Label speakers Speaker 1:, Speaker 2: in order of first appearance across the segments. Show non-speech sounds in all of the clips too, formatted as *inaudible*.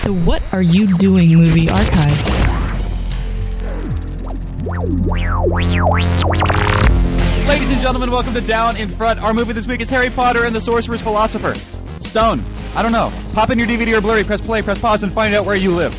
Speaker 1: to What Are You Doing Movie Archives.
Speaker 2: Ladies and gentlemen, welcome to Down in Front. Our movie this week is Harry Potter and the Sorcerer's Philosopher. Stone. I don't know. Pop in your DVD or Blu-ray, press play, press pause, and find out where you live.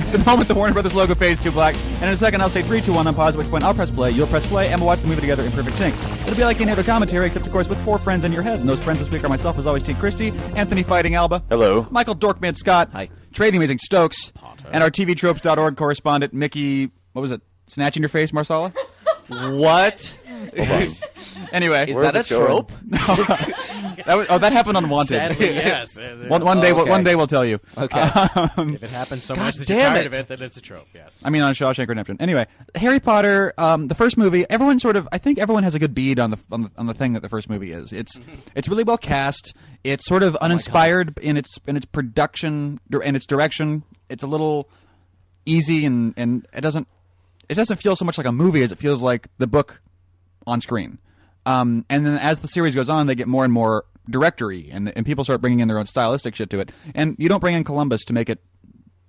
Speaker 2: *laughs* At the moment the Warner Brothers logo fades to black, and in a second I'll say 3, 2, 1, unpause, at which point I'll press play, you'll press play, and we'll watch the movie together in perfect sync. It'll be like any other commentary, except of course with four friends in your head, and those friends this week are myself as always, T. Christie, Anthony Fighting Alba.
Speaker 3: Hello.
Speaker 2: Michael Dorkman Scott.
Speaker 3: Hi.
Speaker 2: Trey the Amazing Stokes. And our TVTropes.org correspondent, Mickey, what was it? Snatching your face, Marsala?
Speaker 4: What?
Speaker 2: anyway.
Speaker 4: Is
Speaker 3: Where's
Speaker 4: that a
Speaker 3: it going?
Speaker 2: *laughs*
Speaker 4: trope? *laughs*
Speaker 2: That was, oh, that happened unwanted.
Speaker 4: Sadly, yes.
Speaker 2: One, one day, we'll
Speaker 3: Okay.
Speaker 2: one day we'll tell you.
Speaker 3: Okay.
Speaker 5: If it happens so much that
Speaker 4: damn
Speaker 5: you're tired
Speaker 4: it.
Speaker 5: of it, then it's a trope. Yes.
Speaker 2: I mean, on Shawshank Redemption. Anyway, Harry Potter, um, the first movie. Everyone sort of, I think everyone has a good bead on the on the, on the thing that the first movie is. It's it's really well cast. It's sort of uninspired in its in its production dir- and its direction. It's a little easy and and it doesn't it doesn't feel so much like a movie as it feels like the book on screen. Um, and then as the series goes on, they get more and more directory, and and people start bringing in their own stylistic shit to it. And you don't bring in Columbus to make it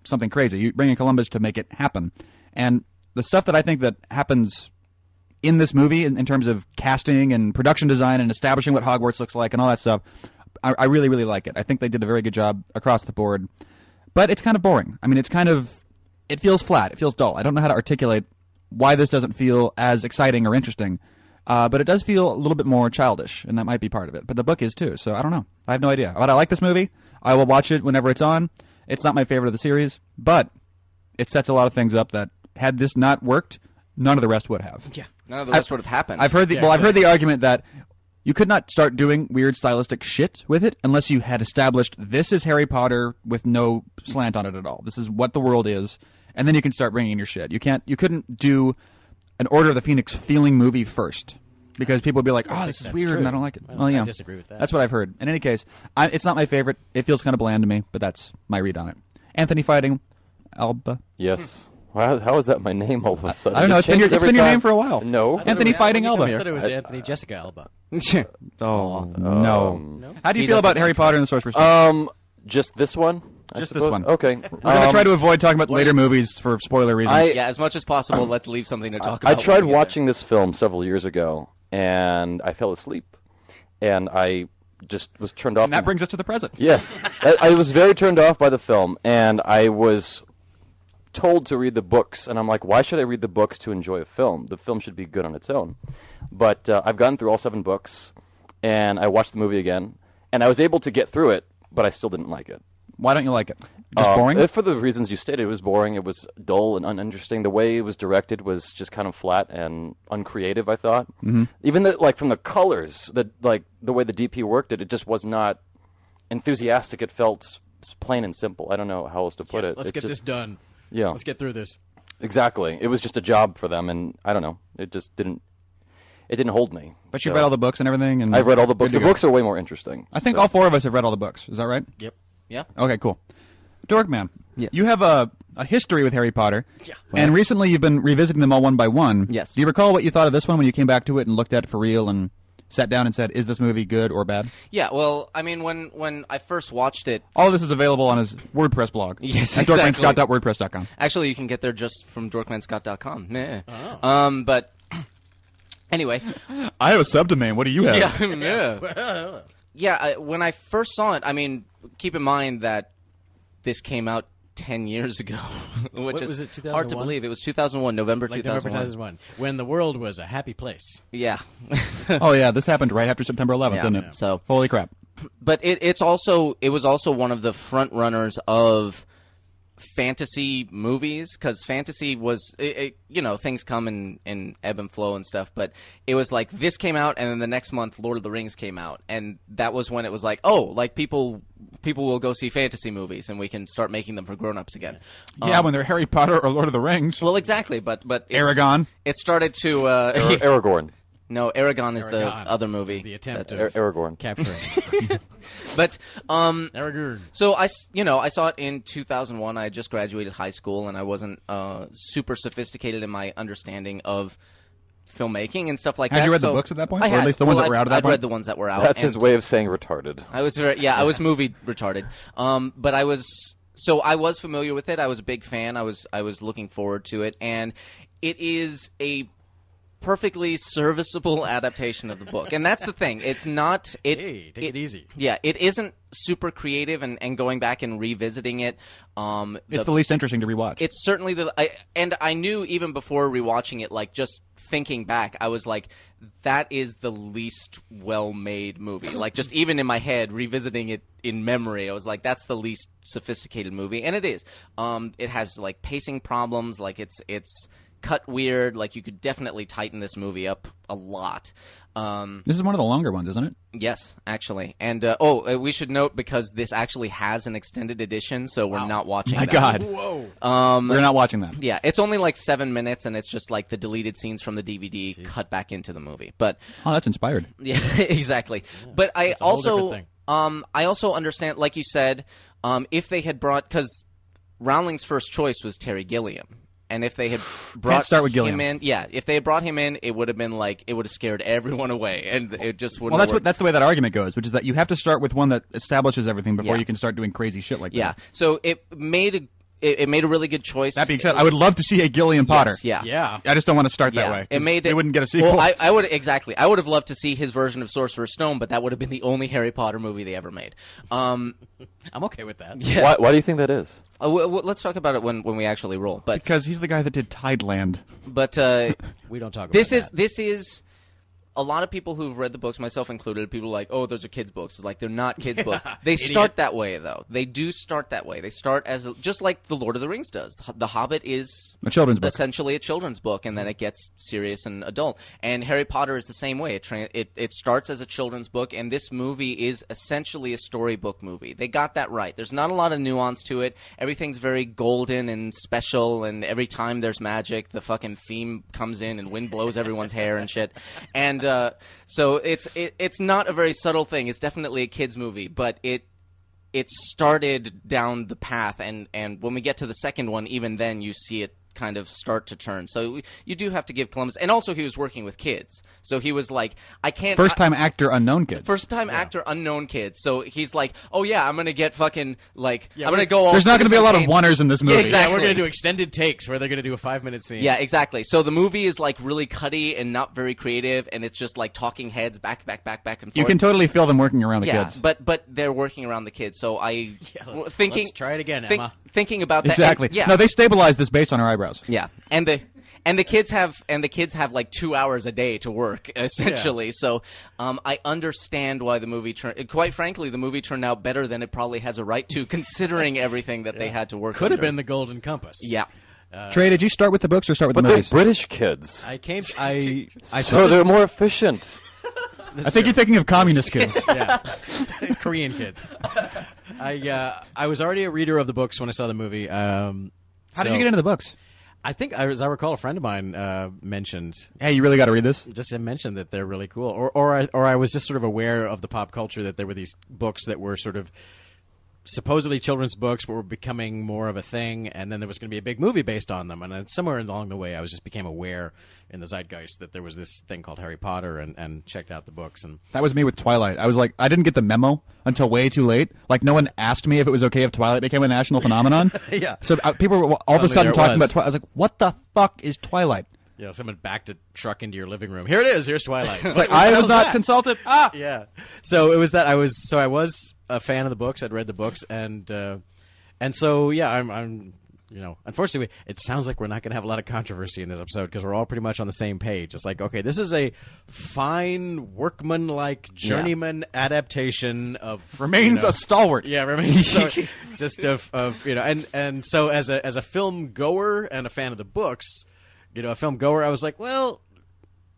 Speaker 2: something crazy. You bring in Columbus to make it happen. And the stuff that I think that happens in this movie in, in terms of casting and production design and establishing what Hogwarts looks like and all that stuff, I, I really, really like it. I think they did a very good job across the board. But it's kind of boring. I mean, it's kind of, it feels flat. It feels dull. I don't know how to articulate why this doesn't feel as exciting or interesting. Uh, but it does feel a little bit more childish, and that might be part of it. But the book is too, so I don't know. I have no idea. But I like this movie. I will watch it whenever it's on. It's not my favorite of the series, but it sets a lot of things up that had this not worked, none of the rest would have. Yeah.
Speaker 3: None of the rest would have happened.
Speaker 2: I've heard the
Speaker 5: Yeah,
Speaker 2: well, I've heard the argument that you could not start doing weird stylistic shit with it unless you had established this is Harry Potter with no slant on it at all. This is what the world is, and then you can start bringing in your shit. You can't. You couldn't do an Order of the Phoenix feeling movie first because people would be like, "Oh, this is
Speaker 5: that's
Speaker 2: weird," and
Speaker 5: true.
Speaker 2: I don't like it.
Speaker 5: I-
Speaker 2: well,
Speaker 5: I
Speaker 2: yeah,
Speaker 5: disagree with that.
Speaker 2: That's what I've heard. In any case, I, it's not my favorite. It feels kind of bland to me, but that's my read on it. Anthony fighting Alba.
Speaker 3: yes. Wow, how is that my name all of a sudden?
Speaker 2: I don't know.
Speaker 3: It
Speaker 2: It's been your-
Speaker 3: changes
Speaker 2: it's
Speaker 3: every
Speaker 2: been your
Speaker 3: time.
Speaker 2: name for a while.
Speaker 3: No.
Speaker 2: Anthony Fighting Alba.
Speaker 5: I thought it was uh,
Speaker 3: I-
Speaker 5: Anthony Jessica *laughs* Alba.
Speaker 2: Oh, no.
Speaker 3: Um,
Speaker 2: How do you
Speaker 3: He
Speaker 2: feel about
Speaker 3: doesn't
Speaker 2: Harry Potter and the Sorcerer's Stone?
Speaker 3: Um, just this one. I
Speaker 2: Just this
Speaker 3: suppose?
Speaker 2: one.
Speaker 3: Okay.
Speaker 2: We're gonna try to avoid talking about later movies for spoiler reasons.
Speaker 3: Um, I-
Speaker 4: yeah, as much as possible, let's leave something to talk
Speaker 3: I
Speaker 4: about.
Speaker 3: tried
Speaker 4: when we get
Speaker 3: watching this film several years ago, and I fell asleep, and I just was turned off.
Speaker 2: and that brings us to the present.
Speaker 3: Yes, I, I was very turned off by the film, and I was told to read the books, and I'm like, why should I read the books to enjoy a film? The film should be good on its own. But uh, I've gotten through all seven books, and I watched the movie again, and I was able to get through it, but I still didn't like it.
Speaker 2: Why don't you like it? Just
Speaker 3: Um,
Speaker 2: boring.
Speaker 3: uh, For the reasons you stated, it was boring. It was dull and uninteresting. The way it was directed was just kind of flat and uncreative. I thought, mm-hmm. even the, like from the colors, the like the way the DP worked it, it just was not enthusiastic. It felt s- plain and simple. I don't know how else to put it.
Speaker 5: Let's
Speaker 3: It
Speaker 5: get this
Speaker 3: just-
Speaker 5: done.
Speaker 3: Yeah.
Speaker 5: Let's get through this.
Speaker 3: Exactly. It was just a job for them, and I don't know. It just didn't. It didn't hold me.
Speaker 2: but you
Speaker 3: So-
Speaker 2: read all the books and everything, and
Speaker 3: I've read all the books.
Speaker 2: Good to
Speaker 3: The
Speaker 2: go.
Speaker 3: books are way more interesting.
Speaker 2: I think
Speaker 3: So-
Speaker 2: all four of us have read all the books. Is that right?
Speaker 4: Yep. Yeah.
Speaker 2: Okay, cool. Dorkman,
Speaker 4: Yeah.
Speaker 2: you have a, a history with Harry Potter,
Speaker 4: Yeah.
Speaker 2: and recently you've been revisiting them all one by one.
Speaker 4: Yes.
Speaker 2: Do you recall what you thought of this one when you came back to it and looked at it for real and sat down and said, "Is this movie good or bad?"
Speaker 4: Yeah. Well, I mean, when when I first watched it,
Speaker 2: All of this is available on his WordPress blog.
Speaker 4: Yes,
Speaker 2: at
Speaker 4: exactly.
Speaker 2: dorkmanscott.wordpress.com.
Speaker 4: actually, you can get there just from dorkmanscott.com. Meh.
Speaker 5: Oh.
Speaker 4: Um, but *clears throat*
Speaker 5: *laughs*
Speaker 4: anyway,
Speaker 2: I have a subdomain. What do you have?
Speaker 4: yeah, *laughs* meh. yeah. I, when I first saw it, I mean, keep in mind that this came out. 10 years ago, *laughs* which
Speaker 5: What
Speaker 4: is
Speaker 5: was it,
Speaker 4: hard to
Speaker 5: 2001?
Speaker 4: believe. It was 2001, November
Speaker 5: Like November
Speaker 4: 2001.
Speaker 5: 2001, when the world was a happy place.
Speaker 4: Yeah. *laughs*
Speaker 2: Oh yeah, this happened right after September 11th,
Speaker 4: Yeah,
Speaker 2: didn't it?
Speaker 4: so-
Speaker 2: holy crap.
Speaker 4: but it, it's also it was also one of the front runners of fantasy movies because fantasy was it, it, you know things come in, in ebb and flow and stuff but it was like this came out and then the next month lord of the rings came out and that was when it was like oh like people people will go see fantasy movies and we can start making them for grown-ups again
Speaker 2: Yeah, when they're Harry Potter or Lord of the Rings.
Speaker 4: well exactly but but it's-
Speaker 2: Aragon.
Speaker 4: it started to uh *laughs*
Speaker 2: *laughs*
Speaker 3: Ar- Aragorn.
Speaker 4: no aragon is
Speaker 5: Aragon
Speaker 4: the other movie er,
Speaker 5: is the attempt
Speaker 4: That's-
Speaker 3: Ar-
Speaker 5: of
Speaker 4: *laughs*
Speaker 3: Aragorn.
Speaker 5: capturing
Speaker 4: but um
Speaker 5: Aragorn.
Speaker 4: So I, s- you know, I saw it in 2001. I had just graduated high school, and I wasn't uh, super sophisticated in my understanding of filmmaking and stuff like
Speaker 2: Had
Speaker 4: that.
Speaker 2: you read the
Speaker 4: so
Speaker 2: books at that point?
Speaker 4: I
Speaker 2: Or at
Speaker 4: had.
Speaker 2: least the ones
Speaker 4: Well,
Speaker 2: that were out at that
Speaker 4: I'd
Speaker 2: point?
Speaker 4: read the ones that were out.
Speaker 3: That's his
Speaker 4: and
Speaker 2: *laughs*
Speaker 3: way of saying retarded.
Speaker 4: I was very, yeah, I was movie retarded. Um, but I was So I was familiar with it. I was a big fan. I was I was looking forward to it, and it is a perfectly serviceable adaptation of the book. And that's the thing. It's not it
Speaker 5: Hey, take it easy.
Speaker 4: Yeah, it isn't super creative and, and going back and revisiting it. Um
Speaker 2: It's the least interesting to rewatch.
Speaker 4: it's certainly the I, and I knew even before rewatching it, like just thinking back, I was like, that is the least well-made movie. Like just even in my head, revisiting it in memory, I was like, that's the least sophisticated movie, and it is. Um, it has like pacing problems, like it's it's cut weird. Like you could definitely tighten this movie up a lot. Um,
Speaker 2: this is one of the longer ones, isn't it?
Speaker 4: Yes, actually, and uh, oh, uh, we should note because this actually has an extended edition, so we're not watching.
Speaker 2: My
Speaker 4: that.
Speaker 2: God,
Speaker 5: Whoa.
Speaker 4: Um,
Speaker 2: we're not watching that.
Speaker 4: Yeah, it's only like seven minutes, and it's just like the deleted scenes from the DVD cut back into the movie. But *laughs*
Speaker 2: Oh, that's inspired.
Speaker 4: yeah, exactly. but I
Speaker 5: a whole different
Speaker 4: also,
Speaker 5: thing.
Speaker 4: um, I also understand, like you said, um, if they had brought because Rowling's first choice was Terry Gilliam, and
Speaker 2: *sighs*
Speaker 4: if they had brought
Speaker 2: start with Gilliam.
Speaker 4: him in, yeah, if they had brought him in, it would have been like it would have scared everyone away, and it just wouldn't.
Speaker 2: Well, that's
Speaker 4: have
Speaker 2: what
Speaker 4: worked.
Speaker 2: that's the way that argument goes, which is that you have to start with one that establishes everything before
Speaker 4: Yeah.
Speaker 2: you can start doing crazy shit like
Speaker 4: yeah.
Speaker 2: that.
Speaker 4: So it made a it, it made a really good choice.
Speaker 2: That being said, I would love to see a Gillian Potter.
Speaker 4: Yes, yeah,
Speaker 5: Yeah.
Speaker 2: I just don't want to start that
Speaker 4: Yeah,
Speaker 2: way.
Speaker 4: It
Speaker 2: 'cause
Speaker 4: made it.
Speaker 2: They wouldn't get a sequel.
Speaker 4: Well, I, I would exactly. I would have loved to see his version of Sorcerer's Stone, but that would have been the only Harry Potter movie they ever made. Um,
Speaker 5: I'm okay with that.
Speaker 4: Yeah.
Speaker 3: Why, why do you think that is?
Speaker 4: uh, w- w- let's talk about it when, when we actually roll. But
Speaker 2: because he's the guy that did Tideland. *laughs*
Speaker 4: but uh,
Speaker 5: We don't talk.
Speaker 4: this
Speaker 5: about
Speaker 4: is
Speaker 5: that.
Speaker 4: this is a lot of people who've read the books, myself included. People are like, oh, those are kids' books. It's like they're not kids' books. They start that way though. They do start that way. They start as just like the Lord of the Rings does. The Hobbit is
Speaker 2: A children's book.
Speaker 4: essentially a children's book, and then it gets serious and adult. And Harry Potter is the same way. It tra- it, it starts as a children's book, and this movie is essentially a storybook movie. They got that right. There's not a lot of nuance to it. Everything's very golden and special, and every time there's magic, the fucking theme comes in and wind blows everyone's hair and shit. And uh, so it's it, it's not a very subtle thing. It's definitely a kids movie, but it it started down the path and and when we get to the second one even then you see it kind of start to turn so you do have to give columbus and also he was working with kids so he was like i can't
Speaker 2: First
Speaker 4: I-
Speaker 2: time actor, unknown kids.
Speaker 4: First time actor, unknown kids. So he's like, "Oh yeah, I'm gonna get fucking like, I'm gonna
Speaker 5: we're-
Speaker 4: go all."
Speaker 2: There's not going to be a lot of
Speaker 4: Kane."
Speaker 2: oneers in this movie.
Speaker 4: exactly.
Speaker 5: Yeah, we're gonna do extended takes where they're gonna do a five minute scene.
Speaker 4: Yeah, exactly. So the movie is like really cutty and not very creative, and it's just like talking heads back, back, back, back and forth.
Speaker 2: You can totally feel them working around the
Speaker 4: yeah,
Speaker 2: kids.
Speaker 4: but but they're working around the kids. So
Speaker 5: *laughs*
Speaker 4: I w- thinking.
Speaker 5: let's try it again,
Speaker 4: think-
Speaker 5: Emma.
Speaker 4: Thinking about that. uh, and-
Speaker 2: exactly.
Speaker 4: yeah.
Speaker 2: No, they stabilized this based on our eyebrows.
Speaker 4: Yeah, and the and the kids have and the kids have like two hours a day to work *laughs* essentially. So um, I understand why the movie turned. Quite frankly, the movie turned out better than it probably has a right to,
Speaker 5: *laughs*
Speaker 4: considering everything that they had to work.
Speaker 5: Could have
Speaker 4: under.
Speaker 5: been the Golden Compass.
Speaker 4: Yeah.
Speaker 2: Trey, did you start with the books or start with
Speaker 3: But
Speaker 2: the
Speaker 3: they're
Speaker 2: movies?
Speaker 3: British kids,
Speaker 5: I
Speaker 4: *laughs*
Speaker 5: came. I. I
Speaker 3: so they're more efficient.
Speaker 2: I think you're thinking of communist kids.
Speaker 5: *laughs* yeah. *laughs* Korean kids. I uh, I was already a reader of the books when I saw the movie. Um,
Speaker 2: How did you get into the books?
Speaker 5: I think, I- as I recall, a friend of mine uh, mentioned
Speaker 2: Hey, you really got to read this.
Speaker 5: just had mentioned that they're really cool, or or I, or I was just sort of aware of the pop culture that there were these books that were sort of supposedly children's books, but were becoming more of a thing, and then there was going to be a big movie based on them, and then somewhere along the way, I was just became aware in the zeitgeist that there was this thing called Harry Potter, and and checked out the books, and
Speaker 2: That was me with Twilight. I was like, I didn't get the memo until way too late. Like, no one asked me if it was okay if Twilight became a national phenomenon.
Speaker 5: *laughs* Yeah.
Speaker 2: So uh, people were all of a
Speaker 5: Suddenly there
Speaker 2: sudden
Speaker 5: it
Speaker 2: talking
Speaker 5: was.
Speaker 2: about Twilight. I was like, what the fuck is Twilight?
Speaker 5: you know, someone backed a truck into your living room. Here it is. Here's
Speaker 2: *laughs*
Speaker 5: Twilight. It's
Speaker 2: It's like, I was not
Speaker 5: that?
Speaker 2: consulted. Ah!
Speaker 5: yeah. So it was that I was so I was a fan of the books. I'd read the books, and uh, and so yeah, I'm I'm you know unfortunately it sounds like we're not going to have a lot of controversy in this episode because we're all pretty much on the same page. It's like okay, this is a fine workman like journeyman adaptation of
Speaker 2: Remains
Speaker 5: you know-
Speaker 2: a stalwart.
Speaker 5: yeah,
Speaker 2: *laughs*
Speaker 5: remains so, just of, of you know, and and so as a as a film goer and a fan of the books, you know, a film goer, I was like, well,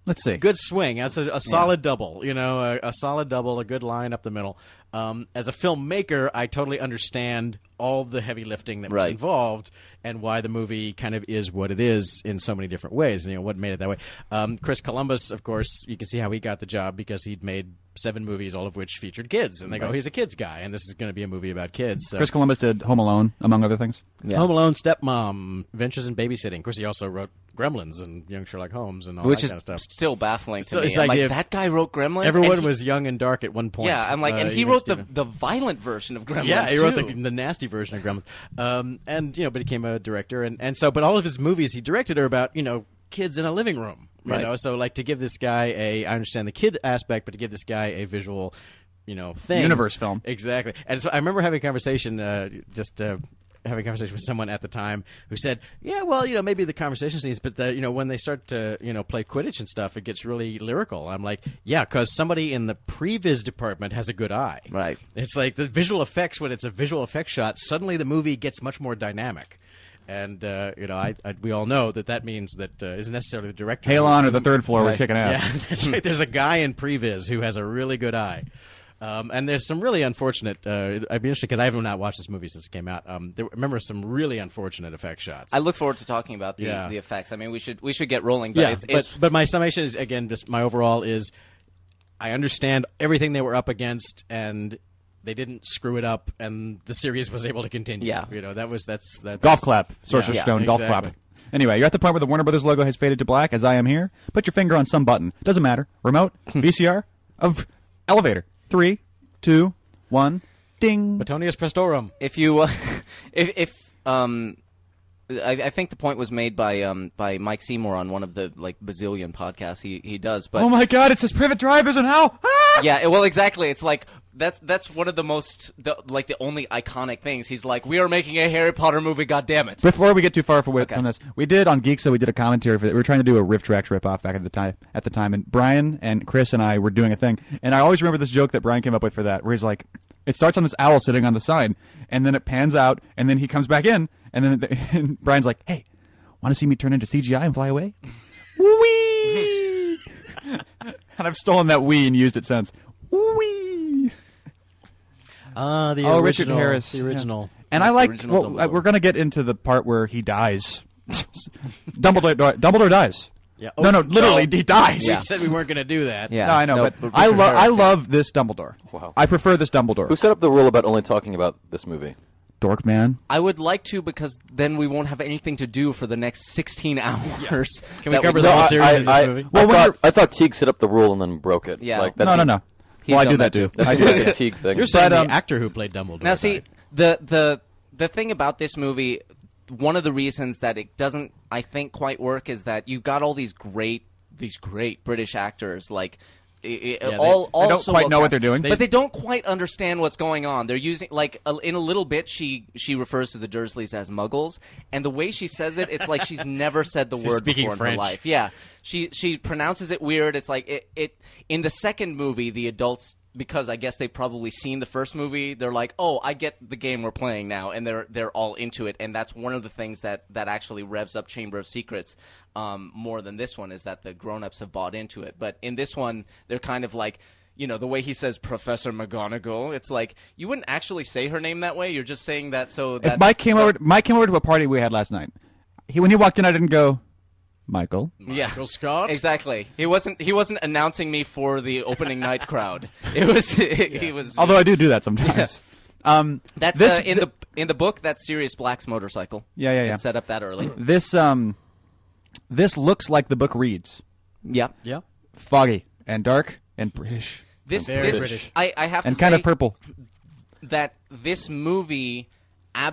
Speaker 2: Let's see.
Speaker 5: good swing. That's a, a solid double. You know, a, a solid double, a good line up the middle. Um, as a filmmaker, I totally understand all the heavy lifting that was
Speaker 4: Right.
Speaker 5: involved and why the movie kind of is what it is in so many different ways. You know, what made it that way. Um, Chris Columbus, of course, you can see how he got the job because he'd made seven movies, all of which featured kids, and they go, "He's a kids guy," and this is going to be a movie about kids. So.
Speaker 2: Chris Columbus did Home Alone, among other things.
Speaker 4: Yeah.
Speaker 5: Home Alone, Stepmom, Adventures in Babysitting. Of course, he also wrote Gremlins and Young Sherlock Holmes and all
Speaker 4: which
Speaker 5: that
Speaker 4: is
Speaker 5: kind of stuff.
Speaker 4: still baffling to
Speaker 5: So
Speaker 4: me.
Speaker 5: it's
Speaker 4: I'm
Speaker 5: like
Speaker 4: like,
Speaker 5: if
Speaker 4: that guy wrote Gremlins.
Speaker 5: Everyone
Speaker 4: and he-
Speaker 5: was young and dark at one point.
Speaker 4: Yeah, I'm like,
Speaker 5: uh,
Speaker 4: and he
Speaker 5: even
Speaker 4: wrote
Speaker 5: Steven.
Speaker 4: the the violent version of Gremlins.
Speaker 5: Yeah, he wrote the,
Speaker 4: too.
Speaker 5: the nasty version of Gremlins. Um, and you know, but he became a director, and, and so, but all of his movies he directed are about you know kids in a living room. You
Speaker 4: Right.
Speaker 5: know, so like to give this guy a, I understand the kid aspect, but to give this guy a visual, you know, thing
Speaker 2: Universe film.
Speaker 5: exactly. And so I remember having a conversation, uh, just. Uh, Having a conversation with someone at the time who said, "Yeah, well, you know, maybe the conversation scenes, but the, you know, when they start to, you know, play Quidditch and stuff, it gets really lyrical." I'm like, "Yeah, because somebody in the previs department has a good eye,
Speaker 4: Right.
Speaker 5: it's like the visual effects when it's a visual effects shot. Suddenly, the movie gets much more dynamic, and uh, you know, I, I, we all know that that means that uh, isn't necessarily the director.
Speaker 2: Halon or the third floor was kicking ass.
Speaker 5: *laughs* Yeah, that's right. There's a guy in Previs who has a really good eye. Um, and there's some really unfortunate. Uh, I'd be interested because I have not watched this movie since it came out. Um, there, remember some really unfortunate effect shots.
Speaker 4: I look forward to talking about the,
Speaker 5: Yeah.
Speaker 4: the effects. I mean, we should we should get rolling, but it's,
Speaker 5: but,
Speaker 4: it's
Speaker 5: but my summation is again just my overall is I understand everything they were up against and they didn't screw it up and the series was able to continue.
Speaker 4: Yeah.
Speaker 5: you know that was that's that's
Speaker 2: Golf clap. Sorcerer's
Speaker 5: Yeah,
Speaker 2: Stone, golf
Speaker 5: exactly.
Speaker 2: clap. Anyway, you're at the point where the Warner Brothers logo has faded to black, as I am here. Put your finger on some button. Doesn't matter. Remote,
Speaker 5: Hmm.
Speaker 2: VCR, of elevator. Three, two, one, ding.
Speaker 5: Batonius Prestorum.
Speaker 4: if you uh, *laughs* if if um I, I think the point was made by um by Mike Seymour on one of the like bazillion podcasts he he does, but
Speaker 2: oh my god, it says private drive isn't how. Ah!
Speaker 4: yeah, well, exactly. It's like that's that's one of the most the, like the only iconic things. He's like, we are making a Harry Potter movie. God damn it!
Speaker 2: Before we get too far for
Speaker 4: Okay.
Speaker 2: on this, we did on Geek, so we did a commentary for that. We were trying to do a Rift Tracks ripoff back at the time. At the time, and Brian and Chris and I were doing a thing, and I always remember this joke that Brian came up with for that, where he's like, "It starts on this owl sitting on the sign, and then it pans out, and then he comes back in, and then *laughs* the, and Brian's like, "Hey, want to see me turn into CGI and fly away?" Wee. and I've stolen that wee and used it since. Wee.
Speaker 5: Ah, the
Speaker 2: Oh,
Speaker 5: original,
Speaker 2: Richard Harris,
Speaker 5: the
Speaker 2: Yeah.
Speaker 5: original.
Speaker 2: And I like.
Speaker 4: original
Speaker 2: Well, I-
Speaker 4: Dumbledore.
Speaker 2: we're gonna get into the part where he dies. *laughs* Dumbledore. Dumbledore dies.
Speaker 5: Yeah.
Speaker 2: no, no,
Speaker 5: Oh,
Speaker 2: literally
Speaker 5: no.
Speaker 2: he dies.
Speaker 5: We said we weren't going to do that.
Speaker 2: *laughs*
Speaker 4: Yeah.
Speaker 2: No, I know,
Speaker 4: No,
Speaker 2: but,
Speaker 4: but
Speaker 2: I
Speaker 4: Richard
Speaker 2: love. I
Speaker 4: Harris, yeah.
Speaker 2: love this Dumbledore.
Speaker 3: Wow.
Speaker 2: I prefer this Dumbledore.
Speaker 3: Who set up the rule about only talking about this movie?
Speaker 2: Dork man.
Speaker 4: I would like to because then we won't have anything to do for the next sixteen *laughs* hours.
Speaker 5: Can we
Speaker 4: That
Speaker 5: cover
Speaker 4: do-
Speaker 5: the whole
Speaker 3: I,
Speaker 5: series
Speaker 3: I,
Speaker 5: in this
Speaker 3: I-
Speaker 5: movie?
Speaker 3: I
Speaker 2: Well, when
Speaker 3: thought,
Speaker 2: you're-
Speaker 3: I thought Teague set up the rule and then broke it.
Speaker 4: Yeah.
Speaker 3: Like, that's
Speaker 2: No, no, no.
Speaker 4: He's
Speaker 2: Well, I
Speaker 4: done
Speaker 2: do that
Speaker 4: that
Speaker 2: too.
Speaker 4: too.
Speaker 3: That's
Speaker 2: I do
Speaker 3: like
Speaker 2: that
Speaker 3: a
Speaker 2: too.
Speaker 3: Teague thing.
Speaker 5: You're saying
Speaker 2: um,
Speaker 5: the actor who played Dumbledore.
Speaker 4: Now, see
Speaker 5: died.
Speaker 4: the the the thing about this movie, one of the reasons that it doesn't, I think, quite work is that you've got all these great these great British actors like. i- i-
Speaker 5: they-
Speaker 4: all,
Speaker 5: they
Speaker 4: all
Speaker 2: don't
Speaker 4: so
Speaker 2: quite
Speaker 4: well
Speaker 2: know what
Speaker 4: cast.
Speaker 2: they're doing.
Speaker 4: but they don't quite understand what's going on. They're using like a, in a little bit. She she refers to the Dursleys as Muggles, and the way she says it, it's like she's never
Speaker 2: *laughs*
Speaker 4: said the word
Speaker 5: speaking
Speaker 4: before in
Speaker 5: French.
Speaker 4: her life. Yeah, she she pronounces it weird. It's like it, it in the second movie, the adults because I guess they've probably seen the first movie, they're like, "Oh, I get the game we're playing now," and they're they're all into it. And that's one of the things that that actually revs up Chamber of Secrets um, more than this one is that the grown-ups have bought into it. But in this one, they're kind of like. You know the way he says Professor McGonagall. It's like you wouldn't actually say her name that way. You're just saying that so that
Speaker 2: If Mike came over, Mike came over to a party we had last night. He when he walked in, I didn't go, Michael.
Speaker 4: Yeah,
Speaker 5: Michael Scott?
Speaker 4: Exactly. He wasn't. He wasn't announcing me for the opening
Speaker 5: *laughs*
Speaker 4: night crowd. It was. *laughs* He was.
Speaker 2: Although I do do that sometimes. *laughs* Um,
Speaker 4: that's
Speaker 2: this,
Speaker 4: uh, in the in the book. That's Sirius Black's motorcycle.
Speaker 2: Yeah, yeah,
Speaker 4: It
Speaker 2: yeah.
Speaker 4: set up that
Speaker 2: *clears throat*
Speaker 4: early.
Speaker 2: this um, this looks like the book reads.
Speaker 4: yeah.
Speaker 5: yeah,
Speaker 2: foggy and dark and British
Speaker 4: This
Speaker 5: Very
Speaker 4: this
Speaker 5: British.
Speaker 4: I, I have
Speaker 2: and
Speaker 4: to
Speaker 2: kind of
Speaker 4: say
Speaker 2: purple.
Speaker 4: that this movie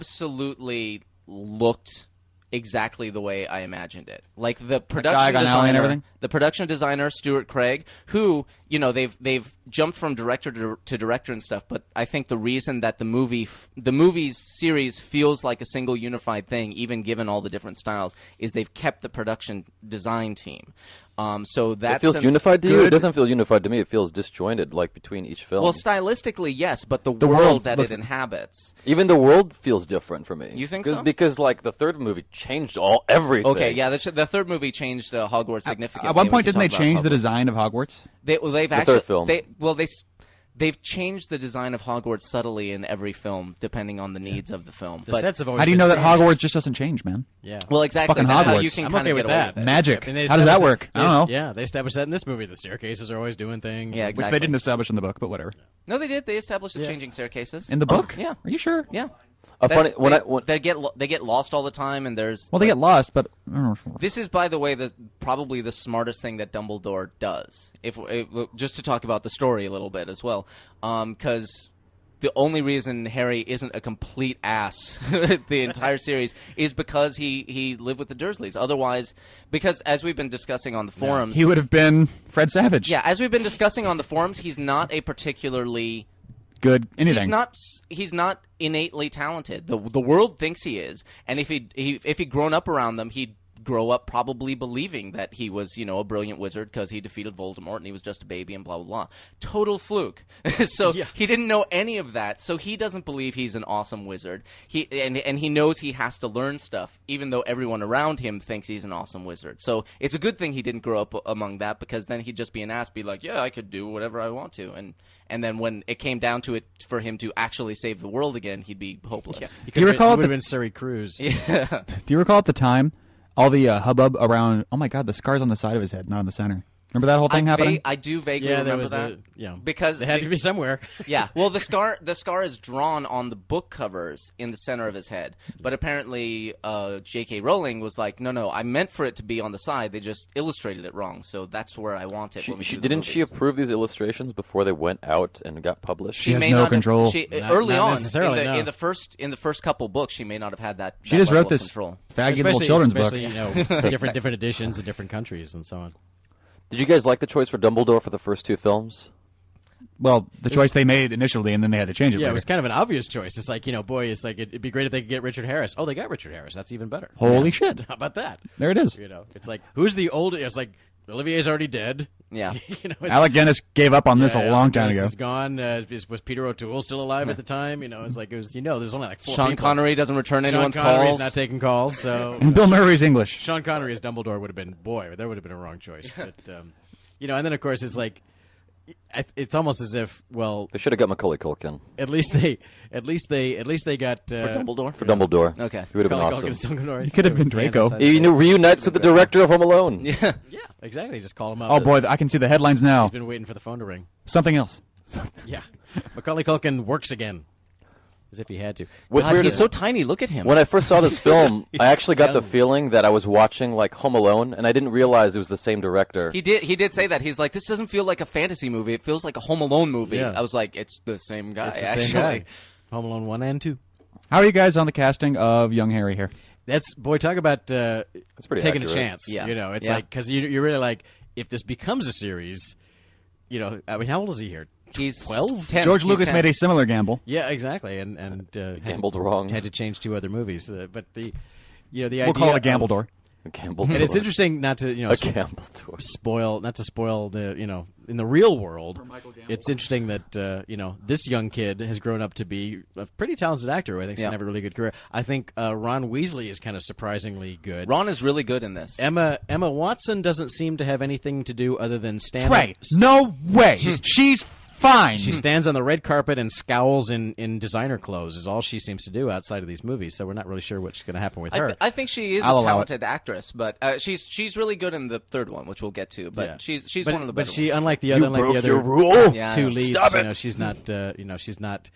Speaker 4: absolutely looked exactly the way I imagined it. Like the production
Speaker 2: Diagon Alley
Speaker 4: designer,
Speaker 2: and everything?
Speaker 4: the production designer Stuart Craig, who you know they've they've jumped from director to, to director and stuff. But I think the reason that the movie f- the movie's series feels like a single unified thing, even given all the different styles, is they've kept the production design team. Um, so that
Speaker 3: It feels
Speaker 4: sense-
Speaker 3: unified to you? It
Speaker 2: good-
Speaker 3: doesn't feel unified to me. It feels disjointed, like between each film.
Speaker 4: Well, stylistically, yes, but the,
Speaker 2: world
Speaker 4: world, that
Speaker 2: looks-
Speaker 4: it inhabits.
Speaker 3: Even the world feels different for me.
Speaker 4: You think
Speaker 3: 'Cause-
Speaker 4: so?
Speaker 3: Because like the third movie changed all everything.
Speaker 4: Okay, yeah, the, the third movie changed uh, Hogwarts significantly.
Speaker 2: At one point,
Speaker 4: We
Speaker 2: didn't
Speaker 4: can
Speaker 2: they
Speaker 4: talk about
Speaker 2: change the
Speaker 4: Hogwarts.
Speaker 2: design of Hogwarts?
Speaker 4: They, well, they've
Speaker 3: third
Speaker 4: actually
Speaker 3: film.
Speaker 4: They, well, they s- they've changed the design of Hogwarts subtly in every film, depending on the needs of the film.
Speaker 5: the
Speaker 4: but,
Speaker 5: sets have always.
Speaker 2: How do you
Speaker 5: been
Speaker 2: know that
Speaker 5: standing.
Speaker 2: Hogwarts just doesn't change, man?
Speaker 5: Yeah.
Speaker 4: well, exactly.
Speaker 2: Fucking
Speaker 4: that's how
Speaker 2: Hogwarts.
Speaker 4: you can
Speaker 5: I'm
Speaker 4: kind
Speaker 5: okay
Speaker 4: of
Speaker 5: with
Speaker 4: get away
Speaker 5: that.
Speaker 4: with it.
Speaker 2: Magic.
Speaker 5: they
Speaker 2: How does that
Speaker 5: established
Speaker 2: work?
Speaker 5: they
Speaker 2: I don't
Speaker 5: est-
Speaker 2: know.
Speaker 5: Yeah, they established that in this movie. The staircases are always doing things.
Speaker 4: Yeah,
Speaker 2: Which
Speaker 4: exactly.
Speaker 2: they didn't establish in the book, but whatever.
Speaker 4: No, they did. They established the changing staircases.
Speaker 2: In the book?
Speaker 4: yeah.
Speaker 2: Are you sure?
Speaker 4: yeah.
Speaker 3: A
Speaker 4: That's-
Speaker 3: funny when
Speaker 4: they,
Speaker 3: I when,
Speaker 4: they get lo- they get lost all the time, and there's
Speaker 2: Well, they get lost, but
Speaker 4: This is, by the way, the probably the smartest thing that Dumbledore does. If, if just to talk about the story a little bit as well, because the only reason Harry isn't a complete ass *laughs* the entire series is because he he lived with the Dursleys. Otherwise, because as we've been discussing on the forums,
Speaker 2: he would have been Fred Savage.
Speaker 4: yeah, as we've been discussing on the forums, he's not a particularly
Speaker 2: good anything.
Speaker 4: He's not. He's not innately talented. the The world thinks he is, and if he, he if he'd grown up around them, he'd grow up probably believing that he was, you know, a brilliant wizard because he defeated Voldemort and he was just a baby and blah blah blah. Total fluke. *laughs* so he didn't know any of that. So he doesn't believe he's an awesome wizard. He and and he knows he has to learn stuff, even though everyone around him thinks he's an awesome wizard. So it's a good thing he didn't grow up among that because then he'd just be an ass, be like, yeah, I could do whatever I want to, and and then when it came down to it for him to actually save the world again, he'd be hopeless.
Speaker 5: He
Speaker 2: Do you
Speaker 5: could've
Speaker 2: recall
Speaker 5: been, would
Speaker 2: the-
Speaker 5: have been Surrey Cruz.
Speaker 2: Do you recall at the time all the uh, hubbub around? Oh my God, the scars on the side of his head, not on the center. Remember that whole
Speaker 4: I,
Speaker 2: thing
Speaker 4: va-
Speaker 2: happening?
Speaker 4: I do vaguely
Speaker 5: Yeah, there
Speaker 4: remember
Speaker 5: was
Speaker 4: that.
Speaker 5: a yeah
Speaker 4: Because
Speaker 5: they had
Speaker 4: the-
Speaker 5: to be somewhere.
Speaker 4: *laughs* yeah. Well, the scar the scar is drawn on the book covers in the center of his head, but apparently uh, J.K. Rowling was like, "No, no, I meant for it to be on the side. They just illustrated it wrong, so that's where I want it."
Speaker 3: she,
Speaker 4: when we
Speaker 3: she-
Speaker 4: do the
Speaker 3: didn't she
Speaker 4: movies."
Speaker 3: approve these illustrations before they went out and got published?
Speaker 2: She has
Speaker 4: may
Speaker 2: no
Speaker 4: not have-
Speaker 2: control.
Speaker 4: she-
Speaker 5: Not-
Speaker 4: early
Speaker 5: not
Speaker 4: on, in the,
Speaker 5: necessarily, no.
Speaker 4: in the first in the first couple books, she may not have had that.
Speaker 2: she
Speaker 4: that
Speaker 2: just
Speaker 4: level
Speaker 2: wrote
Speaker 4: of
Speaker 2: this
Speaker 4: control.
Speaker 2: faggy little
Speaker 5: Especially,
Speaker 2: children's book.
Speaker 5: especially, you *laughs* know, different different editions in different countries and so on.
Speaker 3: Did you guys like the choice for Dumbledore for the first two films?
Speaker 2: Well, the choice they made initially, and then they had to change it.
Speaker 5: Yeah,
Speaker 2: later.
Speaker 5: it was kind of an obvious choice. It's like you know, boy, it's like it'd, it'd be great if they could get Richard Harris. Oh, they got Richard Harris. That's even better.
Speaker 2: Holy
Speaker 4: *laughs*
Speaker 2: shit!
Speaker 5: How about that?
Speaker 2: There it is.
Speaker 5: You know, it's like who's the oldest? It's like Olivier's already dead. *laughs*
Speaker 2: *laughs*
Speaker 4: Yeah.
Speaker 5: you know, it's,
Speaker 2: Alec Guinness gave up on this
Speaker 5: yeah,
Speaker 2: a long
Speaker 5: Alec
Speaker 2: time
Speaker 5: Guinness
Speaker 2: ago.
Speaker 5: Is gone. Uh, is, was Peter O'Toole still alive at the time? You know, it's like it was. You know, there's only like four
Speaker 4: Sean
Speaker 5: people.
Speaker 4: Connery doesn't return
Speaker 5: Sean
Speaker 4: anyone's
Speaker 5: Connery's
Speaker 4: calls.
Speaker 5: not taking calls. So
Speaker 2: And Bill Murray's English.
Speaker 5: Sean Connery as Dumbledore would have been boy, that would have been a wrong choice. But um, you know, and then of course it's like I- it's almost as if well,
Speaker 3: They should have got Macaulay Culkin
Speaker 5: at least they, at least they, at least they got uh,
Speaker 4: for Dumbledore.
Speaker 3: for Dumbledore.
Speaker 4: Okay.
Speaker 3: he would have been
Speaker 5: Macaulay Culkin
Speaker 3: awesome.
Speaker 5: as Dumbledore.
Speaker 2: You could have been Draco.
Speaker 5: Hands
Speaker 3: He
Speaker 5: inside-
Speaker 3: knew- reunites with the director of Home Alone.
Speaker 4: Yeah.
Speaker 5: Yeah, exactly. Just call him up.
Speaker 2: Oh boy, I can see the headlines now.
Speaker 5: he's been waiting for the phone to ring.
Speaker 2: Something else. *laughs*
Speaker 5: Yeah, *laughs* Macaulay Culkin works again, as if he had to.
Speaker 4: *laughs*
Speaker 3: What's
Speaker 4: God,
Speaker 3: weird
Speaker 4: he's
Speaker 3: is
Speaker 4: so tiny. Look at him.
Speaker 3: when I first saw this film, I actually got the
Speaker 5: young.
Speaker 3: feeling that I was watching like Home Alone, and I didn't realize it was the same director.
Speaker 4: He did. He did say that. He's like, this doesn't feel like a fantasy movie. It feels like a Home Alone movie.
Speaker 5: Yeah.
Speaker 4: I was like, it's the same guy.
Speaker 5: It's the
Speaker 4: actually,
Speaker 5: same guy. Home Alone one and two.
Speaker 2: How are you guys on the casting of Young Harry here?
Speaker 5: That's boy. Talk about uh,
Speaker 3: That's pretty
Speaker 5: taking
Speaker 3: accurate.
Speaker 5: a chance.
Speaker 4: Yeah.
Speaker 5: you know, it's
Speaker 4: Yeah.
Speaker 5: like because you, you're really like if this becomes a series, you know, I mean, how old is he here?
Speaker 4: he's
Speaker 5: 12?
Speaker 4: 10.
Speaker 2: George
Speaker 4: He's
Speaker 2: Lucas
Speaker 4: 10.
Speaker 2: made a similar gamble.
Speaker 5: Yeah, exactly. And and uh, had-
Speaker 3: Gambled wrong.
Speaker 5: Had to change two other movies, uh, but the you know the
Speaker 2: We'll
Speaker 5: idea
Speaker 2: call it a
Speaker 5: of-
Speaker 2: gamble door.
Speaker 3: *laughs* Campbell.
Speaker 5: And it's interesting not to you know
Speaker 3: A
Speaker 5: sp-
Speaker 3: Campbell tour.
Speaker 5: spoil not to spoil the you know in the real world. It's interesting that uh, you know this young kid has grown up to be a pretty talented actor. Who I think's
Speaker 4: Yeah.
Speaker 5: gonna have a really good career. I think uh, Ron Weasley is kind of surprisingly good.
Speaker 4: Ron is really good in this.
Speaker 5: Emma Emma Watson doesn't seem to have anything to do other than stand.
Speaker 2: Trey,
Speaker 5: st-
Speaker 2: no way.
Speaker 4: Hmm.
Speaker 2: She's, fine.
Speaker 5: She stands on the red carpet and scowls in, in designer clothes is all she seems to do outside of these movies. So we're not really sure what's going to happen with
Speaker 4: I,
Speaker 5: her.
Speaker 4: th- I think she is
Speaker 2: I'll
Speaker 4: a
Speaker 2: allow it.
Speaker 4: talented actress, but uh, she's she's really good in the third one, which we'll get to. But
Speaker 5: Yeah.
Speaker 4: she's she's
Speaker 5: but,
Speaker 4: one of the
Speaker 5: but
Speaker 4: better
Speaker 5: she
Speaker 4: ones.
Speaker 5: unlike the other unlike
Speaker 3: broke
Speaker 5: the other
Speaker 3: your rule.
Speaker 4: Yeah, I
Speaker 5: two
Speaker 4: know.
Speaker 5: leads
Speaker 3: Stop
Speaker 5: you
Speaker 3: it.
Speaker 5: know she's not uh, you know she's not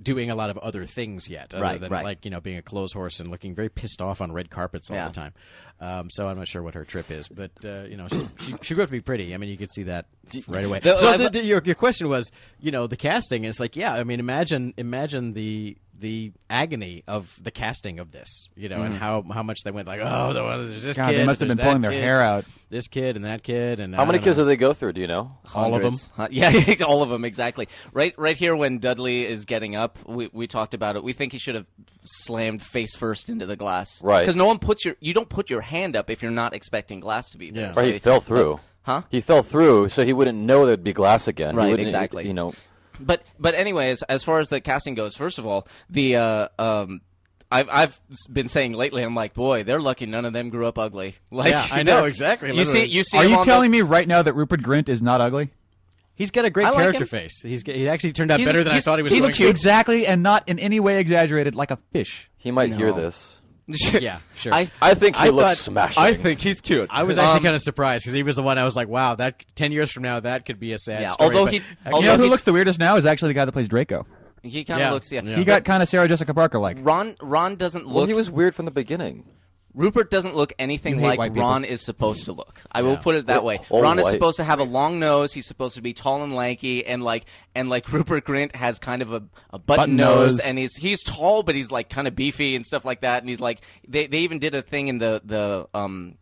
Speaker 5: doing a lot of other things yet other
Speaker 4: Right,
Speaker 5: than
Speaker 4: right.
Speaker 5: like you know being a clothes horse and looking very pissed off on red carpets all
Speaker 4: Yeah.
Speaker 5: the time um, so I'm not sure what her trip is but uh, you know she, she, she grew up to be pretty I mean you could see that right away
Speaker 4: The-
Speaker 5: so
Speaker 4: I-
Speaker 5: the, the- your, your question was you know the casting and it's like yeah I mean imagine imagine the the agony of the casting of this you know and
Speaker 4: Mm-hmm.
Speaker 5: how how much they went like oh there's this
Speaker 2: God,
Speaker 5: kid
Speaker 2: they must have been
Speaker 5: there's that
Speaker 2: pulling their
Speaker 5: kid,
Speaker 2: hair out.
Speaker 5: this kid and that kid and
Speaker 3: How many kids
Speaker 5: are
Speaker 3: did they go through? Do you know?
Speaker 5: all of them?
Speaker 4: Huh, yeah, *laughs* all of them exactly. Right, right here when Dudley is getting up, we we talked about it. We think he should have slammed face first into the glass,
Speaker 3: Right.
Speaker 4: Because no one puts your you don't put your hand up if you're not expecting glass to be there.
Speaker 5: Yeah.
Speaker 3: Or he fell through.
Speaker 4: Huh?
Speaker 3: He fell through, so he wouldn't know there'd be glass again. He
Speaker 4: Right,
Speaker 3: wouldn't-
Speaker 4: exactly.
Speaker 3: You know,
Speaker 4: But but anyways, as far as the casting goes, first of all, the uh, um, I've I've been saying lately, I'm like, boy, they're lucky none of them grew up ugly. *laughs* Like,
Speaker 5: Yeah, I know,
Speaker 4: they're-
Speaker 5: exactly,
Speaker 4: You see,
Speaker 5: literally.
Speaker 4: you see.
Speaker 2: Are you
Speaker 4: *laughs*
Speaker 2: telling me right now that Rupert Grint is not ugly?
Speaker 5: He's got a great
Speaker 4: I like
Speaker 5: character
Speaker 4: him.
Speaker 5: face. He's g- he actually turned out
Speaker 4: He's-
Speaker 5: better than I
Speaker 4: he's-
Speaker 5: thought he was
Speaker 4: he's
Speaker 5: going
Speaker 4: cute.
Speaker 5: to.
Speaker 2: Exactly, and not in any way exaggerated, like a fish.
Speaker 3: he might hear
Speaker 4: No.
Speaker 3: this.
Speaker 4: me?
Speaker 5: *laughs* Yeah, sure.
Speaker 4: I,
Speaker 3: I think he
Speaker 5: I
Speaker 3: looks
Speaker 5: thought-
Speaker 3: smashing.
Speaker 4: think he's cute. Um,
Speaker 5: I was actually kind of surprised because he was the one I was like, wow, that ten years from now that could be a sad
Speaker 4: Yeah,
Speaker 5: story.
Speaker 4: although
Speaker 5: but
Speaker 4: he-
Speaker 5: actually-
Speaker 2: You
Speaker 4: although
Speaker 2: know who
Speaker 4: he-
Speaker 2: looks the weirdest now is actually the guy that plays Draco.
Speaker 4: He kind of
Speaker 5: Yeah.
Speaker 4: looks. Yeah.
Speaker 5: Yeah.
Speaker 2: He got kind of Sarah Jessica Parker like.
Speaker 4: Ron. Ron doesn't look.
Speaker 3: Well, he was weird from the beginning.
Speaker 4: Rupert doesn't look anything
Speaker 2: You hate
Speaker 4: like
Speaker 2: white people.
Speaker 4: Ron is supposed to look. I will put it that way.
Speaker 3: All
Speaker 4: Ron is
Speaker 3: white.
Speaker 4: supposed to have a long nose. He's supposed to be tall and lanky, and like and like Rupert Grint has kind of a, a button,
Speaker 2: Button
Speaker 4: nose,
Speaker 2: nose.
Speaker 4: and he's he's tall, but he's like kind of beefy and stuff like that. And he's like they they even did a thing in the the um.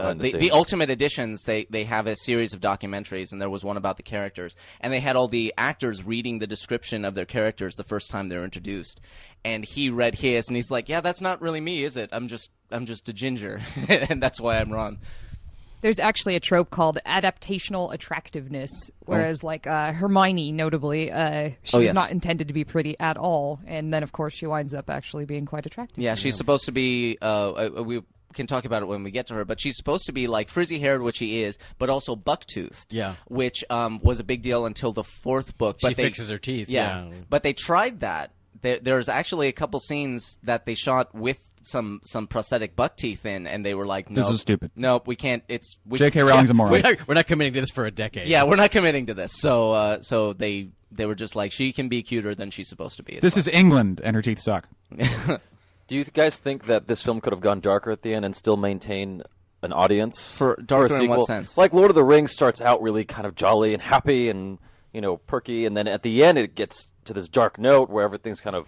Speaker 4: Uh,
Speaker 3: Behind the
Speaker 4: the, the
Speaker 3: scenes.
Speaker 4: ultimate editions they, they have a series of documentaries and there was one about the characters and they had all the actors reading the description of their characters the first time they're introduced and he read his and he's like yeah that's not really me is it i'm just i'm just a ginger *laughs* and that's why i'm ron
Speaker 6: There's actually a trope called adaptational attractiveness, whereas like uh, Hermione, notably, uh, she
Speaker 4: Oh,
Speaker 6: was
Speaker 4: yes.
Speaker 6: not intended to be pretty at all, and then of course she winds up actually being quite attractive.
Speaker 4: Yeah, she's supposed to be. Uh, uh, we can talk about it when we get to her, but she's supposed to be like frizzy haired, which she is, but also buck toothed.
Speaker 5: Yeah.
Speaker 4: which um, was a big deal until the fourth book. But
Speaker 5: She
Speaker 4: they-
Speaker 5: fixes her teeth, yeah.
Speaker 4: but they tried that. There, there's actually a couple scenes that they shot with some some prosthetic buck teeth in, and they were like, "No,
Speaker 2: This is stupid.
Speaker 4: Nope, we can't. It's we,
Speaker 2: J.K. Rowling's a
Speaker 5: We're
Speaker 2: moron.
Speaker 5: not, we're not committing to this for a decade.
Speaker 4: *laughs* Yeah, we're not committing to this. So uh, so they they were just like, she can be cuter than she's supposed to be. It's
Speaker 2: This is England, and her teeth suck.
Speaker 3: Do you guys think that this film could have gone darker at the end and still maintain an audience
Speaker 4: For-
Speaker 3: a
Speaker 4: darker in what
Speaker 3: sequel?
Speaker 4: sense?
Speaker 3: Like Lord of the Rings starts out really kind of jolly and happy and you know perky, and then at the end it gets to this dark note where everything's kind of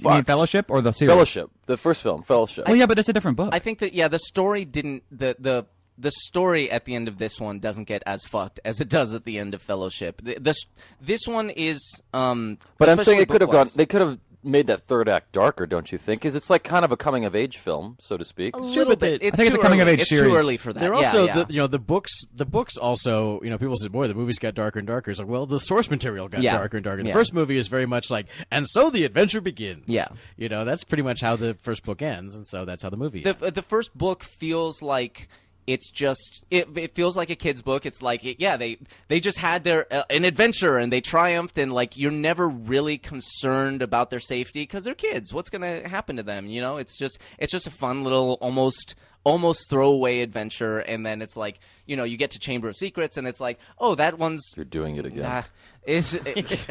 Speaker 2: You mean
Speaker 3: fucked.
Speaker 2: Fellowship or the series?
Speaker 3: Fellowship, the first film, Fellowship.
Speaker 2: Well, yeah, but it's a different book.
Speaker 4: I think that yeah, the story didn't the the the story at the end of this one doesn't get as fucked as it does at the end of Fellowship. Th- This this one is um,
Speaker 3: But I'm saying
Speaker 4: especially
Speaker 3: it could have gone.
Speaker 4: book-wise.
Speaker 3: They could have made that third act darker, don't you think? Because it's like kind of a coming of age film, so to speak.
Speaker 4: a
Speaker 5: Sure,
Speaker 4: little
Speaker 5: but they-
Speaker 4: bit. It's
Speaker 2: I think it's
Speaker 4: too
Speaker 2: a coming
Speaker 4: early.
Speaker 2: of age
Speaker 4: it's
Speaker 2: series.
Speaker 4: Too early for that.
Speaker 5: They're
Speaker 4: Yeah,
Speaker 5: also
Speaker 4: yeah.
Speaker 5: The, you know the books the books also you know people said boy the movies got darker and darker it's like well the source material got
Speaker 4: Yeah.
Speaker 5: darker and darker the
Speaker 4: Yeah.
Speaker 5: first movie is very much like and so the adventure begins
Speaker 4: Yeah.
Speaker 5: you know that's pretty much how the first book ends and so that's how the movie ends.
Speaker 4: the the first book feels like it's just it, it feels like a kid's book it's like it, yeah they they just had their uh, an adventure and they triumphed and like you're never really concerned about their safety because they're kids what's gonna happen to them you know it's just it's just a fun little almost almost throwaway adventure and then it's like you know you get to chamber of secrets and it's like oh that one's
Speaker 3: You're doing it again.
Speaker 4: uh, is
Speaker 3: *laughs*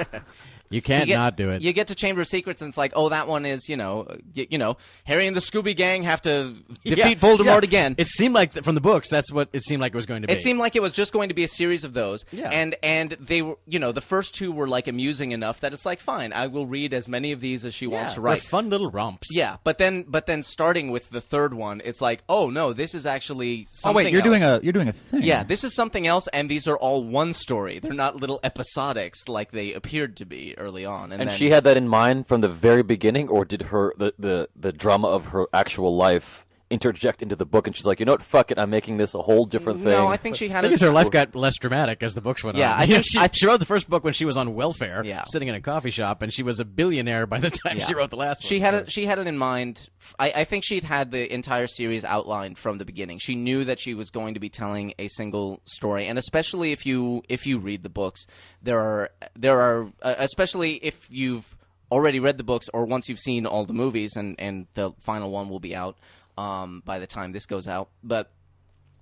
Speaker 5: you can't
Speaker 4: you get-
Speaker 5: not do it
Speaker 4: You get to Chamber of Secrets, and it's like, oh, that one is, you know, y- you know, Harry and the Scooby Gang have to defeat
Speaker 5: Yeah,
Speaker 4: Voldemort
Speaker 5: yeah.
Speaker 4: again.
Speaker 5: it seemed like th- from the books that's what it seemed like it was going to be
Speaker 4: It seemed like it was just going to be a series of those,
Speaker 5: Yeah.
Speaker 4: and and they were, you know, the first two were like amusing enough that it's like, fine, I will read as many of these as she
Speaker 5: yeah,
Speaker 4: wants to
Speaker 5: they're
Speaker 4: write.
Speaker 5: fun little romps
Speaker 4: Yeah, but then but then starting with the third one, it's like, oh no, this is actually
Speaker 2: oh
Speaker 4: something.
Speaker 2: wait, you're
Speaker 4: else.
Speaker 2: doing a you're doing a thing.
Speaker 4: Yeah, this is something else, and these are all one story. They're not little episodics like they appeared to be early on. And,
Speaker 3: And
Speaker 4: then,
Speaker 3: she had that in mind from the very beginning, or did her the, the, the drama of her actual life interject into the book? And she's like, you know what? Fuck it. I'm making this a whole different thing.
Speaker 4: no, I think she
Speaker 5: I
Speaker 4: had.
Speaker 5: think
Speaker 4: a-
Speaker 5: as her life got less dramatic as the books went
Speaker 4: Yeah,
Speaker 5: on.
Speaker 4: I
Speaker 5: *laughs*
Speaker 4: think
Speaker 5: she,
Speaker 4: I-
Speaker 5: she wrote the first book when she was on welfare,
Speaker 4: Yeah.
Speaker 5: sitting in a coffee shop, and she was a billionaire by the *laughs* time
Speaker 4: Yeah.
Speaker 5: she wrote the last one.
Speaker 4: She had
Speaker 5: so-
Speaker 4: it. She had it in mind. I, I think she'd had the entire series outlined from the beginning. She knew that she was going to be telling a single story, and especially if you if you read the books, there are there are uh, especially if you've already read the books or once you've seen all the movies, and and the final one will be out um, by the time this goes out, but.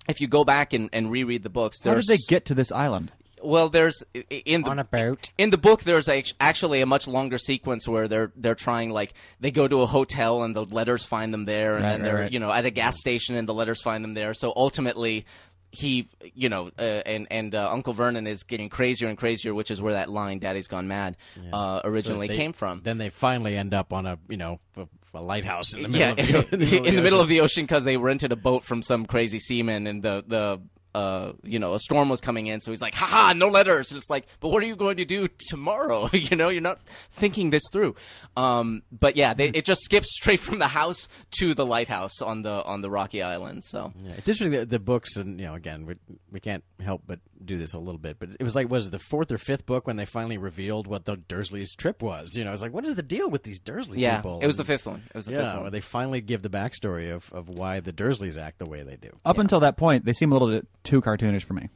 Speaker 4: If you go back and, and reread the books,
Speaker 2: How did
Speaker 4: there's
Speaker 2: they get to this island?
Speaker 4: well, there's i- i- in the
Speaker 5: On a boat.
Speaker 4: in the book. There's a, actually a much longer sequence where they're they're trying like they go to a hotel and the letters find them there, and
Speaker 2: Right,
Speaker 4: then
Speaker 2: right,
Speaker 4: they're
Speaker 2: right.
Speaker 4: you know at a gas station and the letters find them there. So ultimately. He, you know, uh, and and uh, Uncle Vernon is getting crazier and crazier, which is where that line "Daddy's Gone Mad" uh, originally
Speaker 5: they-
Speaker 4: came from.
Speaker 5: Then they finally end up on a you know a, a lighthouse in the
Speaker 4: yeah,
Speaker 5: middle of
Speaker 4: *laughs*
Speaker 5: the,
Speaker 4: in, the middle of the ocean because they rented a boat from some crazy seaman, and the the uh you know a storm was coming in, so he's like, haha, no letters, and it's like, but what are you going to do tomorrow? *laughs* you know, you're not thinking this through. Um, but yeah, they, it just skips straight from the house to the lighthouse on the on the rocky island. So
Speaker 5: Yeah, it's interesting that the books and you know again we we can't help but do this a little bit, but it was like was it the fourth or fifth book when they finally revealed what the Dursleys' trip was? You know, it's like what is the deal with these Dursley
Speaker 4: yeah,
Speaker 5: people?
Speaker 4: it was the
Speaker 5: And-
Speaker 4: fifth one. It was the
Speaker 5: Yeah,
Speaker 4: fifth
Speaker 5: where
Speaker 4: one.
Speaker 5: they finally give the backstory of, of why the Dursleys act the way they do.
Speaker 4: Oh,
Speaker 2: Up until that point, they seem a little bit too cartoonish for me.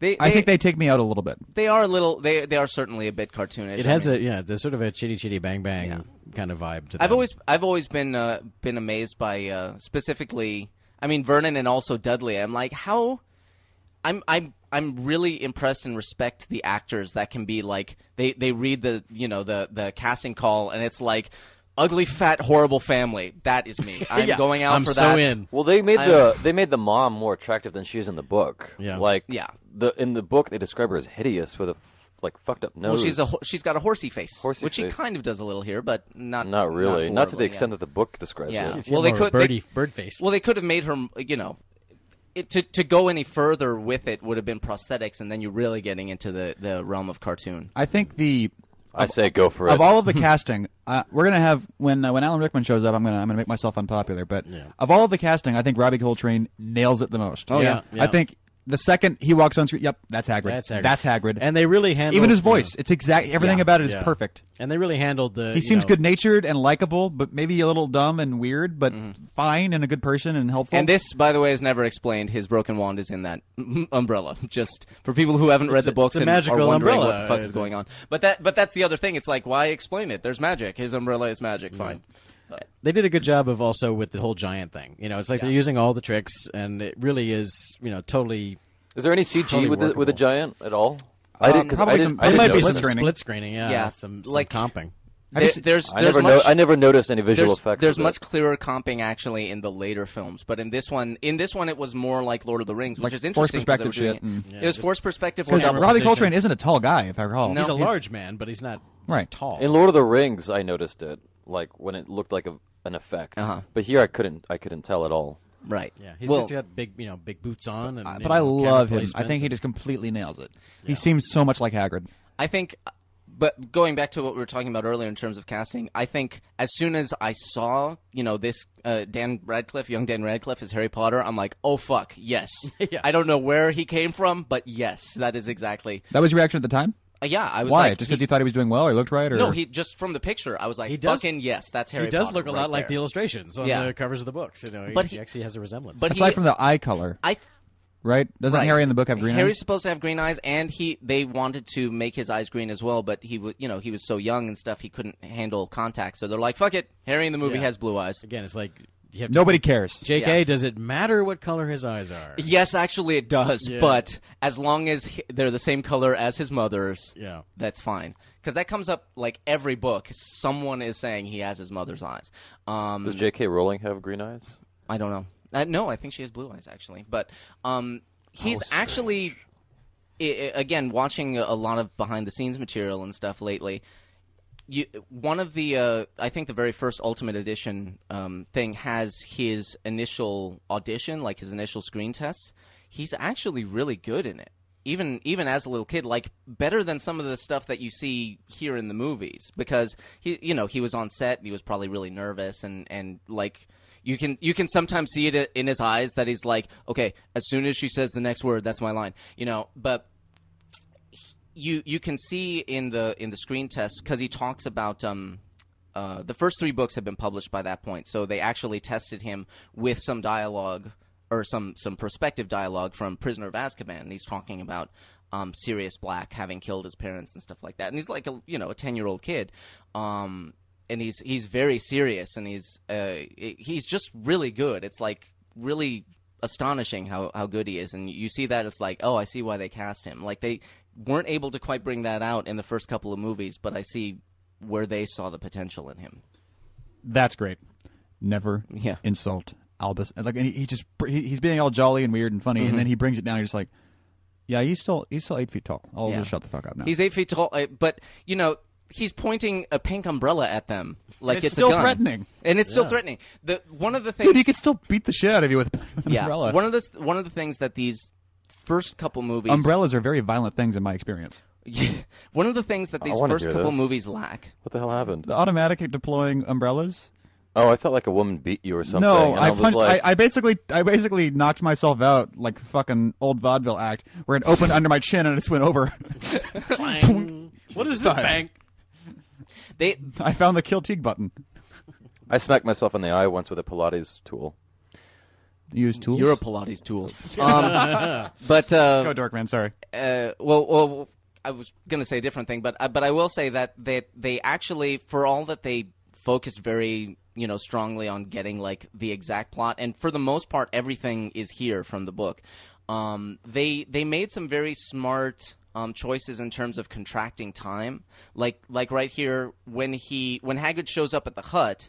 Speaker 4: They,
Speaker 2: I
Speaker 4: they-
Speaker 2: think they take me out a little bit.
Speaker 4: they are a little they they are certainly a bit cartoonish.
Speaker 5: It
Speaker 4: I
Speaker 5: has
Speaker 4: mean-
Speaker 5: a yeah, there's sort of a chitty chitty bang bang
Speaker 4: Yeah.
Speaker 5: kind of vibe to.
Speaker 4: I've
Speaker 5: them.
Speaker 4: always I've always been uh, been amazed by uh, specifically I mean Vernon and also Dudley. I'm like how I'm I'm I'm really impressed and respect the actors that can be like they they read the you know the the casting call and it's like ugly fat horrible family. That is
Speaker 3: *laughs*
Speaker 4: me. I'm
Speaker 5: Yeah.
Speaker 4: going out
Speaker 5: I'm
Speaker 4: for
Speaker 5: so
Speaker 4: that.
Speaker 5: in.
Speaker 3: Well, they made
Speaker 4: I-
Speaker 3: the they made the mom more attractive than she is in the book.
Speaker 5: Yeah.
Speaker 3: like
Speaker 4: Yeah.
Speaker 3: The in the book they describe her as hideous with a f- like fucked up nose.
Speaker 4: Well, she's a ho- she's got a horsey face,
Speaker 3: Horsey
Speaker 4: which
Speaker 3: face.
Speaker 4: she kind of does a little here, but not
Speaker 3: not really, not, to the
Speaker 4: horribly,
Speaker 3: extent
Speaker 4: yeah.
Speaker 3: that the book describes
Speaker 4: Yeah.
Speaker 3: it.
Speaker 4: Well, they
Speaker 5: more
Speaker 4: could-
Speaker 5: birdie,
Speaker 4: they-
Speaker 5: bird face.
Speaker 4: Well, they could have made her, you know, it, to to go any further with it would have been prosthetics, and then you're really getting into the the realm of cartoon.
Speaker 2: I think the
Speaker 3: I say go for it.
Speaker 2: of all of
Speaker 5: *laughs*
Speaker 2: the casting, uh, we're gonna have when uh, when Alan Rickman shows up, I'm gonna I'm gonna make myself unpopular. But of all of the casting, I think Robbie Coltrane nails it the most. Oh
Speaker 5: yeah. yeah.
Speaker 2: I think the second he walks on screen, yep, that's Hagrid.
Speaker 5: That's Hagrid.
Speaker 2: That's Hagrid.
Speaker 5: And they really handled
Speaker 2: even his
Speaker 5: you know,
Speaker 2: voice, it's exact. Everything about it is
Speaker 5: yeah.
Speaker 2: perfect.
Speaker 5: And they really handled the.
Speaker 2: He seems good natured and likable, but maybe a little dumb and weird, but
Speaker 5: Mm-hmm.
Speaker 2: fine and a good person and helpful.
Speaker 4: And this, by the way, is never explained. His broken wand is in that *laughs* umbrella. Just for people who haven't read the
Speaker 5: a-
Speaker 4: books
Speaker 5: it's a
Speaker 4: and are
Speaker 5: magical
Speaker 4: wondering
Speaker 5: umbrella.
Speaker 4: what the fuck is
Speaker 5: It's a-
Speaker 4: going on. But that, but that's the other thing. It's like, why explain it? There's magic. His umbrella is magic. Fine.
Speaker 5: They did a good job of also with the whole giant thing. You know, it's like they're using all the tricks, and it really is, you know, totally.
Speaker 3: is there any CG
Speaker 5: Totally
Speaker 3: with the, with the
Speaker 5: workable.
Speaker 3: giant at all? I
Speaker 4: Um,
Speaker 3: didn't. 'cause
Speaker 2: probably
Speaker 3: I didn't,
Speaker 2: some-
Speaker 3: I
Speaker 2: there
Speaker 3: didn't
Speaker 2: might be
Speaker 3: notice
Speaker 2: some
Speaker 3: it.
Speaker 2: screening.
Speaker 5: split screening. Yeah,
Speaker 4: Yeah,
Speaker 5: some,
Speaker 4: like-
Speaker 5: some comping.
Speaker 4: There- there's
Speaker 3: I
Speaker 4: there's
Speaker 3: never,
Speaker 4: much.
Speaker 3: no- I never noticed any visual
Speaker 4: there's,
Speaker 3: effects.
Speaker 4: there's
Speaker 3: of it.
Speaker 4: much clearer comping actually in the later films, but in this one, in this one, it was more like Lord of the Rings,
Speaker 2: Like
Speaker 4: which is
Speaker 2: forced
Speaker 4: interesting. 'cause they were
Speaker 2: perspective shit
Speaker 4: doing
Speaker 2: and-
Speaker 4: It, it was forced perspective. Or
Speaker 2: Because
Speaker 4: double
Speaker 2: Robbie
Speaker 5: position.
Speaker 2: Coltrane isn't a tall guy, if I recall.
Speaker 4: No.
Speaker 5: He's a large man, but he's not
Speaker 2: Right.
Speaker 5: tall.
Speaker 3: In Lord of the Rings, I noticed it like when it looked like a, an effect.
Speaker 4: Uh-huh.
Speaker 3: But here, I couldn't. I couldn't tell at all.
Speaker 4: right.
Speaker 5: yeah, he's
Speaker 4: well,
Speaker 5: just got big, you know, big boots on. And, you
Speaker 2: But I
Speaker 5: know, camera
Speaker 2: love him. I
Speaker 5: placement
Speaker 2: think he
Speaker 5: and-
Speaker 2: just completely nails it. He seems so much like Hagrid.
Speaker 4: I think, but going back to what we were talking about earlier in terms of casting, I think as soon as I saw, you know, this uh, Dan Radcliffe, young Dan Radcliffe as Harry Potter, I'm like, oh fuck, yes.
Speaker 5: *laughs* Yeah.
Speaker 4: I don't know where he came from, but yes, that is exactly.
Speaker 2: That was your reaction at the time.
Speaker 4: Uh, yeah, I was
Speaker 2: Why?
Speaker 4: like,
Speaker 2: just because
Speaker 4: he-
Speaker 2: you thought he was doing well or looked right? Or *laughs*
Speaker 4: no, he just from the picture, I was like,
Speaker 5: He does-
Speaker 4: fucking yes, that's Harry.
Speaker 5: He does
Speaker 4: Potter
Speaker 5: look a
Speaker 4: right
Speaker 5: lot like the
Speaker 4: there.
Speaker 5: illustrations on
Speaker 4: Yeah.
Speaker 5: the covers of the books. You know,
Speaker 4: But
Speaker 5: he,
Speaker 4: he-
Speaker 5: actually has a resemblance.
Speaker 4: But
Speaker 2: aside
Speaker 4: he,
Speaker 2: from the eye color,
Speaker 4: I. Th-
Speaker 2: right? Doesn't
Speaker 4: Right.
Speaker 2: Harry in the book have green
Speaker 4: Harry's
Speaker 2: eyes?
Speaker 4: supposed to have green eyes, and he they wanted to make his eyes green as well, but he was you know he was so young and stuff he couldn't handle contact, so they're like, fuck it, Harry in the movie
Speaker 5: Yeah.
Speaker 4: has blue eyes.
Speaker 5: Again, it's like you have to-
Speaker 2: Nobody cares.
Speaker 5: J.K.
Speaker 4: Yeah.
Speaker 5: Does it matter what color his eyes are?
Speaker 4: Yes, actually it does, but as long as he- they're the same color as his mother's, *laughs*
Speaker 5: Yeah.
Speaker 4: that's fine. Because that comes up like every book. Someone is saying he has his mother's eyes. Um,
Speaker 3: Does J.K. Rowling have green eyes?
Speaker 4: I don't know. Uh, no, I think she has blue eyes actually. But um, he's actually, i i again, watching a lot of behind the scenes material and stuff lately. You, one of the, uh, I think the very first Ultimate Edition um, thing has his initial audition, like his initial screen tests. He's actually really good in it, even even as a little kid, like better than some of the stuff that you see here in the movies. Because he, you know, he was on set, and he was probably really nervous, and and like you can you can sometimes see it in his eyes that he's like, okay, as soon as she says the next word, that's my line, you know. But you you can see in the in the screen test because he talks about um, uh, the first three books have been published by that point, so they actually tested him with some dialogue or some some perspective dialogue from Prisoner of Azkaban. And he's talking about um, Sirius Black having killed his parents and stuff like that, and he's like a you know a ten year old kid. Um, and he's he's very serious and he's uh, he's just really good. It's like really astonishing how, how good he is and you see that it's like oh i see why they cast him like they weren't able to quite bring that out in the first couple of movies but i see where they saw the potential in him
Speaker 2: That's great. Never
Speaker 4: Yeah.
Speaker 2: insult Albus. And like, and he, he just he, he's being all jolly and weird and funny,
Speaker 4: Mm-hmm.
Speaker 2: and then he brings it down. He's just like, yeah, he's still he's still eight feet tall. I'll
Speaker 4: Yeah.
Speaker 2: just shut the fuck up now.
Speaker 4: he's eight feet tall uh, but you know he's pointing a pink umbrella at them like
Speaker 2: It's
Speaker 4: it's,
Speaker 2: still
Speaker 4: a gun.
Speaker 2: threatening.
Speaker 4: and it's still threatening the one of the things
Speaker 2: Dude, he could still beat the shit out of you with, with an
Speaker 4: yeah
Speaker 2: umbrella.
Speaker 4: one of the one of the things that these first couple movies *laughs*
Speaker 2: Umbrellas are very violent things in my experience.
Speaker 4: one of the things that these
Speaker 3: wanna
Speaker 4: first
Speaker 3: hear
Speaker 4: couple
Speaker 3: this.
Speaker 4: movies lack
Speaker 3: What the hell happened?
Speaker 2: The automatic deploying umbrellas.
Speaker 3: Oh, I felt like a woman beat you or something.
Speaker 2: No,
Speaker 3: and
Speaker 2: I
Speaker 3: was
Speaker 2: punched.
Speaker 3: like,
Speaker 2: I, I basically, I basically knocked myself out like a fucking old vaudeville act, where it opened under my chin and it just went over. *laughs*
Speaker 5: Clang. what is this
Speaker 2: Style.
Speaker 5: bank?
Speaker 4: they
Speaker 2: I found the kill Teague button.
Speaker 3: I smacked myself in the eye once with a Pilates tool.
Speaker 2: Use tools.
Speaker 4: You're a Pilates tool. Um, *laughs* but
Speaker 2: Go
Speaker 4: uh,
Speaker 2: dork, man. Sorry.
Speaker 4: uh, well, well, I was gonna say a different thing, but uh, but I will say that they they actually, for all that they focused very you know strongly on getting like the exact plot, and for the most part, everything is here from the book. um, they they made some very smart um, choices in terms of contracting time. Like like right here when he when Hagrid shows up at the hut,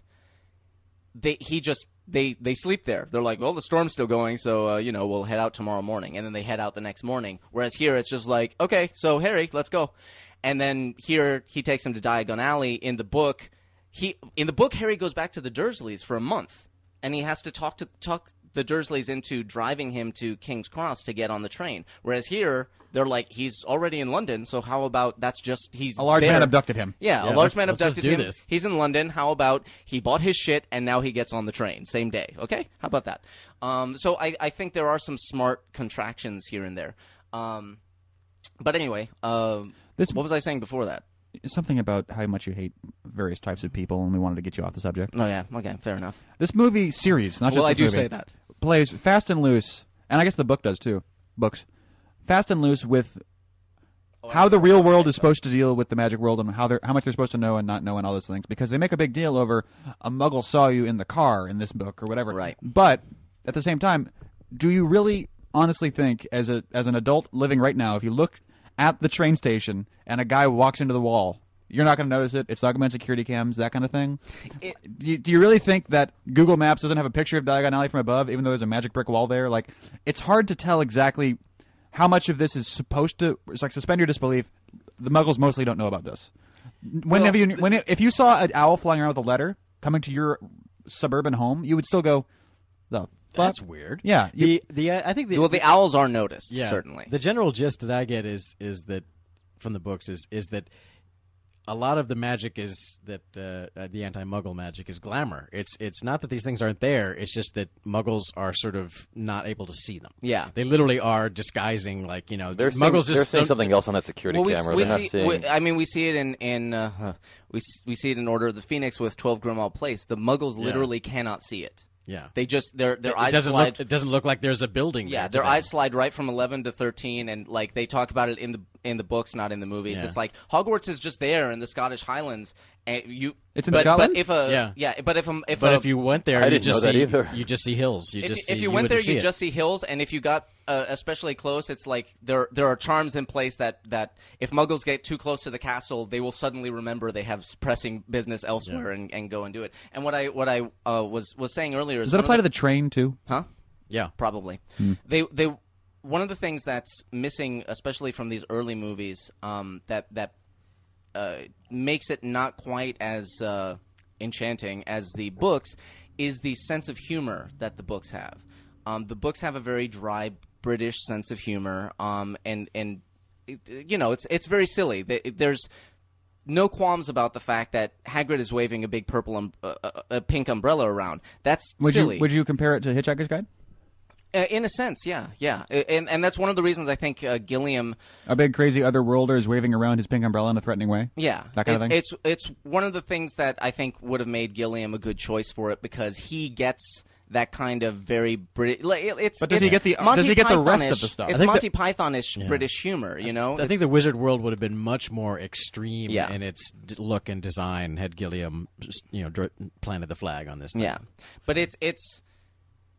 Speaker 4: they he just they they sleep there. They're like, well, the storm's still going, so uh, you know we'll head out tomorrow morning, and then they head out the next morning. Whereas here it's just like, okay, so Harry, let's go, and then here he takes him to Diagon Alley. In the book, he in the book Harry goes back to the Dursleys for a month, and he has to talk to talk the Dursleys into driving him to King's Cross to get on the train. Whereas here they're like, he's already in London, so how about that's just he's
Speaker 2: A large
Speaker 4: there.
Speaker 2: man abducted him.
Speaker 4: Yeah,
Speaker 5: Yeah,
Speaker 4: a large
Speaker 5: let's-
Speaker 4: man
Speaker 5: let's just
Speaker 4: abducted
Speaker 5: do
Speaker 4: him.
Speaker 5: this.
Speaker 4: He's in London. How about he bought his shit and now he gets on the train same day? Okay, how about that? Um, so I, I think there are some smart contractions here and there. Um, but anyway, um,
Speaker 2: This-
Speaker 4: what was I saying before that?
Speaker 2: Something about how much you hate various types of people, and we wanted to get you off the subject.
Speaker 4: Oh yeah, okay, fair enough.
Speaker 2: This movie series, not just
Speaker 4: Well, I
Speaker 2: this
Speaker 4: do
Speaker 2: movie,
Speaker 4: say that.
Speaker 2: plays fast and loose, and I guess the book does too. Books, fast and loose with
Speaker 4: Oh,
Speaker 2: how the real world is supposed to deal with the magic world and how they're how much they're supposed to know and not know and all those things because they make a big deal over a muggle saw you in the car in this book or whatever.
Speaker 4: Right.
Speaker 2: But at the same time, do you really honestly think as a as an adult living right now, if you look at the train station and a guy walks into the wall, you're not going to notice it. It's not going to be on security cams, that kind of thing. do, you, do you really think that Google Maps doesn't have a picture of Diagon Alley from above, even though there's a magic brick wall there? Like, it's hard to tell exactly how much of this is supposed to. It's like suspend your disbelief. The Muggles mostly don't know about this. Whenever you, when if you saw an owl flying around with a letter coming to your suburban home, you would still go, the fuck?
Speaker 5: That's weird.
Speaker 2: Yeah, you-
Speaker 5: the the uh, I think the,
Speaker 4: Well, the owls are noticed
Speaker 5: yeah,
Speaker 4: certainly.
Speaker 5: the general gist that I get is is that from the books is is that a lot of the magic is that uh, uh, the anti-muggle magic is glamour. It's it's not that these things aren't there. It's just that muggles are sort of not able to see them.
Speaker 4: Yeah.
Speaker 5: they literally are disguising like you know
Speaker 3: They're
Speaker 5: muggles
Speaker 3: saying,
Speaker 5: just
Speaker 3: they're saying
Speaker 5: don't-
Speaker 3: something else on that security
Speaker 4: we,
Speaker 3: camera.
Speaker 4: we
Speaker 3: they're
Speaker 4: see,
Speaker 3: not seeing.
Speaker 4: we- I mean, we see it in in uh, huh, we s- we see it in Order of the Phoenix with Twelve Grimmauld Place. The Muggles literally cannot see it.
Speaker 5: Yeah.
Speaker 4: they just their their eyes
Speaker 5: it doesn't
Speaker 4: slide.
Speaker 5: look it doesn't look like there's a building. there
Speaker 4: yeah, their
Speaker 5: to them.
Speaker 4: eyes slide right from eleven to thirteen, and like they talk about it in the in the books, not in the movies.
Speaker 5: Yeah.
Speaker 4: It's like Hogwarts is just there in the Scottish Highlands, and you.
Speaker 2: It's in
Speaker 4: but,
Speaker 2: Scotland?
Speaker 4: But if a
Speaker 5: Yeah.
Speaker 4: yeah, but if a, if
Speaker 5: But
Speaker 4: a,
Speaker 5: if you went there,
Speaker 3: I
Speaker 5: you
Speaker 3: didn't
Speaker 5: just
Speaker 3: know that
Speaker 5: see,
Speaker 3: either.
Speaker 5: You just see hills. You
Speaker 4: if,
Speaker 5: just
Speaker 4: you-
Speaker 5: see,
Speaker 4: if you went
Speaker 5: wouldn't
Speaker 4: there,
Speaker 5: see
Speaker 4: you
Speaker 5: it.
Speaker 4: just see hills, and if you got uh, especially close, it's like there there are charms in place that that if Muggles get too close to the castle, they will suddenly remember they have pressing business elsewhere and, and go and do it. And what I what I uh, was was saying earlier is
Speaker 2: does that
Speaker 4: one of
Speaker 2: apply to the train too?
Speaker 4: huh?
Speaker 5: yeah.
Speaker 4: probably.
Speaker 2: Hmm.
Speaker 4: They they one of the things that's missing, especially from these early movies, um, that that uh, makes it not quite as uh, enchanting as the books is the sense of humor that the books have. Um, the books have a very dry British sense of humor, um, and and it- you know it's it's very silly. They- There's no qualms about the fact that Hagrid is waving a big purple, um, uh, uh, a pink umbrella around. That's
Speaker 2: Would
Speaker 4: silly.
Speaker 2: you would you compare it to Hitchhiker's Guide?
Speaker 4: Uh, in a sense, yeah, yeah, Uh, and and that's one of the reasons I think uh, Gilliam,
Speaker 2: A big crazy otherworlder is waving around his pink umbrella in a threatening way.
Speaker 4: yeah,
Speaker 2: that kind
Speaker 4: it's,
Speaker 2: of thing.
Speaker 4: It's it's one of the things that I think would have made Gilliam a good choice for it because he gets that kind of very British. Like, it- it's
Speaker 2: But does he
Speaker 4: it's
Speaker 2: get the-
Speaker 4: Monty
Speaker 2: does he get the rest of
Speaker 4: Python-ish.
Speaker 2: the stuff? I
Speaker 4: It's
Speaker 5: think
Speaker 4: Monty Pythonish British humor, you know.
Speaker 5: I think the wizard world would have been much more extreme
Speaker 4: Yeah.
Speaker 5: in its d- look and design had Gilliam, just, you know, dr- planted the flag on this. Thing.
Speaker 4: Yeah, but it's it's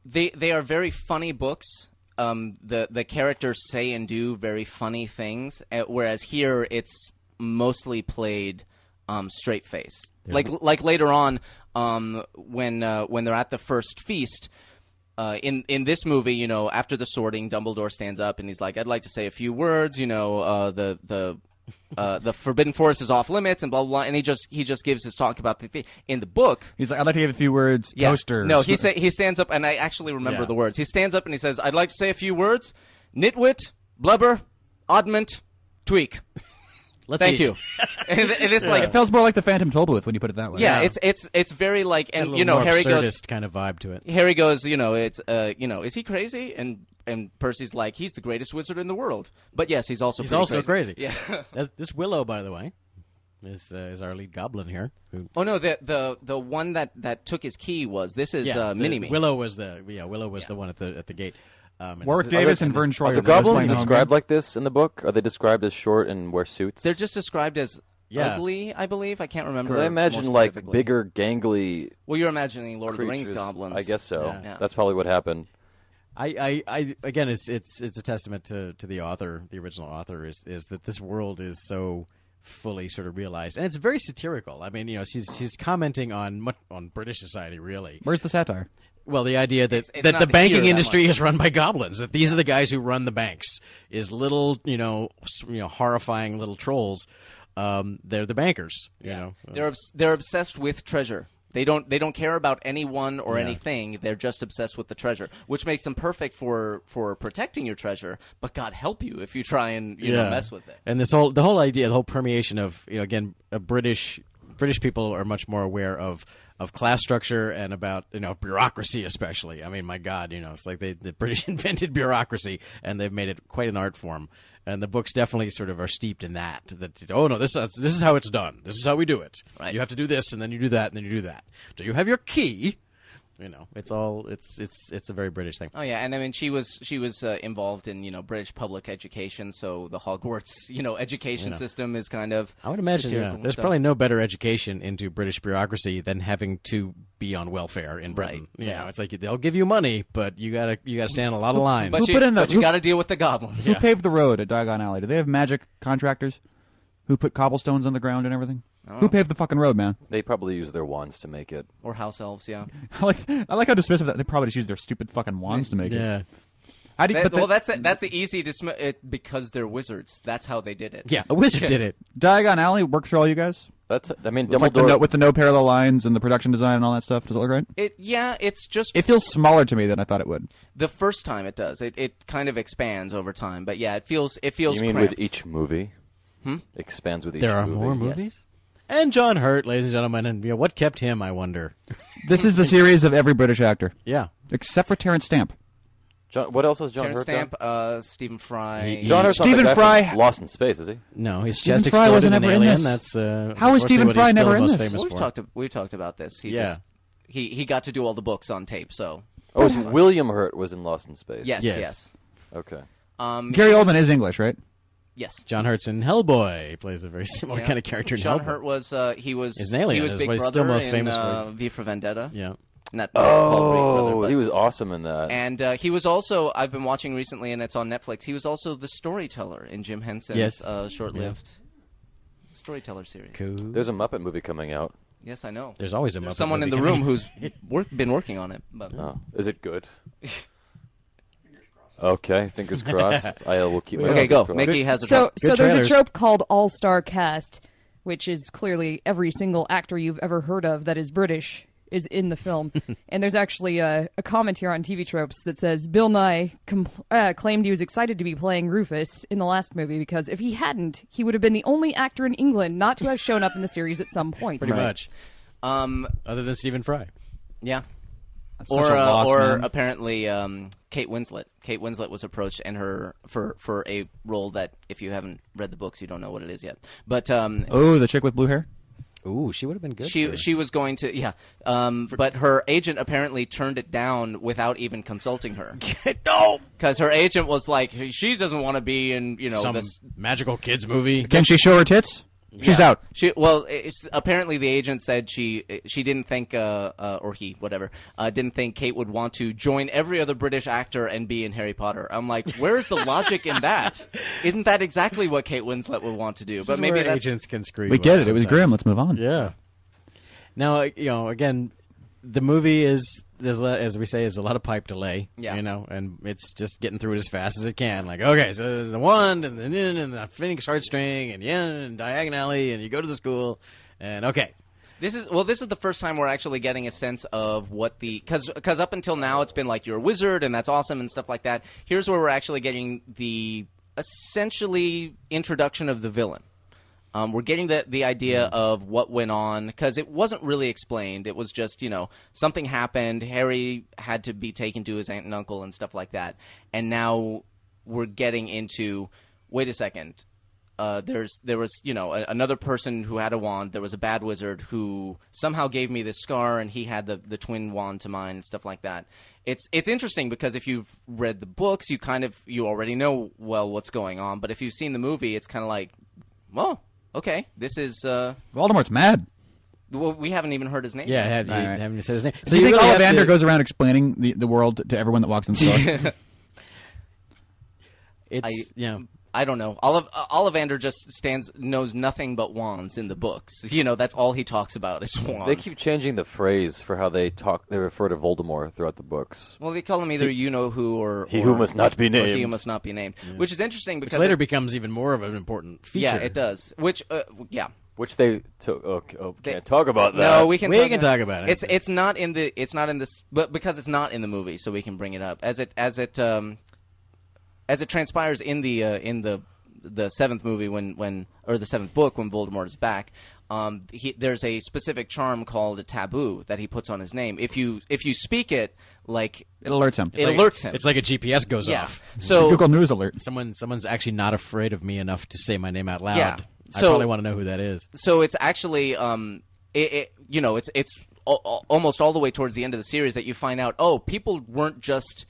Speaker 4: they they are very funny books. Um, the the characters say and do very funny things, uh, whereas here it's mostly played um, straight face. Like like later on, um, when uh, when they're at the first feast. Uh, in in this movie, you know, after the sorting, Dumbledore stands up and he's like, "I'd like to say a few words." You know, uh, the the uh, the Forbidden Forest is off limits and blah blah. blah. And he just he just gives his talk about the thing. In the book,
Speaker 2: He's like, I'd like to give a few words.
Speaker 4: yeah.
Speaker 2: Toaster.
Speaker 4: No, he sa- he stands up, and I actually remember
Speaker 5: Yeah.
Speaker 4: the words. He stands up and he says, "I'd like to say a few words: nitwit, blubber, oddment, tweak."
Speaker 5: Let's
Speaker 4: Thank
Speaker 5: eat.
Speaker 4: you. *laughs* and, and it's like,
Speaker 2: It feels more like the Phantom Tollbooth when you put it that way.
Speaker 4: yeah, it's it's it's very like,
Speaker 5: Had a
Speaker 4: and
Speaker 5: little
Speaker 4: you know,
Speaker 5: more
Speaker 4: Harry
Speaker 5: absurdist
Speaker 4: goes,
Speaker 5: kind of vibe to it.
Speaker 4: Harry goes, you know, it's uh, you know, is he crazy? And and Percy's like, he's the greatest wizard in the world. But yes, he's also
Speaker 5: He's
Speaker 4: pretty
Speaker 5: also crazy.
Speaker 4: Yeah.
Speaker 5: *laughs* That's, this Willow, by the way, is uh, is our lead goblin here. Who,
Speaker 4: Oh no, the the the one that that took his key was this is
Speaker 5: yeah,
Speaker 4: uh,
Speaker 5: the-
Speaker 4: Mini Me.
Speaker 5: Willow was the yeah Willow was the one at the at the gate. Um, and
Speaker 2: Warwick
Speaker 5: this is-
Speaker 2: Davis and
Speaker 5: this-
Speaker 2: Vern Troyer.
Speaker 3: Are the
Speaker 2: they're just
Speaker 3: goblins
Speaker 2: playing home
Speaker 3: described
Speaker 2: game.
Speaker 3: like this in the book? Are they described as short and wear suits?
Speaker 4: They're just described as
Speaker 5: Yeah.
Speaker 4: ugly, I believe. I can't remember.
Speaker 3: 'Cause I imagine
Speaker 4: more
Speaker 3: like
Speaker 4: specifically.
Speaker 3: bigger, gangly
Speaker 4: Well, you're imagining Lord of the Rings
Speaker 3: creatures.
Speaker 4: goblins.
Speaker 3: I guess so.
Speaker 5: Yeah.
Speaker 4: Yeah.
Speaker 3: That's probably what happened.
Speaker 5: I, I, I again, it's it's it's a testament to, to the author, the original author, is is that this world is so fully sort of realized, and it's very satirical. I mean, you know, she's she's commenting on mu- on British society, really.
Speaker 2: Where's the satire?
Speaker 5: Well, the idea that
Speaker 4: it's
Speaker 5: that
Speaker 4: not
Speaker 5: the
Speaker 4: here
Speaker 5: banking
Speaker 4: that
Speaker 5: industry
Speaker 4: much.
Speaker 5: is run by goblins, that these are the guys who run the banks, is little, you know, s- you know, horrifying little trolls. Um, they're the bankers, you know.
Speaker 4: They're obs- they're obsessed with treasure. They don't they don't care about anyone or anything. They're just obsessed with the treasure, which makes them perfect for for protecting your treasure. But God help you if you try and you know mess with it.
Speaker 5: And this whole the whole idea, the whole permeation of you know again, a British British people are much more aware of of class structure and about you know bureaucracy especially. I mean, my God, you know, it's like they the British *laughs* invented bureaucracy and they've made it quite an art form. And the books definitely sort of are steeped in that. That oh no, this that's- this is how it's done. This is how we do it. You have to do this, and then you do that, and then you do that. Do you have your key? You know, it's all it's it's it's a very British thing.
Speaker 4: Oh yeah, and I mean she was she was uh, involved in you know British public education, so the Hogwarts *laughs* you know education system is kind of
Speaker 5: I would imagine yeah.
Speaker 4: satirical and
Speaker 5: there's
Speaker 4: stuff.
Speaker 5: probably no better education into British bureaucracy than having to be on welfare in Britain.
Speaker 4: Right,
Speaker 5: You
Speaker 4: yeah.
Speaker 5: know, it's like they'll give you money, but you gotta you gotta stand in a lot of lines.
Speaker 4: but,
Speaker 2: Who
Speaker 4: you,
Speaker 2: put in the-
Speaker 4: but you
Speaker 2: who-
Speaker 4: got to deal with the goblins.
Speaker 2: Who paved the road at Diagon Alley? Do they have magic contractors who put cobblestones on the ground and everything? Who paved the fucking road, man? *laughs*
Speaker 3: They probably use their wands to make it.
Speaker 4: or house elves, yeah.
Speaker 2: I like, I like how dismissive that. They probably just use their stupid fucking wands to make *laughs* it.
Speaker 5: yeah,
Speaker 2: How do you,
Speaker 4: That-
Speaker 2: but the,
Speaker 4: well, that's a, that's the easy dismiss it because they're wizards. That's how they did it.
Speaker 5: yeah, a wizard did it.
Speaker 2: Diagon Alley works for all you guys.
Speaker 3: That's. I mean,
Speaker 2: Like the
Speaker 3: Dumbledore.
Speaker 2: no, with the no parallel lines and the production design and all that stuff. Does it look right?
Speaker 4: It yeah, it's just
Speaker 2: It feels smaller to me than I thought it would.
Speaker 4: the first time it does. It it kind of expands over time, but yeah, it feels it feels
Speaker 3: you mean
Speaker 4: cramped.
Speaker 3: with each movie? Hmm? Expands with each.
Speaker 5: There are
Speaker 3: movie.
Speaker 5: more movies. And John Hurt, ladies and gentlemen, and you know, what kept him? I wonder.
Speaker 2: This is the series of every British actor,
Speaker 5: Yeah,
Speaker 2: except for Terrence Stamp.
Speaker 3: John, what else has John
Speaker 4: Terrence
Speaker 3: Hurt done?
Speaker 4: Stamp, uh, Stephen Fry.
Speaker 5: He-
Speaker 3: John Hurt's not the
Speaker 2: Stephen
Speaker 3: guy from
Speaker 2: Fry-
Speaker 3: Lost in Space, is he?
Speaker 5: no, he's
Speaker 2: Stephen
Speaker 5: just
Speaker 2: Fry
Speaker 5: exploded
Speaker 2: wasn't
Speaker 5: in
Speaker 2: ever in
Speaker 5: Alien.
Speaker 2: this.
Speaker 5: That's uh,
Speaker 2: How is
Speaker 5: unfortunately
Speaker 2: Stephen
Speaker 5: what
Speaker 2: Fry
Speaker 5: he's still
Speaker 2: never in
Speaker 5: most
Speaker 2: this?
Speaker 5: famous
Speaker 4: we've
Speaker 5: for.
Speaker 4: talked we talked about this. He
Speaker 5: Yeah.
Speaker 4: just he he got to do all the books on tape. So
Speaker 3: Oh, it's William Hurt was in Lost in Space.
Speaker 4: yes,
Speaker 5: Yes.
Speaker 4: yes,
Speaker 3: Okay.
Speaker 4: Um,
Speaker 2: Gary Oldman is English, right?
Speaker 4: yes.
Speaker 5: John Hurt's in Hellboy. He plays a very similar
Speaker 4: Yeah.
Speaker 5: kind of character. in
Speaker 4: John
Speaker 5: Hellboy.
Speaker 4: Hurt was uh, he was
Speaker 5: He's an alien,
Speaker 4: he was
Speaker 5: is
Speaker 4: Big
Speaker 5: what he's
Speaker 4: Brother
Speaker 5: still most
Speaker 4: in
Speaker 5: famous for.
Speaker 4: uh, V for Vendetta.
Speaker 5: Yeah.
Speaker 4: Not called Big Brother,
Speaker 3: Oh,
Speaker 4: but-
Speaker 3: he was awesome in that.
Speaker 4: And uh, he was also I've been watching recently, and it's on Netflix. He was also the storyteller in Jim Henson's
Speaker 5: Yes.
Speaker 4: uh, short-lived storyteller series.
Speaker 3: There's a Muppet movie coming out.
Speaker 4: Yes, I know.
Speaker 5: There's always a Muppet
Speaker 4: someone in
Speaker 5: movie
Speaker 4: the
Speaker 5: coming.
Speaker 4: room *laughs* who's work, been working on it. But
Speaker 3: Oh, is
Speaker 4: *laughs*
Speaker 3: it good? okay,
Speaker 4: *laughs*
Speaker 3: fingers crossed. I will keep. My
Speaker 4: okay,
Speaker 3: fingers
Speaker 4: go.
Speaker 3: crossed.
Speaker 4: Mickey has a
Speaker 6: so
Speaker 4: drop.
Speaker 6: so
Speaker 5: Good
Speaker 6: there's
Speaker 5: trailers.
Speaker 6: a trope called all star cast, which is clearly every single actor you've ever heard of that is British is in
Speaker 5: *laughs*
Speaker 6: the film. and there's actually a, a comment here on TV tropes that says Bill Nye compl- uh, claimed he was excited to be playing Rufus in the last movie because if he hadn't, he would have been the only actor in England not to have shown up in the series at some point.
Speaker 5: Pretty much.
Speaker 4: Um,
Speaker 5: Other than Stephen Fry.
Speaker 4: yeah.
Speaker 2: such
Speaker 4: or
Speaker 2: a
Speaker 4: uh,
Speaker 2: loss,
Speaker 4: or
Speaker 2: man.
Speaker 4: apparently um, Kate Winslet. Kate Winslet was approached and her for for a role that if you haven't read the books, you don't know what it is yet. But um,
Speaker 2: Oh, the chick with blue hair.
Speaker 5: Ooh, she would have been good.
Speaker 4: she
Speaker 5: for-
Speaker 4: she was going to yeah. Um, but her agent apparently turned it down without even
Speaker 5: *laughs*
Speaker 4: consulting her. no, because her agent was like, she doesn't want to be in you know
Speaker 5: some
Speaker 4: this
Speaker 5: magical kids movie.
Speaker 2: Can she show her tits? She's
Speaker 4: Yeah.
Speaker 2: out.
Speaker 4: She well, it's, apparently the agent said she she didn't think uh, uh or he whatever uh, didn't think Kate would want to join every other British actor and be in Harry Potter. I'm like, where is the logic in
Speaker 5: *laughs*
Speaker 4: that? Isn't that exactly what Kate Winslet would want to do? But maybe
Speaker 5: where
Speaker 4: that's
Speaker 5: agents can screw.
Speaker 2: We
Speaker 5: you
Speaker 2: get
Speaker 5: up
Speaker 2: it. It was
Speaker 5: sometimes.
Speaker 2: grim. Let's move on.
Speaker 5: Yeah. Now uh, you know again, the movie is there's a lot- as we say is a lot of pipe delay.
Speaker 4: Yeah.
Speaker 5: You know, and it's just getting through it as fast as it can. Like okay, so there's the wand and the nin and the Phoenix heartstring and yin and diagon alley and you go to the school and okay.
Speaker 4: This is well. This is the first time we're actually getting a sense of what the because because up until now it's been like you're a wizard and that's awesome and stuff like that. Here's where we're actually getting the essentially introduction of the villain. Um, we're getting the the idea of what went on because it wasn't really explained. It was just you know something happened. Harry had to be taken to his aunt and uncle and stuff like that. And now we're getting into wait a second uh, there's there was you know a, another person who had a wand. There was a bad wizard who somehow gave me this scar, and he had the the twin wand to mine and stuff like that. It's it's interesting because if you've read the books, you kind of you already know well what's going on. But if you've seen the movie, it's kind of like, well, okay, this is uh,
Speaker 2: Voldemort's mad.
Speaker 4: Well, we haven't even heard his name.
Speaker 5: Yeah,
Speaker 4: yet.
Speaker 5: have you,
Speaker 2: All right.
Speaker 5: haven't you said his name?
Speaker 2: Do you, think
Speaker 5: really have
Speaker 2: Ollivander
Speaker 5: to-
Speaker 2: goes around explaining the, the world to everyone that walks in the store?
Speaker 5: It's
Speaker 4: I-
Speaker 5: you know,
Speaker 4: I don't know. Olive, uh, Ollivander just stands knows nothing but wands in the books. *laughs* You know, that's all he talks about is wands.
Speaker 3: They keep changing the phrase for how they talk. They refer to Voldemort throughout the books.
Speaker 4: well, they call him either you know who or
Speaker 3: He who
Speaker 4: or-
Speaker 3: must not be
Speaker 4: or He who
Speaker 3: named.
Speaker 4: must not be named, which is interesting
Speaker 5: which
Speaker 4: because
Speaker 5: later
Speaker 4: it-
Speaker 5: becomes even more of an important feature.
Speaker 4: yeah, it does. Which uh, yeah,
Speaker 3: Which they took. Okay, oh,
Speaker 4: They-
Speaker 3: can't talk about that.
Speaker 4: No, we can.
Speaker 5: We
Speaker 4: talk
Speaker 5: can talk about it.
Speaker 4: It's it's not in the it's not in this, but because it's not in the movie, so we can bring it up as it as it um as it transpires in the uh, in the the seventh movie when when or the seventh book when Voldemort is back. Um, he, there's a specific charm called a taboo that he puts on his name. If you if you speak it, like
Speaker 2: it alerts him.
Speaker 4: it alerts him.
Speaker 5: It's like a GPS goes
Speaker 4: yeah.
Speaker 5: off.
Speaker 4: So
Speaker 2: Google News alert.
Speaker 5: Someone someone's actually not afraid of me enough to say my name out loud.
Speaker 4: Yeah.
Speaker 5: I
Speaker 4: So-
Speaker 5: probably want to know who that is.
Speaker 4: so it's actually um it, it you know it's it's al- al- almost all the way towards the end of the series that you find out oh people weren't just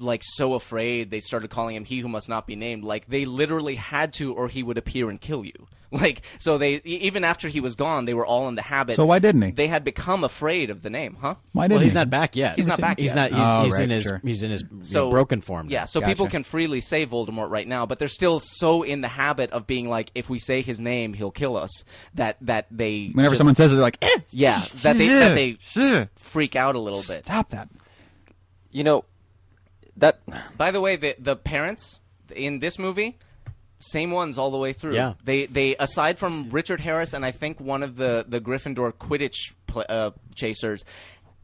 Speaker 4: like so afraid they started calling him he who must not be named like they literally had to or he would appear and kill you *laughs* like so they e- even after he was gone they were all in the habit
Speaker 2: So why didn't he?
Speaker 4: they had become afraid of the name huh
Speaker 2: Why didn't
Speaker 5: Well, he's
Speaker 2: he?
Speaker 5: not back yet.
Speaker 4: He's not back
Speaker 5: He's not.
Speaker 4: yet.
Speaker 5: He's,
Speaker 2: Oh,
Speaker 5: he's
Speaker 2: right,
Speaker 5: in his.
Speaker 2: sure.
Speaker 5: He's in his you know, broken form. now.
Speaker 4: Yeah, so
Speaker 2: Gotcha.
Speaker 4: people can freely say Voldemort right now, but they're still so in the habit of being like, if we say his name, he'll kill us. That that they
Speaker 2: Whenever
Speaker 4: just-
Speaker 2: someone says it, they're like, eh,
Speaker 4: yeah that they that they
Speaker 2: Sure.
Speaker 4: freak out a little bit.
Speaker 2: stop that.
Speaker 3: You know, that.
Speaker 4: By the way, the the parents in this movie, same ones all the way through.
Speaker 5: Yeah.
Speaker 4: They they aside from Richard Harris and I think one of the the Gryffindor Quidditch pl- uh, chasers.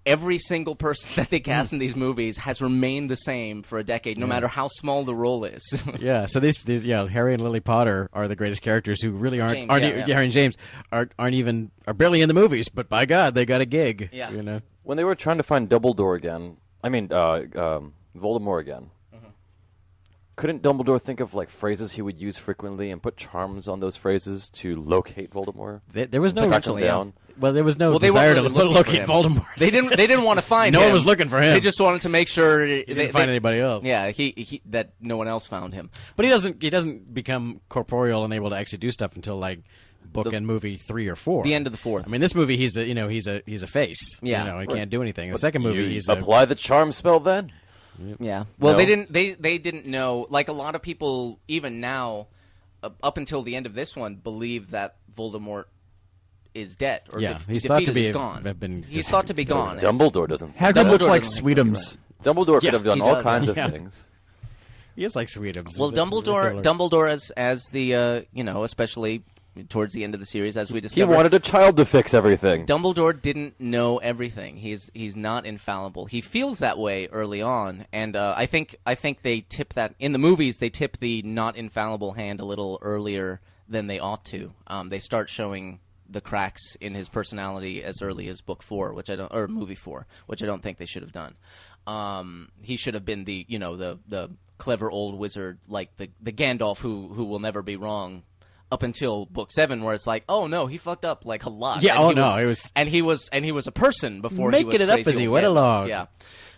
Speaker 4: Every single person *laughs* that they cast in these movies has remained the same for a decade, no matter how small the role is. *laughs*
Speaker 5: Yeah, so these, these yeah, Harry and Lily Potter are the greatest characters who really aren't
Speaker 4: James,
Speaker 5: aren't
Speaker 4: yeah,
Speaker 5: e-
Speaker 4: yeah.
Speaker 5: Harry and James aren't aren't even are barely in the movies, but by God, they got a gig.
Speaker 4: Yeah.
Speaker 5: you know.
Speaker 3: When they were trying to find Dumbledore again, I mean, uh, um, Voldemort again,
Speaker 4: Mm-hmm.
Speaker 3: couldn't Dumbledore think of like phrases he would use frequently and put charms on those phrases to locate Voldemort?
Speaker 5: Th- There was no uh,
Speaker 4: Potentially, yeah.
Speaker 5: well, there was no
Speaker 4: Well, they
Speaker 5: desire
Speaker 4: weren't
Speaker 5: to
Speaker 4: really looking
Speaker 5: look
Speaker 4: for
Speaker 5: at
Speaker 4: him.
Speaker 5: Voldemort.
Speaker 4: They didn't. They didn't want to find.
Speaker 5: No one
Speaker 4: him.
Speaker 5: was looking for him.
Speaker 4: They just wanted to make sure they
Speaker 5: didn't find anybody else.
Speaker 4: Yeah, he, he that no one else found him.
Speaker 5: But he doesn't. He doesn't become corporeal and able to actually do stuff until like book and movie three or four.
Speaker 4: the end of the fourth.
Speaker 5: I mean, this movie, he's a you know he's a he's a face.
Speaker 4: Yeah.
Speaker 5: you know he can't do anything. The second movie,
Speaker 3: You
Speaker 5: he's a
Speaker 3: apply the charm spell then.
Speaker 4: Yeah. Well, they
Speaker 3: No.
Speaker 4: didn't. They they didn't know. Like a lot of people, even now, uh, up until the end of this one, believe that Voldemort is dead or
Speaker 5: Yeah,
Speaker 4: def-
Speaker 5: he's
Speaker 4: defeated,
Speaker 5: thought to be-
Speaker 4: is gone.
Speaker 5: have been
Speaker 4: he's thought to be gone.
Speaker 3: Dumbledore doesn't.
Speaker 2: Hagrid
Speaker 4: Dumbledore
Speaker 2: looks like
Speaker 4: doesn't think so, you're
Speaker 2: Sweetums.
Speaker 3: Dumbledore could have done
Speaker 4: he
Speaker 3: all
Speaker 4: does,
Speaker 3: kinds
Speaker 4: yeah.
Speaker 3: of
Speaker 5: Yeah.
Speaker 2: *laughs*
Speaker 3: things.
Speaker 5: he is like Sweetums.
Speaker 4: Well,
Speaker 5: They're- they're
Speaker 4: Dumbledore,
Speaker 5: similar.
Speaker 4: Dumbledore as as the uh, you know, especially towards the end of the series, as we
Speaker 3: He
Speaker 4: discovered,
Speaker 3: wanted a child to fix everything.
Speaker 4: Dumbledore didn't know everything. He's he's not infallible. He feels that way early on, and uh, I think I think they tip that in the movies. They tip the not infallible hand a little earlier than they ought to. Um, they start showing the cracks in his personality as early as book four, which I don't, or movie four, which I don't think they should have done. Um, he should have been the you know the the clever old wizard like the the Gandalf who who will never be wrong. Up until book seven, where it's like, oh no, he fucked up like a lot.
Speaker 5: Yeah,
Speaker 4: And
Speaker 5: oh,
Speaker 4: he
Speaker 5: no, it was-
Speaker 4: and he was and he was a person before he
Speaker 5: making
Speaker 4: was
Speaker 5: it up
Speaker 4: crazy
Speaker 5: as he
Speaker 4: with
Speaker 5: went
Speaker 4: Hitler.
Speaker 5: along.
Speaker 4: Yeah,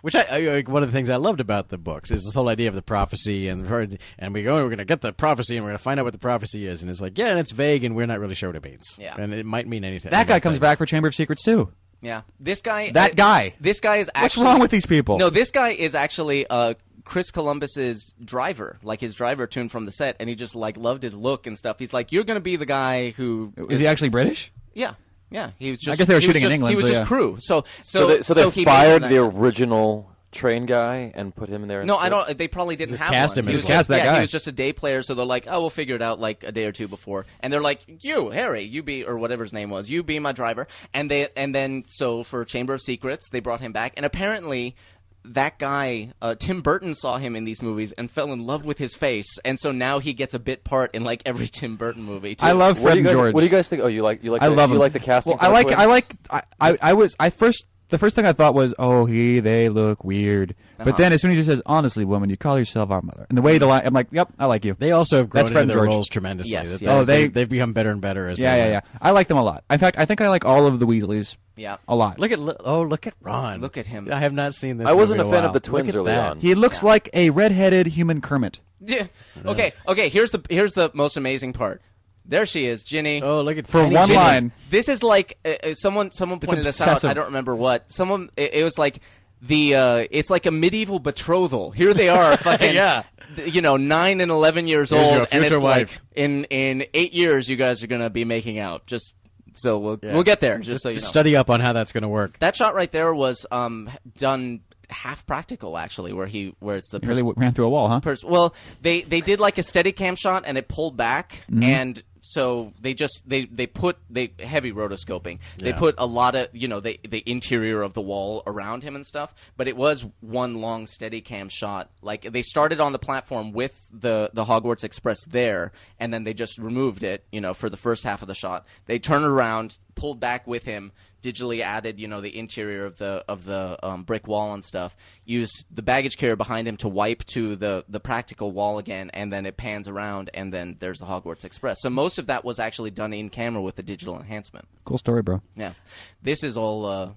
Speaker 5: Which I, I like, one of the things I loved about the books is this whole idea of the prophecy and the- and we go "Oh, we're going to get the prophecy and we're going to find out what the prophecy is and it's like yeah and it's vague and we're not really sure what it means
Speaker 4: Yeah.
Speaker 5: and it might mean anything
Speaker 2: That guy comes
Speaker 5: Things.
Speaker 2: back for Chamber of Secrets too.
Speaker 4: yeah. This guy,
Speaker 2: That
Speaker 4: I-
Speaker 2: guy.
Speaker 4: This guy is.
Speaker 2: What's
Speaker 4: actually-
Speaker 2: wrong with these people?
Speaker 4: No, this guy is actually uh, Chris Columbus's driver, like his driver tune from the set, and he just like loved his look and stuff. He's like, you're gonna be the guy who
Speaker 2: Is he actually British?
Speaker 4: Yeah, yeah. He was just.
Speaker 2: guess they were
Speaker 4: he was
Speaker 2: shooting in
Speaker 4: just-
Speaker 2: England,
Speaker 4: He was
Speaker 2: so
Speaker 4: just
Speaker 2: yeah.
Speaker 4: crew. So so
Speaker 3: So, they, so they
Speaker 4: he
Speaker 3: fired
Speaker 4: made
Speaker 3: the
Speaker 4: him that guy.
Speaker 3: original train guy and put him in there.
Speaker 4: No, I
Speaker 3: instead?
Speaker 4: don't. They probably didn't
Speaker 5: Just
Speaker 4: have
Speaker 5: cast
Speaker 4: one.
Speaker 5: him
Speaker 4: He
Speaker 5: as
Speaker 4: was
Speaker 5: one.
Speaker 4: just-
Speaker 2: Cast that
Speaker 4: yeah,
Speaker 2: guy.
Speaker 4: He was just a day player, so they're like, "Oh, we'll figure it out like a day or two before." And they're like, "You, Harry, you be or whatever his name was, you be my driver." And they and then so for Chamber of Secrets, they brought him back, and apparently. That guy, uh, Tim Burton, saw him in these movies and fell in love with his face, and so now he gets a bit part in like every *laughs* Tim Burton movie. Too.
Speaker 2: I
Speaker 4: *laughs*
Speaker 2: love
Speaker 3: What do
Speaker 2: Fred
Speaker 3: you
Speaker 2: and
Speaker 3: guys,
Speaker 2: George.
Speaker 3: What do you guys think? Oh, you like you like
Speaker 2: I
Speaker 3: the,
Speaker 2: love
Speaker 3: you
Speaker 2: him.
Speaker 3: like the casting.
Speaker 2: Well,
Speaker 3: for
Speaker 2: I
Speaker 3: the
Speaker 2: like
Speaker 3: twins?
Speaker 2: I like I, I, I was I first the first thing I thought was oh he they look weird, but then as soon as he says honestly woman you call yourself our mother and the way to lie I'm like yep I like you
Speaker 5: They also have grown
Speaker 2: That's Fred
Speaker 5: into their
Speaker 2: George.
Speaker 5: roles tremendously.
Speaker 4: Yes,
Speaker 5: That-
Speaker 4: yes.
Speaker 2: Oh, they-
Speaker 5: they have become better and better as
Speaker 2: yeah
Speaker 5: they
Speaker 2: yeah
Speaker 5: went.
Speaker 2: yeah I like them a lot in fact I think I like all of the Weasleys
Speaker 4: Yeah.
Speaker 2: a lot
Speaker 5: Look at Li- oh look at Ron.
Speaker 4: Look at him.
Speaker 5: I have not seen this.
Speaker 3: I wasn't
Speaker 5: movie
Speaker 3: a fan
Speaker 5: in
Speaker 3: of the
Speaker 5: while. Look
Speaker 3: twins
Speaker 5: at
Speaker 3: early
Speaker 5: that.
Speaker 3: on.
Speaker 2: he looks like a redheaded human Kermit
Speaker 4: Yeah. Okay. Okay. Here's the here's the most amazing part. There she is, Ginny.
Speaker 5: Oh, look at
Speaker 2: For
Speaker 5: Jenny
Speaker 2: one
Speaker 5: Jenny.
Speaker 4: This is-
Speaker 2: line.
Speaker 4: This is like uh, uh, someone someone pointed this out.
Speaker 2: obsessive.
Speaker 4: I don't remember what. Someone it, it was like the uh, it's like a medieval betrothal. Here
Speaker 5: *laughs*
Speaker 4: they are, fucking
Speaker 5: Yeah.
Speaker 4: th- You know, nine and eleven years
Speaker 5: Here's
Speaker 4: old,
Speaker 5: your
Speaker 4: and it's
Speaker 5: future
Speaker 4: like
Speaker 5: wife.
Speaker 4: in in eight years, you guys are gonna be making out. Just so we'll we'll get there. Just, so you know.
Speaker 5: study up on how that's going to work.
Speaker 4: That shot right there was um, done half practical actually, where he where it's the
Speaker 2: He really w- ran through a wall, huh?
Speaker 4: pers- well they they did like a steady cam shot and it pulled back and so they just they they put they heavy rotoscoping they
Speaker 5: Yeah.
Speaker 4: put a lot of you know they the interior of the wall around him and stuff but it was one long steady cam shot like they started on the platform with the the hogwarts express there and then they just removed it you know for the first half of the shot they turned around pulled back with him digitally added you know the interior of the of the um, brick wall and stuff used the baggage carrier behind him to wipe to the the practical wall again and then it pans around and then there's the hogwarts express so most of that was actually done in camera with the digital enhancement
Speaker 2: Cool story, bro.
Speaker 4: yeah this is all uh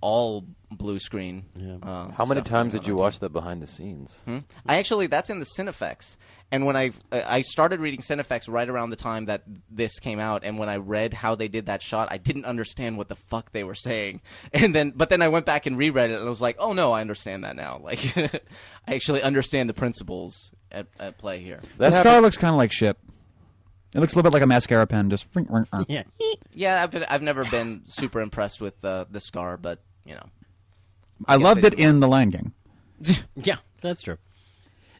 Speaker 4: all blue screen uh,
Speaker 3: How many
Speaker 4: stuff
Speaker 3: times
Speaker 4: going
Speaker 3: did
Speaker 4: on.
Speaker 3: you watch that behind the scenes?
Speaker 4: Hmm? I actually that's in the Cinefex, and when I I started reading Cinefex right around the time that this came out, and when I read how they did that shot, I didn't understand what the fuck they were saying, *laughs* and then but then I went back and reread it, and I was like, oh no, I understand that now. *laughs* Like, I actually understand the principles at, at play here.
Speaker 2: the
Speaker 3: That
Speaker 2: scar
Speaker 3: happened-
Speaker 2: looks kind of like shit. It looks a little bit like a mascara pen. Just frink, frink, frink.
Speaker 5: Yeah.
Speaker 4: Yeah, *laughs* I've been, I've never been super impressed with the the scar, but you know,
Speaker 2: I loved
Speaker 4: they
Speaker 2: it in The Lion King.
Speaker 5: Yeah, that's true.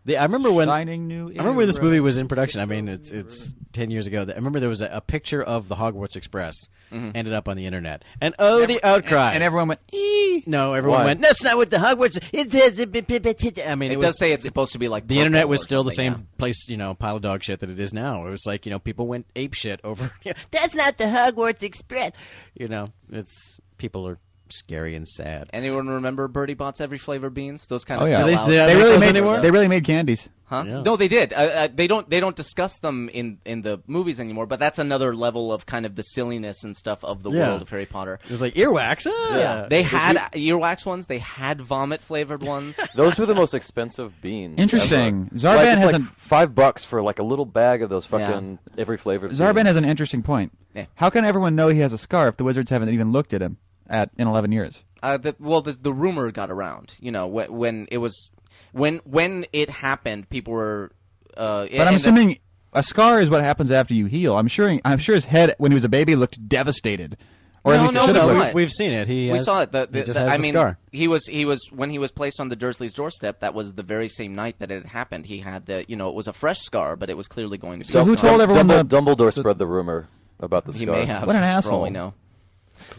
Speaker 5: The, I remember when
Speaker 2: Shining new
Speaker 5: I remember when this
Speaker 2: era.
Speaker 5: movie was in production. I mean, it's it's ten years ago. I remember there was a, a picture of the Hogwarts Express
Speaker 4: Mm-hmm.
Speaker 5: ended up on the internet, and oh, the outcry!
Speaker 2: And everyone went, "Ee."
Speaker 5: no, everyone
Speaker 3: Why?
Speaker 5: went. That's not what the Hogwarts. It says. it- it- it- it-" I mean,
Speaker 4: it,
Speaker 5: it, was,
Speaker 4: does say it's supposed to be like
Speaker 5: the internet
Speaker 4: purple
Speaker 5: was
Speaker 4: or
Speaker 5: still the
Speaker 4: something,
Speaker 5: same place, you know, pile of dog shit that it is now. It was like you know, people went ape shit over. *laughs* That's not the Hogwarts Express. You know, it's people are scary and sad.
Speaker 4: yeah. Anyone remember Birdie Bots Every Flavor Beans? Those kind
Speaker 2: Oh,
Speaker 4: of
Speaker 2: yeah.
Speaker 4: fell
Speaker 5: They-
Speaker 4: out.
Speaker 5: they-
Speaker 2: They
Speaker 5: Like
Speaker 2: really
Speaker 5: those
Speaker 2: made
Speaker 5: anymore?
Speaker 2: they really made candies.
Speaker 4: Huh?
Speaker 5: Yeah.
Speaker 4: No, they did. Uh, uh, they don't. They don't discuss them in in the movies anymore. But that's another level of kind of the silliness and stuff of the
Speaker 5: Yeah.
Speaker 4: world of Harry Potter.
Speaker 5: It was like earwax. ah!
Speaker 4: They had earwax ones. They had vomit
Speaker 5: *laughs*
Speaker 4: flavored ones.
Speaker 3: Those were the most expensive beans.
Speaker 2: Interesting.
Speaker 3: ever.
Speaker 2: Zarban
Speaker 3: Like, it's
Speaker 2: has
Speaker 3: like
Speaker 2: an-
Speaker 3: five bucks for like a little bag of those fucking every flavor.
Speaker 2: Zarban
Speaker 3: beans.
Speaker 2: has an interesting point.
Speaker 4: Yeah.
Speaker 2: How can everyone know he has a scar if the wizards haven't even looked at him at in 11 years?
Speaker 4: uh, the, well, the, the rumor got around. You know, wh- when it was when when it happened, people were. Uh,
Speaker 2: But I'm assuming a scar is what happens after you heal. I'm sure. I'm sure his head when he was a baby looked devastated. Or
Speaker 4: No,
Speaker 2: at least
Speaker 4: no,
Speaker 2: it should have
Speaker 4: no,
Speaker 2: looked.
Speaker 4: not.
Speaker 5: We've, we've seen it. He
Speaker 4: we
Speaker 5: has-
Speaker 4: saw it. The,
Speaker 5: he
Speaker 4: the-
Speaker 5: just
Speaker 4: the-
Speaker 5: has
Speaker 4: I
Speaker 5: the
Speaker 4: mean,
Speaker 5: scar.
Speaker 4: he was he was when he was placed on the Dursleys' doorstep. That was the very same night that it had happened. He had the you know it was a fresh scar, but it was clearly going to be.
Speaker 2: So who
Speaker 4: gone.
Speaker 2: told everyone
Speaker 3: Dumbledore,
Speaker 2: the-
Speaker 3: Dumbledore spread the rumor about the
Speaker 4: He
Speaker 3: scar.
Speaker 4: may have.
Speaker 2: What an
Speaker 4: For all we
Speaker 2: asshole.
Speaker 4: know.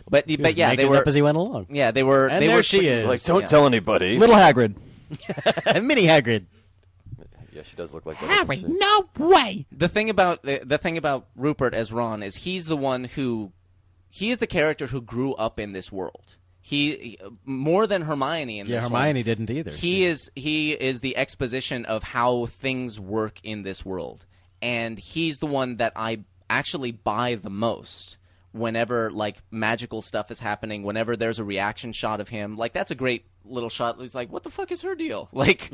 Speaker 4: But
Speaker 5: He
Speaker 4: but
Speaker 5: was
Speaker 4: yeah,
Speaker 5: making
Speaker 4: they
Speaker 5: it
Speaker 4: were.
Speaker 5: up as he went along.
Speaker 4: *laughs* Yeah, they were.
Speaker 5: And
Speaker 4: they
Speaker 5: there
Speaker 4: were
Speaker 5: she
Speaker 4: pretty-
Speaker 5: is.
Speaker 3: Like, don't
Speaker 4: Yeah.
Speaker 3: tell anybody.
Speaker 2: Little Hagrid.
Speaker 5: Mini Hagrid.
Speaker 3: Yeah, she does look like that. doesn't she?
Speaker 1: no way!
Speaker 4: The thing about the, the thing about Rupert as Ron is he's the one who he is the character who grew up in this world. He more than Hermione in
Speaker 5: Yeah,
Speaker 4: this
Speaker 5: Hermione
Speaker 4: one,
Speaker 5: didn't either.
Speaker 4: He
Speaker 5: She-
Speaker 4: is he is the exposition of how things work in this world, and he's the one that I actually buy the most. Whenever like magical stuff is happening, whenever there's a reaction shot of him, like that's a great little shot. He's like, "What the fuck is her deal?" *laughs* Like,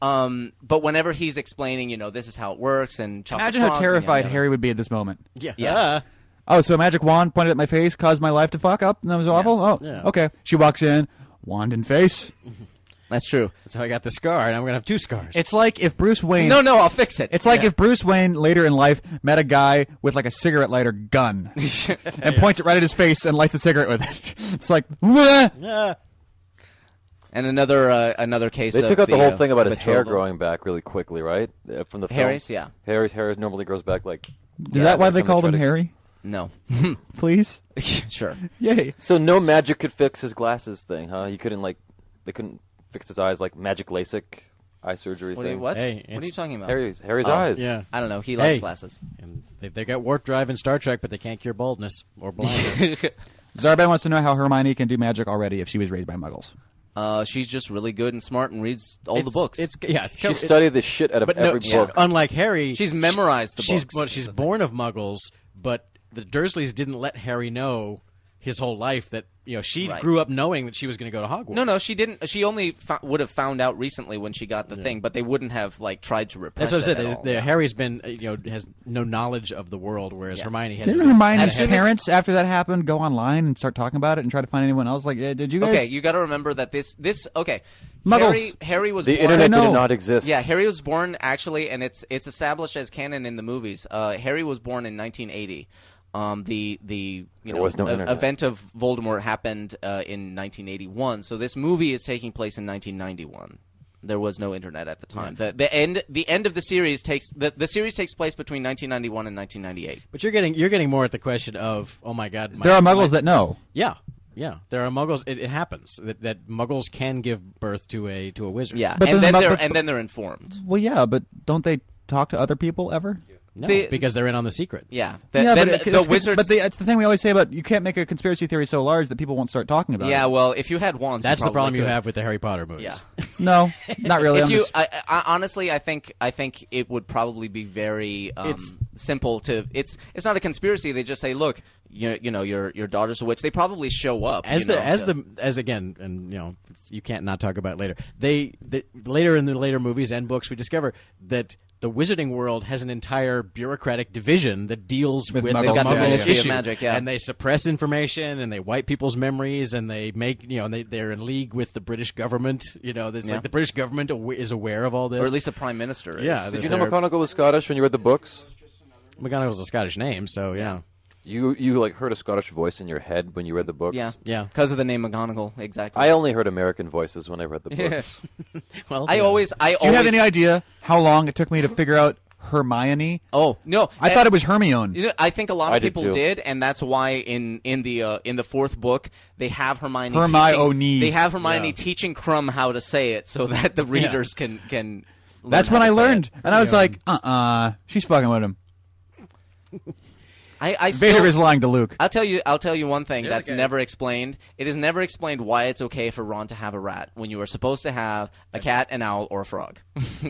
Speaker 4: um, but whenever he's explaining, you know, this is how it works, and chocolate
Speaker 2: Imagine how
Speaker 4: frogs and yada,
Speaker 2: terrified
Speaker 4: yada.
Speaker 2: Harry would be at this moment.
Speaker 5: Yeah.
Speaker 4: Yeah.
Speaker 5: Uh,
Speaker 2: Oh, so a magic wand pointed at my face caused my life to fuck up, and that was awful. Oh,
Speaker 5: Yeah.
Speaker 2: okay. She walks in, wand in face.
Speaker 4: That's true.
Speaker 5: *laughs* that's how I got the scar, and I'm gonna have two scars.
Speaker 2: It's like if Bruce Wayne.
Speaker 4: No, no, I'll fix it.
Speaker 2: It's like if Bruce Wayne later in life met a guy with like a cigarette lighter
Speaker 4: *laughs*
Speaker 2: gun and points it right at his face and lights a cigarette with it. *laughs* It's like, "Wah!"
Speaker 5: Yeah.
Speaker 4: and another uh, another case.
Speaker 3: They
Speaker 4: of
Speaker 3: took out the,
Speaker 4: the
Speaker 3: whole
Speaker 4: uh,
Speaker 3: thing about his hair
Speaker 4: betrothal.
Speaker 3: growing back really quickly, right? Uh, From the film.
Speaker 4: Harry's, yeah.
Speaker 3: Harry's hair normally grows back like.
Speaker 2: is that why they called him Harry?
Speaker 4: No, *laughs*
Speaker 2: Please,
Speaker 4: sure.
Speaker 2: yay!
Speaker 3: So no magic could fix his glasses thing, huh? He couldn't like, they couldn't fix his eyes like magic LASIK eye surgery
Speaker 4: What? Are
Speaker 3: thing.
Speaker 4: you, what?
Speaker 5: Hey,
Speaker 4: what are
Speaker 5: it's-
Speaker 4: you talking about?
Speaker 3: Harry's Harry's
Speaker 4: Oh.
Speaker 3: eyes.
Speaker 5: Yeah.
Speaker 4: I don't know. He likes
Speaker 5: Hey.
Speaker 4: glasses. *laughs*
Speaker 5: And they, they got warp drive in Star Trek, but they can't cure baldness or blindness.
Speaker 2: Zarban wants to know how Hermione can do magic already if she was raised by Muggles.
Speaker 4: Uh, she's just really good and smart and reads *laughs* all the
Speaker 5: It's-
Speaker 4: books.
Speaker 5: It's yeah. It's
Speaker 3: She studied the shit out of
Speaker 5: but no,
Speaker 3: every
Speaker 5: she-
Speaker 3: book.
Speaker 5: unlike Harry,
Speaker 4: she's memorized the
Speaker 5: she's
Speaker 4: books.
Speaker 5: well, she's born of Muggles, but the Dursleys didn't let Harry know his whole life that you know she
Speaker 4: Right.
Speaker 5: grew up knowing that she was going to go to Hogwarts.
Speaker 4: No, no, she didn't. She only fo- would have found out recently when she got the thing, but they wouldn't have like tried to repress
Speaker 5: That's what I said.
Speaker 4: it at
Speaker 5: The,
Speaker 4: all.
Speaker 5: the- Harry's been, uh, you know, has no knowledge of the world, whereas Hermione has.
Speaker 2: Didn't Hermione's
Speaker 4: as soon as-
Speaker 2: parents, after that happened, go online and start talking about it and try to find anyone else? Like, eh, did you guys?
Speaker 4: Okay, you got to remember that this this okay.
Speaker 2: Muggles.
Speaker 4: Harry, Harry was
Speaker 3: The
Speaker 4: born,
Speaker 3: internet
Speaker 2: know.
Speaker 3: did not exist.
Speaker 4: Yeah, Harry was born actually, and it's it's established as canon in the movies. Uh, Harry was born in 1980. Um, the the you know
Speaker 3: was no
Speaker 4: e-
Speaker 3: internet.
Speaker 4: event of Voldemort happened uh, in 1981. So this movie is taking place in 1991. There was no internet at the time. The, the end the end of the series takes the, the series takes place between 1991 and 1998.
Speaker 5: But you're getting you're getting more at the question of, oh my God, my-
Speaker 2: there are
Speaker 5: my-
Speaker 2: Muggles that know.
Speaker 5: Yeah, yeah, there are muggles. It, it happens that, that muggles can give birth to a to a wizard.
Speaker 4: Yeah,
Speaker 2: But
Speaker 4: and
Speaker 2: then
Speaker 4: then
Speaker 2: the-
Speaker 4: they're
Speaker 2: but-
Speaker 4: and then they're informed.
Speaker 2: Well, yeah, but don't they talk to other people ever?
Speaker 5: no,
Speaker 4: They-
Speaker 5: because they're in on the secret.
Speaker 4: Yeah, the,
Speaker 2: yeah,
Speaker 4: then
Speaker 2: but it-
Speaker 4: the, the
Speaker 2: it's-
Speaker 4: wizards.
Speaker 2: But the, it's the thing we always say about you can't make a conspiracy theory so large that people won't start talking about
Speaker 4: yeah,
Speaker 2: it.
Speaker 4: well, if you had wands,
Speaker 5: that's the
Speaker 4: probably
Speaker 5: problem you
Speaker 4: could.
Speaker 5: have with the Harry Potter movies.
Speaker 4: Yeah.
Speaker 2: No, not really.
Speaker 4: *laughs* If
Speaker 2: I'm
Speaker 4: you,
Speaker 2: just-
Speaker 4: I, I, honestly, I think I think it would probably be very um,
Speaker 5: It's-
Speaker 4: simple to. It's it's not a conspiracy. They just say, look, you you know your your daughter's a witch. They probably show up
Speaker 5: As
Speaker 4: you
Speaker 5: the
Speaker 4: know,
Speaker 5: as
Speaker 4: to-
Speaker 5: the as again, and you know, it's- you can't not talk about it later. They the, later in the later movies and books, we discover that the wizarding world has an entire bureaucratic division that deals with, the
Speaker 2: Muggles,
Speaker 5: Muggles
Speaker 2: They've got the Ministry
Speaker 4: of
Speaker 5: issue.
Speaker 4: Magic, yeah.
Speaker 5: and they suppress information and they wipe people's memories and they make you know and they they're in league with the British government. You know, it's
Speaker 4: Yeah.
Speaker 5: like the British government awa- is aware of all this,
Speaker 4: or at least the prime minister. Is.
Speaker 5: Yeah,
Speaker 3: Did you know
Speaker 5: they're-
Speaker 3: McGonagall was Scottish when you read the books?
Speaker 5: McGonagall's a Scottish name, so yeah.
Speaker 3: You you like heard a Scottish voice in your head when you read the books.
Speaker 4: yeah,
Speaker 5: Yeah.
Speaker 4: because of the name McGonagall. Exactly.
Speaker 3: I only heard American voices when
Speaker 4: *laughs*
Speaker 3: I read the books.
Speaker 5: Well,
Speaker 4: I
Speaker 5: yeah.
Speaker 4: always I
Speaker 2: do you
Speaker 4: always
Speaker 2: have any idea how long it took me to figure out Hermione?
Speaker 4: oh no
Speaker 2: I thought it was Hermione.
Speaker 4: You know, I think a lot of
Speaker 3: I did
Speaker 4: people
Speaker 3: too.
Speaker 4: did, and that's why in in the uh, in the fourth book they have Hermione.
Speaker 2: Hermione.
Speaker 4: Teaching, they have Hermione
Speaker 5: Yeah.
Speaker 4: teaching Crumb how to say it, so *laughs* that the readers can can. learn
Speaker 2: That's
Speaker 4: how
Speaker 2: when
Speaker 4: to
Speaker 2: I
Speaker 4: say
Speaker 2: learned,
Speaker 4: it.
Speaker 2: and I was like, "Uh, uh she's fucking with him."
Speaker 4: I, I
Speaker 2: Vader
Speaker 4: still,
Speaker 2: is lying to Luke.
Speaker 4: I'll tell you. I'll tell you one thing that's
Speaker 5: okay.
Speaker 4: never explained. It is never explained why it's okay for Ron to have a rat when you are supposed to have a cat, an owl, or
Speaker 5: *laughs*
Speaker 4: a frog,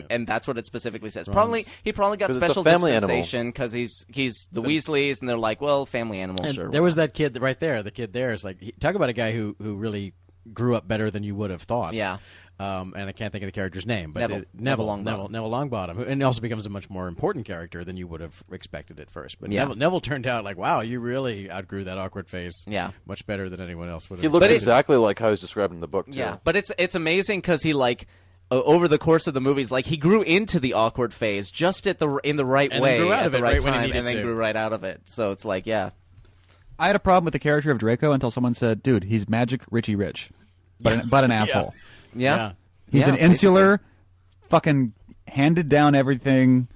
Speaker 4: and that's what it specifically says. Probably he probably got
Speaker 3: 'Cause it's a
Speaker 4: special
Speaker 3: family animal.
Speaker 4: dispensation because he's he's the Weasleys, and they're like, well, family animal,
Speaker 5: And
Speaker 4: sure.
Speaker 5: there was that kid that- right there. The kid there is like, he, talk about a guy who who really grew up better than you would have thought.
Speaker 4: Yeah.
Speaker 5: Um, and I can't think of the character's name, but
Speaker 4: Neville.
Speaker 5: the-
Speaker 4: Neville
Speaker 5: Neville,
Speaker 4: Longbottom.
Speaker 5: Neville, Neville Longbottom, who, and also becomes a much more important character than you would have expected at first. But
Speaker 4: Yeah.
Speaker 5: Neville, Neville turned out like, wow, you really outgrew that awkward face.
Speaker 4: Yeah.
Speaker 5: much better than anyone else would.
Speaker 3: he
Speaker 5: have.
Speaker 3: looks
Speaker 4: But it-
Speaker 3: exactly like how he's described in the book. Too.
Speaker 4: Yeah, but it's it's amazing because he like o- over the course of the movies, like he grew into the awkward phase just at the r- in the right
Speaker 5: And then
Speaker 4: way,
Speaker 5: grew out
Speaker 4: at
Speaker 5: of
Speaker 4: the
Speaker 5: it
Speaker 4: right,
Speaker 5: right when he
Speaker 4: time,
Speaker 5: needed
Speaker 4: and then
Speaker 5: to.
Speaker 4: grew right out of it. So it's like, yeah,
Speaker 2: I had a problem with the character of Draco until someone said, "Dude, he's Magic Richie Rich, but an,
Speaker 4: *laughs*
Speaker 2: but an asshole.
Speaker 4: yeah,
Speaker 5: Yeah.
Speaker 2: He's
Speaker 4: Yeah,
Speaker 2: an insular, fucking handed down everything,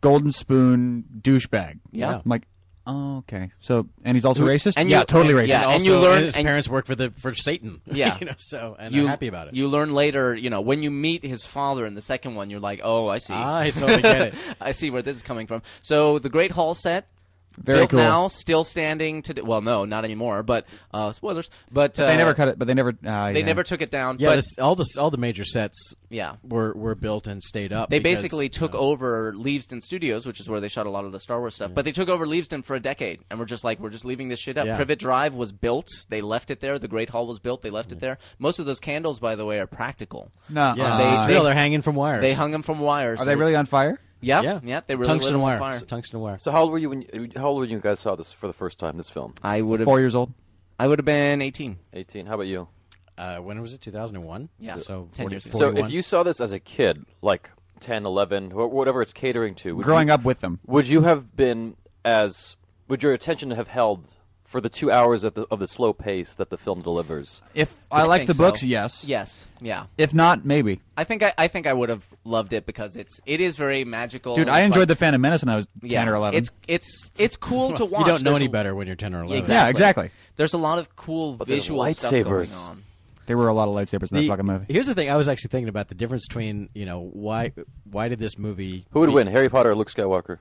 Speaker 2: golden spoon douchebag."
Speaker 4: Yeah.
Speaker 2: I'm like, oh, okay. So, and he's also racist.
Speaker 4: and
Speaker 2: yeah,
Speaker 4: you-
Speaker 2: totally racist.
Speaker 4: yeah,
Speaker 5: And,
Speaker 4: and you
Speaker 5: also,
Speaker 4: learn-
Speaker 5: his
Speaker 4: and-
Speaker 5: parents work for the for Satan. *laughs*
Speaker 4: Yeah.
Speaker 5: you know, so and
Speaker 4: You
Speaker 5: I'm happy about it.
Speaker 4: You learn later, you know, when you meet his father in the second one, you're like, oh, I see,
Speaker 5: I
Speaker 4: *laughs*
Speaker 5: totally get it.
Speaker 4: I see where this is coming from. So the Great Hall set.
Speaker 2: Very
Speaker 4: built
Speaker 2: cool.
Speaker 4: now, still standing today. Well, no, not anymore. But uh, spoilers. But, uh,
Speaker 2: They never cut it, but they never. Uh,
Speaker 4: They never took it down.
Speaker 5: Yeah,
Speaker 4: but
Speaker 5: this, all the all the major sets
Speaker 4: Yeah.
Speaker 5: were were built and stayed up.
Speaker 4: They
Speaker 5: because-
Speaker 4: basically took over Leavesden Studios, which is where they shot a lot of the Star Wars stuff. But they took over Leavesden for a decade, and we're just like, we're just leaving this shit up.
Speaker 5: Yeah.
Speaker 4: Privet Drive was built; they left it there. The Great Hall was built; they left it there. Most of those candles, by the way, are practical.
Speaker 2: No,
Speaker 5: Yeah,
Speaker 4: they-
Speaker 5: they, Uh, it's
Speaker 4: they-
Speaker 5: real. They're hanging from wires.
Speaker 4: They hung them from wires.
Speaker 2: are they really on fire?
Speaker 4: Yeah,
Speaker 5: Yeah,
Speaker 4: yeah. they were
Speaker 5: tungsten
Speaker 4: wire.
Speaker 5: wire.
Speaker 4: Fire.
Speaker 5: Tungsten wire.
Speaker 3: So how old were you when how old were you guys saw this for the first time? This film,
Speaker 4: I would
Speaker 2: Four
Speaker 4: have.
Speaker 2: years old.
Speaker 4: I would have been eighteen.
Speaker 3: eighteen. How about you?
Speaker 5: Uh, when was it? Two thousand and one.
Speaker 4: Yeah.
Speaker 5: So
Speaker 4: 10
Speaker 5: 40,
Speaker 4: years ago.
Speaker 3: So
Speaker 5: 41.
Speaker 3: if you saw this as a kid, like 10, 11, wh- whatever it's catering to, would
Speaker 2: Growing
Speaker 3: you,
Speaker 2: up with them.
Speaker 3: would you have been as would your attention have held for the two hours of the, of the slow pace that the film delivers?
Speaker 2: If I like
Speaker 4: think
Speaker 2: the
Speaker 4: so.
Speaker 2: books, yes.
Speaker 4: Yes, yeah.
Speaker 2: If not, maybe.
Speaker 4: I think I, I think I would have loved it because it's it is very magical.
Speaker 2: Dude,
Speaker 4: and
Speaker 2: I
Speaker 4: it's
Speaker 2: enjoyed
Speaker 4: like-
Speaker 2: the Phantom Menace when I was ten
Speaker 4: yeah,
Speaker 2: or eleven.
Speaker 4: It's it's it's cool to
Speaker 5: *laughs*
Speaker 4: watch.
Speaker 5: you don't know
Speaker 4: There's
Speaker 5: any
Speaker 4: a-
Speaker 5: better when you're ten or eleven.
Speaker 4: Exactly.
Speaker 2: Yeah, exactly.
Speaker 4: There's a lot of cool
Speaker 3: there's
Speaker 4: visual stuff going
Speaker 3: lightsabers.
Speaker 4: on.
Speaker 2: there were a lot of lightsabers in that
Speaker 5: The-
Speaker 2: fucking movie.
Speaker 5: Here's the thing. I was actually thinking about the difference between you know why why did this
Speaker 4: *laughs*
Speaker 5: movie
Speaker 3: Who would win, Harry Potter or Luke Skywalker?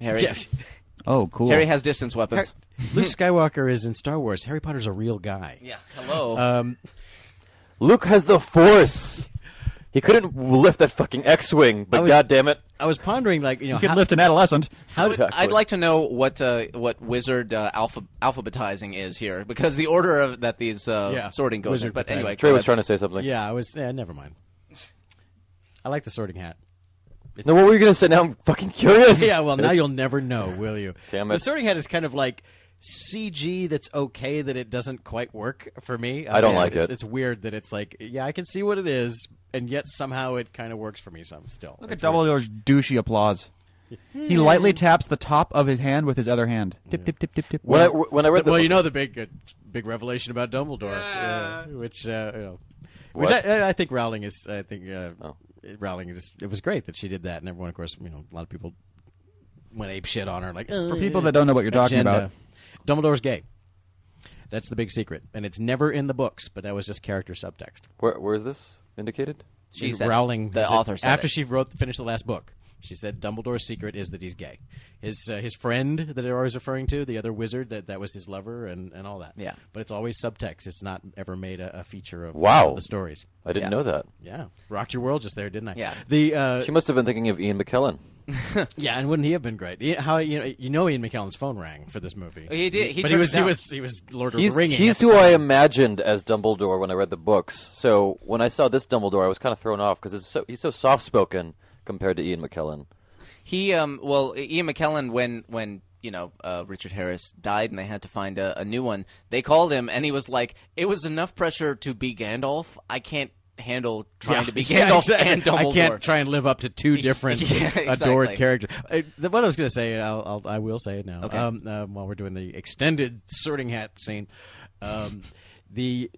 Speaker 4: Harry.
Speaker 5: Yeah.
Speaker 2: Oh, cool.
Speaker 4: *laughs* Harry has distance weapons.
Speaker 5: Luke Skywalker is in Star Wars. Harry Potter's a real guy.
Speaker 4: yeah. Hello.
Speaker 5: Um,
Speaker 3: Luke has the Force. He couldn't lift that fucking X-wing, but
Speaker 5: I was-
Speaker 3: goddamn it,
Speaker 5: I was pondering, like, you know,
Speaker 2: You could
Speaker 5: how,
Speaker 2: lift an adolescent.
Speaker 5: how did-
Speaker 3: Exactly.
Speaker 4: I'd like to know what uh, what wizard uh, alpha, alphabetizing is here because the order of that these uh,
Speaker 5: Yeah.
Speaker 4: sorting goes in.
Speaker 5: Wizard
Speaker 4: But
Speaker 5: potizing.
Speaker 4: anyway,
Speaker 3: Trey
Speaker 4: go
Speaker 3: was
Speaker 4: ahead.
Speaker 3: trying to say something.
Speaker 5: yeah, I was. Yeah, never mind. I like the sorting hat.
Speaker 3: No, what were you gonna say? Now I'm fucking curious.
Speaker 5: *laughs* Yeah, well, now
Speaker 3: It's-
Speaker 5: you'll never know, will you?
Speaker 3: Damn
Speaker 5: The
Speaker 3: it.
Speaker 5: sorting hat is kind of like CG that's okay that it doesn't quite work for me.
Speaker 3: I don't
Speaker 5: mean,
Speaker 3: like
Speaker 5: it's,
Speaker 3: it.
Speaker 5: It's weird that it's like, yeah, I can see what it is, and yet somehow it kind of works for me some still.
Speaker 2: Look at Dumbledore's douchey applause. He lightly taps the top of his hand with his other hand. Hmm. Tip, tip, tip, tip, tip.
Speaker 3: When I, when *laughs* I read the
Speaker 5: well, you know the big uh, big revelation about Dumbledore, uh, which uh, you know, which
Speaker 3: What?
Speaker 5: I, I think Rowling is. I think uh,
Speaker 3: Oh.
Speaker 5: Rowling just. It was great that she did that, and everyone, of course, you know, a lot of people went ape shit on her. Like "Uh,
Speaker 2: For people that don't know what you're talking about,
Speaker 5: Dumbledore's gay. That's the big secret, and it's never in the books. But that was just character subtext.
Speaker 3: where, where is this indicated?
Speaker 4: She said it.
Speaker 5: Rowling,
Speaker 4: the
Speaker 5: said-
Speaker 4: author, said
Speaker 5: after
Speaker 4: it.
Speaker 5: she wrote, finished the last book, she said Dumbledore's secret is that he's gay. His uh, his friend that they're always referring to, the other wizard that that was his lover, and and all that.
Speaker 4: Yeah.
Speaker 5: but it's always subtext. It's not ever made a, a feature of
Speaker 3: Wow.
Speaker 5: the stories.
Speaker 3: I didn't
Speaker 4: Yeah.
Speaker 3: know that.
Speaker 5: Yeah, rocked your world just there, didn't I?
Speaker 4: Yeah.
Speaker 5: the uh,
Speaker 3: She must have been thinking of Ian McKellen.
Speaker 5: yeah, and wouldn't he have been great? He- How you know, you know Ian McKellen's phone rang for this movie.
Speaker 4: He did. He
Speaker 5: but
Speaker 4: took
Speaker 5: he
Speaker 4: it
Speaker 5: was he
Speaker 4: down.
Speaker 5: was he was Lord
Speaker 3: He's,
Speaker 5: of the Ringing.
Speaker 3: he's
Speaker 5: at the
Speaker 3: who I
Speaker 5: time.
Speaker 3: imagined as Dumbledore when I read the books. So when I saw this Dumbledore, I was kind of thrown off because so, he's so soft spoken compared to Ian McKellen.
Speaker 4: He um well Ian McKellen when when you know uh, Richard Harris died and they had to find a, a new one they called him and he was like it was enough pressure to be Gandalf I can't handle trying
Speaker 5: Yeah,
Speaker 4: to
Speaker 5: *laughs*
Speaker 4: be
Speaker 5: yeah,
Speaker 4: Gandalf
Speaker 5: exactly.
Speaker 4: and Dumbledore
Speaker 5: I can't try and live up to two different
Speaker 4: *laughs* Yeah,
Speaker 5: adored
Speaker 4: exactly.
Speaker 5: characters. I, the, what I was going to say, I'll, I'll, I will say it now.
Speaker 4: Okay.
Speaker 5: Um, um, while we're doing the extended sorting hat scene, um, *laughs* the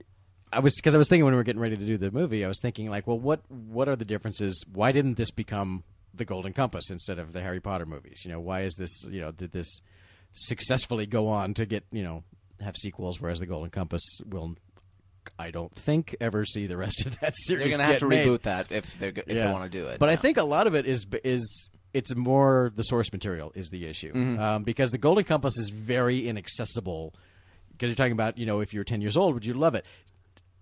Speaker 5: I was because I was thinking when we were getting ready to do the movie, I was thinking like, well, what what are the differences? Why didn't this become the Golden Compass instead of the Harry Potter movies? You know, why is this? You know, did this successfully go on to get you know have sequels, whereas the Golden Compass will. I don't think ever see the rest of that series.
Speaker 4: they're gonna have
Speaker 5: get
Speaker 4: to
Speaker 5: made.
Speaker 4: reboot that if they're go- if
Speaker 5: Yeah.
Speaker 4: they want to do it
Speaker 5: But I
Speaker 4: yeah.
Speaker 5: think a lot of it is is it's more the source material is the issue
Speaker 4: Mm-hmm.
Speaker 5: um, because the Golden Compass is very inaccessible. Because you're talking about you know if you're 10 years old, would you love it?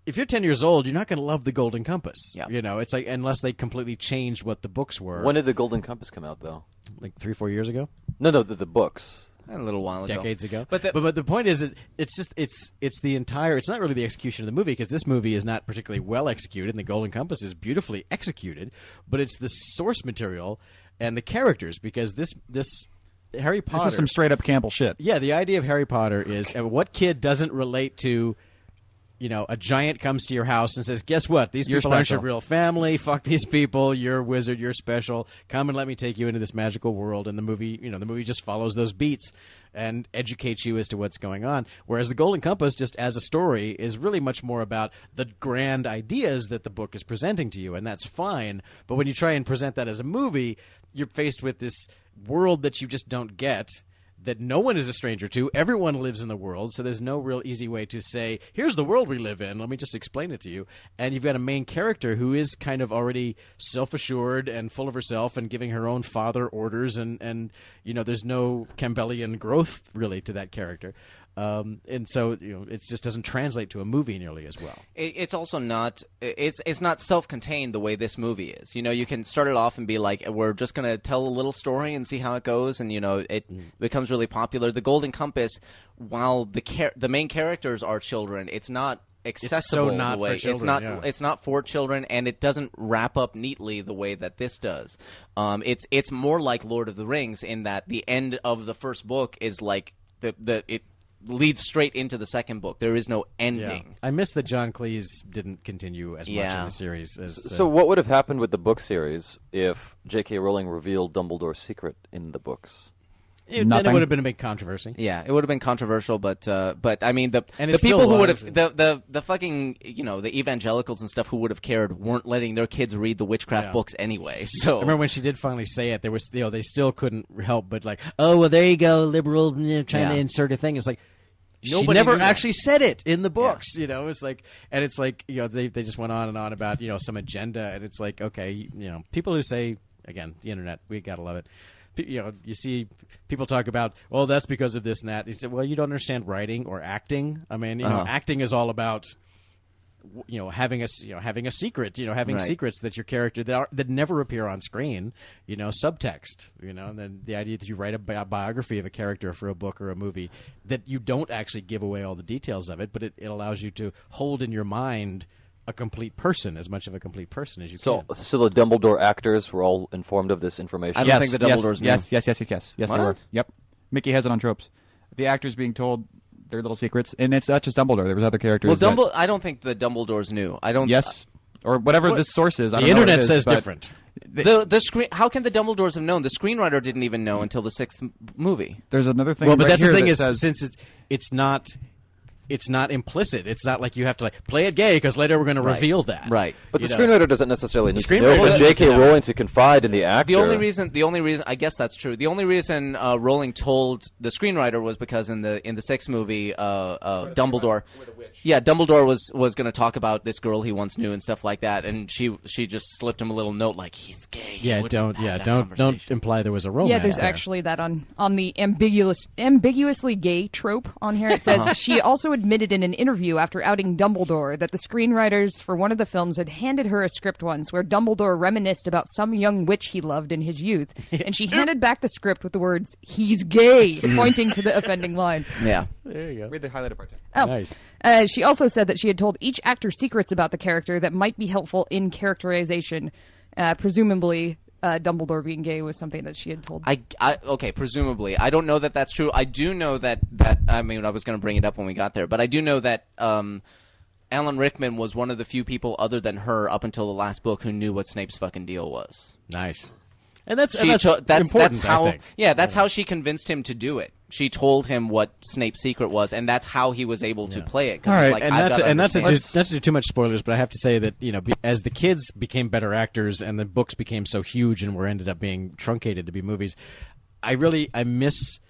Speaker 5: If you're 10 years old, you're not going to love the Golden Compass.
Speaker 4: Yeah.
Speaker 5: You know, it's like unless they completely changed what the books were,
Speaker 3: When did the Golden Compass come out, though?
Speaker 5: like three four years ago.
Speaker 3: No, no, the, the books.
Speaker 4: a little while ago
Speaker 5: decades ago.
Speaker 4: but the,
Speaker 5: but the point is, it, it's just it's it's the entire. It's not really the execution of the movie because this movie is not particularly well executed, and the Golden Compass is beautifully executed. But it's the source material and the characters because this this Harry Potter.
Speaker 2: this is some straight up Campbell shit.
Speaker 5: yeah, the idea of Harry Potter is and what kid doesn't relate to. You know, a giant comes to your house and says, "Guess what? These
Speaker 2: You're
Speaker 5: people aren't your
Speaker 2: special."
Speaker 5: real family. Fuck these people. You're a wizard. You're special. Come and let me take you into this magical world." And the movie, you know, the movie just follows those beats and educates you as to what's going on. Whereas the Golden Compass, just as a story, is really much more about the grand ideas that the book is presenting to you, and that's fine. But when you try and present that as a movie, you're faced with this world that you just don't get that no one is a stranger to. Everyone lives in the world, so there's no real easy way to say, here's the world we live in. Let me just explain it to you. And you've got a main character who is kind of already self assured and full of herself and giving her own father orders. And, and you know, there's no Campbellian growth really to that character. Um, and so, you know, it just doesn't translate to a movie nearly as well.
Speaker 4: it, it's also not it's it's not self-contained the way this movie is. You know, you can start it off and be like, we're just going to tell a little story and see how it goes, and you know, it
Speaker 5: Mm.
Speaker 4: becomes really popular. The Golden Compass, while the char- the main characters are children, it's not accessible
Speaker 5: not
Speaker 4: the
Speaker 5: for
Speaker 4: way it's
Speaker 5: children,
Speaker 4: not
Speaker 5: yeah.
Speaker 4: it's not for children and it doesn't wrap up neatly the way that this does um it's it's more like lord of the rings in that the end of the first book is like the the it leads straight into the second book there is no ending
Speaker 5: I miss that John Cleese didn't continue as much in
Speaker 4: Yeah.
Speaker 5: the series as. uh,
Speaker 3: So what would have happened with the book series if J.K. Rowling revealed Dumbledore's secret in the books?
Speaker 5: it, then it
Speaker 2: Nothing.
Speaker 5: would have been a big controversy.
Speaker 4: Yeah, it would have been controversial, but uh, but I mean the
Speaker 5: And
Speaker 4: the
Speaker 5: it still
Speaker 4: people who would
Speaker 5: was.
Speaker 4: have the, the the fucking you know the evangelicals and stuff who would have cared weren't letting their kids read the witchcraft books anyway. *laughs* So
Speaker 5: I remember when she did finally say it, there was you know they still couldn't help but like, oh well, there you go, liberal you know, trying to
Speaker 4: Yeah.
Speaker 5: insert a thing. It's like she
Speaker 4: Nobody
Speaker 5: never
Speaker 4: knew that.
Speaker 5: actually said it in the books, you know. It's like, and it's like you know they they just went on and on about you know some agenda, and it's like okay, you know, people who say again the internet, we gotta love it. P- You know, you see people talk about, oh, that's because
Speaker 4: Uh-huh.
Speaker 5: of this and that. You say, well, you don't understand writing or acting. I mean, you know, acting is all about w- you know having a s- you know having a secret, you know having
Speaker 4: Right.
Speaker 5: secrets that your character that are, that never appear on screen, you know subtext, you know, and then the idea that you write a bi- biography of a character for a book or a movie that you don't actually give away all the details of it, but it, it allows you to hold in your mind a complete person as much of a complete person as you
Speaker 3: So,
Speaker 5: can.
Speaker 3: so the Dumbledore actors were all informed of this information.
Speaker 4: I don't
Speaker 2: yes,
Speaker 4: think the
Speaker 2: yes,
Speaker 4: Dumbledores knew.
Speaker 2: yes, yes, yes, yes, yes, yes, they were.
Speaker 4: What?
Speaker 2: Yep. Mickey has it on tropes. The actors being told their little secrets, and it's not just Dumbledore. There was other characters.
Speaker 4: Well,
Speaker 2: that-
Speaker 4: Dumbledore. I don't think the Dumbledores knew. I don't.
Speaker 2: yes, or whatever this source is. I
Speaker 5: The
Speaker 2: don't know what
Speaker 5: internet
Speaker 2: it is,
Speaker 5: says
Speaker 2: but-
Speaker 5: different.
Speaker 4: uh, The the screen. How can the Dumbledores have known? The screenwriter didn't even know until the sixth m- movie.
Speaker 2: There's another thing.
Speaker 5: Well, but
Speaker 2: right
Speaker 5: that's the
Speaker 2: here
Speaker 5: thing
Speaker 2: that
Speaker 5: is
Speaker 2: says-
Speaker 5: since it's it's not it's not implicit. It's not like you have to like play it gay because later we're going to reveal that.
Speaker 4: Right.
Speaker 3: but the
Speaker 5: You know?
Speaker 3: screenwriter doesn't necessarily need to
Speaker 5: screenwriter
Speaker 3: know. because
Speaker 5: doesn't need
Speaker 3: J.K.
Speaker 5: to know.
Speaker 3: Rowling to confide in the actor.
Speaker 4: The only reason, the only reason, I guess that's true. The only reason uh, Rowling told the screenwriter was because in the in the sixth movie, uh, uh, Dumbledore, yeah, Dumbledore was was going to talk about this girl he once knew and stuff like that, and she she just slipped him a little note like he's gay. He
Speaker 5: Yeah.
Speaker 4: wouldn't
Speaker 5: Don't.
Speaker 4: have
Speaker 5: Yeah.
Speaker 4: that
Speaker 5: Don't. Don't
Speaker 4: conversation."
Speaker 5: imply there was a romance.
Speaker 6: Yeah, there's
Speaker 5: there.
Speaker 6: actually that on on the ambiguous ambiguously gay trope on here. It says she also admitted in an interview after outing Dumbledore that the screenwriters for one of the films had handed her a script once where Dumbledore reminisced about some young witch he loved in his youth, and she handed back the script with the words "He's gay," pointing to the offending line.
Speaker 4: Yeah.
Speaker 5: There you go.
Speaker 2: Read the highlighted part.
Speaker 6: Oh.
Speaker 5: Nice.
Speaker 6: Uh, she also said that she had told each actor secrets about the character that might be helpful in characterization. Uh, presumably, uh, Dumbledore being gay was something that she had told.
Speaker 4: I, I okay, presumably. I don't know that that's true. I do know that that I mean, I was going to bring it up when we got there, but I do know that um, Alan Rickman was one of the few people other than her up until the last book who knew what Snape's fucking deal was.
Speaker 5: Nice. And that's
Speaker 4: She
Speaker 5: and that's,
Speaker 4: to- that's
Speaker 5: important.
Speaker 4: that's how
Speaker 5: I think.
Speaker 4: yeah, that's how she convinced him to do it. She told him what Snape's secret was, and that's how he was able to play it. 'cause
Speaker 5: All
Speaker 4: it's
Speaker 5: right,
Speaker 4: like,
Speaker 5: and
Speaker 4: I've
Speaker 5: not to,
Speaker 4: gotta
Speaker 5: and not to, do,
Speaker 4: understand.
Speaker 5: not to do too much spoilers, but I have to say that you know, be, as the kids became better actors and the books became so huge and were ended up being truncated to be movies, I really I miss.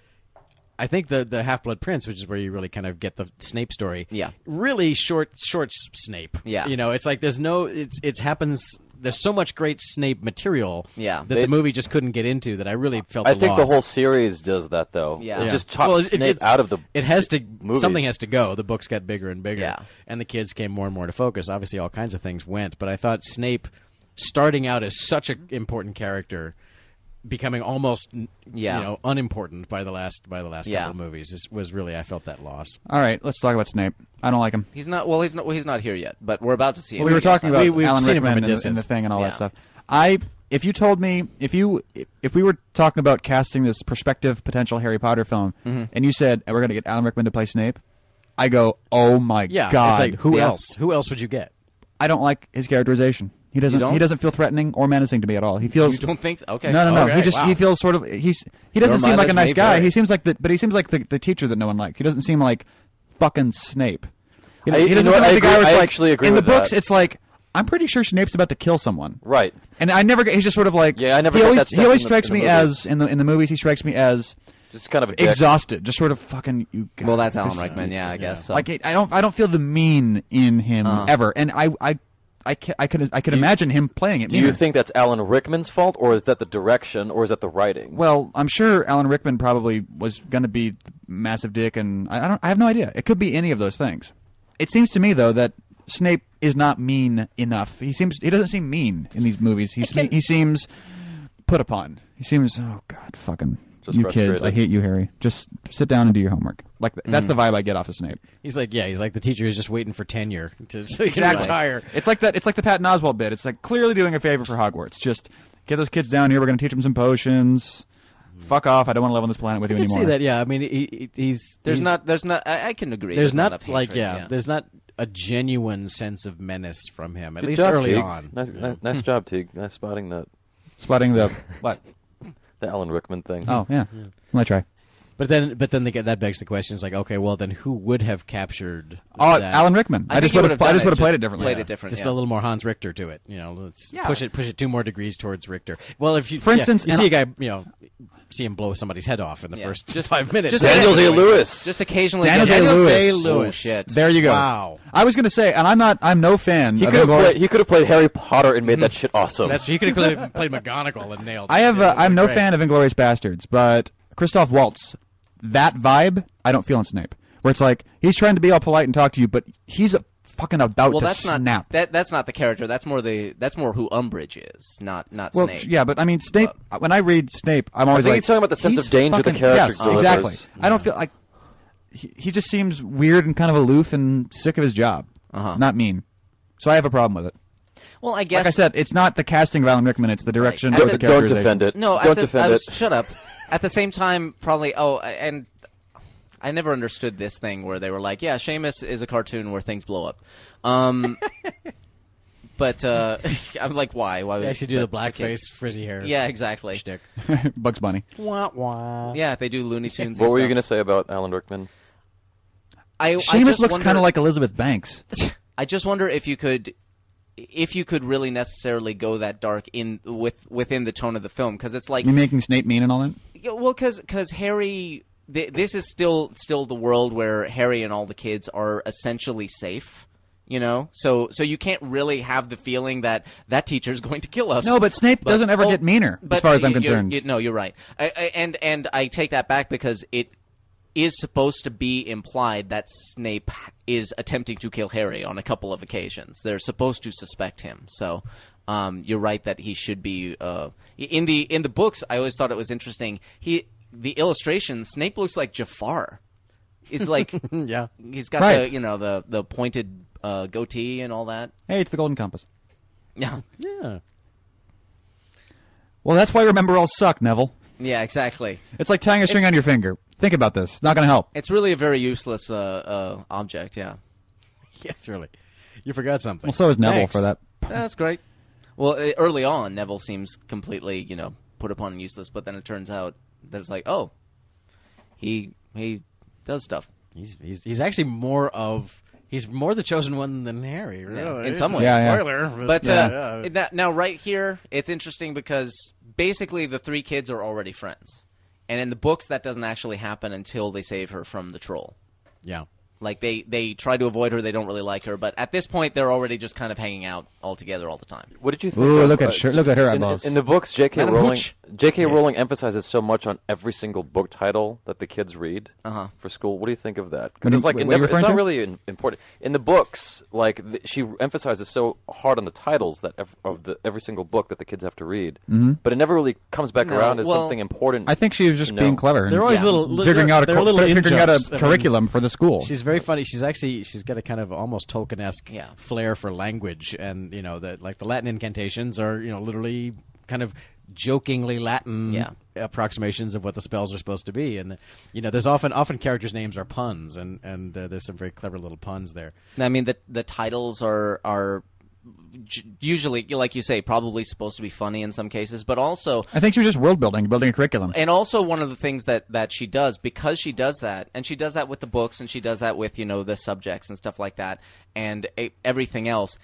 Speaker 5: I think the the Half Blood Prince, which is where you really kind of get the Snape story.
Speaker 4: Yeah.
Speaker 5: really short short s- Snape.
Speaker 4: Yeah.
Speaker 5: you know, it's like there's no it's it's happens. There's so much great Snape material.
Speaker 4: Yeah.
Speaker 5: that the movie just couldn't get into that I really felt.
Speaker 3: I think the
Speaker 5: loss.
Speaker 3: whole series does that though.
Speaker 4: Yeah.
Speaker 3: It
Speaker 4: Yeah.
Speaker 3: just chops
Speaker 5: Well, it-
Speaker 3: Snape
Speaker 5: it's-
Speaker 3: out of the.
Speaker 5: It has to.
Speaker 3: movies.
Speaker 5: Something has to go. The books got bigger and bigger,
Speaker 4: Yeah.
Speaker 5: and the kids came more and more to focus. Obviously, all kinds of things went, but I thought Snape, starting out as such an important character, becoming almost n-
Speaker 4: Yeah.
Speaker 5: you know unimportant by the last by the last
Speaker 4: Yeah.
Speaker 5: couple of movies is, was really I felt that loss.
Speaker 2: All right, let's talk about Snape. I don't like him.
Speaker 4: he's not well. He's not. Well, he's not here yet, but we're about to see. him.
Speaker 2: we were talking about
Speaker 5: We- we've
Speaker 2: Alan
Speaker 5: seen him from
Speaker 2: Rickman and,
Speaker 5: a
Speaker 2: and
Speaker 5: distance.
Speaker 2: the thing and all
Speaker 4: Yeah.
Speaker 2: that stuff. I, if you told me, if you, if we were talking about casting this prospective potential Harry Potter film,
Speaker 5: Mm-hmm.
Speaker 2: and you said "And we're going to get Alan Rickman to play Snape, I go, oh my
Speaker 5: Yeah,
Speaker 2: god,
Speaker 5: it's like who
Speaker 4: Yeah.
Speaker 5: else? Who else would you get?
Speaker 2: I don't like his characterization. He doesn't.
Speaker 4: don't?
Speaker 2: He doesn't feel threatening or menacing to me at all. He feels.
Speaker 4: You don't think? So? Okay.
Speaker 2: No, no, no.
Speaker 5: Okay,
Speaker 2: he just
Speaker 5: wow.
Speaker 2: he feels sort of he's he doesn't
Speaker 4: Your
Speaker 2: seem like a
Speaker 4: mileage may
Speaker 2: nice guy.
Speaker 4: vary.
Speaker 2: He seems like the but he seems like the, the teacher that no one liked. He doesn't seem like fucking Snape. He,
Speaker 3: I-
Speaker 2: he
Speaker 3: you
Speaker 2: doesn't
Speaker 3: know
Speaker 2: seem
Speaker 3: what,
Speaker 2: like
Speaker 3: I
Speaker 2: the guy
Speaker 3: agree-
Speaker 2: who's
Speaker 3: I
Speaker 2: like
Speaker 3: actually agree
Speaker 2: in the
Speaker 3: with that.
Speaker 2: books. It's like I'm pretty sure Snape's about to kill someone,
Speaker 3: Right.
Speaker 2: And I never get. He's just sort of like
Speaker 3: Yeah, I never
Speaker 2: He
Speaker 3: get
Speaker 2: always
Speaker 3: that
Speaker 2: he
Speaker 3: sense
Speaker 2: always
Speaker 3: in the-
Speaker 2: strikes
Speaker 3: in the
Speaker 2: me
Speaker 3: movie.
Speaker 2: as in the in the movies he strikes me as
Speaker 3: Just kind of a dick.
Speaker 2: exhausted, just sort of fucking you. God,
Speaker 4: Well, that's Alan
Speaker 2: just-
Speaker 4: Rickman. Yeah, I guess. So.
Speaker 2: Like it, I don't I don't feel the mean in him
Speaker 3: Uh.
Speaker 2: ever, and I I. I can I could I could imagine him playing it.
Speaker 3: Do you
Speaker 2: meaner.
Speaker 3: think that's Alan Rickman's fault, or is that the direction, or is that the writing?
Speaker 2: Well, I'm sure Alan Rickman probably was going to be massive dick, and I, I don't. I have no idea. It could be any of those things. It seems to me though that Snape is not mean enough. He seems he doesn't seem mean in these movies. He he seems put upon. He seems oh god fucking
Speaker 3: Just
Speaker 2: you kids.
Speaker 3: frustrated. Mm.
Speaker 2: I hate you, Harry. Just sit down and do your homework. Like that's the vibe I get off of Snape.
Speaker 5: He's like, yeah, he's like the teacher who's just waiting for tenure to so he can retire.
Speaker 2: It's like that. It's like the Patton Oswald bit. It's like clearly doing a favor for Hogwarts. Just get those kids down here. We're going to teach them some potions. Fuck off! I don't want to live on this planet with you
Speaker 5: I can
Speaker 2: anymore.
Speaker 5: see that. Yeah, I mean, he, he, he's
Speaker 4: there's
Speaker 5: he's-
Speaker 4: not. There's not. I, I can agree.
Speaker 5: There's not,
Speaker 4: enough
Speaker 5: like
Speaker 4: hatred,
Speaker 5: yeah, There's not a genuine sense of menace from him at
Speaker 3: Good
Speaker 5: least
Speaker 3: job,
Speaker 5: early
Speaker 3: Teague.
Speaker 5: on.
Speaker 3: Nice, nice,
Speaker 5: *laughs*
Speaker 3: nice job, Teague. Nice spotting that
Speaker 2: Spotting
Speaker 4: *laughs*
Speaker 2: the what?
Speaker 3: the Alan Rickman thing.
Speaker 2: Oh yeah. Let me try.
Speaker 5: But then, but then they get, that begs the question: is like, okay, well, then who would have captured?
Speaker 2: Oh,
Speaker 5: that?
Speaker 2: Alan Rickman. I,
Speaker 4: think
Speaker 2: just
Speaker 4: he
Speaker 2: would
Speaker 4: would've
Speaker 2: have. I
Speaker 4: done
Speaker 2: just would have played it
Speaker 4: just
Speaker 2: differently.
Speaker 4: Played it different.
Speaker 5: Just
Speaker 4: yeah.
Speaker 5: a little more Hans Richter to it, you know. Let's
Speaker 2: Yeah.
Speaker 5: push it, push it two more degrees towards Richter. Well, if you,
Speaker 2: For
Speaker 5: yeah,
Speaker 2: instance,
Speaker 5: you
Speaker 2: and
Speaker 5: see a
Speaker 2: I-
Speaker 5: guy, you know, see him blow somebody's head off in the
Speaker 4: Yeah.
Speaker 5: first *laughs*
Speaker 4: Just-
Speaker 5: five minutes.
Speaker 4: just-
Speaker 3: Daniel Day
Speaker 4: Anyway,
Speaker 3: Lewis.
Speaker 4: Just occasionally.
Speaker 2: Daniel
Speaker 4: get-
Speaker 2: Day-Lewis.
Speaker 4: Oh,
Speaker 5: Lewis.
Speaker 4: shit.
Speaker 2: There you go.
Speaker 5: Wow.
Speaker 2: I was gonna say, and I'm not. I'm no fan.
Speaker 3: he
Speaker 2: of
Speaker 3: could have
Speaker 2: Emma Gold's-
Speaker 3: played. He could have played Harry Potter and made
Speaker 2: Mm.
Speaker 3: that shit awesome.
Speaker 5: That's you could have played McGonagall and nailed.
Speaker 2: I
Speaker 5: it.
Speaker 2: have.
Speaker 5: It
Speaker 2: Uh,
Speaker 5: would've
Speaker 2: I'm
Speaker 5: been
Speaker 2: no
Speaker 5: great.
Speaker 2: fan of Inglorious Bastards, but Christoph Waltz, that vibe, I don't feel in Snape. Where it's like he's trying to be all polite and talk to you, but he's a fucking about
Speaker 4: Well,
Speaker 2: to
Speaker 4: that's
Speaker 2: snap.
Speaker 4: not that. That's not the character. That's more the. That's more who Umbridge is. Not not
Speaker 2: well,
Speaker 4: Snape.
Speaker 2: yeah, but I mean Snape. when I read Snape, I'm always
Speaker 3: think
Speaker 2: like
Speaker 3: he's talking about the sense
Speaker 2: "He's
Speaker 3: of danger the
Speaker 2: fucking-
Speaker 3: character
Speaker 2: Yes,
Speaker 3: delivers.
Speaker 2: exactly. I don't feel like he, he just seems weird and kind of aloof and sick of his job.
Speaker 4: Uh-huh.
Speaker 2: Not mean. So I have a problem with it.
Speaker 4: Well, I guess.
Speaker 2: Like I said, it's not the casting of Alan Rickman; it's the direction
Speaker 4: Right.
Speaker 2: of the
Speaker 3: *laughs* Don't, don't
Speaker 2: characterization.
Speaker 3: defend it.
Speaker 4: No,
Speaker 3: don't
Speaker 4: at the,
Speaker 3: defend
Speaker 4: I was,
Speaker 3: it.
Speaker 4: Shut up. At the same time, probably. Oh, I- and I never understood this thing where they were like, "Yeah, Seamus is a cartoon where things blow up."
Speaker 2: *laughs*
Speaker 4: Um, but uh, *laughs* I'm like, why? Why would
Speaker 5: They actually do the
Speaker 4: but- okay.
Speaker 5: blackface frizzy hair.
Speaker 4: Yeah, exactly.
Speaker 5: Shtick.
Speaker 2: *laughs* Bugs Bunny.
Speaker 5: Wah, wah.
Speaker 4: Yeah, they do Looney Tunes.
Speaker 3: What were you going to
Speaker 4: to?
Speaker 3: say about Alan Rickman?
Speaker 4: I, I
Speaker 2: Seamus
Speaker 4: just
Speaker 2: looks
Speaker 4: wonder-
Speaker 2: kind of like Elizabeth Banks.
Speaker 4: I just wonder if you could, if you could really necessarily go that dark in with within the tone of the film because it's like
Speaker 2: You making Snape mean and all that?
Speaker 4: Yeah, well, because Harry, th- this is still still the world where Harry and all the kids are essentially safe. You know, so so you can't really have the feeling that that teacher's *laughs* going to kill us. oh,
Speaker 2: No, but Snape doesn't ever get meaner, as
Speaker 4: but
Speaker 2: far as I'm
Speaker 4: you- you're-
Speaker 2: concerned.
Speaker 4: you- no, you're right, I, I, and and I take that back because it is supposed to be implied that Snape is attempting to kill Harry on a couple of occasions. They're supposed to suspect him. So um, you're right that he should be uh, in the in the books. I always thought it was interesting. He the illustration Snape looks like Jafar. It's like
Speaker 5: Yeah.
Speaker 4: he's got the
Speaker 2: Right.
Speaker 4: you know the the pointed uh, goatee and all that.
Speaker 2: Hey, it's the Golden Compass.
Speaker 4: Yeah,
Speaker 5: Yeah.
Speaker 2: Well, that's why remember all suck, Neville.
Speaker 4: yeah, exactly.
Speaker 2: It's like tying a string on your finger. Think about this. It's not going to help.
Speaker 4: It's really a very useless uh, uh, object. Yeah.
Speaker 5: *laughs* Yes, really. You forgot something.
Speaker 2: Well, so is Neville
Speaker 5: Thanks.
Speaker 2: for that.
Speaker 5: Uh,
Speaker 4: That's great. Well, uh, early on, Neville seems completely, you know, put upon and useless, but then it turns out that it's like, oh, he he does stuff.
Speaker 5: He's, he's he's actually more of he's more the chosen one than Harry. Really.
Speaker 4: in some ways.
Speaker 2: Yeah, yeah.
Speaker 5: Spoiler,
Speaker 4: But
Speaker 5: yeah,
Speaker 4: uh,
Speaker 5: yeah.
Speaker 4: that- now, right here, it's interesting because basically the three kids are already friends, and in the books, that doesn't actually happen until they save her from the troll.
Speaker 5: yeah.
Speaker 4: Like they they try to avoid her, they don't really like her, but at this point, they're already just kind of hanging out all together all the time.
Speaker 3: What did you think?
Speaker 2: Ooh,
Speaker 3: of,
Speaker 2: look
Speaker 3: uh,
Speaker 2: at her, look at her
Speaker 3: in,
Speaker 2: eyeballs.
Speaker 3: in the books, J.K.
Speaker 4: Madam
Speaker 3: Rowling,
Speaker 4: Hooch.
Speaker 3: J.K. Rowling emphasizes so much on every single book title that the kids read
Speaker 4: Uh-huh.
Speaker 3: for school. What do you think of that?
Speaker 2: What
Speaker 3: Because
Speaker 2: do
Speaker 3: it's
Speaker 2: you-
Speaker 3: like it
Speaker 2: what are you
Speaker 3: never, it's
Speaker 2: referring
Speaker 3: not
Speaker 2: to?
Speaker 3: really in, important in the books. Like th- she emphasizes so hard on the titles that ev- of the every single book that the kids have to read, but it never really comes back
Speaker 4: No,
Speaker 3: around as
Speaker 4: well,
Speaker 3: something important.
Speaker 2: Mm-hmm. I think she was just
Speaker 3: No.
Speaker 2: being clever. and
Speaker 5: They're always
Speaker 4: Yeah.
Speaker 5: little li-
Speaker 2: figuring
Speaker 5: they're-
Speaker 2: out a
Speaker 5: they're
Speaker 2: cor-
Speaker 5: little in
Speaker 2: figuring out a
Speaker 5: jokes. I mean,
Speaker 2: curriculum for the school.
Speaker 5: She's very funny. She's actually she's got a kind of almost Tolkien-esque
Speaker 4: Yeah.
Speaker 5: flair for language, and you know that like the Latin incantations are you know literally kind of jokingly Latin
Speaker 4: Yeah.
Speaker 5: approximations of what the spells are supposed to be, and you know there's often often characters' names are puns, and and uh, there's some very clever little puns there.
Speaker 4: I mean, the the titles are are j- usually, like you say, probably supposed to be funny in some cases, but also
Speaker 2: I think she was just world building, building a curriculum.
Speaker 4: and also one of the things that that she does because she does that, and she does that with the books, and she does that with you know the subjects and stuff like that, and a, everything else.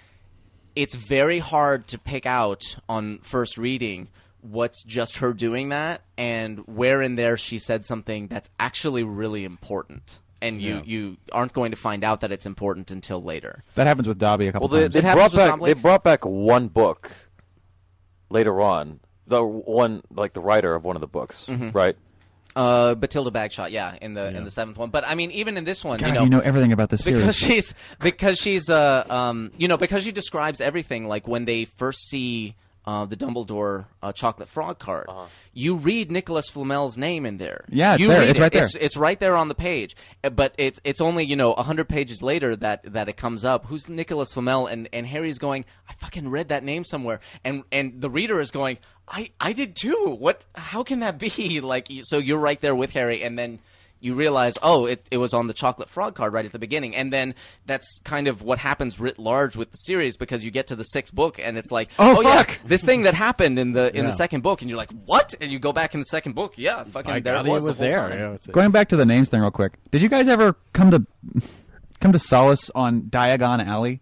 Speaker 4: It's very hard to pick out on first reading what's just her doing that and where in there she said something that's actually really important. And you, you aren't going to find out that it's important until later.
Speaker 2: That happens with Dobby a couple
Speaker 3: Well, they,
Speaker 2: times.
Speaker 3: they
Speaker 4: It happens
Speaker 3: brought
Speaker 4: with
Speaker 3: back
Speaker 4: Tom
Speaker 3: they
Speaker 4: Blake.
Speaker 3: brought back one book later on. The one like the writer of one of the books,
Speaker 4: Mm-hmm.
Speaker 3: right?
Speaker 4: Uh, Batilda Bagshot, yeah, in the in the seventh one. But I mean, even in this one,
Speaker 2: God,
Speaker 4: you know,
Speaker 2: everything about this series.
Speaker 4: because she's because she's uh um you know because she describes everything like when they first see. Uh, the Dumbledore uh, chocolate frog card. You read Nicholas Flamel's name in there.
Speaker 2: Yeah, it's
Speaker 4: you
Speaker 2: there.
Speaker 4: read
Speaker 2: It's
Speaker 4: it.
Speaker 2: right there.
Speaker 4: It's, it's right there on the page. Uh, But it's it's only you know hundred pages later that that it comes up. Who's Nicholas Flamel? And and Harry's going, I fucking read that name somewhere. And and the reader is going, I I did too. What? How can that be? *laughs* Like you- so, you're right there with Harry, and then you realize, oh, it, it was on the chocolate frog card right at the beginning. And then that's kind of what happens writ large with the series because you get to the sixth book and it's like,
Speaker 2: Oh,
Speaker 4: yeah,
Speaker 2: fuck.
Speaker 4: *laughs* this thing that happened in the in the
Speaker 5: Yeah.
Speaker 4: second book, and you're like, what? And you go back in the second book, yeah, fucking
Speaker 5: By
Speaker 4: there
Speaker 5: golly,
Speaker 4: it was, the whole
Speaker 5: there.
Speaker 4: time.
Speaker 5: you know, it's-
Speaker 2: Going back to the names thing real quick. Did you guys ever come to come to solace on Diagon Alley?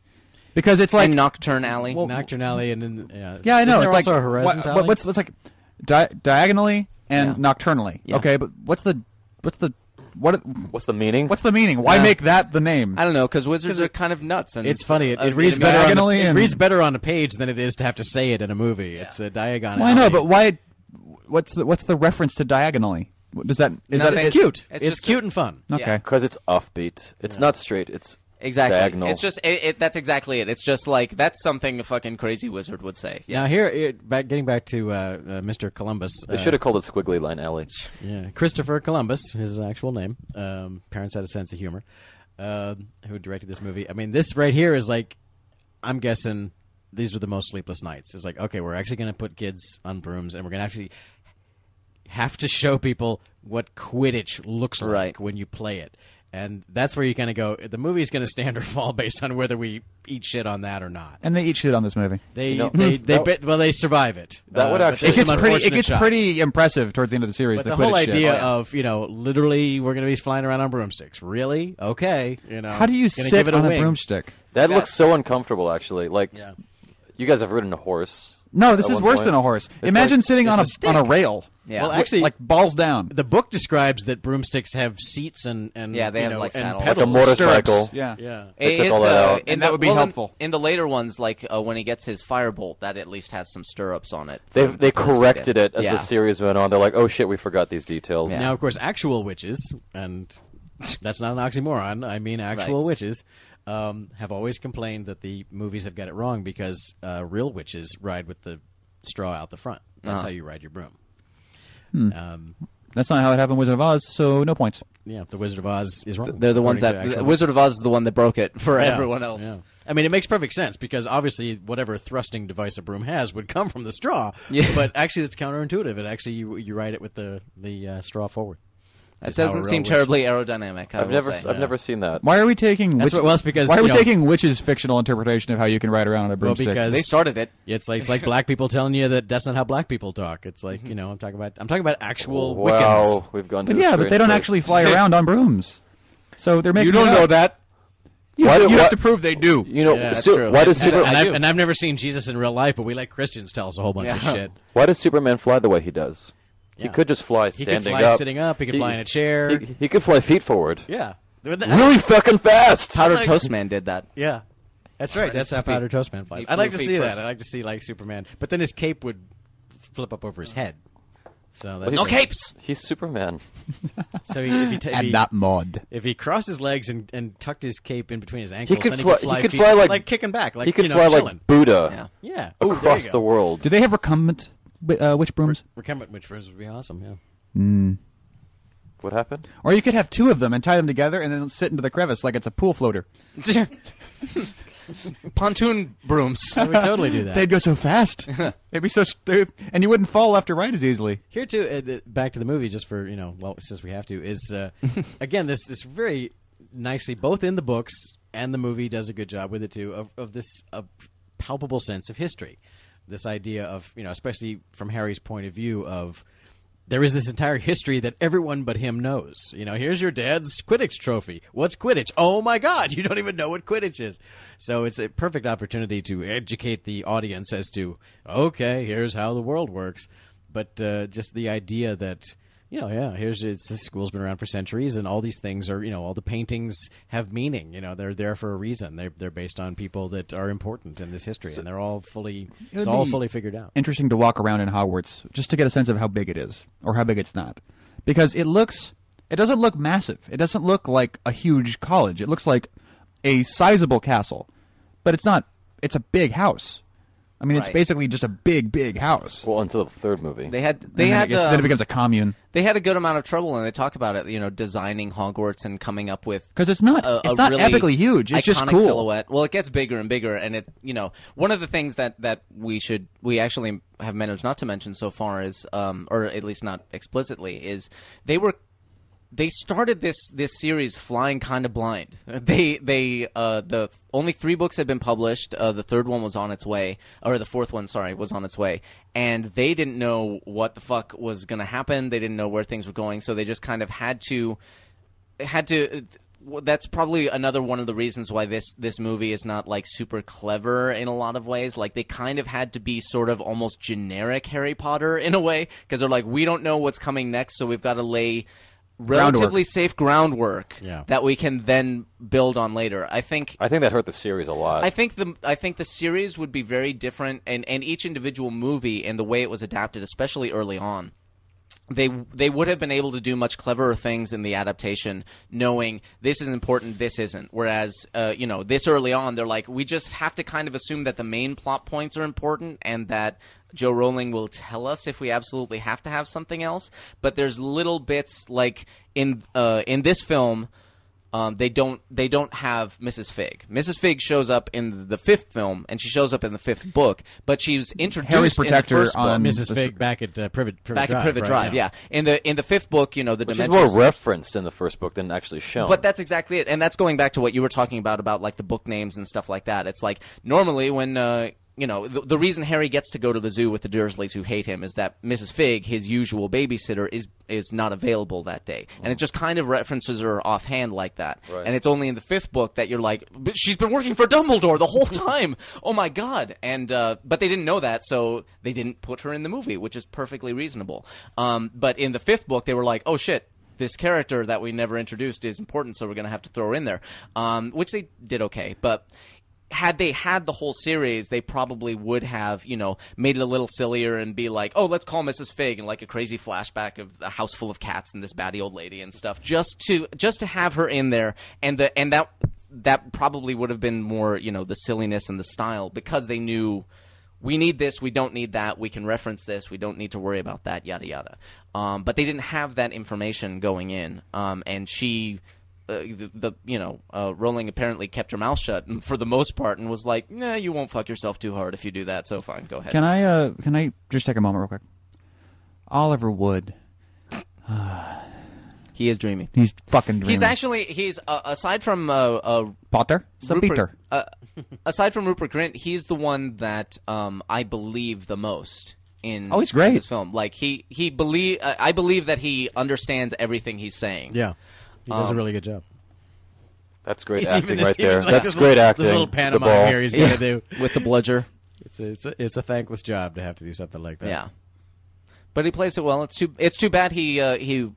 Speaker 2: Because it's like
Speaker 4: and Nocturne Alley.
Speaker 5: Nocturne Alley and then yeah,
Speaker 2: Yeah, I know.
Speaker 5: Isn't
Speaker 2: it's
Speaker 5: there also
Speaker 2: like
Speaker 5: a Horizon
Speaker 2: what-
Speaker 5: Alley?
Speaker 2: what- what's what's like di- diagonally and
Speaker 4: Yeah.
Speaker 2: nocturnally.
Speaker 4: Yeah.
Speaker 2: Okay, but what's the what's the what
Speaker 3: What's the meaning?
Speaker 2: what's the meaning? Why
Speaker 4: Yeah.
Speaker 2: make that the name?
Speaker 4: I don't know because wizards are kind of nuts. And
Speaker 5: It's funny. It,
Speaker 4: uh,
Speaker 5: it reads
Speaker 4: in-
Speaker 5: better. On the,
Speaker 2: diagonally
Speaker 5: it
Speaker 2: and-
Speaker 5: reads better on a page than it is to have to say it in a movie. It's a diagon.
Speaker 2: Well, I know,
Speaker 5: alley.
Speaker 2: but why? What's the what's the reference to diagonally? What Does that is that
Speaker 4: Nothing.
Speaker 5: it's cute.
Speaker 4: It's
Speaker 5: It's,
Speaker 4: just
Speaker 5: cute
Speaker 4: a-
Speaker 5: and fun.
Speaker 2: Okay.
Speaker 4: Yeah.
Speaker 3: Because it's offbeat. It's not straight. It's
Speaker 4: Exactly.
Speaker 3: Diagonal.
Speaker 4: It's just it, it, that's exactly it. It's just like that's something a fucking crazy wizard would say. Yeah.
Speaker 5: Now here, it, back, getting back to uh, uh, Mr. Columbus,
Speaker 3: They
Speaker 5: uh,
Speaker 3: should have called it Squiggly Line
Speaker 4: *laughs*
Speaker 3: Alley.
Speaker 5: yeah, Christopher Columbus, his actual name. Um, parents had a sense of humor. Um, who directed this movie? I mean, this right here is like, I'm guessing these were the most sleepless nights. It's like, okay, we're actually going to put kids on brooms, and we're going to actually have to show people what Quidditch looks like
Speaker 4: Right.
Speaker 5: when you play it. And that's where you kind of go. The movie's going to stand or *laughs* fall based on whether we eat shit on that or not.
Speaker 2: And they eat shit on this movie.
Speaker 5: They
Speaker 3: You know,
Speaker 5: they, they
Speaker 3: that-
Speaker 5: bit- well they survive it. Uh,
Speaker 3: That would
Speaker 5: but
Speaker 3: actually-
Speaker 5: there's
Speaker 2: It gets
Speaker 5: some
Speaker 2: pretty. It
Speaker 5: unfortunate
Speaker 2: gets
Speaker 5: shots.
Speaker 2: pretty impressive towards the end of the series.
Speaker 5: But the, whole
Speaker 2: Quidditch shit. Oh,
Speaker 5: idea of you know literally we're going to be flying around on broomsticks. Really? Okay. You know.
Speaker 2: How do you
Speaker 5: gonna
Speaker 2: sit
Speaker 5: give it
Speaker 2: on a
Speaker 5: wing.
Speaker 2: broomstick?
Speaker 3: That looks so uncomfortable, actually. Like,
Speaker 5: Yeah.
Speaker 3: you guys have ridden a horse.
Speaker 2: No, this
Speaker 3: At
Speaker 2: is
Speaker 3: one
Speaker 2: worse
Speaker 3: point.
Speaker 2: than a horse.
Speaker 3: It's
Speaker 2: Imagine
Speaker 3: like-
Speaker 2: sitting on a,
Speaker 5: it's a
Speaker 2: on a
Speaker 5: stick.
Speaker 2: rail.
Speaker 4: Yeah.
Speaker 5: Well,
Speaker 4: Like-
Speaker 5: actually,
Speaker 2: like balls down.
Speaker 5: the book describes that broomsticks have seats and and
Speaker 4: Yeah, they
Speaker 5: you
Speaker 4: have,
Speaker 5: know,
Speaker 4: like,
Speaker 5: and
Speaker 4: saddles.
Speaker 5: pedals.
Speaker 3: Like a motorcycle.
Speaker 2: Yeah.
Speaker 5: yeah.
Speaker 3: They took
Speaker 4: It's,
Speaker 3: all that
Speaker 4: uh,
Speaker 3: out.
Speaker 4: in
Speaker 2: And that
Speaker 4: the-
Speaker 2: would be
Speaker 4: well, in-
Speaker 2: helpful.
Speaker 4: In, the later ones, like uh, when he gets his firebolt, that at least has some stirrups on it.
Speaker 3: They,
Speaker 4: from-
Speaker 3: they
Speaker 4: from his
Speaker 3: corrected
Speaker 4: freedom.
Speaker 3: it as
Speaker 4: yeah.
Speaker 3: the series went on. They're like, oh shit, we forgot these details.
Speaker 4: Yeah.
Speaker 5: Now, of course, actual witches, and that's not an oxymoron. I mean, actual
Speaker 4: Right.
Speaker 5: witches um, have always complained that the movies have got it wrong because uh, real witches ride with the straw out the front.
Speaker 4: Uh-huh.
Speaker 5: That's how you ride your broom.
Speaker 2: Hmm.
Speaker 5: Um,
Speaker 2: That's not how it happened with Wizard of Oz, so no points.
Speaker 5: yeah, the Wizard of Oz is wrong.
Speaker 4: They're the ones
Speaker 5: according to
Speaker 4: that
Speaker 5: actual
Speaker 4: Wizard of Oz is the one that broke it for
Speaker 5: Yeah,
Speaker 4: everyone else.
Speaker 5: yeah. I mean, it makes perfect sense because obviously whatever thrusting device a broom has would *laughs* come from the straw.
Speaker 4: Yeah.
Speaker 5: But actually, that's counterintuitive. It actually you you ride it with the the uh, straw forward.
Speaker 4: It
Speaker 5: Is how a
Speaker 4: doesn't
Speaker 5: real
Speaker 4: seem
Speaker 5: witch-
Speaker 4: terribly aerodynamic. I
Speaker 3: I've
Speaker 4: will
Speaker 3: never,
Speaker 4: say.
Speaker 3: I've never seen that.
Speaker 2: Why are we taking?
Speaker 5: That's
Speaker 2: witch-
Speaker 5: what- well, it's because,
Speaker 2: why are
Speaker 5: you
Speaker 2: we
Speaker 5: know-
Speaker 2: taking Witch's fictional interpretation of how you can ride around on a
Speaker 5: Well,
Speaker 2: broomstick?
Speaker 5: because
Speaker 4: They started it.
Speaker 5: *laughs* It's like it's like black people telling you that that's not how black people talk. It's like you know I'm talking about I'm talking about actual Wiccans.
Speaker 3: wow, we've gone to
Speaker 2: but
Speaker 3: a
Speaker 2: yeah, but
Speaker 3: strange
Speaker 2: they don't
Speaker 3: place.
Speaker 2: actually fly around on brooms, so they're making.
Speaker 7: You don't
Speaker 2: it
Speaker 7: know
Speaker 2: up.
Speaker 7: that. You,
Speaker 3: Why do-
Speaker 7: you
Speaker 3: why-
Speaker 7: have to prove they do.
Speaker 3: You know,
Speaker 5: Yeah, that's
Speaker 3: Su-
Speaker 4: true.
Speaker 3: why does
Speaker 5: And,
Speaker 3: Super,
Speaker 5: and I've, and I've never seen Jesus in real life, but we let Christians tell us a whole bunch of
Speaker 4: Yeah.
Speaker 5: shit.
Speaker 3: why does Superman fly the way he does? He
Speaker 5: Yeah.
Speaker 3: could just fly
Speaker 5: He
Speaker 3: standing
Speaker 5: could fly
Speaker 3: up.
Speaker 5: sitting up. He could fly in a chair.
Speaker 3: He, he could fly feet forward.
Speaker 5: yeah.
Speaker 3: Really fucking fast.
Speaker 4: Powdered Toast Man did that.
Speaker 5: Yeah. That's right. That's how
Speaker 4: He-
Speaker 5: Powder Toast Man flies.
Speaker 4: he
Speaker 5: I'd like to
Speaker 4: flew
Speaker 5: see
Speaker 4: feet
Speaker 5: that.
Speaker 4: first.
Speaker 5: I'd like to see like Superman, but then his cape would flip up over his head. So that's
Speaker 3: he's-
Speaker 4: No capes.
Speaker 3: He's Superman.
Speaker 5: So he, if he, ta- if
Speaker 2: And
Speaker 5: he
Speaker 2: not mod.
Speaker 5: if he crossed his legs and, and tucked his cape in between his ankles,
Speaker 3: He could
Speaker 5: then
Speaker 3: fly.
Speaker 5: he could fly, feet-
Speaker 3: like,
Speaker 5: kicking back, like
Speaker 3: he could
Speaker 5: you know,
Speaker 3: fly
Speaker 5: chilling.
Speaker 3: like Buddha
Speaker 4: Yeah.
Speaker 5: yeah Ooh, there
Speaker 3: across
Speaker 5: you
Speaker 3: the
Speaker 5: go.
Speaker 3: world.
Speaker 2: Do they have recumbent uh, witch brooms?
Speaker 5: Recumbent, which would be awesome. Yeah.
Speaker 3: What happened?
Speaker 2: Or you could have two of them and tie them together and then sit into the crevice like it's a pool floater.
Speaker 4: *laughs* Pontoon brooms.
Speaker 5: I would totally do that.
Speaker 2: They'd go so
Speaker 4: *laughs*
Speaker 2: fast. They'd be so st- and you wouldn't fall left or right as easily.
Speaker 5: Here too, uh, uh, back to the movie, just for you know, well, since we have to, is uh, again this this very nicely both in the books and the movie does a good job with it too of of this uh, palpable sense of history, this idea of you know, especially from Harry's point of view of. There is this entire history that everyone but him knows. You know, here's your dad's Quidditch trophy. What's Quidditch? Oh my God, *laughs* you don't even know what Quidditch is. So it's a perfect opportunity to educate the audience as to, okay, here's how the world works but uh, just the idea that you know, yeah, here's it's this school's been around for centuries, and all these things are you know, all the paintings have meaning. You know, they're there for a reason. They're they're based on people that are important in this history, and they're all fully
Speaker 2: would
Speaker 5: it's all
Speaker 2: be-
Speaker 5: fully figured out.
Speaker 2: Interesting to walk around in Hogwarts just to get a sense of how big it is or how big it's not. Because it looks it doesn't look massive. It doesn't look like a huge college. It looks like a sizable castle. But it's not it's a big house. I mean, it's
Speaker 4: Right.
Speaker 2: basically just a big, big house.
Speaker 3: Well, until the third movie.
Speaker 4: They had
Speaker 2: And
Speaker 4: they
Speaker 2: then,
Speaker 4: had
Speaker 2: it gets-
Speaker 4: um,
Speaker 2: then it becomes a commune.
Speaker 4: they had a good amount of trouble, and they talk about it. You know, designing Hogwarts and coming up with
Speaker 2: 'Cause it's not-
Speaker 4: a, a
Speaker 2: it's not
Speaker 4: really
Speaker 2: epically huge. It's just
Speaker 4: iconic
Speaker 2: cool.
Speaker 4: Silhouette. Well, it gets bigger and bigger, and it you know one of the things that that we should we actually have managed not to mention so far is um or at least not explicitly is they were they started this this series flying kind of blind. *laughs* They they uh, the only three books had been published. Uh, the third one was on its way, or the fourth one, sorry, was on its way, and they didn't know what the fuck was going to happen. They didn't know where things were going, so they just kind of had to had to. well, That's probably another one of the reasons why this this movie is not like super clever in a lot of ways. Like they kind of had to be sort of almost generic Harry Potter in a way because they're like we don't know what's coming next, so we've got to lay relatively safe groundwork
Speaker 5: Yeah.
Speaker 4: that we can then build on later. I think
Speaker 3: I think that hurt the series a lot.
Speaker 4: I think the I think the series would be very different, and and each individual movie and the way it was adapted, especially early on, they they would have been able to do much cleverer things in the adaptation, knowing this is important, this isn't. Whereas, uh, you know, this early on, they're like, we just have to kind of assume that the main plot points are important and that Joe Rowling will tell us if we absolutely have to have something else. But there's little bits like in uh, in this film. Um, they don't. They don't have Mrs. Fig. Mrs. Fig shows up in the fifth film, and she shows up in the fifth book. But she's introduced in the
Speaker 2: protector
Speaker 4: first book.
Speaker 2: on
Speaker 5: Mrs. Fig back at uh, Privet, Privet
Speaker 4: Mm, back
Speaker 5: Drive.
Speaker 4: at Privet
Speaker 5: right?
Speaker 4: Drive. Yeah. in the in the fifth book, you know the
Speaker 3: Which is
Speaker 4: dimensions.
Speaker 3: more referenced in the first book than actually shown.
Speaker 4: but that's exactly it, and that's going back to what you were talking about about like the book names and stuff like that. It's like normally when. Uh, you know, the, the reason Harry gets to go to the zoo with the Dursleys who hate him is that Mrs. Fig, his usual babysitter, is is not available that day, and it just kind of references her offhand like that. And it's only in the fifth book that you're like, but she's been working for Dumbledore the whole *laughs* time. oh my god! And uh, but they didn't know that, so they didn't put her in the movie, which is perfectly reasonable. Um, but in the fifth book, they were like, oh shit, this character that we never introduced is important, so we're going to have to throw her in there, um, which they did okay. But had they had the whole series, they probably would have, you know, made it a little sillier and be like, oh, let's call Mrs. Fig and like a crazy flashback of a house full of cats and this batty old lady and stuff, just to just to have her in there and the and that that probably would have been more, you know, the silliness and the style because they knew we need this, we don't need that, we can reference this, we don't need to worry about that, yada yada. Um, but they didn't have that information going in, um, and she, uh, the, the you know, uh, Rowling apparently kept her mouth shut and- for the most part, and was like, "Nah, you won't fuck yourself too hard if you do that." So fine, go ahead.
Speaker 2: Can I uh can I just take a moment real quick? Oliver Wood.
Speaker 4: he is dreamy.
Speaker 2: He's fucking dreaming.
Speaker 4: He's actually he's uh, aside from uh, uh,
Speaker 2: Potter? Sir
Speaker 4: Rupert-
Speaker 2: Peter.
Speaker 4: Uh, *laughs* aside from Rupert Grint, he's the one that um, I believe the most in.
Speaker 2: Oh, he's great.
Speaker 4: in this film. Like he he believe uh, I believe that he understands everything he's saying.
Speaker 5: Yeah. He does a really good job.
Speaker 3: that's great
Speaker 5: Um, He's
Speaker 3: acting
Speaker 5: even this-
Speaker 3: right
Speaker 5: even
Speaker 3: there.
Speaker 5: like
Speaker 3: that's
Speaker 5: this
Speaker 3: great
Speaker 5: little-
Speaker 3: acting.
Speaker 5: This little
Speaker 3: The ball.
Speaker 5: pantomime here he's going to do.
Speaker 4: with the bludger.
Speaker 5: It's a, it's, a, it's a thankless job to have to do something like that.
Speaker 4: Yeah, but he plays it well. It's too it's too bad he uh, he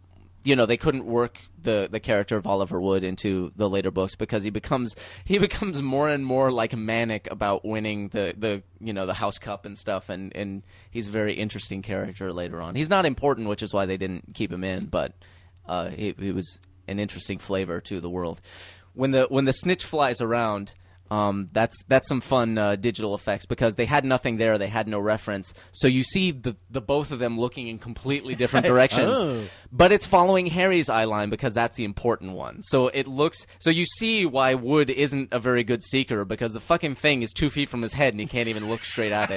Speaker 4: you know they couldn't work the the character of Oliver Wood into the later books because he becomes he becomes more and more like manic about winning the the you know the House Cup and stuff and and he's a very interesting character later on. He's not important, which is why they didn't keep him in, but uh, he, he was an interesting flavor to the world. When the when the snitch flies around, um, that's that's some fun uh, digital effects because they had nothing there, they had no reference. So you see the the both of them looking in completely
Speaker 5: *laughs*
Speaker 4: different directions,
Speaker 5: Oh.
Speaker 4: but it's following Harry's eye line because that's the important one. So it looks so you see why Wood isn't a very good seeker because the fucking thing is two feet from his head and he can't even look straight at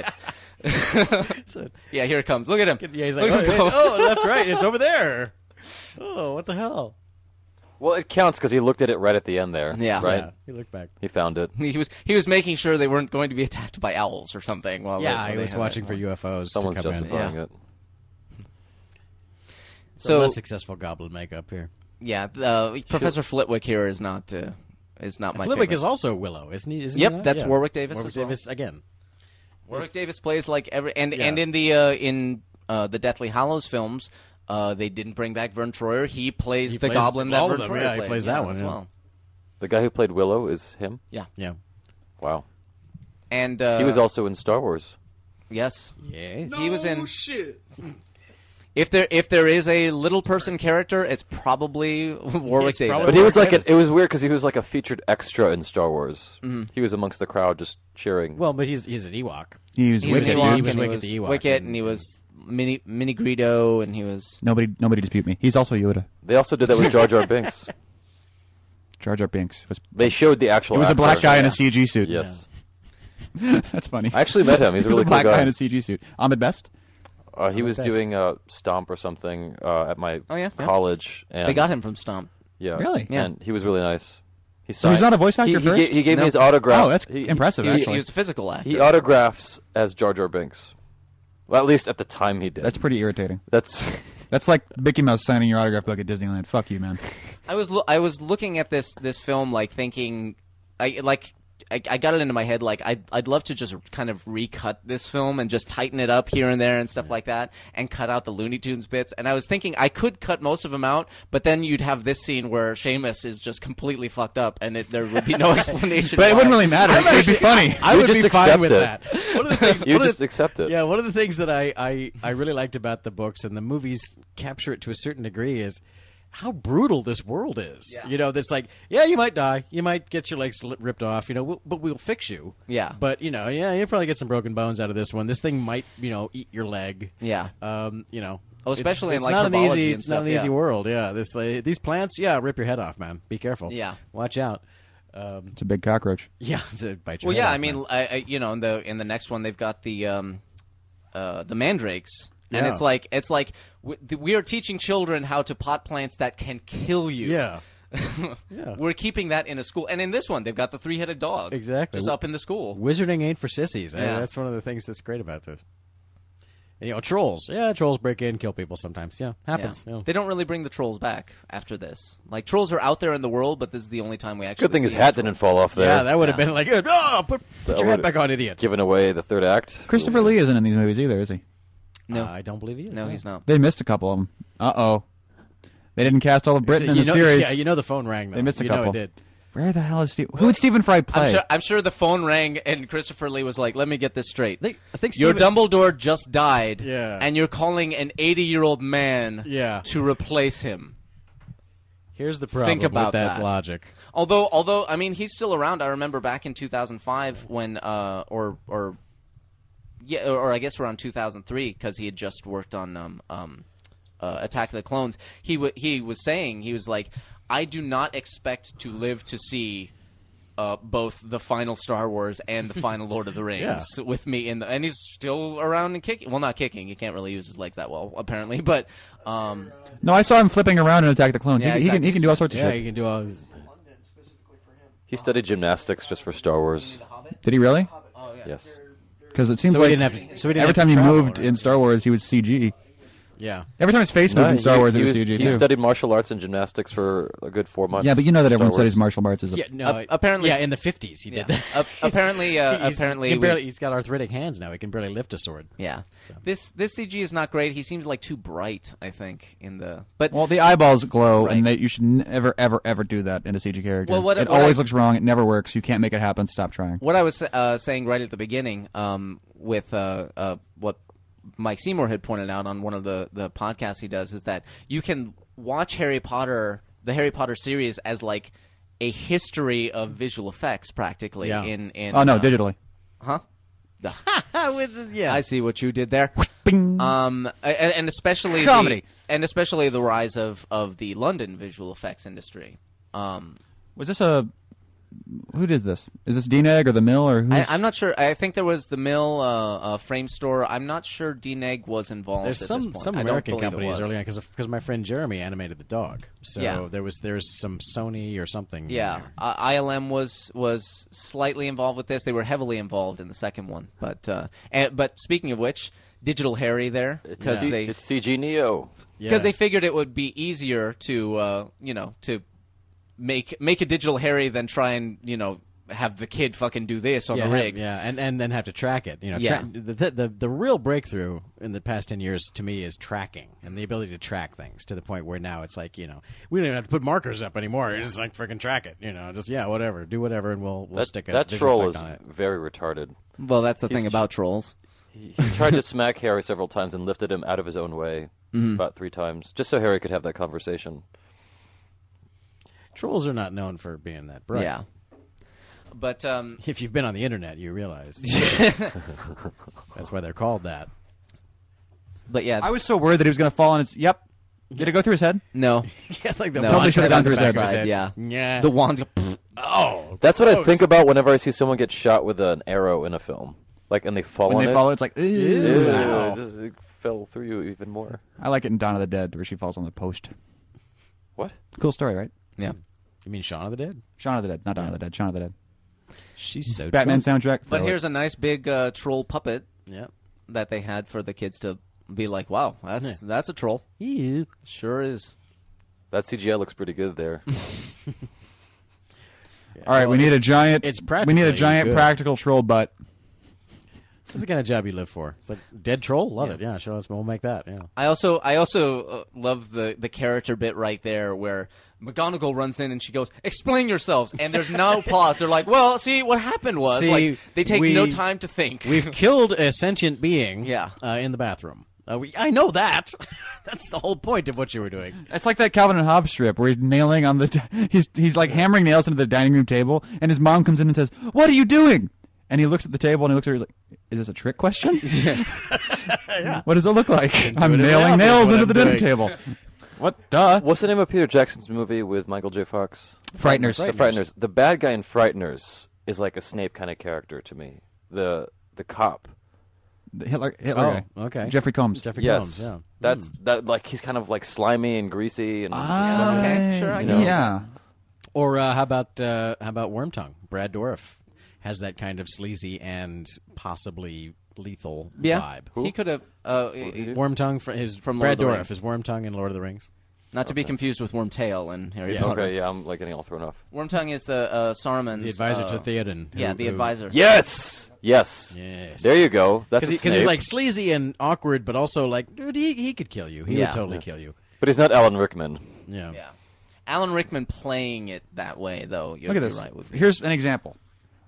Speaker 5: *laughs*
Speaker 4: it. *laughs* yeah, here it comes. Look at him.
Speaker 5: Yeah, he's like,
Speaker 4: Look
Speaker 5: oh,
Speaker 4: at him
Speaker 5: wait,
Speaker 4: go. *laughs*
Speaker 5: oh, left, right, it's over
Speaker 3: *laughs*
Speaker 5: there. Oh, what the hell?
Speaker 3: Well, it counts because he looked at it right at the end there.
Speaker 4: Yeah.
Speaker 3: Right?
Speaker 5: Yeah, he looked back.
Speaker 3: He found it.
Speaker 4: He was he was making sure they weren't going to be attacked by owls or something. While they,
Speaker 5: Yeah,
Speaker 4: while
Speaker 5: I
Speaker 4: they
Speaker 5: was
Speaker 4: had
Speaker 5: watching
Speaker 4: that
Speaker 5: for
Speaker 4: on.
Speaker 5: UFOs
Speaker 3: Someone's
Speaker 5: to come in.
Speaker 3: justifying
Speaker 4: Yeah.
Speaker 3: it.
Speaker 5: So,
Speaker 4: So
Speaker 5: less successful goblin makeup here.
Speaker 4: yeah, uh, Professor Flitwick here is not uh, is not my
Speaker 5: Flitwick
Speaker 4: favorite.
Speaker 5: is also Willow, isn't he? Isn't he
Speaker 4: Yep,
Speaker 5: not?
Speaker 4: that's
Speaker 5: Yeah.
Speaker 4: Warwick Davis
Speaker 5: Warwick
Speaker 4: as well.
Speaker 5: Davis again.
Speaker 4: Warwick Davis plays like every and
Speaker 5: Yeah.
Speaker 4: and in the uh, in uh, the Deathly Hollows films, uh, they didn't bring back Vern Troyer. He plays
Speaker 5: He
Speaker 4: the
Speaker 5: plays
Speaker 4: goblin that
Speaker 5: all
Speaker 4: Vern
Speaker 5: of them,
Speaker 4: Troyer
Speaker 5: yeah, he
Speaker 4: played,
Speaker 5: plays that one,
Speaker 4: as
Speaker 5: yeah.
Speaker 4: well.
Speaker 3: The guy who played Willow is him?
Speaker 4: Yeah,
Speaker 5: Yeah.
Speaker 3: Wow.
Speaker 4: and uh,
Speaker 3: He was also in Star Wars.
Speaker 4: yes.
Speaker 5: Yes.
Speaker 4: He was in.
Speaker 7: shit.
Speaker 4: If there if there is a little person character, it's probably Warwick
Speaker 5: It's
Speaker 4: Davis.
Speaker 5: probably-
Speaker 3: But he was
Speaker 5: Warwick
Speaker 3: like, a,
Speaker 5: Davis.
Speaker 3: it was weird because he was like a featured extra in Star Wars.
Speaker 4: Mm-hmm.
Speaker 3: He was amongst the crowd just cheering.
Speaker 5: Well, but he's he's an Ewok.
Speaker 2: He was
Speaker 4: he was
Speaker 2: wicked.
Speaker 5: Ewok.
Speaker 4: Ewok
Speaker 5: He was
Speaker 4: and
Speaker 5: Wicket the Ewok
Speaker 4: Wicket,
Speaker 5: and-
Speaker 4: and he was Mini Mini Greedo, and he was
Speaker 2: Nobody nobody dispute me. He's also Yoda.
Speaker 3: They also did that
Speaker 2: *laughs*
Speaker 3: with Jar Jar Binks.
Speaker 2: Jar Jar Binks. Was,
Speaker 3: They showed the actual.
Speaker 2: he was a
Speaker 3: actor.
Speaker 2: black guy in a CG suit.
Speaker 3: Yes,
Speaker 2: *laughs* That's funny.
Speaker 3: I actually met him. He's
Speaker 2: *laughs* he
Speaker 3: a
Speaker 2: was
Speaker 3: really
Speaker 2: a black
Speaker 3: cool
Speaker 2: guy
Speaker 3: guy.
Speaker 2: in a Oh, CG suit. Ahmed Best?
Speaker 3: uh, he was doing a stomp or something uh, at my
Speaker 4: Oh, yeah, yeah.
Speaker 3: college, and
Speaker 4: They got him from Stomp.
Speaker 3: Yeah,
Speaker 2: Really?
Speaker 4: Yeah.
Speaker 3: And he was really nice. He
Speaker 2: So he's
Speaker 3: signed-
Speaker 2: not a voice actor
Speaker 3: He, he,
Speaker 2: first?
Speaker 3: ga- he gave
Speaker 4: No.
Speaker 3: me his autograph.
Speaker 2: Oh, that's
Speaker 3: He-
Speaker 2: impressive,
Speaker 4: He was,
Speaker 2: actually.
Speaker 4: he was a physical actor.
Speaker 3: He autographs as Jar Jar Binks. Well, at least at the time he did.
Speaker 2: That's pretty irritating. *laughs*
Speaker 3: That's
Speaker 2: That's like Mickey Mouse signing your autograph book at Disneyland. Fuck you, man.
Speaker 4: I was lo- I was looking at this this film like thinking, I like I, I got it into my head like I'd, I'd love to just kind of recut this film and just tighten it up here and there and stuff like that and cut out the Looney Tunes bits. And I was thinking I could cut most of them out, but then you'd have this scene where Seamus is just completely fucked up and it, there would be no *laughs* explanation.
Speaker 2: But it wouldn't
Speaker 4: why.
Speaker 2: really matter. It'd be funny.
Speaker 5: I
Speaker 3: You
Speaker 5: would
Speaker 3: just
Speaker 5: be fine
Speaker 3: accept
Speaker 5: with
Speaker 3: it.
Speaker 5: that. One of the things,
Speaker 3: *laughs* You
Speaker 5: one of
Speaker 3: just
Speaker 5: the-
Speaker 3: accept it.
Speaker 5: Yeah, one of the things that I, I, I really liked about the books and the movies capture it to a certain degree is how brutal this world is. You know, that's like, yeah, you might die, you might get your legs li- ripped off, you know, we but we'll fix you.
Speaker 4: Yeah.
Speaker 5: But you know, yeah, you'll probably get some broken bones out of this one. This thing might, you know, eat your leg.
Speaker 4: Yeah.
Speaker 5: Um, you know.
Speaker 4: Oh,
Speaker 5: it's-
Speaker 4: especially in,
Speaker 5: it's
Speaker 4: like,
Speaker 5: not an
Speaker 4: herbology
Speaker 5: easy,
Speaker 4: and
Speaker 5: it's
Speaker 4: stuff,
Speaker 5: not an easy
Speaker 4: yeah.
Speaker 5: world. Yeah, this uh, these plants, yeah, rip your head off, man. Be careful.
Speaker 4: Yeah.
Speaker 5: watch out. *laughs* Um,
Speaker 2: It's a big cockroach.
Speaker 5: yeah, to bite your
Speaker 4: Well,
Speaker 5: head
Speaker 4: yeah,
Speaker 5: off,
Speaker 4: I
Speaker 5: man.
Speaker 4: mean, I, I, you know, in the in the next one they've got the um, uh, the mandrakes, and
Speaker 5: Yeah.
Speaker 4: it's like it's like we, th- we are teaching children how to pot plants that can kill you. *laughs*
Speaker 5: yeah. Yeah.
Speaker 4: We're keeping that in a school, and in this one they've got the three-headed dog
Speaker 5: Exactly.
Speaker 4: just up in the school.
Speaker 5: Wizarding ain't for sissies. eh?
Speaker 4: Yeah.
Speaker 5: that's one of the things that's great about this. And, you know, trolls. Yeah, trolls break in, kill people sometimes. Yeah,
Speaker 4: Yeah.
Speaker 5: happens. Yeah.
Speaker 4: They don't really bring the trolls back after this. Like trolls are out there in the world, but this is the only time we actually.
Speaker 3: Good thing his
Speaker 4: see
Speaker 3: hat
Speaker 4: them.
Speaker 3: didn't fall off there.
Speaker 5: Yeah, that would have been like, oh, put, put
Speaker 3: That
Speaker 5: your head
Speaker 3: would've-
Speaker 5: back on, idiot.
Speaker 3: Giving away the third act.
Speaker 2: Christopher Lee isn't in these movies either, is he?
Speaker 4: No,
Speaker 5: Uh, I don't believe he is.
Speaker 4: no, he's not.
Speaker 2: They missed a couple of them. Uh oh. They didn't cast all of Britain in
Speaker 5: you
Speaker 2: the
Speaker 5: know,
Speaker 2: series.
Speaker 5: Yeah, you know the phone rang. Though.
Speaker 2: They missed a
Speaker 5: you Know
Speaker 2: couple.
Speaker 5: it did.
Speaker 2: Where the hell is Steve? Who would Stephen Fry play?
Speaker 4: I'm sure, I'm sure the phone rang and Christopher Lee was like, "Let me get this straight.
Speaker 5: I think- I think
Speaker 4: your
Speaker 5: Steven-
Speaker 4: Dumbledore just died,
Speaker 5: Yeah.
Speaker 4: and you're calling an 80 year old man,
Speaker 5: Yeah.
Speaker 4: to replace him."
Speaker 5: Here's the problem
Speaker 4: about
Speaker 5: with that,
Speaker 4: that.
Speaker 5: logic.
Speaker 4: Although, although, I mean, he's still around. I remember back in 2005 when, uh, or, or, yeah, or, or I guess around 2003 because he had just worked on um, um, uh, Attack of the Clones. He wa he was saying he was like, I do not expect to live to see. Uh, both the final Star Wars and the final Lord of the Rings with me in the, and he's still around and kicking. Well, not kicking. He can't really use his legs that well, apparently. But um,
Speaker 2: no, I saw him flipping around in Attack of the Clones.
Speaker 4: Yeah,
Speaker 2: he, he can he
Speaker 4: exactly.
Speaker 2: can do all sorts of
Speaker 5: Yeah,
Speaker 2: shit.
Speaker 5: you can do all. These...
Speaker 3: He studied gymnastics just for Star Wars.
Speaker 2: Did he really?
Speaker 3: Yes.
Speaker 2: Because it seems
Speaker 5: So we
Speaker 2: like
Speaker 5: didn't have. To, so we
Speaker 2: every
Speaker 5: didn't have to
Speaker 2: time he
Speaker 5: travel,
Speaker 2: moved
Speaker 5: right?
Speaker 2: in Star Wars, he was CG.
Speaker 5: Yeah.
Speaker 2: Every time his face moved in Star
Speaker 3: he,
Speaker 2: Wars,
Speaker 3: he
Speaker 2: it was,
Speaker 3: was-
Speaker 2: CG
Speaker 3: He
Speaker 2: too.
Speaker 3: studied martial arts and gymnastics for a good four months.
Speaker 2: yeah, but you know that
Speaker 3: Star
Speaker 2: everyone
Speaker 3: Wars.
Speaker 2: studies martial arts as a
Speaker 5: Yeah. No.
Speaker 4: Ap-
Speaker 5: it-
Speaker 4: apparently-
Speaker 5: Yeah, in the 50s he
Speaker 4: Yeah.
Speaker 5: did that.
Speaker 4: Ap- apparently,
Speaker 5: *laughs*
Speaker 4: uh,
Speaker 5: He's-
Speaker 4: apparently
Speaker 5: he
Speaker 4: we-
Speaker 5: barely- he's got arthritic hands now. He can barely lift a sword.
Speaker 4: Yeah. This this CG is not great. He seems like too bright, I think, in the but
Speaker 2: Well, the eyeballs glow, and
Speaker 4: Right.
Speaker 2: they, you should never, ever, ever do that in a CG character.
Speaker 4: Well, what-
Speaker 2: it
Speaker 4: what
Speaker 2: always
Speaker 4: I-
Speaker 2: looks wrong. It never works. You can't make it happen. Stop trying.
Speaker 4: what I was uh, saying right at the beginning um, with uh, uh, what Mike Seymour had pointed out on one of the, the podcasts he does is that you can watch Harry Potter, the Harry Potter series, as like a history of visual effects practically
Speaker 5: Yeah.
Speaker 4: in, in
Speaker 2: Oh no,
Speaker 4: uh,
Speaker 2: digitally.
Speaker 4: huh?
Speaker 5: yeah.
Speaker 4: I see what you
Speaker 2: *laughs*
Speaker 4: did there.
Speaker 2: Bing.
Speaker 4: Um, a- a- and, especially
Speaker 2: Comedy.
Speaker 4: the, and especially the rise of, of the London visual effects industry. Um,
Speaker 2: Was this a who did this? Is this Dineg or the Mill or who's
Speaker 4: I, I'm not sure. I think there was the mill, uh, uh, frame store. I'm not sure DNEG was involved.
Speaker 5: There's
Speaker 4: at this
Speaker 5: some
Speaker 4: point.
Speaker 5: some
Speaker 4: I don't
Speaker 5: American
Speaker 4: believe it
Speaker 5: companies
Speaker 4: was.
Speaker 5: early on because because my friend Jeremy animated the dog, so
Speaker 4: Yeah.
Speaker 5: there was there's some Sony or something. in
Speaker 4: Yeah,
Speaker 5: there.
Speaker 4: uh, ILM was was slightly involved with this. They were heavily involved in the second one, but uh, and, but speaking of which, Digital Harry there
Speaker 3: It's,
Speaker 4: because
Speaker 3: C-
Speaker 4: they
Speaker 3: it's CG Neo.
Speaker 5: Yeah.
Speaker 4: because they figured it would be easier to uh, you know to make make a Digital Harry than try and you know have the kid fucking do this on
Speaker 5: yeah,
Speaker 4: a
Speaker 5: have-
Speaker 4: rig.
Speaker 5: yeah, and and then have to track it. You know,
Speaker 4: Yeah.
Speaker 5: tra- the, the the the real breakthrough in the past ten years to me is tracking and the ability to track things to the point where now it's like you know we don't even have to put markers up anymore. It's just like freaking track it. You know, just yeah, whatever, do whatever, and we'll we'll
Speaker 3: That,
Speaker 5: stick a
Speaker 3: that
Speaker 5: visual
Speaker 3: troll is
Speaker 5: effect on it.
Speaker 3: very retarded.
Speaker 4: Well, that's the thing about trolls.
Speaker 3: He, he tried to *laughs* smack Harry several times and lifted him out of his own way
Speaker 2: Mm-hmm.
Speaker 3: about three times, just so Harry could have that conversation.
Speaker 5: Trolls are not known for being that bright.
Speaker 4: Yeah, but um,
Speaker 5: If you've been on the internet, you
Speaker 4: *laughs*
Speaker 5: realize that's why they're called that.
Speaker 4: but yeah,
Speaker 2: I was so worried that he was going to fall on his. Yep. Did it go through his head?
Speaker 4: no.
Speaker 5: *laughs* Yeah, it's like the
Speaker 4: No,
Speaker 5: wand
Speaker 4: I
Speaker 2: should have
Speaker 5: comes
Speaker 2: gone through
Speaker 5: back
Speaker 2: his
Speaker 5: to
Speaker 4: head, yeah.
Speaker 5: Yeah.
Speaker 4: The wand.
Speaker 5: oh.
Speaker 3: That's what I think about whenever I see someone get shot with an arrow in a film, like and they fall
Speaker 2: When
Speaker 3: on
Speaker 2: they
Speaker 3: it.
Speaker 2: fall, it's like.
Speaker 3: Ew,
Speaker 2: Ew.
Speaker 3: it, just, it fell through you even more.
Speaker 2: I like it in Dawn of the Dead where she falls on the post.
Speaker 3: What?
Speaker 2: Cool story, right?
Speaker 4: Yeah.
Speaker 5: You mean Shaun of the Dead?
Speaker 2: Shaun of the Dead, not Dawn of the Dead. Shaun of the Dead.
Speaker 5: She's so
Speaker 2: Batman soundtrack.
Speaker 4: But
Speaker 2: Throw it.
Speaker 4: here's a nice big uh, troll puppet
Speaker 5: Yeah.
Speaker 4: that they had for the kids to be like, "Wow, that's that's a troll.
Speaker 5: Ew.
Speaker 4: Sure is."
Speaker 2: *laughs*
Speaker 3: That CGI looks pretty good there.
Speaker 2: All right, we need a giant.
Speaker 5: it's
Speaker 2: we need a
Speaker 5: practically
Speaker 2: giant
Speaker 5: good.
Speaker 2: practical troll butt.
Speaker 5: That's the kind of job you live for. It's like dead troll. Love it. Yeah, sure. Let's we'll make that. Yeah.
Speaker 4: I also I also uh, love the the character bit right there where McGonagall runs in and she goes, "Explain yourselves," and there's
Speaker 5: *laughs*
Speaker 4: no pause. They're like, "Well, see, what happened was
Speaker 5: See,
Speaker 4: like they take no
Speaker 5: we-
Speaker 4: time to think." *laughs*
Speaker 5: We've killed a sentient being.
Speaker 4: Yeah.
Speaker 5: Uh, in the bathroom. Uh, we, I know that. *laughs* That's the whole point of what you were doing.
Speaker 2: It's like that Calvin and Hobbes strip where he's nailing on the di- he's he's like hammering nails into the dining room table, and his mom comes in and says, "What are you doing?" And he looks at the table and he looks at her. He's like, "Is this a trick question? *laughs* What does it look like? I'm
Speaker 5: Intuitive
Speaker 2: nailing
Speaker 5: math is
Speaker 2: nails
Speaker 5: what
Speaker 2: into
Speaker 5: I'm
Speaker 2: the dinner
Speaker 5: doing.
Speaker 2: table. What duh?
Speaker 3: What's the name of Peter Jackson's movie with Michael J. Fox?
Speaker 2: Frighteners.
Speaker 3: The Frighteners. The bad guy in Frighteners is like a Snape kind of character to me. The the cop.
Speaker 2: The Hitler. Hitler. guy.
Speaker 5: Oh, okay.
Speaker 2: Jeffrey Combs.
Speaker 5: Jeffrey
Speaker 3: Yes.
Speaker 5: Combs. Yeah. Hmm.
Speaker 3: That's that like he's kind of like slimy and greasy and
Speaker 2: Ah,
Speaker 4: okay, sure, I
Speaker 2: you
Speaker 4: get it.
Speaker 2: Yeah.
Speaker 5: Or uh, how about uh, how about Wormtongue? Brad Dourif has that kind of sleazy and possibly lethal
Speaker 4: yeah,
Speaker 5: vibe.
Speaker 4: he could have. Uh,
Speaker 5: Wormtongue from his
Speaker 4: From
Speaker 5: Brad
Speaker 4: Lord
Speaker 5: Dourif
Speaker 4: of the
Speaker 5: is Wormtongue in Lord of the Rings.
Speaker 4: not to be confused with Wormtail and Harry Potter.
Speaker 3: Okay, yeah, I'm like getting all thrown off.
Speaker 4: Wormtongue is the uh, Saruman's
Speaker 5: The advisor
Speaker 4: uh,
Speaker 5: to Theoden. who-
Speaker 4: Yeah, the
Speaker 5: who-
Speaker 4: advisor.
Speaker 3: Yes. Yes.
Speaker 5: Yes.
Speaker 3: There you go. That's a
Speaker 5: Because he's
Speaker 3: Snape.
Speaker 5: like sleazy and awkward, but also like, dude, he, he could kill you. He
Speaker 4: Yeah.
Speaker 5: would totally kill you.
Speaker 3: But he's not Alan Rickman.
Speaker 5: Yeah.
Speaker 4: yeah. Alan Rickman playing it that way though. You're,
Speaker 2: Look at
Speaker 4: you're
Speaker 2: this.
Speaker 4: Right with me.
Speaker 2: Here's an example.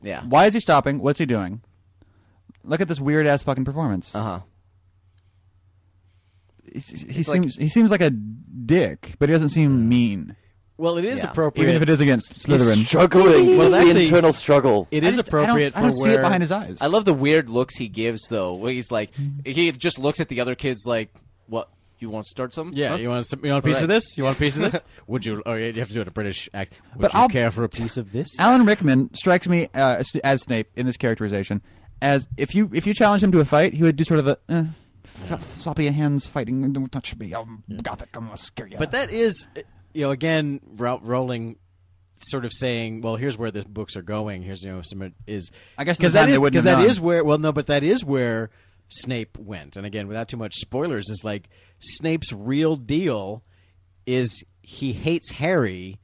Speaker 4: yeah.
Speaker 2: Why is he stopping? What's he doing? Look at this weird ass fucking performance.
Speaker 4: Uh huh.
Speaker 2: He, he seems he seems like a dick, but he doesn't seem mean,
Speaker 5: Well, it is
Speaker 4: Yeah.
Speaker 5: appropriate.
Speaker 2: even if it is against Slytherin.
Speaker 3: Struggling.
Speaker 5: Well,
Speaker 3: What's the
Speaker 5: actually-
Speaker 3: internal struggle?
Speaker 5: it
Speaker 2: I
Speaker 5: is
Speaker 2: just-
Speaker 5: appropriate
Speaker 2: I don't, I
Speaker 5: for
Speaker 2: don't
Speaker 5: where
Speaker 2: see it behind his eyes.
Speaker 4: I love the weird looks he gives though. Where he's like, he just looks at the other kids like, "What? You want to start something?
Speaker 5: Yeah,
Speaker 4: Huh?"
Speaker 5: you want some, you want a piece of
Speaker 4: Right.
Speaker 5: this? You want a piece
Speaker 4: *laughs*
Speaker 5: of this? Would you? Oh, yeah, you have to do it in a British act. Would
Speaker 2: But
Speaker 5: you
Speaker 2: I'll-
Speaker 5: care for a piece of this?
Speaker 2: Alan Rickman strikes me uh, as, as Snape in this characterization as if you if you challenge him to a fight, he would do sort of the eh, f- floppy hands fighting. Don't touch me. I'm gothic. I'm gonna scare you.
Speaker 5: But that is, you know, again, Ro- Rowling sort of saying, well, here's where the books are going. Here's you know, some of it is.
Speaker 2: I guess at the
Speaker 5: because that
Speaker 2: time they
Speaker 5: is-
Speaker 2: wouldn't
Speaker 5: 'cause
Speaker 2: have
Speaker 5: that
Speaker 2: known.
Speaker 5: is where. Well, no, but that is where Snape went. And again, without too much spoilers, is like Snape's real deal is he hates Harry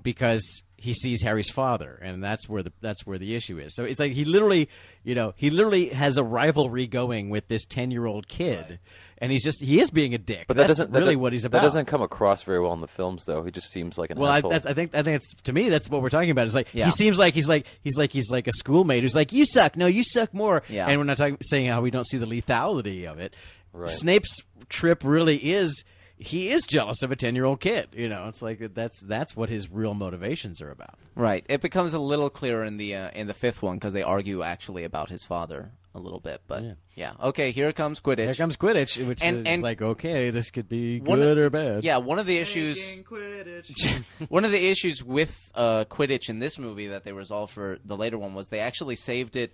Speaker 5: because he sees Harry's father, and that's where the that's where the issue is. So it's like he literally, you know, he literally has a rivalry going with this ten year old kid, and he's just he is being a dick.
Speaker 3: But that
Speaker 5: that's
Speaker 3: doesn't that
Speaker 5: really
Speaker 3: do-
Speaker 5: what he's about.
Speaker 3: That doesn't come across very well in the films, though. He just seems like an
Speaker 5: Well, I,
Speaker 3: asshole.
Speaker 5: that's, I think I think it's to me that's what we're talking about. It's like
Speaker 4: Yeah.
Speaker 5: he seems like he's like he's like he's like a schoolmate who's like you suck, no, you suck more.
Speaker 4: Yeah.
Speaker 5: And we're not talking, saying how we don't see the lethality of it.
Speaker 3: Right.
Speaker 5: Snape's trip really is he is jealous of a ten year old kid. You know, it's like that's that's what his real motivations are about.
Speaker 4: Right. It becomes a little clearer in the uh, in the fifth one because they argue actually about his father a little bit. But yeah, okay. Here comes Quidditch.
Speaker 5: Here comes Quidditch, which
Speaker 4: And-
Speaker 5: is
Speaker 4: and-
Speaker 5: like okay, this could be
Speaker 4: One of-
Speaker 5: good or bad.
Speaker 4: Yeah, one of the issues. *laughs* one of the issues with uh, Quidditch in this movie that they resolved for the later one was they actually saved it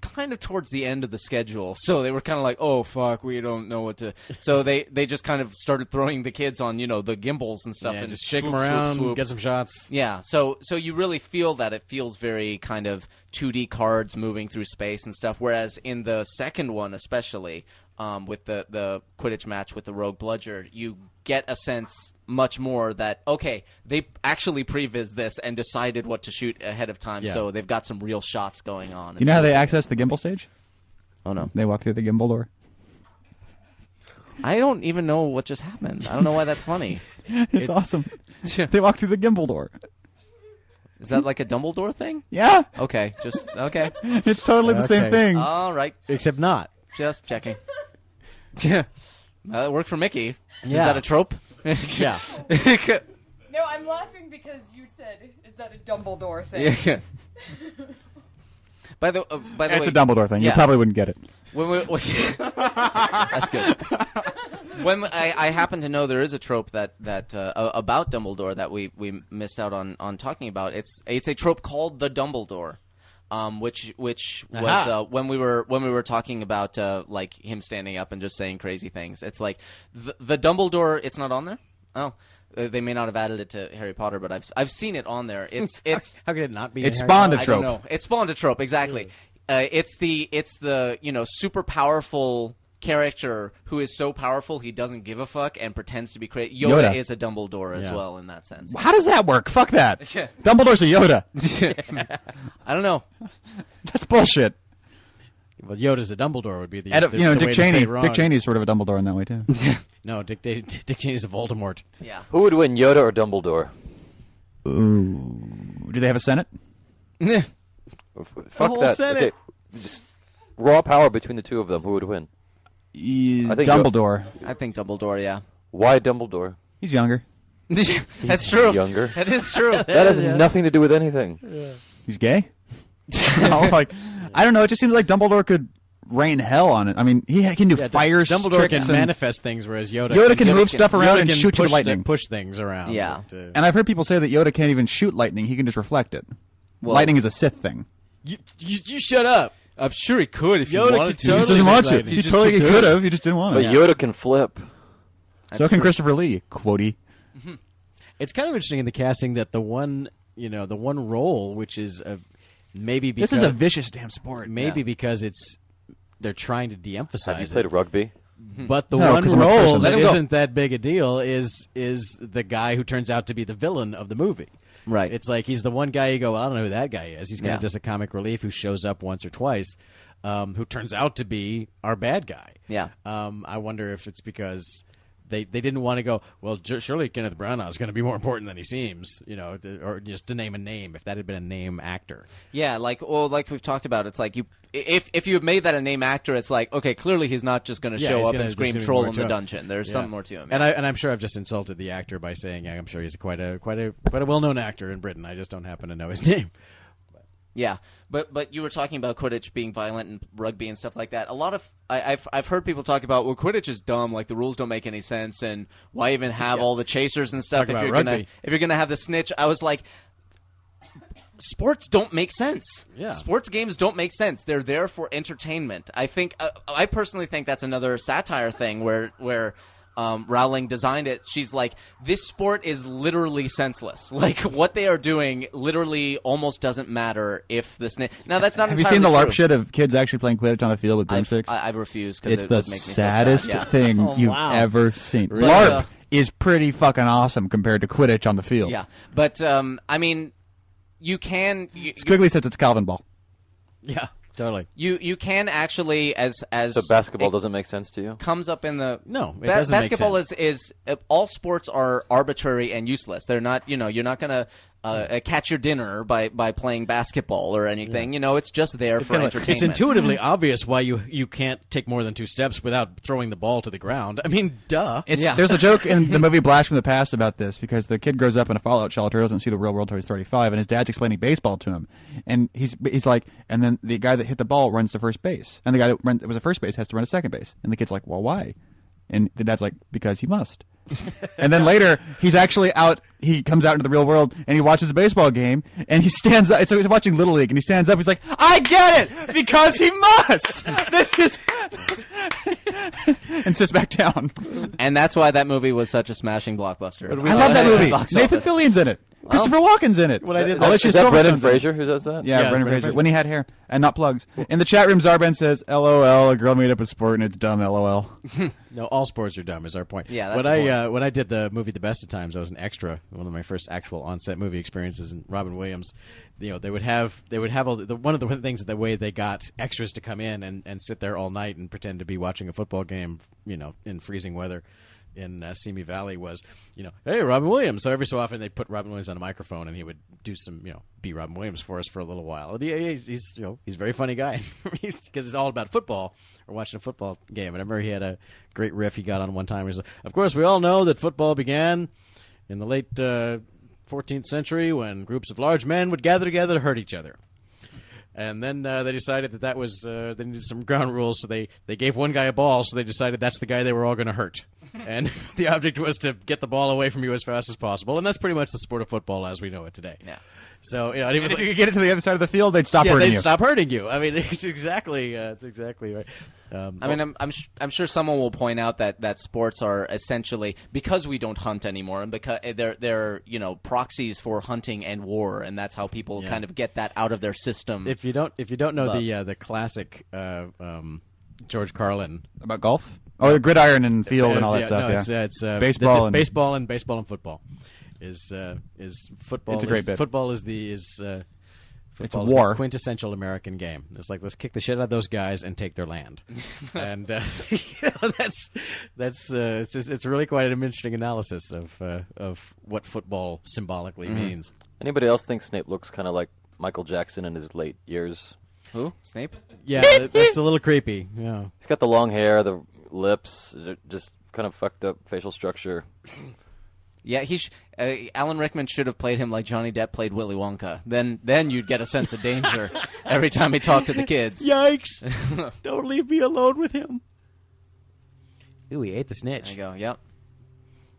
Speaker 4: kind of towards the end of the schedule. So they were kind of like, "Oh fuck, we don't know what to." So they they just kind of started throwing the kids on you know the gimbals and stuff
Speaker 5: Yeah,
Speaker 4: and
Speaker 5: just shake
Speaker 4: swoop,
Speaker 5: them around,
Speaker 4: swoop, swoop.
Speaker 5: get some shots.
Speaker 4: Yeah, so so you really feel that it feels very kind of 2D cards moving through space and stuff. Whereas in the second one, especially um, with the the Quidditch match with the Rogue Bludger, you get a sense much more that okay, they actually previs this and decided what to shoot ahead of time,
Speaker 5: Yeah.
Speaker 4: so they've got some real shots going on.
Speaker 2: you know how they access the gimbal stage?
Speaker 4: oh no,
Speaker 2: They walk through the gimbal door.
Speaker 4: I don't even know what just happened. I don't know why that's
Speaker 2: *laughs*
Speaker 4: funny. *laughs*
Speaker 2: It's, awesome. they walk through the gimbal door.
Speaker 4: Is that like a Dumbledore thing?
Speaker 2: Yeah,
Speaker 4: Okay, just
Speaker 2: *laughs*
Speaker 4: okay.
Speaker 2: it's totally the same
Speaker 5: Okay.
Speaker 2: thing.
Speaker 4: All right,
Speaker 5: Except not.
Speaker 4: Just checking. *laughs* Yeah. that worked for Mickey. Is
Speaker 5: Yeah.
Speaker 4: that a trope? *laughs*
Speaker 5: Yeah.
Speaker 6: No, I'm laughing because you said, "Is that a Dumbledore thing?"
Speaker 4: *laughs* Yeah. by the uh, by the
Speaker 2: it's
Speaker 4: way,
Speaker 2: a Dumbledore thing. You
Speaker 4: yeah.
Speaker 2: probably wouldn't get it.
Speaker 4: When *laughs* we, that's good. When I, I happen to know there is a trope that that uh, a- about Dumbledore that we, we missed out on, on talking about. It's it's a trope called the Dumbledore, um, which which was
Speaker 5: Aha.
Speaker 4: uh, when we were when we were talking about uh, like him standing up and just saying crazy things. It's like the, the Dumbledore. It's not on there. Oh. uh, They may not have added it to Harry Potter, but I've I've seen it on there. It's it's
Speaker 5: How could it not be?
Speaker 2: It
Speaker 5: in Harry
Speaker 2: spawned a
Speaker 5: Potter?
Speaker 2: trope.
Speaker 4: no, it spawned a trope exactly. Uh, it's the it's the you know super powerful character who is so powerful he doesn't give a fuck and pretends to be crazy. Yoda,
Speaker 2: Yoda.
Speaker 4: is a Dumbledore as
Speaker 5: Yeah.
Speaker 4: well in that sense.
Speaker 5: *laughs*
Speaker 2: How does that work? Fuck that.
Speaker 4: *laughs* Yeah.
Speaker 2: Dumbledore's a Yoda.
Speaker 4: *laughs*
Speaker 2: *laughs*
Speaker 4: I don't know.
Speaker 2: That's bullshit.
Speaker 5: Well, Yoda's a Dumbledore would be the,
Speaker 2: Ed,
Speaker 5: the-
Speaker 2: you know, Dick
Speaker 5: the way to say
Speaker 2: Cheney.
Speaker 5: wrong.
Speaker 2: Dick Cheney's sort of a Dumbledore in that way too.
Speaker 4: *laughs*
Speaker 5: No, Dick, Dick, *laughs* Dick Cheney's a Voldemort.
Speaker 4: Yeah.
Speaker 3: Who would win, Yoda or Dumbledore?
Speaker 2: Do they have a Senate?
Speaker 3: F- Fuck
Speaker 5: whole
Speaker 3: that.
Speaker 5: Senate.
Speaker 3: Okay, Just raw power between the two of them. Who would win? I think
Speaker 2: Dumbledore.
Speaker 4: I think Dumbledore, *laughs* yeah.
Speaker 3: Why Dumbledore?
Speaker 2: He's younger.
Speaker 4: That's true.
Speaker 3: younger.
Speaker 4: *laughs* That is true.
Speaker 3: That has nothing to do with anything.
Speaker 2: He's gay. *laughs* You
Speaker 4: *laughs*
Speaker 2: know, like I don't know. It just seems like Dumbledore could rain hell on it. I mean, he can do fire.
Speaker 5: Dumbledore can
Speaker 2: tricks and,
Speaker 5: manifest things, whereas Yoda
Speaker 2: Yoda can
Speaker 5: just-
Speaker 2: move stuff around
Speaker 5: Yoda
Speaker 2: and
Speaker 5: can
Speaker 2: shoot you
Speaker 5: push
Speaker 2: with lightning.
Speaker 5: thi- push things around.
Speaker 4: Yeah.
Speaker 5: But, uh,
Speaker 2: And I've heard people say that Yoda can't even shoot lightning; he can just reflect it. lightning is a Sith thing.
Speaker 5: you, you, you shut up.
Speaker 8: I'm sure he could if
Speaker 5: Yoda
Speaker 8: he wanted to.
Speaker 5: could
Speaker 2: He just
Speaker 5: Totally
Speaker 2: doesn't want
Speaker 5: just
Speaker 2: to.
Speaker 5: lightning.
Speaker 2: He,
Speaker 5: He
Speaker 8: just
Speaker 2: totally
Speaker 8: took
Speaker 2: could
Speaker 8: it.
Speaker 2: have. He just didn't want
Speaker 3: But
Speaker 2: to.
Speaker 3: Yoda can flip.
Speaker 2: So can Christopher Lee. Quotey.
Speaker 5: It's kind of interesting in the casting that the one you know the one role which is a maybe because
Speaker 2: This is a vicious damn sport.
Speaker 5: maybe because it's they're trying to de-emphasize
Speaker 3: Have you
Speaker 5: it.
Speaker 3: played rugby?
Speaker 5: But the
Speaker 2: No,
Speaker 5: one
Speaker 2: 'cause I'm a
Speaker 5: role
Speaker 2: person.
Speaker 5: that
Speaker 2: Mm-hmm. Let him go.
Speaker 5: isn't that big a deal is is the guy who turns out to be the villain of the movie.
Speaker 4: Right.
Speaker 5: It's like he's the one guy you go, I don't know who that guy is. He's kind
Speaker 4: Yeah.
Speaker 5: of just a comic relief who shows up once or twice, um, who turns out to be our bad guy.
Speaker 4: Yeah.
Speaker 5: Um, I wonder if it's because they they didn't want to go. Well, ju- surely Kenneth Branagh is going to be more important than he seems. You know, th- or just to name a name. If that had been a name actor,
Speaker 4: Yeah, like well, like we've talked about, it's like you if if you had made that a name actor, it's like okay, clearly he's not just going to
Speaker 5: Yeah,
Speaker 4: show
Speaker 5: he's
Speaker 4: up
Speaker 5: gonna-
Speaker 4: and
Speaker 5: there's
Speaker 4: scream
Speaker 5: gonna be
Speaker 4: troll
Speaker 5: more
Speaker 4: in
Speaker 5: to
Speaker 4: the
Speaker 5: it.
Speaker 4: dungeon. There's
Speaker 5: Yeah.
Speaker 4: something more to him.
Speaker 5: And I and I'm sure I've just insulted the actor by saying yeah, I'm sure he's quite a quite a quite a well known actor in Britain. I just don't happen to know his *laughs* name.
Speaker 4: Yeah, but but you were talking about Quidditch being violent and rugby and stuff like that. A lot of I, I've I've heard people talk about well, Quidditch is dumb, like the rules don't make any sense, and why even have all the chasers and stuff
Speaker 5: Talk
Speaker 4: if
Speaker 5: about
Speaker 4: you're gonna
Speaker 5: rugby.
Speaker 4: if you're gonna have the snitch? I was like, sports don't make sense.
Speaker 5: Yeah.
Speaker 4: Sports games don't make sense. They're there for entertainment. I think uh, I personally think that's another satire thing where where um, Rowling designed it. She's like, this sport is literally senseless. *laughs* Like what they are doing literally almost doesn't matter if the snitch. Now that's not.
Speaker 2: Have you seen the
Speaker 4: entirely
Speaker 2: LARP
Speaker 4: true.
Speaker 2: shit of kids actually playing Quidditch on a field with
Speaker 4: I've,
Speaker 2: broomsticks?
Speaker 4: I, I've refused because
Speaker 2: it's
Speaker 4: it
Speaker 2: the
Speaker 4: would make me so sad.
Speaker 2: saddest
Speaker 4: Yeah. Oh,
Speaker 2: thing you've
Speaker 5: wow.
Speaker 2: ever seen.
Speaker 4: But, uh,
Speaker 2: LARP is pretty fucking awesome compared to Quidditch on the field.
Speaker 4: *laughs* Yeah, but um, I mean, you can. You,
Speaker 2: Squiggly says it's Calvin Ball.
Speaker 5: Yeah, totally.
Speaker 4: you you can actually as as
Speaker 3: So basketball
Speaker 4: it
Speaker 3: doesn't make sense to you?
Speaker 4: comes up in the
Speaker 5: No, it doesn't make
Speaker 4: basketball
Speaker 5: sense.
Speaker 4: is is uh, all sports are arbitrary and useless. They're not you know you're not gonna. Uh, uh, catch your dinner by, by playing basketball or anything. You know, it's just there for
Speaker 2: kinda like-
Speaker 4: entertainment.
Speaker 5: It's intuitively obvious why you you can't take more than two steps without throwing the ball to the ground. I mean, duh.
Speaker 2: It's,
Speaker 4: Yeah.
Speaker 2: There's a joke in the movie Blast from the Past about this because the kid grows up in a fallout shelter, doesn't see the real world till he's 35, and his dad's explaining baseball to him, and he's he's like, and then the guy that hit the ball runs to first base, and the guy that, run, that was at first base has to run to second base, and the kid's like, well, why? And the dad's like, because he must. and then later, he's actually out. He comes out into the real world and he watches a baseball game, and he stands up. So he's watching Little League, and he stands up. He's like, I get it because he must. *laughs* this is. and sits back down.
Speaker 4: and that's why that movie was such a smashing blockbuster.
Speaker 2: I love that movie.
Speaker 4: *laughs* Box
Speaker 2: Nathan
Speaker 4: office.
Speaker 2: Fillion's in it. Christopher Walken's in it. When I did
Speaker 3: Is that, is that Brendan Fraser who does that?
Speaker 2: Yeah,
Speaker 5: Yeah,
Speaker 2: Brendan
Speaker 5: Brendan
Speaker 2: Fraser.
Speaker 5: Fraser.
Speaker 2: When he had hair and not plugs. In the chat room, Zarben says, "LOL, a girl made up a sport and it's dumb." LOL. *laughs*
Speaker 5: No, all sports are dumb is our point.
Speaker 4: Yeah, that's
Speaker 5: when
Speaker 4: the
Speaker 5: I
Speaker 4: point.
Speaker 5: Uh, when I did the movie The Best of Times, I was an extra. One of my first actual on-set movie experiences, and Robin Williams, you know, they would have they would have all the one of the things the way they got extras to come in and, and sit there all night and pretend to be watching a football game, you know, in freezing weather. In uh, Simi Valley was, you know, hey Robin Williams. So every so often they put Robin Williams on a microphone and he would do some, you know, be Robin Williams for us for a little while. And he- he's, he's, you know, he's a very funny guy *laughs* because it's all about football or watching a football game. And I remember he had a great riff he got on one time. He was, like, of course, we all know that football began in the late uh, 14th century when groups of large men would gather together to hurt each other. And then uh, they decided that that was uh, they needed some ground rules, so they they gave one guy a ball, so they decided that's the guy they were all going to hurt. And *laughs* the object was to get the ball away from you as fast as possible, and that's pretty much the sport of football as we know it today.
Speaker 4: Yeah.
Speaker 5: So you know, and it was
Speaker 2: If
Speaker 5: like,
Speaker 2: you could get it to the other side of the field, they'd stop
Speaker 5: yeah,
Speaker 2: hurting
Speaker 5: they'd
Speaker 2: you.
Speaker 5: stop hurting you. I mean, *laughs* it's exactly uh, it's exactly right. Um,
Speaker 4: I mean, I'm I'm, sh- I'm sure someone will point out that, that sports are essentially because we don't hunt anymore, and because they're they're you know proxies for hunting and war, and that's how people
Speaker 5: Yeah.
Speaker 4: kind of get that out of their system.
Speaker 5: if you don't if you don't know
Speaker 4: But-
Speaker 5: the uh, the classic uh, um, George Carlin.
Speaker 2: about golf? Oh, the gridiron and field and all
Speaker 5: Uh,
Speaker 2: that stuff.
Speaker 5: no,
Speaker 2: yeah,
Speaker 5: it's, uh, it's uh,
Speaker 2: baseball
Speaker 5: the- the
Speaker 2: and
Speaker 5: baseball and baseball and football is uh, is football.
Speaker 2: It's a great
Speaker 5: is,
Speaker 2: bit.
Speaker 5: Football is the is. Uh, football is
Speaker 2: war.
Speaker 5: the quintessential American game. It's like let's kick the shit out of those guys and take their *laughs* land, and uh, you know, that's that's uh, it's just, it's really quite an interesting analysis of uh, of what football symbolically
Speaker 2: Mm-hmm.
Speaker 5: means.
Speaker 3: Anybody else think Snape looks kind of like Michael Jackson in his late years?
Speaker 4: Who? Snape?
Speaker 5: Yeah, that- that's a little creepy. Yeah,
Speaker 3: He's got the long hair, the lips, uh, just kind of fucked up facial structure.
Speaker 4: Yeah, he. Sh- uh, Alan Rickman should have played him like Johnny Depp played Willy Wonka. Then, then you'd get a sense of
Speaker 5: *laughs*
Speaker 4: danger every time he talked to the kids.
Speaker 5: yikes! *laughs* Don't leave me alone with him. Ooh, he ate the *laughs*
Speaker 4: There you
Speaker 5: snitch.
Speaker 4: go. Yep.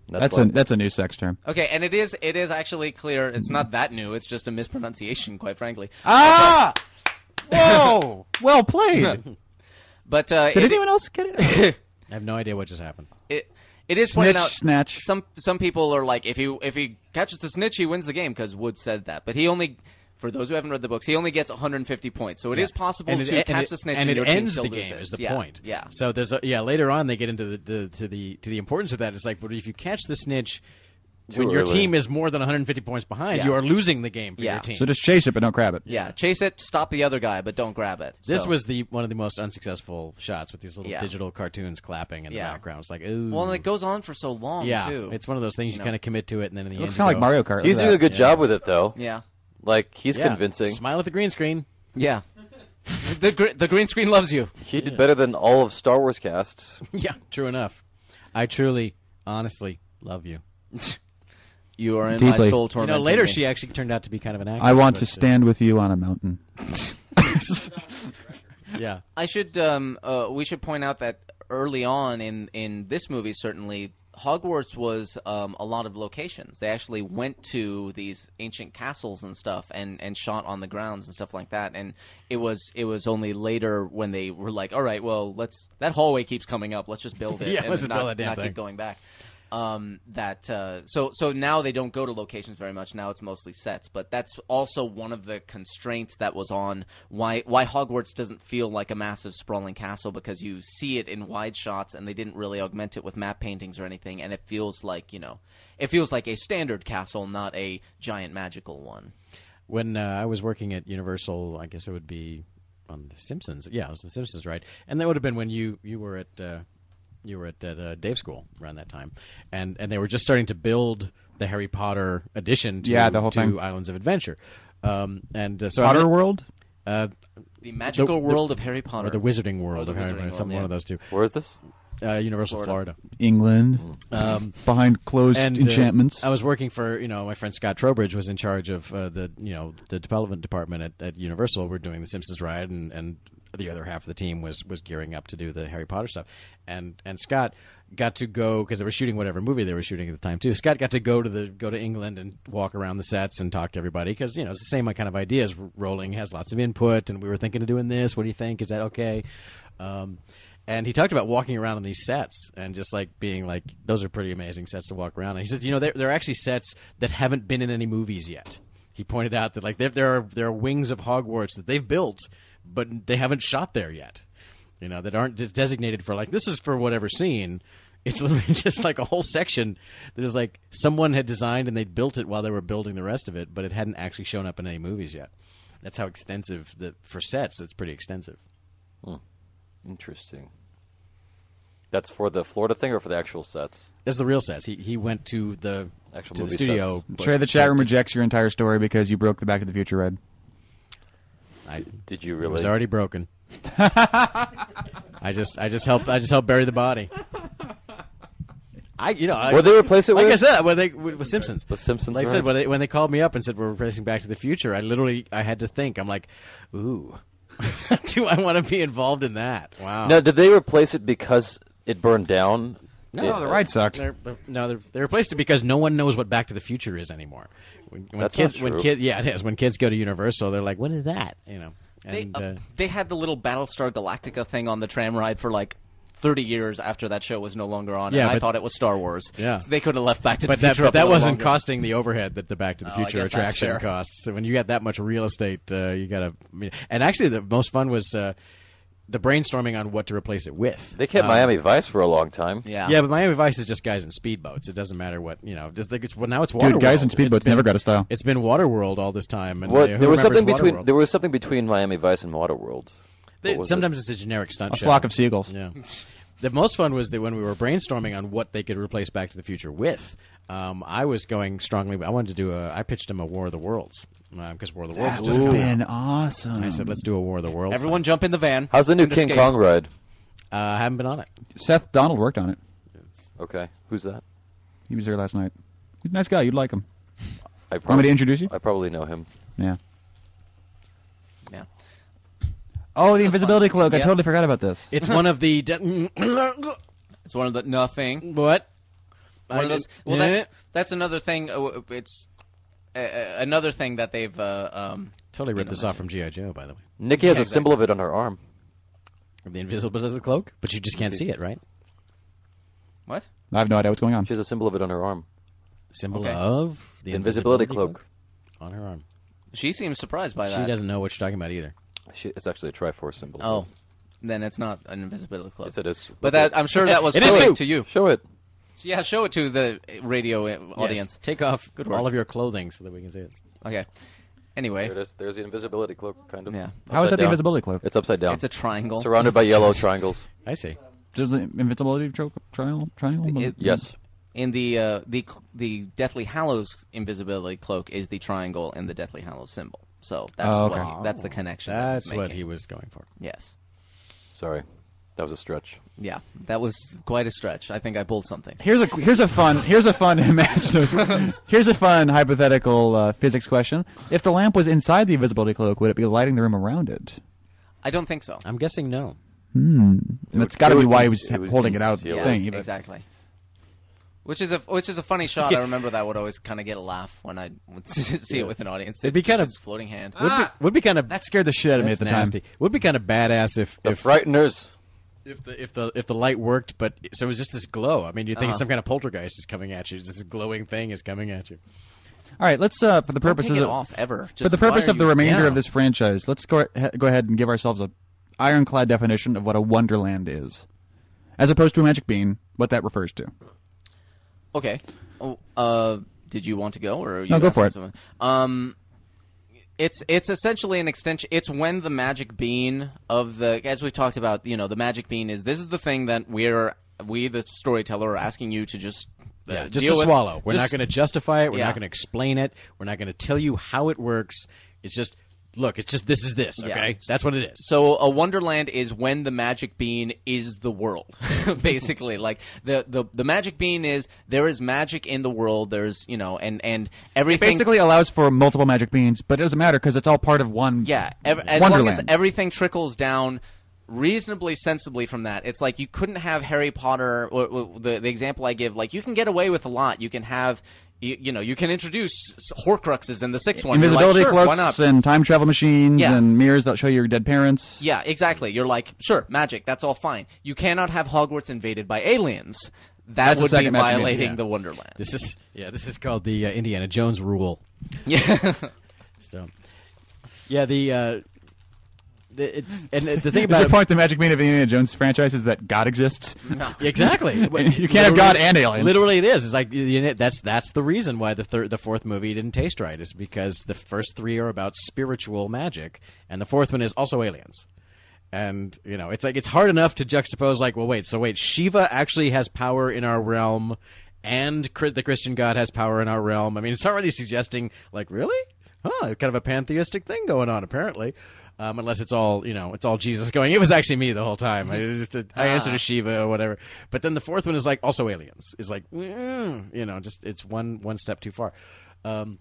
Speaker 2: that's
Speaker 3: why-
Speaker 2: a that's a new sex term.
Speaker 4: Okay, and it is it is actually clear. It's not that new. It's just a mispronunciation, quite frankly.
Speaker 2: Ah!
Speaker 5: *laughs*
Speaker 2: Whoa! well played.
Speaker 4: But uh,
Speaker 2: Did
Speaker 4: it,
Speaker 2: anyone else get
Speaker 4: *laughs*
Speaker 2: it?
Speaker 5: *laughs* I have no idea what just happened.
Speaker 4: it it is
Speaker 2: Snitch,
Speaker 4: pointed out.
Speaker 2: snatch.
Speaker 4: Some some people are like, if he if he catches the snitch, he wins the game because Wood said that. But he only, for those who haven't read the books, he only gets 150 points. So it is possible
Speaker 5: and it,
Speaker 4: to
Speaker 5: and
Speaker 4: catch
Speaker 5: it-
Speaker 4: the snitch
Speaker 5: and,
Speaker 4: and,
Speaker 5: it
Speaker 4: your team
Speaker 5: ends
Speaker 4: still
Speaker 5: the
Speaker 4: loses.
Speaker 5: game is the
Speaker 4: yeah,
Speaker 5: point.
Speaker 4: Yeah.
Speaker 5: So there's a, yeah later on they get into the, the to the to the importance of that. It's like, but if you catch the snitch when your
Speaker 3: early.
Speaker 5: team is more than 150 points behind,
Speaker 4: Yeah.
Speaker 5: you are losing the game for
Speaker 4: Yeah.
Speaker 5: your team.
Speaker 2: so just chase it, but don't grab it.
Speaker 4: yeah, chase it, stop the other guy, but don't grab it.
Speaker 5: this
Speaker 4: So-
Speaker 5: was the one of the most unsuccessful shots with these little
Speaker 4: Yeah.
Speaker 5: digital cartoons clapping in
Speaker 4: Yeah.
Speaker 5: the background. It's like, ooh,
Speaker 4: well, and it goes on for so long
Speaker 5: Mm-hmm. yeah,
Speaker 4: too.
Speaker 5: it's one of those things you,
Speaker 4: know.
Speaker 5: kind of commit to it, and then in
Speaker 2: It
Speaker 5: the end,
Speaker 2: looks
Speaker 5: you
Speaker 2: kind of like Mario
Speaker 5: go,
Speaker 2: Kart.
Speaker 3: He's
Speaker 2: Look at
Speaker 3: doing a
Speaker 2: that.
Speaker 3: good job with it, though.
Speaker 4: yeah,
Speaker 3: Like he's
Speaker 5: Yeah,
Speaker 3: convincing.
Speaker 5: Smile at the green screen.
Speaker 4: *laughs* yeah. the gr- the green screen loves you.
Speaker 3: He did better than all of Star Wars casts.
Speaker 5: yeah, true enough. I truly, honestly love you.
Speaker 4: You are in my
Speaker 2: Deeply.
Speaker 4: soul
Speaker 5: You
Speaker 4: torment.
Speaker 5: know, later she actually turned out to be kind of an actress.
Speaker 2: I want
Speaker 5: but,
Speaker 2: to
Speaker 5: uh,
Speaker 2: stand with you on a mountain.
Speaker 5: uh, Yeah.
Speaker 4: I should. Um, uh, we should point out that early on in in this movie, certainly Hogwarts was um, a lot of locations. They actually went to these ancient castles and stuff, and and shot on the grounds and stuff like that. And it was it was only later when they were like, all right, well, let's that hallway keeps coming up. Let's just build
Speaker 5: *laughs*
Speaker 4: it.
Speaker 5: Yeah,
Speaker 4: and
Speaker 5: let's just
Speaker 4: not,
Speaker 5: build that damn
Speaker 4: not
Speaker 5: thing.
Speaker 4: keep going back. Um, that uh, so so now they don't go to locations very much. Now it's mostly sets, but that's also one of the constraints that was on why why Hogwarts doesn't feel like a massive sprawling castle because you see it in wide shots and they didn't really augment it with map paintings or anything, and it feels like you know it feels like a standard castle, not a giant magical one.
Speaker 5: when uh, I was working at Universal, I guess it would be on The Simpsons. Yeah, it was The Simpsons, right? And that would have been when you you were at uh, you were at, at uh, Dave School around that time, and and they were just starting to build the Harry Potter addition to,
Speaker 2: Yeah, the whole
Speaker 5: to
Speaker 2: thing.
Speaker 5: Islands of Adventure. Um, and uh, so I
Speaker 2: Potter
Speaker 5: went-
Speaker 2: World.
Speaker 5: uh,
Speaker 4: The
Speaker 5: the-
Speaker 4: magical world of Harry Potter.
Speaker 5: or the Wizarding World,
Speaker 4: the
Speaker 5: or Harry
Speaker 4: Wizarding
Speaker 5: Potter,
Speaker 4: World,
Speaker 5: some
Speaker 4: yeah.
Speaker 5: one of those two,
Speaker 3: Where is this?
Speaker 5: uh, Universal Florida.
Speaker 2: England
Speaker 5: Um,
Speaker 2: behind closed
Speaker 5: and uh,
Speaker 2: enchantments.
Speaker 5: I was working for you know my friend Scott Trowbridge was in charge of uh, the you know the development department at, at Universal. We're doing the Simpsons ride, and and the other half of the team was was gearing up to do the Harry Potter stuff. And and Scott got to go because they were shooting whatever movie they were shooting at the time too. Scott got to go to the go to England and walk around the sets and talk to everybody because you know it's the same kind of ideas. Rolling has lots of input, and we were thinking of doing this. What do you think? Is that okay? Um, and he talked about walking around on these sets and just like being like, those are pretty amazing sets to walk around. And he says, you know, they're, they're actually sets that haven't been in any movies yet. He pointed out that like there- there are there are wings of Hogwarts that they've built, but they haven't shot there yet. You know, that aren't just designated for like this is for whatever scene. It's *laughs* literally just like a whole section that is like someone had designed and they built it while they were building the rest of it, but it hadn't actually shown up in any movies yet. That's how extensive the for sets. It's pretty extensive.
Speaker 3: Interesting. That's for the Florida thing or for the actual sets?
Speaker 5: That's the real sets. He he went to the
Speaker 3: Actual
Speaker 5: to the
Speaker 3: movie
Speaker 5: studio.
Speaker 3: sets.
Speaker 2: Trey, the chat room rejects your entire story because you broke the Back to the Future red.
Speaker 5: I
Speaker 3: Did you
Speaker 5: it
Speaker 3: really?
Speaker 5: was already broken. *laughs* I just I just helped I just helped bury the body. I you know I,
Speaker 3: What'd they replace it
Speaker 5: like
Speaker 3: with?
Speaker 5: I said when they with, with Simpsons
Speaker 3: The Simpsons,
Speaker 5: like I
Speaker 3: right?
Speaker 5: said when they when they called me up and said we're replacing Back to the Future I literally I had to think I'm like ooh *laughs* do I want to be involved in that wow
Speaker 3: Now, did they replace it because it burned down?
Speaker 5: No,
Speaker 2: Oh, the ride sucked.
Speaker 5: They're, they're- no, they're, they replaced it because no one knows what Back to the Future is anymore. When, when
Speaker 3: That's
Speaker 5: kids,
Speaker 3: not
Speaker 5: when
Speaker 3: true.
Speaker 5: kids, yeah, it is. When kids go to Universal, they're like, "What is that?" You know. And
Speaker 4: they, uh,
Speaker 5: uh,
Speaker 4: they had the little Battlestar Galactica thing on the tram ride for like 30 years after that show was no longer on,
Speaker 5: Yeah,
Speaker 4: and I
Speaker 5: but-
Speaker 4: thought it was Star Wars.
Speaker 5: Yeah.
Speaker 4: So they could have left Back to
Speaker 5: but
Speaker 4: the
Speaker 5: that,
Speaker 4: Future.
Speaker 5: but
Speaker 4: up a
Speaker 5: that
Speaker 4: little
Speaker 5: wasn't
Speaker 4: longer.
Speaker 5: costing the overhead that the Back to the
Speaker 4: Oh, I
Speaker 5: Future
Speaker 4: guess that's
Speaker 5: attraction
Speaker 4: fair.
Speaker 5: costs. So when you got that much real estate, uh, you got to. I mean, and actually, the most fun was. Uh, the brainstorming on what to replace it with.
Speaker 3: They kept
Speaker 5: Um,
Speaker 3: Miami Vice for a long time.
Speaker 4: Yeah.
Speaker 5: Yeah, but Miami Vice is just guys in speedboats. It doesn't matter what you know. Just like it's, well, now it's Waterworld.
Speaker 2: Dude, guys in
Speaker 5: It's
Speaker 2: speedboats
Speaker 5: been-
Speaker 2: never got a style.
Speaker 5: It's been Waterworld all this time. And
Speaker 3: What,
Speaker 5: uh, who
Speaker 3: there
Speaker 5: remembers
Speaker 3: was something between
Speaker 5: Waterworld?
Speaker 3: there was something between Miami Vice and Waterworld.
Speaker 5: They-
Speaker 3: What was it?
Speaker 5: sometimes it's a generic stunt
Speaker 2: A
Speaker 5: show.
Speaker 2: flock of seagulls.
Speaker 5: Yeah. The most fun was that when we were brainstorming on what they could replace Back to the Future with, um, I was going strongly. I wanted to do a. I pitched him a War of the Worlds because War of the Worlds
Speaker 2: That
Speaker 5: just
Speaker 2: would've
Speaker 5: come out.
Speaker 2: been awesome.
Speaker 5: I said, let's do a War of the Worlds.
Speaker 4: Everyone jump in the van.
Speaker 3: How's the new
Speaker 4: and
Speaker 3: King
Speaker 4: escape.
Speaker 3: Kong ride?
Speaker 5: thing. Uh, I haven't been on it.
Speaker 2: Seth Donald worked on it.
Speaker 3: Okay, who's that?
Speaker 2: He was there last night. He's a nice guy. You'd like him.
Speaker 3: I
Speaker 2: Want me
Speaker 3: probably
Speaker 2: to introduce you?
Speaker 3: I probably know him.
Speaker 2: Yeah.
Speaker 4: Yeah.
Speaker 2: Oh, the
Speaker 4: fun
Speaker 2: invisibility
Speaker 4: stuff.
Speaker 2: cloak. I
Speaker 4: Yeah.
Speaker 2: totally forgot about this.
Speaker 5: It's one of the. De- *laughs*
Speaker 4: It's one of the nothing.
Speaker 5: what?
Speaker 4: One
Speaker 5: Mm, I eh.
Speaker 4: of those.
Speaker 5: didn't-
Speaker 4: Well, that's that's another thing. uh, w- It's uh, uh, another thing that they've. Uh, um,
Speaker 5: totally ripped
Speaker 4: you know,
Speaker 5: this off from GI Joe, by the way.
Speaker 3: Nikki has
Speaker 4: Yeah,
Speaker 3: a symbol of it on her arm.
Speaker 5: The invisibility cloak, but you just can't see it, right?
Speaker 4: What?
Speaker 2: I have no idea what's going on.
Speaker 3: She has a symbol of it on her arm.
Speaker 5: Symbol
Speaker 4: Okay.
Speaker 5: of the
Speaker 3: The invisibility, cloak.
Speaker 5: on her arm.
Speaker 4: She seems surprised by that.
Speaker 5: She doesn't know what you're talking about either.
Speaker 3: She, it's actually a Triforce symbol.
Speaker 4: Oh, then it's not an invisibility cloak.
Speaker 3: Yes, it is.
Speaker 4: But that I'm sure that was
Speaker 5: It is
Speaker 4: flowing
Speaker 5: too.
Speaker 4: to you.
Speaker 3: Show it.
Speaker 4: So yeah, show it to the uh, radio uh, audience.
Speaker 5: Yes. Take off
Speaker 4: work.
Speaker 5: all of your clothing so that we can see it.
Speaker 4: Okay.
Speaker 3: There it
Speaker 4: Anyway,
Speaker 3: is. There's the invisibility cloak, kind of.
Speaker 4: Yeah.
Speaker 2: How is
Speaker 3: Upside
Speaker 2: that the
Speaker 3: down.
Speaker 2: invisibility cloak?
Speaker 3: It's upside down.
Speaker 4: it's a triangle.
Speaker 3: surrounded by yellow triangles.
Speaker 5: I see.
Speaker 2: Does the invincibility tro- triangle? triangle?
Speaker 4: It-
Speaker 3: Yes.
Speaker 4: In the uh, the cl- the Deathly Hallows invisibility cloak is the triangle and the Deathly Hallows symbol. So that's
Speaker 2: Oh, okay.
Speaker 4: what he, that's the connection. that he's
Speaker 5: That's what
Speaker 4: making.
Speaker 5: he was going for.
Speaker 4: Yes.
Speaker 3: Sorry, that was a stretch.
Speaker 4: Yeah, that was quite a stretch. I think I pulled something.
Speaker 2: Here's a here's a fun here's a fun *laughs* imagine here's a fun hypothetical uh, physics question. If the lamp was inside the invisibility cloak, would it be lighting the room around it?
Speaker 4: I don't think so.
Speaker 5: I'm guessing no.
Speaker 2: And
Speaker 3: would-
Speaker 2: that's got to
Speaker 3: it
Speaker 2: be
Speaker 3: would
Speaker 2: why he
Speaker 3: cons-
Speaker 2: was
Speaker 3: it would
Speaker 2: holding it out.
Speaker 3: conceal
Speaker 2: the
Speaker 3: it.
Speaker 4: Yeah,
Speaker 2: thing, but-
Speaker 4: exactly. Which is a which is a funny shot.
Speaker 3: *laughs*
Speaker 4: I remember that would always kind of get a laugh when I would *laughs* see it with an audience.
Speaker 5: It'd be
Speaker 4: Just
Speaker 5: kinda-
Speaker 4: his floating hand.
Speaker 5: Would be, would be kind of
Speaker 2: That scared the shit out of me at
Speaker 5: that's
Speaker 2: the
Speaker 5: nasty.
Speaker 2: time.
Speaker 5: Would be kind of badass if
Speaker 3: The
Speaker 5: if,
Speaker 3: frighteners.
Speaker 5: if the if the if the light worked, but so it was just this glow. I mean, you think
Speaker 4: Uh-huh.
Speaker 5: some kind of poltergeist is coming at you. This glowing thing is coming at you.
Speaker 2: All right, let's uh, for the
Speaker 4: Don't
Speaker 2: purposes
Speaker 4: take it
Speaker 2: of
Speaker 4: off ever.
Speaker 2: for
Speaker 4: Just
Speaker 2: the purpose
Speaker 4: why are
Speaker 2: of the
Speaker 4: you-
Speaker 2: remainder
Speaker 5: Yeah.
Speaker 2: of this franchise, let's go he- go ahead and give ourselves a ironclad definition of what a wonderland is, as opposed to a magic bean. What that refers to.
Speaker 4: Okay. Oh, uh, did you want to go or are you
Speaker 2: No, go for
Speaker 4: asking
Speaker 2: it.
Speaker 4: someone? Um, it's it's essentially an extension. It's when the magic bean of the as we talked about, you know, the magic bean is this is the thing that we're we the storyteller are asking you to just uh,
Speaker 5: Yeah, just
Speaker 4: deal
Speaker 5: to
Speaker 4: with.
Speaker 5: swallow. We're not
Speaker 4: Just-
Speaker 5: going to justify it. We're
Speaker 4: Yeah.
Speaker 5: not going to explain it. We're not going to tell you how it works. It's just look. It's just this is this.
Speaker 4: Yeah.
Speaker 5: Okay, that's what it is.
Speaker 4: So a wonderland is when the magic bean is the world, *laughs* basically. like the, the the magic bean is there is magic in the world. There's you know and and everything.
Speaker 2: Basically allows for multiple magic beans, but it doesn't matter because it's all part of one.
Speaker 4: Yeah, ev- as long as
Speaker 2: Wonderland.
Speaker 4: everything trickles down reasonably sensibly from that, it's like you couldn't have Harry Potter. Or, or the the example I give, like you can get away with a lot. You can have. You, you know, you can introduce s- Horcruxes in the sixth one. You're like,
Speaker 2: Invisibility
Speaker 4: sure, why not?
Speaker 2: cloaks and time travel machines
Speaker 4: Yeah.
Speaker 2: and mirrors that show your dead parents.
Speaker 4: Yeah, exactly. You're like, sure, magic, that's all fine. You cannot have Hogwarts invaded by aliens. That
Speaker 2: a
Speaker 4: would be
Speaker 2: second magic meter,
Speaker 4: violating
Speaker 5: yeah.
Speaker 4: the Wonderland.
Speaker 2: *laughs*
Speaker 4: *laughs*
Speaker 5: This is yeah. This is called the uh, Indiana Jones rule.
Speaker 4: Yeah.
Speaker 5: So yeah, the. Uh, the, it's and
Speaker 2: *laughs*
Speaker 5: the thing
Speaker 2: There's
Speaker 5: about
Speaker 2: a point the magic bean of the Indiana Jones franchise is that God
Speaker 4: *laughs*
Speaker 2: exists. *laughs*
Speaker 5: Exactly. you
Speaker 2: can't have God and aliens.
Speaker 5: Literally, it is. It's like you know, that's that's the reason why the third, the fourth movie didn't taste right is because the first three are about spiritual magic, and the fourth one is also aliens. And you know, it's like it's hard enough to juxtapose. Like, well, wait, so wait, Shiva actually has power in our realm, and Chri- the Christian God has power in our realm. I mean, it's already suggesting like, really, huh? Oh, Kind of a pantheistic thing going on, apparently. Um, unless it's all you know, it's all Jesus going. It was actually me the whole time. I, just, I answered to Shiva or whatever. But then the fourth one is like also aliens. Is like, mm, you know, just it's one one step too far. Um,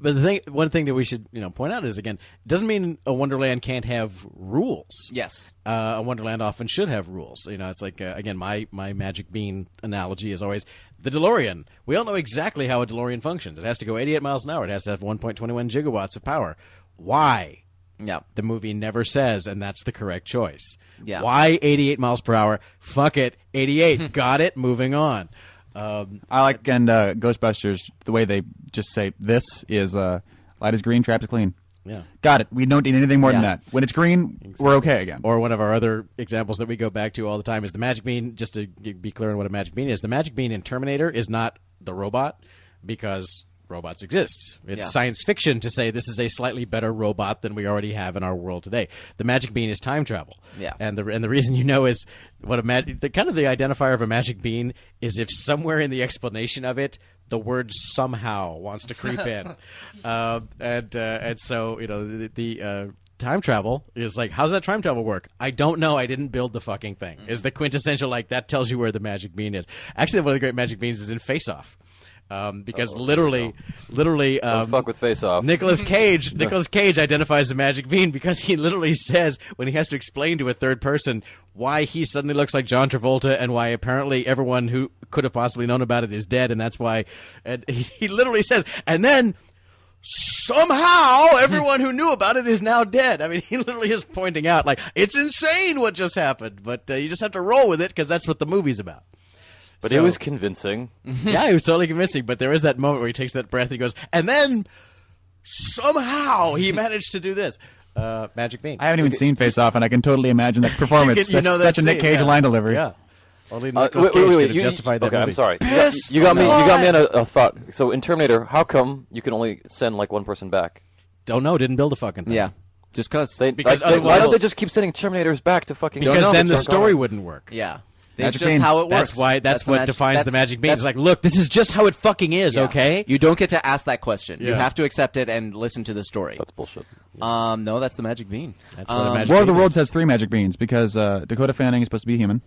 Speaker 5: but the thing, one thing that we should you know point out is again, doesn't mean a Wonderland can't have rules.
Speaker 4: yes.
Speaker 5: Uh, a Wonderland often should have rules. You know, it's like uh, again, my my magic bean analogy is always the DeLorean. We all know exactly how a DeLorean functions. It has to go 88 miles an hour. It has to have 1.21 gigawatts of power. Why?
Speaker 4: Yeah.
Speaker 5: the movie never says, and that's the correct choice.
Speaker 4: Yeah.
Speaker 5: Why 88 miles per hour? Fuck it, 88. Got it. Moving on. Um,
Speaker 2: I like and uh, Ghostbusters the way they just say this is uh, light is green, traps clean.
Speaker 5: Yeah.
Speaker 2: Got it. We don't need anything more than
Speaker 5: Yeah.
Speaker 2: that. When it's green, we're okay again.
Speaker 5: Or one of our other examples that we go back to all the time is the magic bean. Just to g- be clear on what a magic bean is, the magic bean in Terminator is not the robot because robots exist. It's
Speaker 4: Yeah.
Speaker 5: science fiction to say this is a slightly better robot than we already have in our world today. The magic bean is time travel.
Speaker 4: Yeah.
Speaker 5: And the and the reason you know is what a mag- the kind of the identifier of a magic bean is if somewhere in the explanation of it the word somehow wants to creep in, uh, and uh, and so you know the. the uh, Time travel is like, how does that time travel work? I don't know. I didn't build the fucking thing. Is the quintessential like that tells you where the magic bean is? Actually, one of the great magic beans is in Face Off, um, because literally, literally, um,
Speaker 3: fuck with Face Off.
Speaker 5: Nicholas Cage. Nicholas Cage identifies the magic bean because he literally says when he has to explain to a third person why he suddenly looks like John Travolta and why apparently everyone who could have possibly known about it is dead, and that's why. And he, he literally says, and then somehow everyone who knew about it is now dead. I mean, *laughs* he literally is pointing out like it's insane what just happened, but uh, you just have to roll with it because that's what the movie's about.
Speaker 3: But it
Speaker 5: So-
Speaker 3: was convincing. Uh,
Speaker 5: *laughs* yeah, he was totally convincing. But there is that moment where he takes that breath. He goes, and then somehow *laughs* he managed to do this. Uh, Magic Bean.
Speaker 2: I haven't even seen Face Off, and I can totally imagine
Speaker 5: *laughs*
Speaker 2: that performance.
Speaker 5: You know
Speaker 2: That's such
Speaker 5: that
Speaker 2: a Nick
Speaker 5: scene,
Speaker 2: Cage
Speaker 5: yeah.
Speaker 2: line delivery.
Speaker 5: Yeah. Only
Speaker 3: Uh,
Speaker 5: Nicholas
Speaker 3: wait, wait,
Speaker 5: Cage
Speaker 3: wait,
Speaker 5: could
Speaker 3: you-
Speaker 5: have justified that
Speaker 3: okay, I'm
Speaker 5: movie.
Speaker 3: sorry. You got- you got me. You got me in a, a thought. So in Terminator, how come you can only send like one person back?
Speaker 5: Don't know. Didn't build a fucking thing.
Speaker 4: Yeah, just cause.
Speaker 3: They,
Speaker 5: Because
Speaker 3: like, they- why
Speaker 5: otherwise-
Speaker 3: don't they just keep sending Terminators back to fucking?
Speaker 5: Because
Speaker 3: Don't know,
Speaker 5: then the
Speaker 3: they're gone.
Speaker 5: story wouldn't work.
Speaker 4: yeah, that's
Speaker 2: Magic
Speaker 4: just
Speaker 2: bean.
Speaker 4: how it works.
Speaker 5: That's why. That's,
Speaker 4: the
Speaker 5: what
Speaker 4: magic-
Speaker 5: defines the
Speaker 4: that's-
Speaker 5: magic bean.
Speaker 4: that's-
Speaker 5: It's like, look, this is just how it fucking is.
Speaker 4: yeah.
Speaker 5: Okay.
Speaker 4: You don't get to ask that question. You
Speaker 5: Yeah.
Speaker 4: have to accept it and listen to the story.
Speaker 3: That's bullshit.
Speaker 4: Um, no, that's the magic bean.
Speaker 5: That's what a
Speaker 4: Um,
Speaker 5: magic
Speaker 2: War of the
Speaker 5: bean
Speaker 2: Worlds has three magic beans because uh, Dakota Fanning is supposed to be human.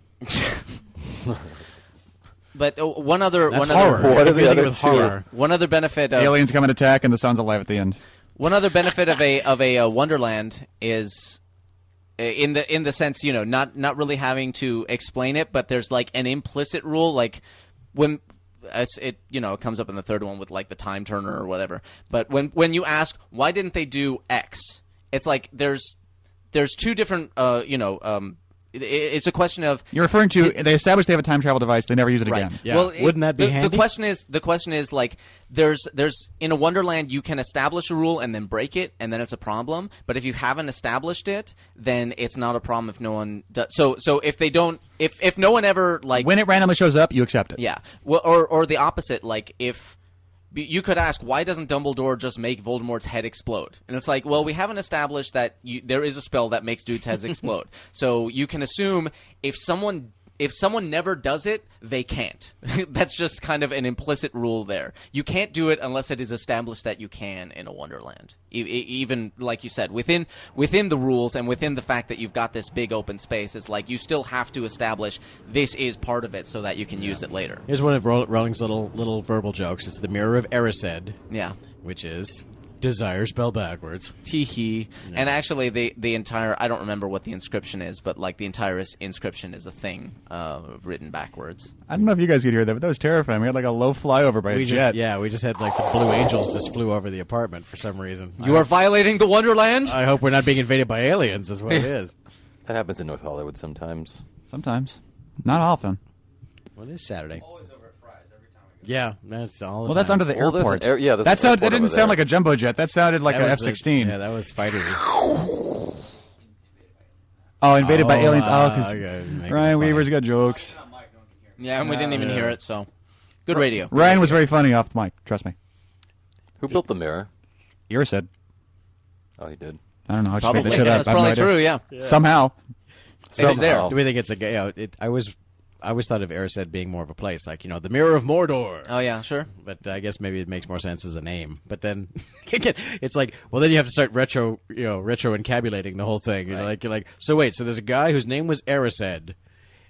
Speaker 4: But uh, one other
Speaker 5: That's
Speaker 4: one
Speaker 5: horror.
Speaker 4: other
Speaker 3: What are the
Speaker 5: Confusing
Speaker 3: other
Speaker 5: with
Speaker 3: two?
Speaker 5: horror.
Speaker 4: one other benefit of
Speaker 2: Aliens come and attack, and the son's alive at the end.
Speaker 4: One other benefit of a of a uh, Wonderland is uh, in the in the sense you know not not really having to explain it, but there's like an implicit rule like when as it you know it comes up in the third one with like the time turner or whatever. But when when you ask why didn't they do X, it's like there's there's two different uh you know um it, it's a question of
Speaker 2: You're referring to they established they have a time travel device. They never use it
Speaker 4: Right.
Speaker 2: again.
Speaker 5: Yeah.
Speaker 4: Well,
Speaker 5: Wouldn't that be
Speaker 4: the,
Speaker 5: handy?
Speaker 4: The question is, the question is like, there's, there's in a Wonderland, you can establish a rule and then break it, and then it's a problem. But if you haven't established it, then it's not a problem if no one does. So, so if they don't, if if no one ever like
Speaker 2: When it randomly shows up, you accept it.
Speaker 4: yeah. Well, or or the opposite. Like if b- you could ask, why doesn't Dumbledore just make Voldemort's head explode? And it's like, well, we haven't established that you, there is a spell that makes dudes' heads
Speaker 5: *laughs*
Speaker 4: explode. So you can assume if someone if someone never does it, they can't. *laughs* That's just kind of an implicit rule there. You can't do it unless it is established that you can in a Wonderland. E- e- even like you said, within within the rules and within the fact that you've got this big open space, it's like you still have to establish this is part of it so that you can use it later.
Speaker 5: Here's one of Roll- Rowling's little little verbal jokes. It's the mirror of Erised,
Speaker 4: Yeah.
Speaker 5: which is desire spell backwards.
Speaker 4: Tee hee. And actually, the the entire I don't remember what the inscription is, but like the entire is- inscription is a thing uh, written backwards.
Speaker 2: I don't know if you guys could hear that, but that was terrifying. We had like a low flyover by
Speaker 5: We
Speaker 2: a
Speaker 5: just,
Speaker 2: jet.
Speaker 5: yeah, we just had like the blue angels just flew over the apartment for some reason.
Speaker 4: You are violating the Wonderland.
Speaker 5: I hope we're not being invaded by aliens, is what it is.
Speaker 3: That happens in North Hollywood sometimes.
Speaker 2: Sometimes, not often.
Speaker 5: Well, it is Saturday. Always over fries every time. Yeah, that's all.
Speaker 2: Well, that's under the
Speaker 3: Well, there's an
Speaker 2: airport.
Speaker 3: air- yeah, there's
Speaker 2: that
Speaker 3: an
Speaker 2: sound, that
Speaker 3: airport
Speaker 2: didn't
Speaker 3: over
Speaker 2: sound
Speaker 3: there.
Speaker 2: like a jumbo jet. That sounded like an F sixteen.
Speaker 5: Yeah, that was fighter.
Speaker 2: Oh, invaded by
Speaker 5: Oh,
Speaker 2: aliens. Oh,
Speaker 5: uh,
Speaker 2: because
Speaker 5: okay, making
Speaker 2: Ryan
Speaker 5: funny.
Speaker 2: Weaver's got jokes.
Speaker 4: yeah, and we didn't even hear it. So, good radio.
Speaker 2: Ryan was very funny off the mic. Trust me.
Speaker 3: Who built the mirror?
Speaker 2: Ear said,
Speaker 3: Oh, he did.
Speaker 2: "I don't know. I just
Speaker 4: Probably
Speaker 2: made that shit up.
Speaker 4: that's
Speaker 2: I have
Speaker 4: probably
Speaker 2: no idea.
Speaker 4: true. Yeah.
Speaker 2: Somehow,
Speaker 3: Somehow.
Speaker 4: there.
Speaker 5: Do we think it's a? You know, it, I was, I always thought of Erised being more of a place, like you know, the Mirror of Mordor.
Speaker 4: Oh yeah, sure.
Speaker 5: but uh, I guess maybe it makes more sense as a name. But then *laughs* again, it's like, well, then you have to start retro, you know, retro encabulating the whole thing. You're
Speaker 4: Right.
Speaker 5: like, you're like, so wait, so there's a guy whose name was Erised,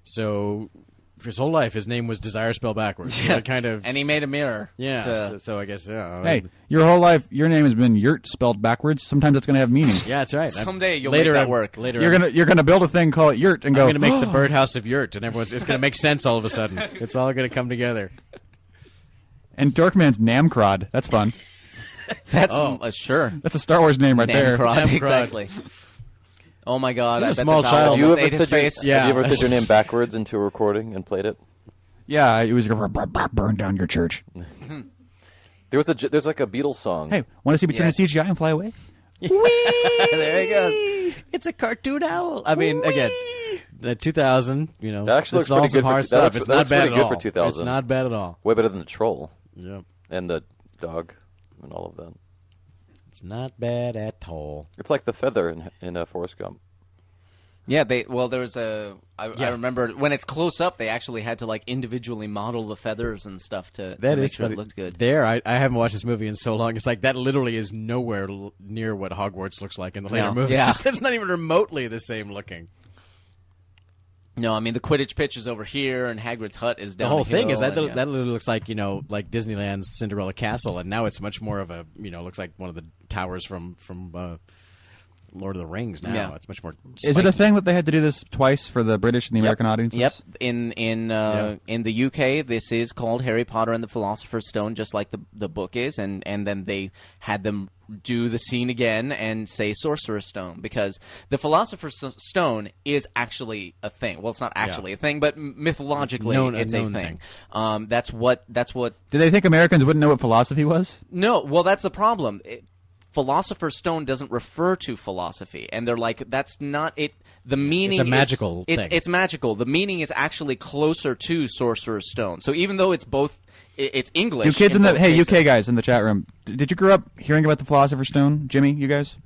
Speaker 5: so for his whole life his name was Desire Spell Backwards. Yeah, kind of.
Speaker 4: And he made a mirror.
Speaker 5: yeah.
Speaker 4: to-
Speaker 5: so, so I guess yeah.
Speaker 2: hey, your whole life, your name has been Yurt spelled backwards. Sometimes it's gonna have meaning.
Speaker 5: yeah, that's right. I'm-
Speaker 4: Someday you'll
Speaker 5: later
Speaker 4: make that
Speaker 5: I'm-
Speaker 4: work.
Speaker 5: Later,
Speaker 2: You're
Speaker 5: I'm-
Speaker 2: gonna you're gonna build a thing, call it Yurt, and go.
Speaker 5: I'm gonna make the birdhouse of yurt, and everyone's it's gonna make sense all of a
Speaker 4: *laughs*
Speaker 5: sudden. It's all gonna come together.
Speaker 2: *gasps* and Dorkman's Namcrod. That's fun.
Speaker 4: *laughs* That's
Speaker 5: oh.
Speaker 4: uh,
Speaker 5: *laughs*
Speaker 4: sure.
Speaker 2: That's a Star Wars name right there.
Speaker 4: Namcrod,
Speaker 5: Namcrod.
Speaker 4: exactly. Oh my God!
Speaker 5: He's
Speaker 4: I
Speaker 5: a
Speaker 4: bet
Speaker 5: small
Speaker 4: this owl
Speaker 5: child.
Speaker 4: almost
Speaker 3: Have you
Speaker 4: ate
Speaker 3: ever
Speaker 4: his
Speaker 3: said your,
Speaker 4: face.
Speaker 5: Yeah.
Speaker 3: have you ever said
Speaker 5: *laughs*
Speaker 3: your name backwards into a recording and played it?
Speaker 2: Yeah, it was gonna bur- bur- *laughs* burn down your church.
Speaker 3: There was a j- there's like a Beatles song. *laughs*
Speaker 2: Hey, want to see me turn
Speaker 4: Yeah.
Speaker 2: to CGI and fly away?
Speaker 5: there he goes. It's a cartoon owl. I mean, again, the 2000. You know,
Speaker 3: That actually
Speaker 5: this is
Speaker 3: looks pretty
Speaker 5: all some
Speaker 3: good for
Speaker 5: hard
Speaker 3: two- that
Speaker 5: stuff.
Speaker 3: looks-
Speaker 5: it's
Speaker 3: that
Speaker 5: not
Speaker 3: looks
Speaker 5: bad
Speaker 3: pretty
Speaker 5: at
Speaker 3: good
Speaker 5: all.
Speaker 3: for 2000.
Speaker 5: It's not bad at all.
Speaker 3: Way better than the troll
Speaker 5: Yeah,
Speaker 3: and the dog and all of that.
Speaker 5: it's not bad at all.
Speaker 3: It's like the feather in in uh, Forrest Gump.
Speaker 4: Yeah, they well there was a I, I remember when it's close up they actually had to like individually model the feathers and stuff to,
Speaker 5: That
Speaker 4: to make
Speaker 5: is
Speaker 4: sure
Speaker 5: funny.
Speaker 4: it looked good.
Speaker 5: There, I, I haven't watched this movie in so long. It's like that literally is nowhere l- near what Hogwarts looks like in the later
Speaker 4: No.
Speaker 5: movies.
Speaker 4: Yeah.
Speaker 5: *laughs* it's not even remotely *laughs* the same looking.
Speaker 4: No, I mean the Quidditch pitch is over here and Hagrid's hut is
Speaker 5: The
Speaker 4: down.
Speaker 5: whole
Speaker 4: the
Speaker 5: thing is
Speaker 4: hill,
Speaker 5: that
Speaker 4: and,
Speaker 5: li-
Speaker 4: yeah.
Speaker 5: that literally looks like you know like Disneyland's Cinderella Castle, and now it's much more of a you know looks like one of the towers from from uh, Lord of the Rings. Now
Speaker 4: Yeah.
Speaker 5: it's much more.
Speaker 2: Is it a
Speaker 5: spiky.
Speaker 2: thing that they had to do this twice for the British and the American audiences?
Speaker 4: Yep. In in uh, in the UK, this is called Harry Potter and the Philosopher's Stone, just like the the book is, and and then they had them do the scene again and say Sorcerer's Stone because the Philosopher's S- Stone is actually a thing. Well, it's not actually a thing, but m- mythologically,
Speaker 5: It's
Speaker 4: it's,
Speaker 5: known- a
Speaker 4: a
Speaker 5: known
Speaker 4: thing.
Speaker 5: thing.
Speaker 4: Um, that's what that's what
Speaker 2: Did they think Americans wouldn't know what philosophy was?
Speaker 4: no, well, that's the problem. It, Philosopher's Stone doesn't refer to philosophy, and they're like, that's not it. The meaning is-
Speaker 5: magical
Speaker 4: It's
Speaker 5: thing.
Speaker 4: it's magical. The meaning is actually closer to Sorcerer's Stone. So even though it's both, i- it's
Speaker 2: Do
Speaker 4: English.
Speaker 2: kids in the
Speaker 4: both
Speaker 2: hey
Speaker 4: *laughs* cases.
Speaker 2: UK guys in the chat room? d- Did you grow up hearing about the Philosopher's Stone, Jimmy? You guys,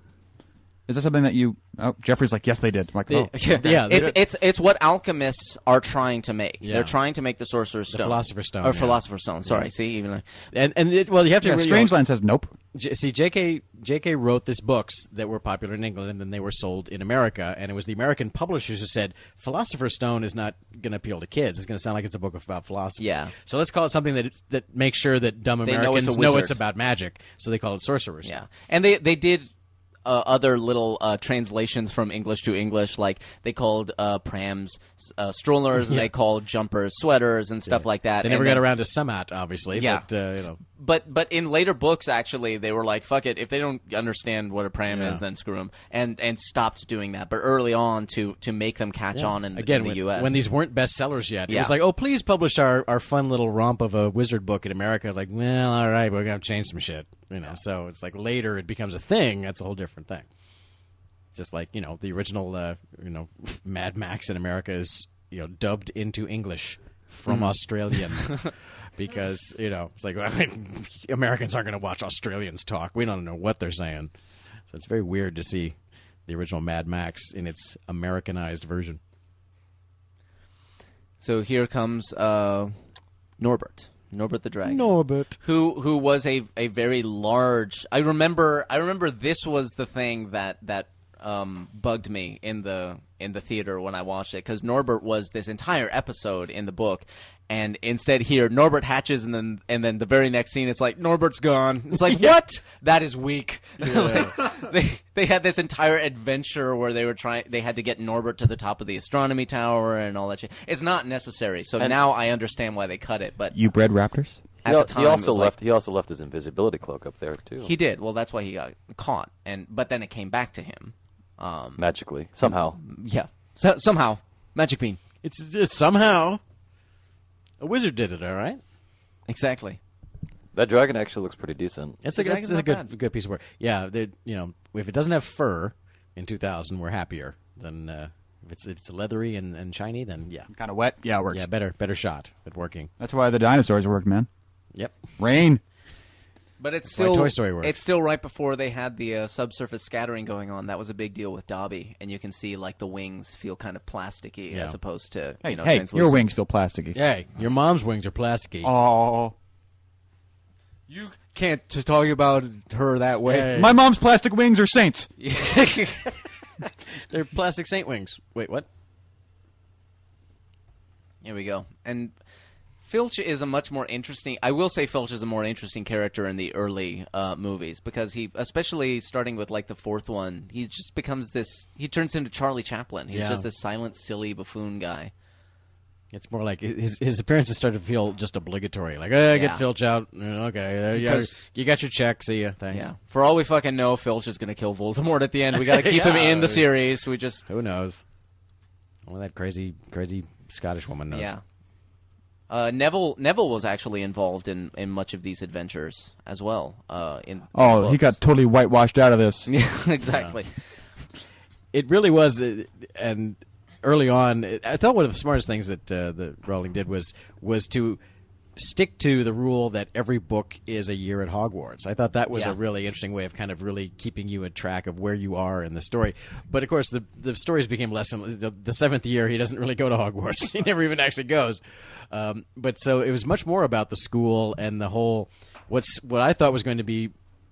Speaker 2: is that something that you? Oh, Jeffrey's like, yes, they did. I'm like, oh.
Speaker 5: Yeah, they
Speaker 4: it's
Speaker 5: don't-
Speaker 4: it's it's what alchemists are trying to make.
Speaker 5: Yeah.
Speaker 4: They're trying to make the Sorcerer's Stone,
Speaker 5: Philosopher's Stone,
Speaker 4: or
Speaker 5: yeah.
Speaker 4: Philosopher's Stone. Sorry, see, even like,
Speaker 5: and and it, well you have to
Speaker 2: yeah,
Speaker 5: really-
Speaker 2: Strangeland says nope.
Speaker 5: J- see JK JK wrote these books that were popular in England and then they were sold in America and it was the American publishers who said Philosopher's Stone is not going to appeal to kids it's going to sound like it's a book about philosophy
Speaker 4: Yeah.
Speaker 5: so let's call it something that that makes sure that dumb
Speaker 4: They know
Speaker 5: Americans
Speaker 4: it's a
Speaker 5: know
Speaker 4: wizard.
Speaker 5: it's about magic so they call it Sorcerer's Stone.
Speaker 4: Yeah, and they they did uh, other little uh, translations from English to English, like they called uh, prams uh, strollers, and they called jumpers sweaters and stuff like that.
Speaker 5: they never
Speaker 4: And
Speaker 5: got
Speaker 4: then-
Speaker 5: around to Summat obviously
Speaker 4: Yeah.
Speaker 5: but uh, you know
Speaker 4: But but in later books, actually, they were like, "Fuck it, if they don't understand what a pram
Speaker 5: Yeah.
Speaker 4: is, then screw them," and and stopped doing that. But early on, to to make them catch on in,
Speaker 5: again
Speaker 4: in the
Speaker 5: when,
Speaker 4: U.S.
Speaker 5: when these weren't bestsellers yet it
Speaker 4: Yeah.
Speaker 5: was like oh please publish our, our fun little romp of a wizard book in america like well all right we're going to change some shit you know so it's like later it becomes a thing that's a whole different thing just like you know the original uh, you know *laughs* mad max in america is you know dubbed into english
Speaker 4: Hmm.
Speaker 5: from
Speaker 4: *laughs*
Speaker 5: australian because you know it's like *laughs* americans aren't going to watch australians talk we don't know what they're saying so it's very weird to see the original mad max in its americanized version
Speaker 4: so here comes uh, Norbert, Norbert the dragon.
Speaker 5: Norbert.
Speaker 4: who who was a, a very large I remember I remember this was the thing that that um, bugged me in the in the theater when I watched it cuz Norbert was this entire episode in the book and instead here Norbert hatches and then and then the very next scene it's like Norbert's gone it's
Speaker 3: *laughs*
Speaker 4: like what that is weak *laughs* Like, they they had this entire adventure where they were trying they had to get Norbert to the top of the astronomy tower and all that shit it's not necessary so now I understand why they cut it but
Speaker 2: You bred raptors.
Speaker 4: at
Speaker 3: he, al-
Speaker 4: the time
Speaker 3: he
Speaker 4: it
Speaker 3: also
Speaker 4: was like,
Speaker 3: left. he also left his invisibility cloak up there too.
Speaker 4: he did. Well, that's why he got caught, and but then it came back to him. Um,
Speaker 3: magically somehow.
Speaker 4: yeah. So, somehow, magic bean.
Speaker 5: It's just somehow a wizard did it. All right,
Speaker 4: Exactly.
Speaker 3: That dragon actually looks pretty decent.
Speaker 5: that's a,
Speaker 4: The
Speaker 5: that's
Speaker 4: dragon's
Speaker 5: a
Speaker 4: not
Speaker 5: good
Speaker 4: bad.
Speaker 5: good piece of work. Yeah, they, you know, if it doesn't have fur in 2000, we're happier than uh, if it's if it's leathery and, and shiny. Then yeah,
Speaker 2: Kind of wet. Yeah, it works.
Speaker 5: yeah, better better shot at working.
Speaker 2: That's why the dinosaurs worked, man.
Speaker 5: Yep,
Speaker 2: Rain.
Speaker 4: But it's
Speaker 5: why
Speaker 4: still
Speaker 5: Toy Story works.
Speaker 4: It's still right before they had the uh, subsurface scattering going on. That was a big deal with Dobby, and you can see like the wings feel kind of plasticky
Speaker 5: Yeah.
Speaker 4: as opposed to
Speaker 2: Hey,
Speaker 4: you know
Speaker 2: hey,
Speaker 4: translucent.
Speaker 2: your wings feel plasticky.
Speaker 5: hey, your mom's wings are plasticky.
Speaker 2: Oh,
Speaker 4: You can't t- talk about her that
Speaker 5: Hey.
Speaker 4: way.
Speaker 2: my mom's plastic wings are saints.
Speaker 5: They're plastic saint wings. Wait, what?
Speaker 4: Here we go. And Filch is a much more interesting. I will say Filch is a more interesting character in the early uh, movies because he, especially starting with like the fourth one, he just becomes this. He turns into Charlie Chaplin. He's
Speaker 5: Yeah.
Speaker 4: just this silent, silly buffoon guy.
Speaker 5: It's more like his his appearances started to feel just obligatory. Like, eh, get
Speaker 4: Yeah.
Speaker 5: Filch out. Mm, Okay, there you, are.
Speaker 4: Because-
Speaker 5: you got your check. See ya. Thanks.
Speaker 4: Yeah. For all we fucking know, Filch is going to kill Voldemort at the end. We got to keep him
Speaker 5: Yeah.
Speaker 4: in the series. We just
Speaker 5: Who knows? Only that crazy crazy Scottish woman knows.
Speaker 4: yeah. Uh, Neville Neville was actually involved in, in much of these adventures as well. Uh, in
Speaker 2: Oh,
Speaker 4: the
Speaker 2: he
Speaker 4: books. *laughs*
Speaker 2: got totally whitewashed out of this.
Speaker 4: yeah, exactly.
Speaker 5: it really was uh, and early on it- i thought one of the smartest things that uh, the rowling did was was to stick to the rule that every book is a year at hogwarts i thought that was
Speaker 4: Yeah.
Speaker 5: a really interesting way of kind of really keeping you in track of where you are in the story but of course the the stories became less and the, the seventh year he doesn't really go to hogwarts *laughs* he never even actually goes um, but so it was much more about the school and the whole what's what i thought was going to be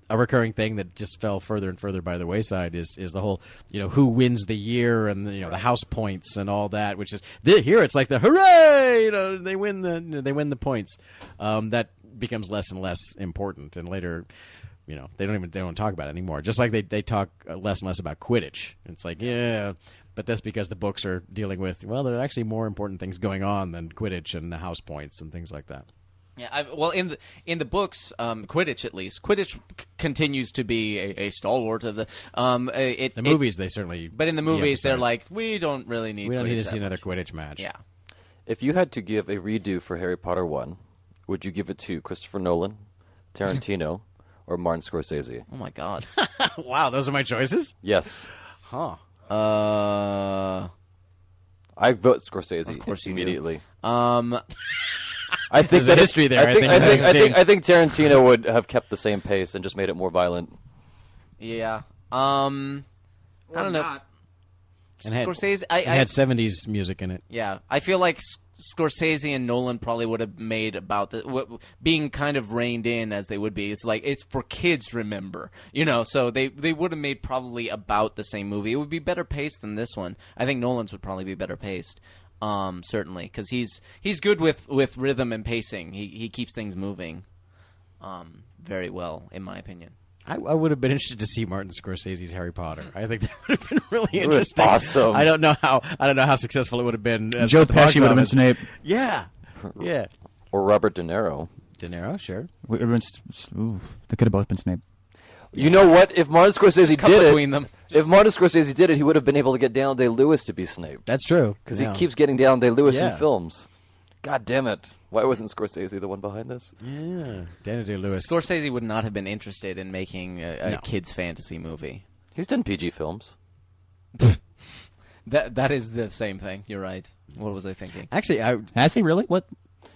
Speaker 5: a recurring thing that just fell further and further by the wayside is is the whole you know who wins the year and you know the house points and all that which is th- here it's like the hooray you know they win the they win the points um, that becomes less and less important and later you know they don't even they don't talk about it anymore just like they they talk uh, less and less about quidditch it's like yeah but that's because the books are dealing with well there are actually more important things going on than quidditch and the house points and things like that
Speaker 4: Yeah, I, well, in the in the books, um, Quidditch at least, Quidditch c- continues to be a, a stalwart of the um. uh, It,
Speaker 5: the
Speaker 4: it-
Speaker 5: movies they certainly
Speaker 4: but in the movies, they're
Speaker 5: de-emphasize.
Speaker 4: like, we don't really need.
Speaker 5: we don't need
Speaker 4: Quidditch
Speaker 5: to see
Speaker 4: that
Speaker 5: another
Speaker 4: much."
Speaker 5: quidditch match
Speaker 4: Yeah,
Speaker 3: If you had to give a redo for Harry Potter 1, would you give it to Christopher Nolan,
Speaker 5: *laughs*
Speaker 3: Tarantino, or Martin Scorsese?
Speaker 4: Oh my god.
Speaker 5: *laughs* wow those are my choices
Speaker 3: Yes.
Speaker 5: Huh.
Speaker 4: uh,
Speaker 3: I vote Scorsese of
Speaker 4: course you do.
Speaker 3: immediately.
Speaker 4: um,
Speaker 3: I think
Speaker 5: There's a
Speaker 3: that it-
Speaker 5: history there, I
Speaker 3: I think,
Speaker 5: think,
Speaker 3: I, think,
Speaker 5: that
Speaker 3: I,
Speaker 5: I've
Speaker 3: think, I think Tarantino would have kept the same pace and just made it more violent.
Speaker 4: yeah. Um, I don't know.
Speaker 5: And had-
Speaker 4: *laughs* Scorsese. I,
Speaker 5: It
Speaker 4: I
Speaker 5: had seventies music in it.
Speaker 4: Yeah, I feel like S- Scorsese and Nolan probably would have made about the w- being kind of reined in as they would be. It's like it's for kids, remember? You know, so they they would have made probably about the same movie. It would be better paced than this one. I think Nolan's would probably be better paced. Um, certainly, because he's he's good with, with rhythm and pacing. He he keeps things moving, um, very well, in my opinion.
Speaker 5: I, I would have been interested to see Martin Scorsese's Harry Potter. I think *laughs* that would have been really
Speaker 3: was
Speaker 5: interesting.
Speaker 3: awesome.
Speaker 5: I don't know how I don't know how successful it would have been. as
Speaker 2: Joe
Speaker 5: at the box
Speaker 2: Pesci would have been
Speaker 5: office.
Speaker 2: Snape. *laughs*
Speaker 5: Yeah, yeah.
Speaker 3: Or Robert De Niro.
Speaker 5: De Niro, sure.
Speaker 2: Would have been S- S- ooh, they could have both been Snape.
Speaker 3: You know what? If Martin Scorsese
Speaker 4: cut
Speaker 3: did it,
Speaker 4: between them.
Speaker 3: if Martin Scorsese did it, he would have been able to get Daniel Day Lewis to be Snape
Speaker 5: That's true.
Speaker 3: because
Speaker 5: Yeah.
Speaker 3: he keeps getting Daniel Day Lewis
Speaker 5: Yeah.
Speaker 3: in films. God damn it! Why wasn't Scorsese the one behind this?
Speaker 5: Yeah, Daniel Day Lewis.
Speaker 4: Scorsese would not have been interested in making a, a
Speaker 5: No.
Speaker 4: kids fantasy movie.
Speaker 3: He's done PG films.
Speaker 4: That that is the same thing. You're right. What was I thinking?
Speaker 5: Actually, I
Speaker 2: Has he really? What?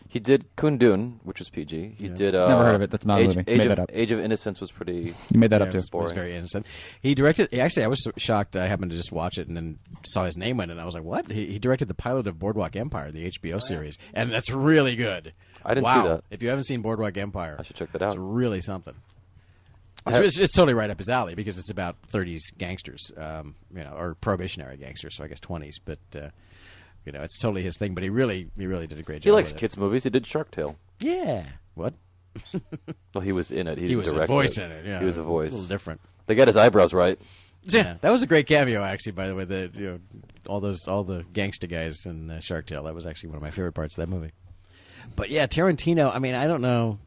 Speaker 3: He did Kundun, which was PG. He did. Uh,
Speaker 2: Never heard of it. That's not a
Speaker 3: Age,
Speaker 2: movie.
Speaker 3: Age
Speaker 2: Made
Speaker 3: of,
Speaker 2: that up.
Speaker 3: Age of Innocence
Speaker 2: *laughs*
Speaker 3: was pretty.
Speaker 2: You made that
Speaker 5: Yeah,
Speaker 2: up too.
Speaker 5: it was- was
Speaker 3: boring.
Speaker 5: very innocent. He directed. Actually, I was shocked. I happened to just watch it and then saw his name on it, and I was like, "What?" He, he directed the pilot of Boardwalk Empire, the HBO series, and that's really good.
Speaker 3: Oh, I didn't see
Speaker 5: wow.
Speaker 3: that.
Speaker 5: If you haven't seen Boardwalk Empire,
Speaker 3: I should check that out.
Speaker 5: It's really something.
Speaker 3: I
Speaker 5: It's,
Speaker 3: have-
Speaker 5: it's, it's totally right up his alley because it's about 30s gangsters, um, you know, or probationary gangsters, so I guess 20s. But uh, you know, it's totally his thing. But he really, he really did a great job.
Speaker 3: He likes
Speaker 5: with it.
Speaker 3: kids movies. He did Shark Tale.
Speaker 5: Yeah. What?
Speaker 3: Well, he was in it. He,
Speaker 5: He
Speaker 3: didn't
Speaker 5: was a
Speaker 3: direct
Speaker 5: voice in it. Yeah,
Speaker 3: He was a voice.
Speaker 5: A little different.
Speaker 3: They got his eyebrows right.
Speaker 5: Yeah, that was a great cameo, actually. By the way, the you know, all those all the gangsta guys in uh, Shark Tale. That was actually one of my favorite parts of that movie. But yeah, Tarantino. I mean, I don't know.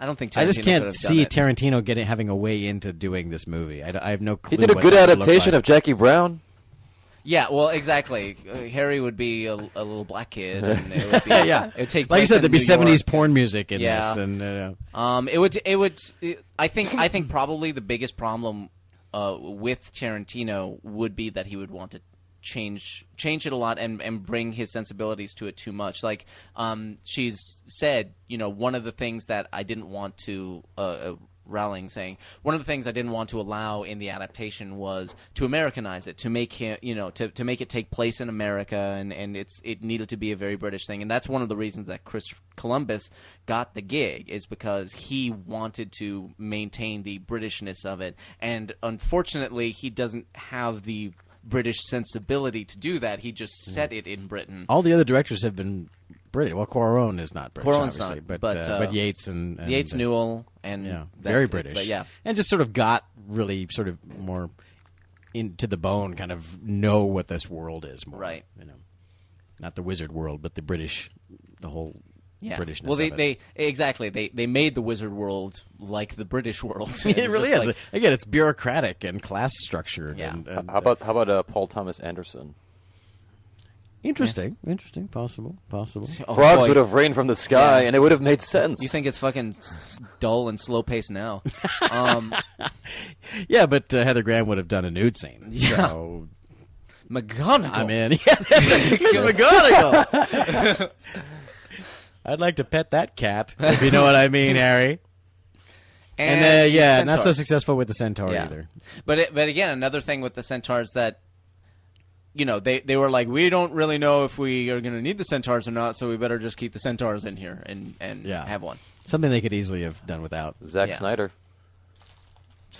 Speaker 4: I don't think Tarantino
Speaker 5: I just
Speaker 4: could
Speaker 5: can't
Speaker 4: have
Speaker 5: see
Speaker 4: done it.
Speaker 5: Tarantino getting having a way into doing this movie. I, d- I have no
Speaker 3: He
Speaker 5: clue.
Speaker 3: did a
Speaker 5: what
Speaker 3: good
Speaker 5: it would look
Speaker 3: adaptation
Speaker 5: like.
Speaker 3: of Jackie Brown.
Speaker 4: Yeah, well, exactly. Uh, Harry would be a, a little black kid, and it would
Speaker 5: *laughs*
Speaker 4: be
Speaker 5: yeah.
Speaker 4: It would take
Speaker 5: like I
Speaker 4: place
Speaker 5: said,
Speaker 4: in
Speaker 5: there'd be
Speaker 4: New York.
Speaker 5: seventies porn music in
Speaker 4: Yeah.
Speaker 5: this, and uh,
Speaker 4: Um, it would. It would. It, I think.
Speaker 5: *laughs*
Speaker 4: I think probably the biggest problem uh, with Tarantino would be that he would want to change change it a lot and and bring his sensibilities to it too much. Like um, she's said, you know, one of the things that I didn't want to. Uh, uh, Rowling saying one of the things I didn't want to allow in the adaptation was to Americanize it, to make him, you know, to, to make it take place in America, and, and it's it needed to be a very British thing, and that's one of the reasons that Chris Columbus got the gig is because he wanted to maintain the Britishness of it, and unfortunately, he doesn't have the British sensibility to do that. He just
Speaker 5: Mm-hmm.
Speaker 4: set it in Britain.
Speaker 5: all the other directors have been British. Well, Quaron is not British,
Speaker 4: Cuarón's
Speaker 5: obviously,
Speaker 4: not,
Speaker 5: but
Speaker 4: but,
Speaker 5: uh,
Speaker 4: uh,
Speaker 5: but Yates and, and
Speaker 4: Yates
Speaker 5: uh,
Speaker 4: Newell and
Speaker 5: yeah,
Speaker 4: that's
Speaker 5: very
Speaker 4: it.
Speaker 5: British,
Speaker 4: but yeah.
Speaker 5: and just sort of got really sort of more into the bone, kind of know what this world is more,
Speaker 4: Right.
Speaker 5: You know, not the wizard world, but the British, the whole
Speaker 4: Yeah.
Speaker 5: Britishness.
Speaker 4: Well, they,
Speaker 5: of it.
Speaker 4: they exactly they they made the wizard world like the British *laughs* world.
Speaker 5: *laughs* it really is.
Speaker 4: Just like-
Speaker 5: Again, it's bureaucratic and class structured.
Speaker 4: Yeah.
Speaker 5: And, and,
Speaker 3: How about how about uh, Paul Thomas Anderson?
Speaker 5: Interesting, interesting, possible, possible.
Speaker 4: Oh,
Speaker 3: Frogs
Speaker 4: boy.
Speaker 3: would have rained from the sky,
Speaker 4: Yeah.
Speaker 3: and it would have made sense.
Speaker 4: You think it's fucking s- dull and slow
Speaker 5: *laughs*
Speaker 4: paced now? Um,
Speaker 5: Yeah, but uh, Heather Graham would have done a nude scene.
Speaker 4: *laughs* Yeah.
Speaker 5: So
Speaker 4: McGonagall.
Speaker 5: I'm
Speaker 4: *laughs*
Speaker 5: in. *laughs* Yeah, McGonagall. I'd like to pet that cat, if you know what I mean, Harry. And, uh, yeah, not so
Speaker 4: centaurs.
Speaker 5: successful with the centaur
Speaker 4: Yeah.
Speaker 5: either.
Speaker 4: But it, but again, another thing with the centaurs that you know they, they were like we don't really know if we are going to need the centaurs or not, so we better just keep the centaurs in here and and
Speaker 5: Yeah.
Speaker 4: have one.
Speaker 5: Something they could easily have done without.
Speaker 3: Zack
Speaker 4: Yeah.
Speaker 3: Snyder.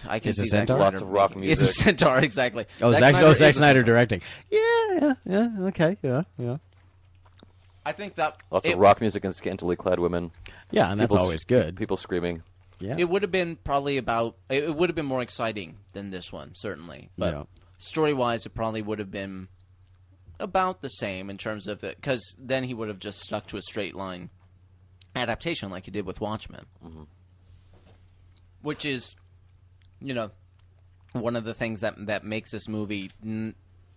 Speaker 4: I can
Speaker 5: It's a
Speaker 4: see Zack
Speaker 5: centaur?
Speaker 4: Snyder
Speaker 3: Lots of rock
Speaker 4: making-
Speaker 3: music.
Speaker 4: It's a centaur, *laughs* exactly.
Speaker 5: Oh, Zack, oh, Zack
Speaker 4: is a
Speaker 5: Snyder
Speaker 4: centaur.
Speaker 5: directing. Yeah, yeah, yeah. Okay, yeah, yeah,
Speaker 4: I think that
Speaker 3: Lots
Speaker 4: it,
Speaker 3: of rock music and scantily clad women.
Speaker 5: yeah. And that's
Speaker 3: People s-
Speaker 5: always good.
Speaker 3: People screaming.
Speaker 5: yeah,
Speaker 4: It would have been probably about. It, it would have been more exciting than this one, certainly. But
Speaker 5: Yeah.
Speaker 4: story wise, it probably would have been about the same in terms of it, because then he would have just stuck to a straight line adaptation like he did with Watchmen, which is, you know, one of the things that that makes this movie n-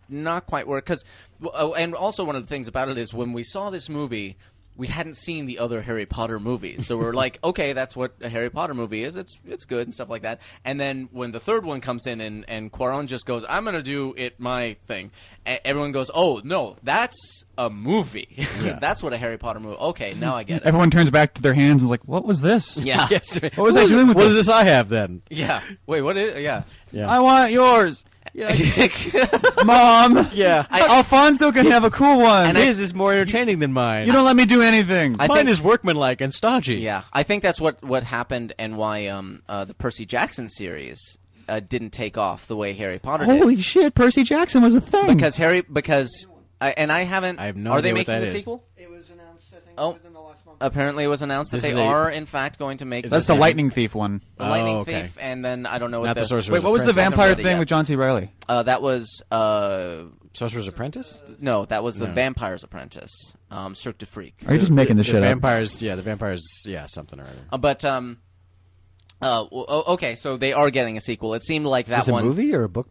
Speaker 4: not quite work. Because, oh, and also one of the things about it is when we saw this movie. We hadn't seen the other Harry Potter movies, so we're like, *laughs* okay, that's what a Harry Potter movie is. It's it's good and stuff like that. And then when the third one comes in, and and Quaron just goes, "I'm gonna do it my thing," a- everyone goes, "Oh no, that's a movie. *laughs* that's what a Harry Potter movie. Okay, now I get it.
Speaker 2: Everyone turns back to their hands and is like, "What was this?"
Speaker 4: yeah,
Speaker 5: *laughs* *laughs* Yes. What
Speaker 2: was I doing with
Speaker 5: What
Speaker 2: this?
Speaker 5: does this I have then?
Speaker 4: yeah. Wait, what is? Yeah,
Speaker 2: *laughs* I want yours, mom.
Speaker 5: Yeah.
Speaker 2: Alfonso can have a cool one.
Speaker 5: His is more entertaining than mine.
Speaker 2: you don't let me do anything.
Speaker 4: I
Speaker 5: mine
Speaker 4: think-
Speaker 5: is workmanlike and stodgy.
Speaker 4: yeah. I think that's what what happened, and why um uh, the Percy Jackson series uh, didn't take off the way Harry Potter did.
Speaker 2: Holy shit! Percy Jackson was a thing.
Speaker 4: because Harry because I, and I haven't.
Speaker 5: I have no
Speaker 4: Are
Speaker 5: idea
Speaker 4: they
Speaker 5: what
Speaker 4: making
Speaker 5: that
Speaker 4: the
Speaker 5: is.
Speaker 4: sequel?
Speaker 8: It was announced, I think,
Speaker 4: Oh.
Speaker 8: within the last month.
Speaker 4: Apparently, it was announced
Speaker 5: This
Speaker 4: that
Speaker 5: is
Speaker 4: they
Speaker 5: a-
Speaker 4: are in fact going to make
Speaker 2: that's the lightning thief one.
Speaker 4: the lightning
Speaker 5: Oh, okay.
Speaker 4: thief, and then I don't know what
Speaker 5: Not the
Speaker 4: the
Speaker 5: sorcerer's
Speaker 2: Wait, what was the
Speaker 5: apprentice.
Speaker 2: vampire
Speaker 4: Somebody,
Speaker 2: thing
Speaker 4: yeah.
Speaker 2: with John C. Riley?
Speaker 4: Uh, that was uh
Speaker 5: Sorcerer's Apprentice?
Speaker 4: no, that was the Vampire's Apprentice, um, Cirque du Freak.
Speaker 2: Are you just making this
Speaker 5: the
Speaker 2: shit up?
Speaker 5: vampires, yeah, the vampires, yeah, something or other.
Speaker 4: Uh, but um, uh, w- o- okay, so they are getting a sequel. It seemed like that
Speaker 5: Is this
Speaker 4: one
Speaker 5: a movie or a book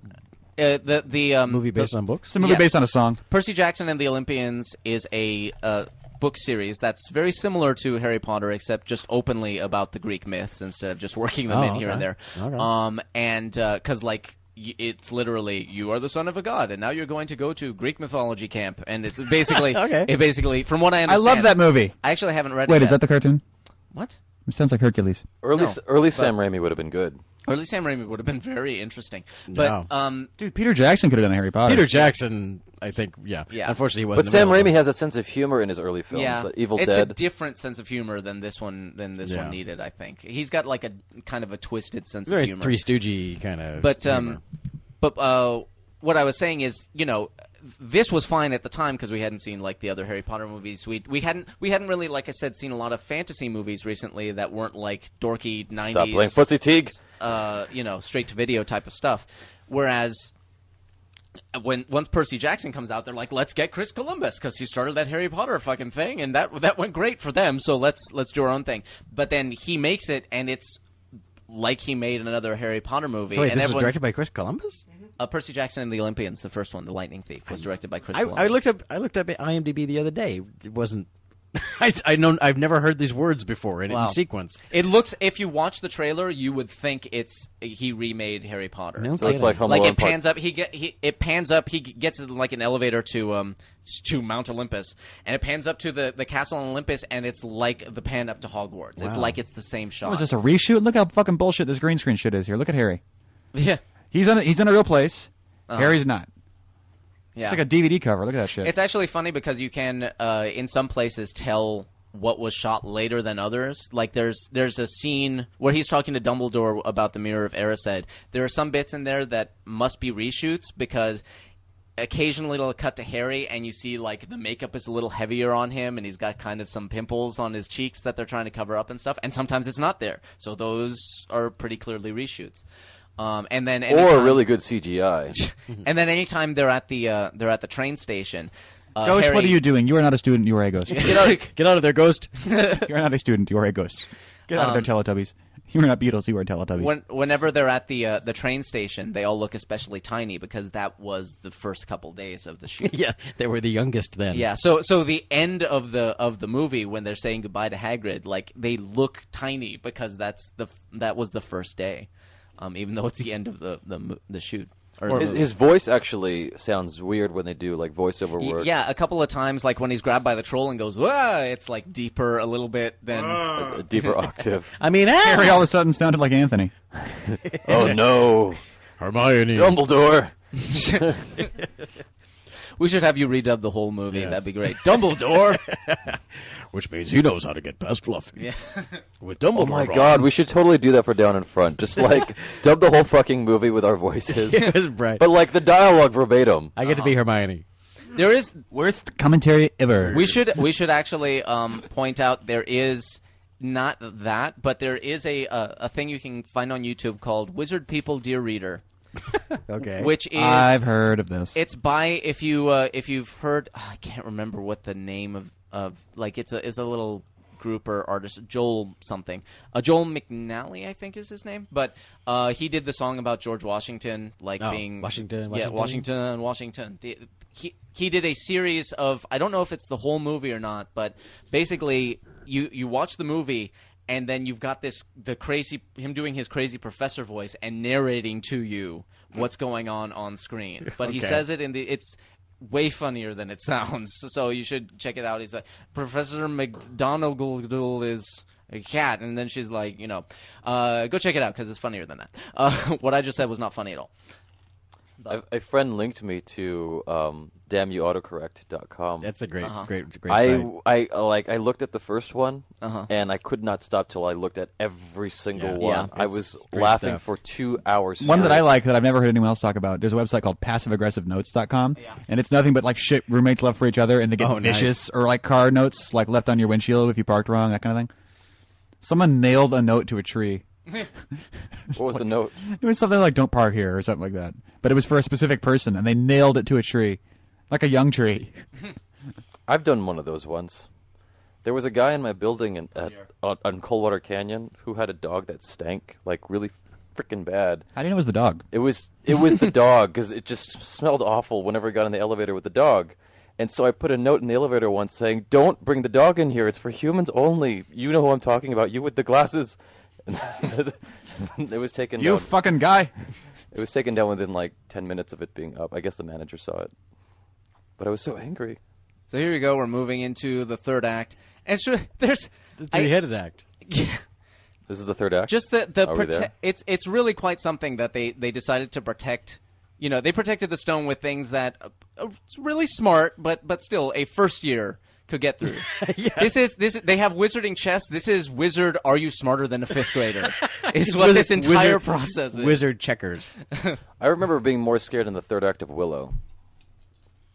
Speaker 4: Uh, the the um,
Speaker 5: movie based
Speaker 4: the-
Speaker 5: on books?
Speaker 2: It's a movie
Speaker 4: Yes.
Speaker 2: based on a song.
Speaker 4: Percy Jackson and the Olympians is a uh, book series that's very similar to Harry Potter, except just openly about the Greek myths instead of just working them
Speaker 5: Oh,
Speaker 4: in here and
Speaker 5: okay.
Speaker 4: there.
Speaker 5: All right.
Speaker 4: Um, and because like. y- It's literally you are the son of a god, and now you're going to go to Greek mythology camp,
Speaker 2: *laughs*
Speaker 4: and it's basically
Speaker 5: Okay.
Speaker 4: It basically, from what I
Speaker 2: I
Speaker 4: understand,
Speaker 2: love that movie.
Speaker 4: I actually haven't read.
Speaker 2: Wait,
Speaker 4: it
Speaker 2: is that the cartoon?
Speaker 4: what?
Speaker 2: It sounds like Hercules.
Speaker 3: Early,
Speaker 4: No,
Speaker 3: early Sam Raimi would have been good.
Speaker 4: Early Sam Raimi would have been very interesting, but
Speaker 5: No.
Speaker 4: um,
Speaker 2: Dude, Peter Jackson could have done a Harry Potter.
Speaker 5: Peter Jackson, I think, yeah.
Speaker 4: Yeah.
Speaker 5: Unfortunately, he wasn't.
Speaker 3: But Sam
Speaker 5: available.
Speaker 3: Raimi has a sense of humor in his early films.
Speaker 4: yeah,
Speaker 3: uh, Evil
Speaker 4: it's
Speaker 3: Dead.
Speaker 4: a different sense of humor than this one than this
Speaker 5: Yeah.
Speaker 4: one needed. I think he's got like a kind of a twisted sense
Speaker 5: very
Speaker 4: of humor.
Speaker 5: Three Stooges kind of.
Speaker 4: but um, but uh, what I was saying is, you know, this was fine at the time because we hadn't seen like the other Harry Potter movies. We we hadn't we hadn't really, like I said, seen a lot of fantasy movies recently that weren't like dorky
Speaker 3: Stop playing
Speaker 4: nineties,
Speaker 3: Pussy Teague.
Speaker 4: uh, you know, straight to video type of stuff. Whereas uh, when once Percy Jackson comes out, they're like, let's get Chris Columbus because he started that Harry Potter fucking thing, and that that went great for them. So let's let's do our own thing. But then he makes it, and it's like he made another Harry Potter movie.
Speaker 5: So wait,
Speaker 4: and
Speaker 5: this was
Speaker 4: everyone's-
Speaker 5: directed by Chris Columbus?
Speaker 4: uh, Percy Jackson and the Olympians, the first one, The Lightning Thief, was directed by Chris.
Speaker 5: I, I
Speaker 4: Columbus.
Speaker 5: looked up. I looked up at IMDb the other day. It wasn't. *laughs* I, I know. I've never heard these words before in,
Speaker 4: Wow.
Speaker 5: in
Speaker 4: *laughs*
Speaker 5: sequence.
Speaker 4: It looks if you watch the trailer, you would think it's he remade Harry Potter.
Speaker 5: No
Speaker 4: So
Speaker 3: So it's like Home
Speaker 4: like
Speaker 3: Alone
Speaker 4: it
Speaker 3: Part-
Speaker 4: pans up, he get he it pans up, he g- gets in like an elevator to um s- to Mount Olympus, and it pans up to the the castle on Olympus, and it's like the pan up to Hogwarts. It's like it's the same shot.
Speaker 2: was this a reshoot? Look how fucking bullshit this green screen shit is here. Look at Harry.
Speaker 4: *laughs* yeah,
Speaker 2: He's in a, he's in a real place. Harry's not.
Speaker 4: yeah.
Speaker 2: It's like a DVD cover. Look at that shit.
Speaker 4: It's actually funny because you can, uh, in some places, tell what was shot later than others. Like there's there's a scene where he's talking to Dumbledore about the Mirror of Erised. There are some bits in there that must be reshoots because occasionally it'll cut to Harry and you see like the makeup is a little heavier on him and he's got kind of some pimples on his cheeks that they're trying to cover up and stuff. And sometimes it's not there, so those are pretty clearly reshoots. Um, and then
Speaker 3: Or
Speaker 4: anytime-
Speaker 3: really
Speaker 4: *laughs*
Speaker 3: good CGI.
Speaker 4: and then anytime they're at the uh, they're at the train station. Uh,
Speaker 2: Ghost,
Speaker 4: Harry,
Speaker 2: what are you doing? You are not a student.
Speaker 4: *laughs*
Speaker 2: You are a ghost. *laughs*
Speaker 5: Get out of there, Ghost.
Speaker 2: You're not a student. You are a ghost. Get out of there, Teletubbies. You were not Beatles. You were Teletubbies.
Speaker 4: Um, When, whenever they're at the uh, the train station, they all look especially tiny because that was the first couple days of the shoot.
Speaker 5: *laughs* *laughs* yeah, they were the youngest then.
Speaker 4: Yeah, so so the end of the of the movie when they're saying goodbye to Hagrid, like they look tiny because that's the that was the first day, um, even though it's the end of the the, mo- the shoot. Or, the
Speaker 3: His,
Speaker 4: movie.
Speaker 3: his voice actually sounds weird when they do like voiceover
Speaker 4: Y-
Speaker 3: work.
Speaker 4: yeah, a couple of times, like when he's grabbed by the troll and goes, "Whoa!" It's like deeper a little bit than
Speaker 3: a, a
Speaker 4: *laughs*
Speaker 3: deeper octave.
Speaker 5: I mean, ah!
Speaker 2: Harry all of a sudden sounded like Anthony.
Speaker 3: oh
Speaker 4: *laughs*
Speaker 3: no,
Speaker 5: Hermione.
Speaker 3: Dumbledore.
Speaker 4: we should have you redub the whole movie. That'd be great.
Speaker 5: *laughs*
Speaker 4: Dumbledore.
Speaker 5: Which means he knows how to get past Fluffy.
Speaker 4: yeah.
Speaker 5: *laughs* With Dumbledore.
Speaker 3: Oh my god, we should totally do that for Down in Front.
Speaker 4: *laughs*
Speaker 3: Just like dub the whole fucking movie with our voices.
Speaker 5: *laughs* right.
Speaker 3: But like the dialogue verbatim.
Speaker 5: *laughs* I get to be Hermione.
Speaker 4: There is
Speaker 2: Worst commentary ever.
Speaker 4: We should we should actually um, point out there is not that, but there is a uh, a thing you can find on YouTube called Wizard People Dear Reader,
Speaker 5: Okay.
Speaker 4: which is
Speaker 2: I've heard of this.
Speaker 4: it's by if you uh, if you've heard oh, I can't remember what the name of, of like it's a it's a little group or artist Joel something uh, Joel McNally I think is his name but uh, he did the song about George Washington like
Speaker 5: Oh,
Speaker 4: being
Speaker 5: Washington,
Speaker 4: yeah
Speaker 5: Washington.
Speaker 4: Washington Washington The- he he did a series of I don't know if it's the whole movie or not but basically you you watch the movie and then you've got this the crazy him doing his crazy professor voice and narrating to you what's going on on screen but he
Speaker 5: Okay.
Speaker 4: says it in the it's way funnier than it *laughs* sounds so you should check it out he's like professor mcdonagold is a cat and then she's like you know uh, go check it out because it's funnier than that *laughs* uh, what i just said was not funny at all
Speaker 3: A, a friend linked me to um, damnyouautocorrect.com.
Speaker 5: That's a great, great, great
Speaker 3: I,
Speaker 5: site.
Speaker 3: I uh, like I looked at the first one and I could not stop till I looked at every single
Speaker 5: Yeah.
Speaker 3: one.
Speaker 4: Yeah.
Speaker 3: I
Speaker 5: It's
Speaker 3: was
Speaker 5: great
Speaker 3: laughing
Speaker 5: stuff.
Speaker 3: for two hours.
Speaker 2: One that I
Speaker 3: straight.
Speaker 2: like that I've never heard anyone else talk about. There's a website called PassiveAggressiveNotes.com,
Speaker 4: Yeah.
Speaker 2: and it's nothing but like shit roommates love for each other, and they get
Speaker 5: Oh, nice.
Speaker 2: vicious or like car notes like left on your windshield if you parked wrong, that kind of thing. Someone nailed a note to a tree.
Speaker 3: What was the note?
Speaker 2: It was something like "Don't park here" or something like that, but it was for a specific person, and they nailed it to a tree, like a young tree.
Speaker 3: I've done one of those once. There was a guy in my building in, at, on, on Coldwater Canyon who had a dog that stank like really freaking bad.
Speaker 2: How do you know it was the dog?
Speaker 3: It was it was the dog because it just smelled awful whenever I got in the elevator with the dog. And so I put a note in the elevator once saying, "Don't bring the dog in here. It's for humans only. You know who I'm talking about. You with the glasses." *laughs* it was taken
Speaker 2: You
Speaker 3: down.
Speaker 2: fucking guy.
Speaker 3: it was taken down within like 10 minutes of it being up. I guess the manager saw it. But I was so angry.
Speaker 4: So here we go. We're moving into the third act, and so *laughs* there's I-
Speaker 5: Three-headed act.
Speaker 3: This is the third act.
Speaker 4: just the the
Speaker 3: Are we
Speaker 4: prote-
Speaker 3: there?
Speaker 4: it's it's really quite something that they they decided to protect. You know, they protected the stone with things that uh, uh, it's really smart, but but still a first year could
Speaker 5: *laughs*
Speaker 4: get through. This is this they have wizarding chess. This is wizard. Are you smarter than a
Speaker 5: *laughs*
Speaker 4: fifth grader? is what this
Speaker 5: Wizard-
Speaker 4: entire
Speaker 5: wizard-
Speaker 4: process is.
Speaker 5: Wizard checkers.
Speaker 3: I remember being more scared in the third act of Willow.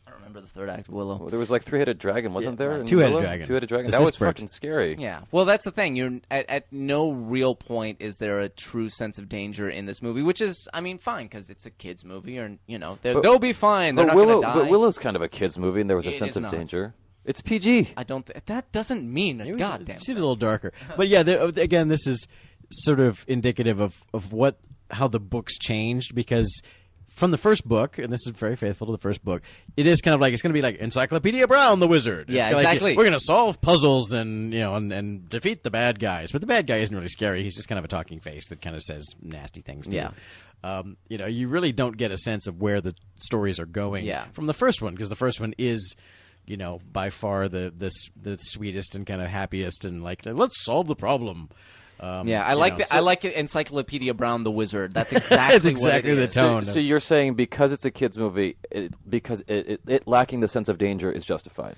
Speaker 4: I don't remember the third act.
Speaker 3: Well,
Speaker 4: Willow.
Speaker 3: There was like three-headed dragon, wasn't there? in
Speaker 5: Two-headed
Speaker 3: Willow?
Speaker 5: dragon.
Speaker 3: Two-headed dragon.
Speaker 5: The
Speaker 3: that was
Speaker 5: Sisbert.
Speaker 3: fucking scary.
Speaker 4: Yeah. Well, that's the thing. You're at, at no real point is there a true sense of danger in this movie, which is, I mean, fine because it's a kids' movie, or you know, they're-
Speaker 3: But-
Speaker 4: they'll be fine. They're
Speaker 3: But
Speaker 4: not
Speaker 3: Willow,
Speaker 4: gonna die.
Speaker 3: but Willow's kind of a kids' movie, and there was a
Speaker 4: It
Speaker 3: sense
Speaker 4: is
Speaker 3: of
Speaker 4: not.
Speaker 3: danger. It's PG.
Speaker 4: I don't. Th- that doesn't mean a
Speaker 5: It was,
Speaker 4: goddamn.
Speaker 5: it seems a little darker, but yeah. The, again, this is sort of indicative of of what how the books changed because from the first book, and this is very faithful to the first book, it is kind of like it's going to be like Encyclopedia Brown, the wizard. It's
Speaker 4: Yeah,
Speaker 5: kinda like,
Speaker 4: exactly.
Speaker 5: We're going to solve puzzles and you know and, and defeat the bad guys, but the bad guy isn't really scary. He's just kind of a talking face that kind of says nasty things. To
Speaker 4: Yeah.
Speaker 5: You. Um, you know, you really don't get a sense of where the stories are going
Speaker 4: Yeah.
Speaker 5: from the first one because the first one is you know by far the the s- the sweetest and kind of happiest and like let's solve the problem um,
Speaker 4: yeah, I
Speaker 5: you
Speaker 4: like
Speaker 5: know,
Speaker 4: the,
Speaker 5: so-
Speaker 4: I like Encyclopedia Brown the Wizard. That's exactly
Speaker 5: It's exactly
Speaker 4: what it
Speaker 5: the
Speaker 4: is.
Speaker 5: tone.
Speaker 3: So, so you're saying because it's a kids' movie, it, because it, it, it lacking the sense of danger is justified.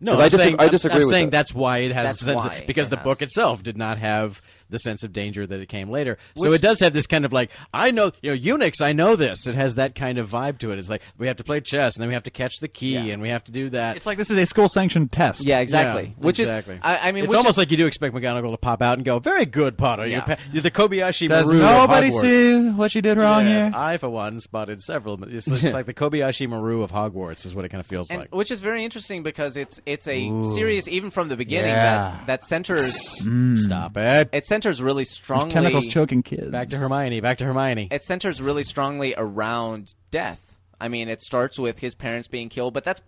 Speaker 5: no
Speaker 3: 'cause
Speaker 5: I'm
Speaker 3: I dis-
Speaker 5: saying,
Speaker 3: I
Speaker 5: I'm-
Speaker 3: disagree
Speaker 5: I'm
Speaker 3: with
Speaker 5: saying
Speaker 3: that.
Speaker 5: that's why it has
Speaker 4: That's
Speaker 5: the sense of-
Speaker 4: why
Speaker 5: because
Speaker 4: it
Speaker 5: the
Speaker 4: has.
Speaker 5: book itself did not have the sense of danger that it came later so
Speaker 4: Which-
Speaker 5: it does have this kind of like I know you know Unix I know this it has that kind of vibe to it it's like we have to play chess and then we have to catch the key and we have to do that
Speaker 2: It's like this is a school sanctioned test.
Speaker 4: Yeah, exactly.
Speaker 5: Yeah,
Speaker 4: which
Speaker 5: exactly.
Speaker 4: is, I, I mean,
Speaker 5: it's
Speaker 4: which
Speaker 5: almost
Speaker 4: is,
Speaker 5: like you do expect McGonagall to pop out and go, "Very good, Potter. You're,
Speaker 4: Yeah.
Speaker 5: pa- you're the Kobayashi
Speaker 2: Does
Speaker 5: Maru. of
Speaker 2: nobody
Speaker 5: Hogwarts."
Speaker 2: see what she did wrong
Speaker 5: Yes,
Speaker 2: here?
Speaker 5: I for one spotted several. It's, it's like the Kobayashi Maru of Hogwarts is what it kind of feels
Speaker 4: and,
Speaker 5: like.
Speaker 4: which is very interesting because it's it's a series even from the beginning
Speaker 2: Yeah.
Speaker 5: Mm.
Speaker 3: Hmm.
Speaker 4: that that centers
Speaker 5: Stop it.
Speaker 4: it centers really strongly
Speaker 2: Tentacles choking kids.
Speaker 5: Back to Hermione. Back to Hermione.
Speaker 4: it centers really strongly around death. I mean, it starts with his parents being killed, but that's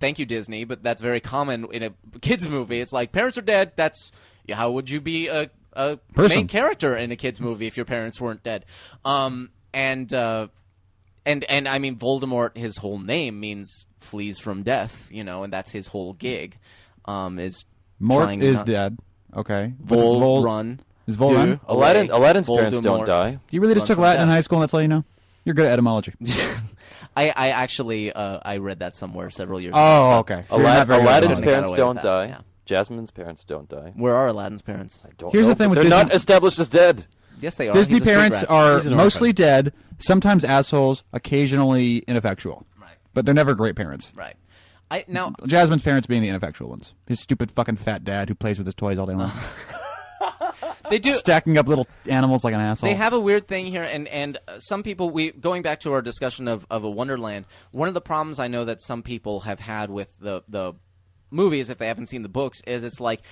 Speaker 4: thank you Disney, but that's very common in a kids movie. It's like parents are dead. That's how would you be a a
Speaker 2: Person.
Speaker 4: main character in a kids movie if your parents weren't dead? Um, and uh, and and I mean Voldemort, his whole name means flees from death, you know, and that's his whole gig. Um, is
Speaker 2: Mort
Speaker 4: trying
Speaker 2: is
Speaker 4: not-
Speaker 2: dead. Okay. What's
Speaker 4: Vol,
Speaker 2: it, Vol-
Speaker 4: run.
Speaker 2: Is Vol
Speaker 4: do,
Speaker 2: run?
Speaker 3: Aladdin,
Speaker 4: away,
Speaker 3: Aladdin's parents don't
Speaker 4: Voldemort.
Speaker 3: die.
Speaker 2: You really just
Speaker 4: Run
Speaker 2: took
Speaker 4: from
Speaker 2: Latin in
Speaker 4: death.
Speaker 2: high school, and that's all you know. You're good at
Speaker 4: *laughs*
Speaker 2: etymology.
Speaker 4: I, I actually uh, I read that somewhere several years ago.
Speaker 2: oh, okay. So you're not
Speaker 3: Alad-
Speaker 2: very good at
Speaker 3: Aladdin's
Speaker 4: Aladdin.
Speaker 2: etymology.
Speaker 3: parents
Speaker 4: Got away
Speaker 3: don't
Speaker 4: with
Speaker 3: die.
Speaker 4: that, yeah.
Speaker 3: Jasmine's parents don't die.
Speaker 4: Where are Aladdin's parents?
Speaker 3: Don't
Speaker 2: Here's
Speaker 3: know,
Speaker 2: the thing
Speaker 3: but
Speaker 2: with
Speaker 3: they're
Speaker 2: Disney-
Speaker 3: not established as dead.
Speaker 4: Yes, they are.
Speaker 2: Disney
Speaker 4: He's a street
Speaker 2: parents
Speaker 4: rat.
Speaker 2: are
Speaker 5: He's an
Speaker 2: mostly
Speaker 5: orphan.
Speaker 2: dead, sometimes assholes, occasionally ineffectual.
Speaker 4: Right.
Speaker 2: But they're never great parents.
Speaker 4: right. I
Speaker 2: *laughs*
Speaker 4: now
Speaker 2: Jasmine's parents being the ineffectual ones. His stupid fucking fat dad who plays with his toys all day
Speaker 4: *laughs*
Speaker 2: long,
Speaker 4: they do.
Speaker 2: stacking up little animals like an asshole.
Speaker 4: They have a weird thing here, and and uh, some people we going back to our discussion of of a Wonderland. One of the problems I know that some people have had with the the movies, if they haven't seen the books, is it's like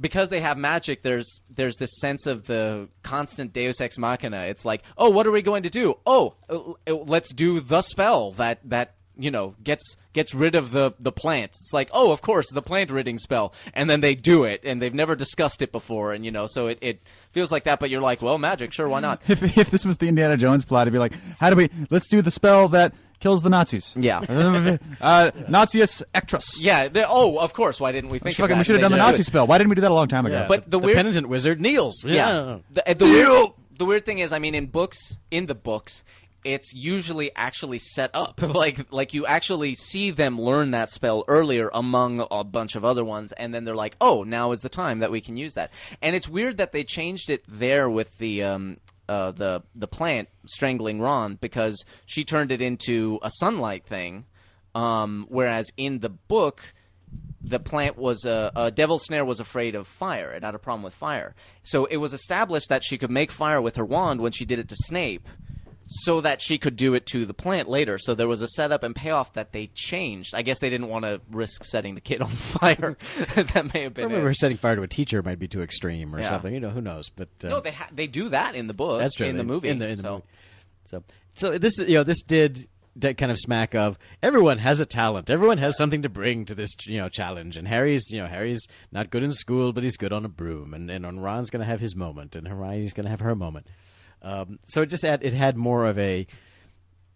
Speaker 4: because they have magic, there's there's this sense of the constant Deus ex machina. It's like, oh, what are we going to do? Oh, uh, uh, let's do the spell that that you know gets gets rid of the the plant it's like oh of course the plant ridding spell and then they do it and they've never discussed it before and you know so it, it feels like that but you're like well magic sure why
Speaker 2: *laughs*
Speaker 4: not
Speaker 2: *laughs* if, if this was the Indiana Jones plot, it'd be like, how do we? Let's do the spell that kills the Nazis.
Speaker 4: Yeah.
Speaker 2: *laughs* uh, Nazius Ectrus.
Speaker 4: yeah they- oh of course why didn't we think of
Speaker 2: Fucking,
Speaker 4: that?
Speaker 2: we should have done
Speaker 4: They
Speaker 2: the
Speaker 4: just do
Speaker 2: Nazi
Speaker 4: it.
Speaker 2: spell. Why didn't we do that a long time ago?
Speaker 5: Yeah,
Speaker 4: But the weird-
Speaker 5: penitent wizard kneels.
Speaker 4: Yeah. The, uh, the weird, the weird thing is, I mean, in books, in the books, it's usually actually set up *laughs* like like you actually see them learn that spell earlier among a bunch of other ones, and then they're like, oh, now is the time that we can use that. And it's weird that they changed it there with the. Um, uh, the the plant strangling Ron because she turned it into a sunlight thing, um, whereas in the book the plant was a, a devil snare was afraid of fire it had a problem with fire so it was established that she could make fire with her wand when she did it to snape so that she could do it to the plant later so there was a setup and payoff that they changed i guess they didn't want to risk setting the kid *laughs* on fire that may
Speaker 5: I
Speaker 4: have been
Speaker 5: remember
Speaker 4: it.
Speaker 5: setting fire to a teacher might be too extreme or
Speaker 4: Yeah.
Speaker 5: something. You know, who knows? But uh,
Speaker 4: no they ha- they do that in the book
Speaker 5: that's true.
Speaker 4: in the
Speaker 5: They-
Speaker 4: movie
Speaker 5: In the, in the
Speaker 4: so
Speaker 5: movie. So, so this you know this did that kind of smack of everyone has a talent. Everyone has something to bring to this you know challenge. And Harry's you know Harry's not good in school, but he's good on a broom. And and Ron's going to have his moment, and Hermione's going to have her moment. Um, so it just had, it had more of a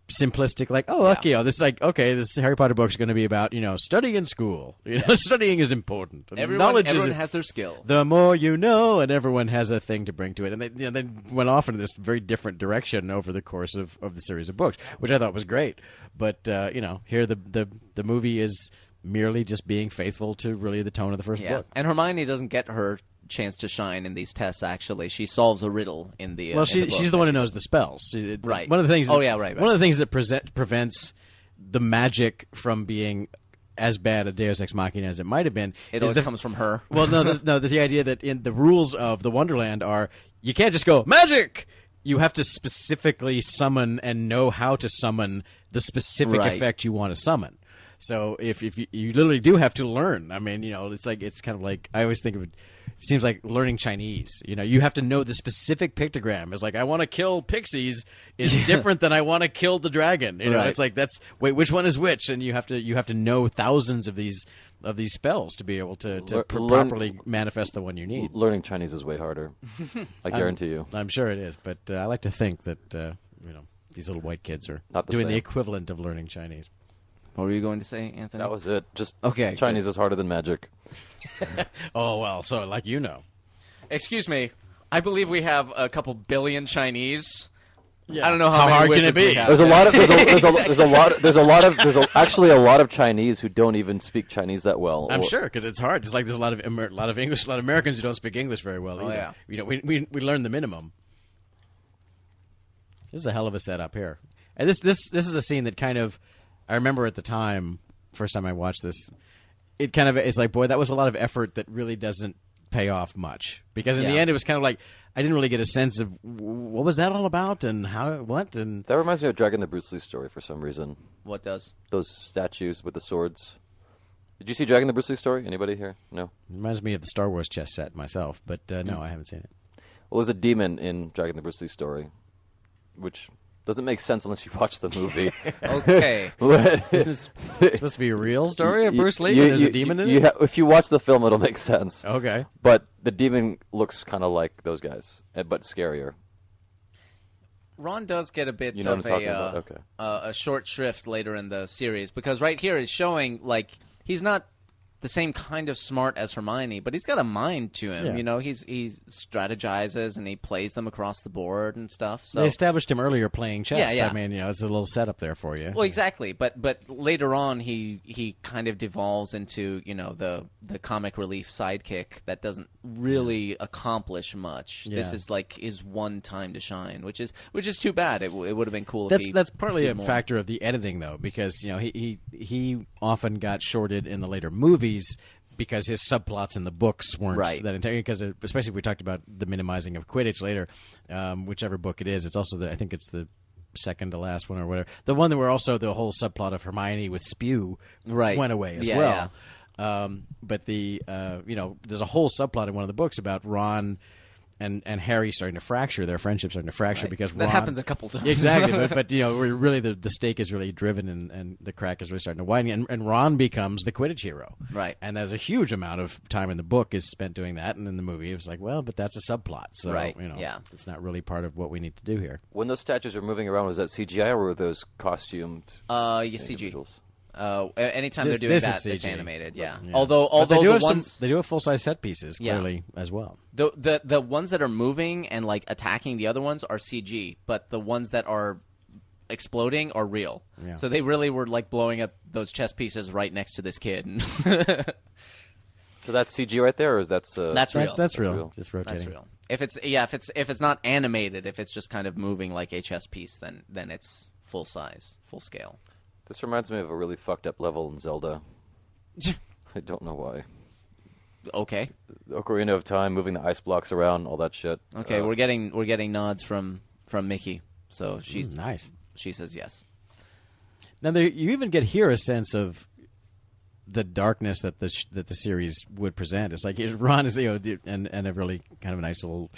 Speaker 5: simplistic like oh okay oh, this is like okay this harry potter book's going to be about you know studying in school *laughs* you know studying is important and
Speaker 4: everyone,
Speaker 5: knowledge
Speaker 4: everyone
Speaker 5: is
Speaker 4: has their skill
Speaker 5: the more you know, and everyone has a thing to bring to it. And they, you know, they went off in this very different direction over the course of, of the series of books, which I thought was great. But uh, you know, here the, the the movie is merely just being faithful to really the tone of the first
Speaker 4: yeah
Speaker 5: book.
Speaker 4: and hermione doesn't get her chance to shine in these tests actually she solves a riddle in the uh,
Speaker 5: Well,
Speaker 4: in
Speaker 5: she,
Speaker 4: the book.
Speaker 5: she's the one who knows the spells. She- it-
Speaker 4: Right.
Speaker 5: One of the things.
Speaker 4: Oh,
Speaker 5: that-
Speaker 4: yeah, right, right.
Speaker 5: One of the things that present, prevents the magic from being as bad a Deus Ex Machina as it might have been.
Speaker 4: it
Speaker 5: is
Speaker 4: always
Speaker 5: the-
Speaker 4: comes from her
Speaker 5: Well, no, the, no. The idea that in the rules of the Wonderland are you can't just go magic. You have to specifically summon and know how to summon the specific
Speaker 4: Right.
Speaker 5: effect you want to summon. So if if you, you literally do have to learn, I mean, you know, it's like it's kind of like I always think of it. Seems like learning Chinese. You know, you have to know the specific pictogram. It's like I want to kill pixies is different than I want to kill the dragon. You know,
Speaker 4: Right.
Speaker 5: it's like that's wait, which one is which? And you have to you have to know thousands of these of these spells to be able to to
Speaker 3: Lear-
Speaker 5: pr-
Speaker 3: learn-
Speaker 5: properly manifest the one you need.
Speaker 3: Learning Chinese is
Speaker 2: *laughs*
Speaker 3: way harder.
Speaker 2: Um,
Speaker 3: I guarantee you.
Speaker 5: I'm sure it is, but uh, I like to think that uh, you know these little white kids are
Speaker 3: Not the
Speaker 5: doing the
Speaker 3: same.
Speaker 5: equivalent of learning Chinese.
Speaker 4: what were you going to say anthony
Speaker 3: That was it. Just
Speaker 4: Okay,
Speaker 3: Chinese is harder than magic.
Speaker 5: Oh well, so like you know,
Speaker 4: Excuse me. I believe we have a couple billion Chinese.
Speaker 5: Yeah.
Speaker 4: I don't know how,
Speaker 5: How
Speaker 4: many
Speaker 5: hard can
Speaker 4: wizards
Speaker 5: it be?
Speaker 4: we have.
Speaker 3: There's a lot of there's a, there's
Speaker 2: *laughs*
Speaker 3: a, there's a lot there's a lot of there's a, actually a lot of Chinese who don't even speak Chinese that well.
Speaker 5: I'm
Speaker 3: Or-
Speaker 5: sure because it's hard. It's like there's a lot of Amer- lot of English, a lot of Americans who don't speak English very well.
Speaker 3: Oh,
Speaker 5: either.
Speaker 4: yeah.
Speaker 5: you know, we we we learn the minimum. This is a hell of a setup here, and this this this is a scene that kind of I remember at the time, first time I watched this, it kind of it's like boy that was a lot of effort that really doesn't pay off much because in the
Speaker 4: Yeah.
Speaker 5: end it was kind of like I didn't really get a sense of w- what was that all about and how what and
Speaker 3: That reminds me of Dragon the Bruce Lee story for some reason.
Speaker 4: What does?
Speaker 3: Those statues with the swords. Did you see Jack and the Bruce Lee story? Anybody here? No.
Speaker 5: Reminds me of the Star Wars chess set myself, but uh,
Speaker 3: Mm.
Speaker 5: no, I haven't seen it.
Speaker 3: Well, there's a demon in Jack and the Bruce Lee story, which doesn't make sense unless you watch the
Speaker 5: *laughs*
Speaker 3: movie.
Speaker 4: Okay.
Speaker 5: It's supposed to be a real story
Speaker 3: *laughs*
Speaker 5: of Bruce Lee. and there's a demon in
Speaker 3: you
Speaker 5: it. Oh.
Speaker 3: ha- if you watch the film, it'll make sense.
Speaker 5: Okay.
Speaker 3: But the demon looks kind of like those guys, eh, but scarier.
Speaker 4: Ron does get a bit
Speaker 3: You know
Speaker 4: of
Speaker 3: what I'm
Speaker 4: a
Speaker 3: talking
Speaker 4: uh,
Speaker 3: about, okay.
Speaker 4: uh, a short shrift later in the series because right here is showing like he's not the same kind of smart as Hermione, but he's got a mind to him.
Speaker 5: Yeah.
Speaker 4: You know, he's he strategizes and he plays them across the board and stuff. So
Speaker 5: They established him earlier playing chess.
Speaker 4: Yeah, yeah.
Speaker 5: I mean, you know, it's a little setup there for you.
Speaker 4: Well, exactly, but but later on, he he kind of devolves into you know the the comic relief sidekick that doesn't really accomplish much. This
Speaker 5: Yeah.
Speaker 4: is like his one time to shine, which is which is too bad. It, w- it would have been cool. if
Speaker 5: that's
Speaker 4: he
Speaker 5: that's partly
Speaker 4: did
Speaker 5: a
Speaker 4: more.
Speaker 5: factor of the editing though, because you know he he he often got shorted in the later movies because his subplots in the books weren't
Speaker 4: Right.
Speaker 5: that entire. Because especially if we talked about the minimizing of Quidditch later, um, whichever book it is, it's also the I think it's the second to last one or whatever. The one that where also the whole subplot of Hermione with Spew
Speaker 4: Right.
Speaker 5: went away as
Speaker 4: Yeah,
Speaker 5: well.
Speaker 4: yeah.
Speaker 5: Um, but the uh, you know there's a whole subplot in one of the books about Ron and and Harry starting to fracture their friendship starting to fracture because
Speaker 4: That
Speaker 5: Ron-
Speaker 4: happens a couple
Speaker 5: *laughs*
Speaker 4: times.
Speaker 5: exactly. but, but you know we're really the, the stake is really driven and, and the crack is really starting to widen and, and Ron becomes the Quidditch hero
Speaker 4: Right.
Speaker 5: and there's a huge amount of time in the book is spent doing that and in the movie it was like well but that's a subplot so
Speaker 4: Right,
Speaker 5: you know
Speaker 4: yeah.
Speaker 5: it's not really part of what we need to do here
Speaker 3: When those statues were moving around, was that CGI or were those costumed
Speaker 4: *laughs* Uh, you CG.
Speaker 3: individuals?
Speaker 4: Uh, a- anytime
Speaker 5: This-
Speaker 4: they're doing
Speaker 5: this is
Speaker 4: that, it's
Speaker 5: CG.
Speaker 4: animated. Yeah.
Speaker 5: Yeah.
Speaker 4: Although
Speaker 5: But they
Speaker 4: although
Speaker 5: do
Speaker 4: the
Speaker 5: have some-
Speaker 4: ones
Speaker 5: they do have full size set pieces
Speaker 4: Yeah.
Speaker 5: clearly as well
Speaker 4: the, the the ones that are moving and like attacking the other ones are CG, but the ones that are exploding are real.
Speaker 5: Yeah.
Speaker 4: So they really were like blowing up those chess pieces right next to this kid. *laughs*
Speaker 3: So that's CG right there, or is that's uh,
Speaker 5: that's
Speaker 4: That's real.
Speaker 5: that's real,
Speaker 3: real.
Speaker 5: just rotating
Speaker 4: That's real. If it's yeah, if it's if it's not animated, if it's just kind of moving like a chess piece, then then it's full size, full scale.
Speaker 3: This reminds me of a really fucked up level
Speaker 5: *laughs*
Speaker 3: in Zelda. I don't know why.
Speaker 4: Okay.
Speaker 3: The Ocarina of Time, moving the ice blocks around, all that shit.
Speaker 4: Okay,
Speaker 3: Uh,
Speaker 4: we're getting we're getting nods from from Mickey. So she's
Speaker 5: nice
Speaker 4: she says yes.
Speaker 5: Now there, you even get here a sense of the darkness that the sh- that the series would present. It's like *laughs* it- Ron is you know the- and and a really kind of a nice little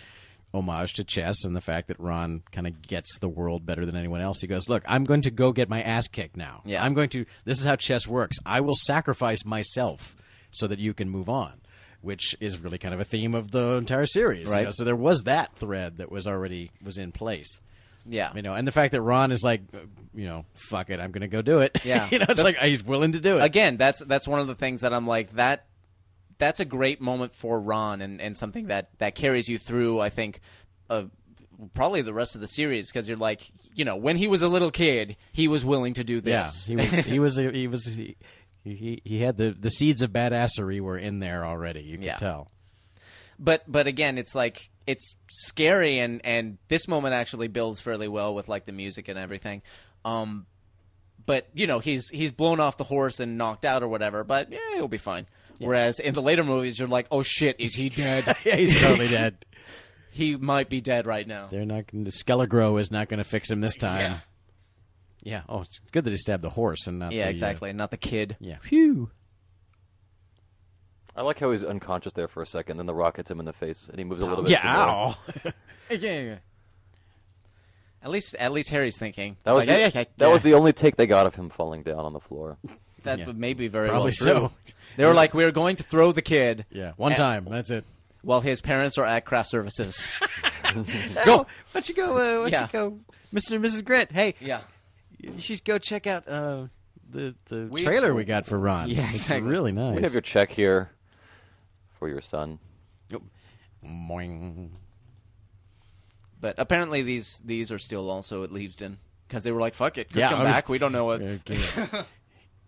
Speaker 5: homage to chess and the fact that Ron kind of gets the world better than anyone else. He goes, "Look, I'm going to go get my ass kicked now.
Speaker 4: Yeah.
Speaker 5: I'm going to. This is how chess works. I will sacrifice myself so that you can move on." Which is really kind of a theme of the entire series, you
Speaker 4: Right.
Speaker 5: know? So there was that thread that was already was in place.
Speaker 4: Yeah.
Speaker 5: You know, and the fact that Ron is like, uh, you know, fuck it, I'm going to go do it.
Speaker 4: Yeah.
Speaker 5: *laughs* you know, it's like he's willing to do it.
Speaker 4: Again, that's that's one of the things that I'm like that that's a great moment for Ron and, and something that, that carries you through, I think, uh, probably the rest of the series because you're like, you know, when he was a little kid, he was willing to do
Speaker 5: yeah,
Speaker 4: this.
Speaker 5: he was, he was, he was, he, he, he had the the seeds of badassery were in there already. You could
Speaker 4: Yeah. *laughs*
Speaker 5: tell.
Speaker 4: *laughs* but but again it's like it's scary and and this moment actually builds fairly well with like the music and everything um but you know he's he's blown off the horse and knocked out or whatever but yeah he'll be fine whereas in the later movies you're like oh shit is he dead
Speaker 5: Yeah, he's *laughs* totally dead.
Speaker 4: he might be dead right now
Speaker 5: They're not going to. Skelligro is not going to fix him this time.
Speaker 4: Yeah.
Speaker 5: Yeah. Oh, it's good that he stabbed the horse and not.
Speaker 4: yeah
Speaker 5: the, uh,
Speaker 4: exactly not the kid
Speaker 5: yeah. Phew.
Speaker 3: I like how he's unconscious there for a second, then the rock hits him in the face, and he moves a
Speaker 4: Oh,
Speaker 3: little bit.
Speaker 5: Yeah.
Speaker 3: some more.
Speaker 5: Ow.
Speaker 4: at least at least harry's thinking
Speaker 3: That was
Speaker 4: Like,
Speaker 3: the,
Speaker 4: yeah, yeah, yeah,
Speaker 3: that was
Speaker 4: yeah.
Speaker 3: the only take they got of him falling down on the floor.
Speaker 4: that
Speaker 5: Yeah.
Speaker 4: may be very
Speaker 5: Probably
Speaker 4: well
Speaker 5: so.
Speaker 4: true. they were like we are going to throw the kid
Speaker 5: *laughs* yeah. One
Speaker 4: Eh.
Speaker 5: time. That's it.
Speaker 4: while his parents are at craft
Speaker 5: *laughs*
Speaker 4: services
Speaker 5: Go. Why don't you go? Uh, why don't
Speaker 4: Yeah.
Speaker 5: you go, Mr. and Mrs. Grant? Hey,
Speaker 4: yeah
Speaker 5: You should go check out uh, the the
Speaker 4: We-
Speaker 5: trailer we got for Ron.
Speaker 4: Yeah,
Speaker 5: It's
Speaker 4: exactly.
Speaker 5: really nice.
Speaker 3: We have your check here for your son.
Speaker 5: Moing.
Speaker 4: But apparently these these are still also at Leavesden because they were like, "Fuck it, could
Speaker 5: Yeah,
Speaker 4: come
Speaker 5: I was-
Speaker 4: back. We don't know
Speaker 5: *laughs*
Speaker 4: what."
Speaker 5: Yeah, can-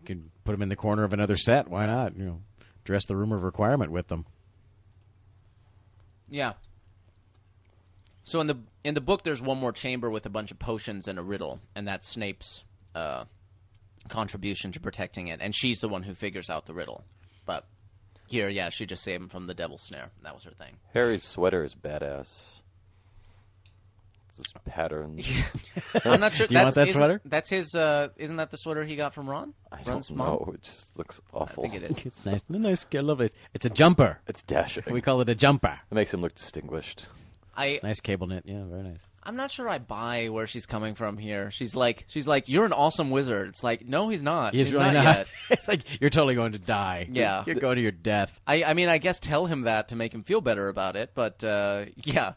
Speaker 5: Could put him in the corner of another set. Why not? You know, dress the room of requirement with them.
Speaker 4: Yeah. So in the in the book, there's one more chamber with a bunch of potions and a riddle, and that's Snape's uh, contribution to protecting it, and she's the one who figures out the riddle. But here, yeah, she just saved him from the devil's snare. That was her thing.
Speaker 3: Harry's sweater is badass.
Speaker 4: *laughs*
Speaker 3: Just patterns.
Speaker 4: I'm not
Speaker 5: *laughs*
Speaker 4: sure.
Speaker 5: Do you want
Speaker 4: that's,
Speaker 5: that
Speaker 4: isn't-
Speaker 5: sweater?
Speaker 4: That's his. Uh, isn't that the sweater he got from Ron?
Speaker 3: I
Speaker 4: Ron's
Speaker 3: don't
Speaker 4: mom?
Speaker 3: know. It just looks awful.
Speaker 4: think it
Speaker 5: *laughs*
Speaker 4: is.
Speaker 5: It's nice, nice, lovely. It's a jumper.
Speaker 3: It's dashing.
Speaker 5: We call it a jumper.
Speaker 3: It makes him look distinguished.
Speaker 4: I
Speaker 5: Nice cable knit. Yeah, very nice.
Speaker 4: I'm not sure I buy where she's coming from here. She's like she's like you're an awesome wizard. It's like no, he's not.
Speaker 5: He's, really
Speaker 4: not,
Speaker 5: not.
Speaker 4: yet.
Speaker 5: *laughs* it's like you're totally going to die.
Speaker 4: Yeah.
Speaker 5: you go to your death.
Speaker 4: I I mean I guess tell him that to make him feel better about it. But uh, *laughs* yeah,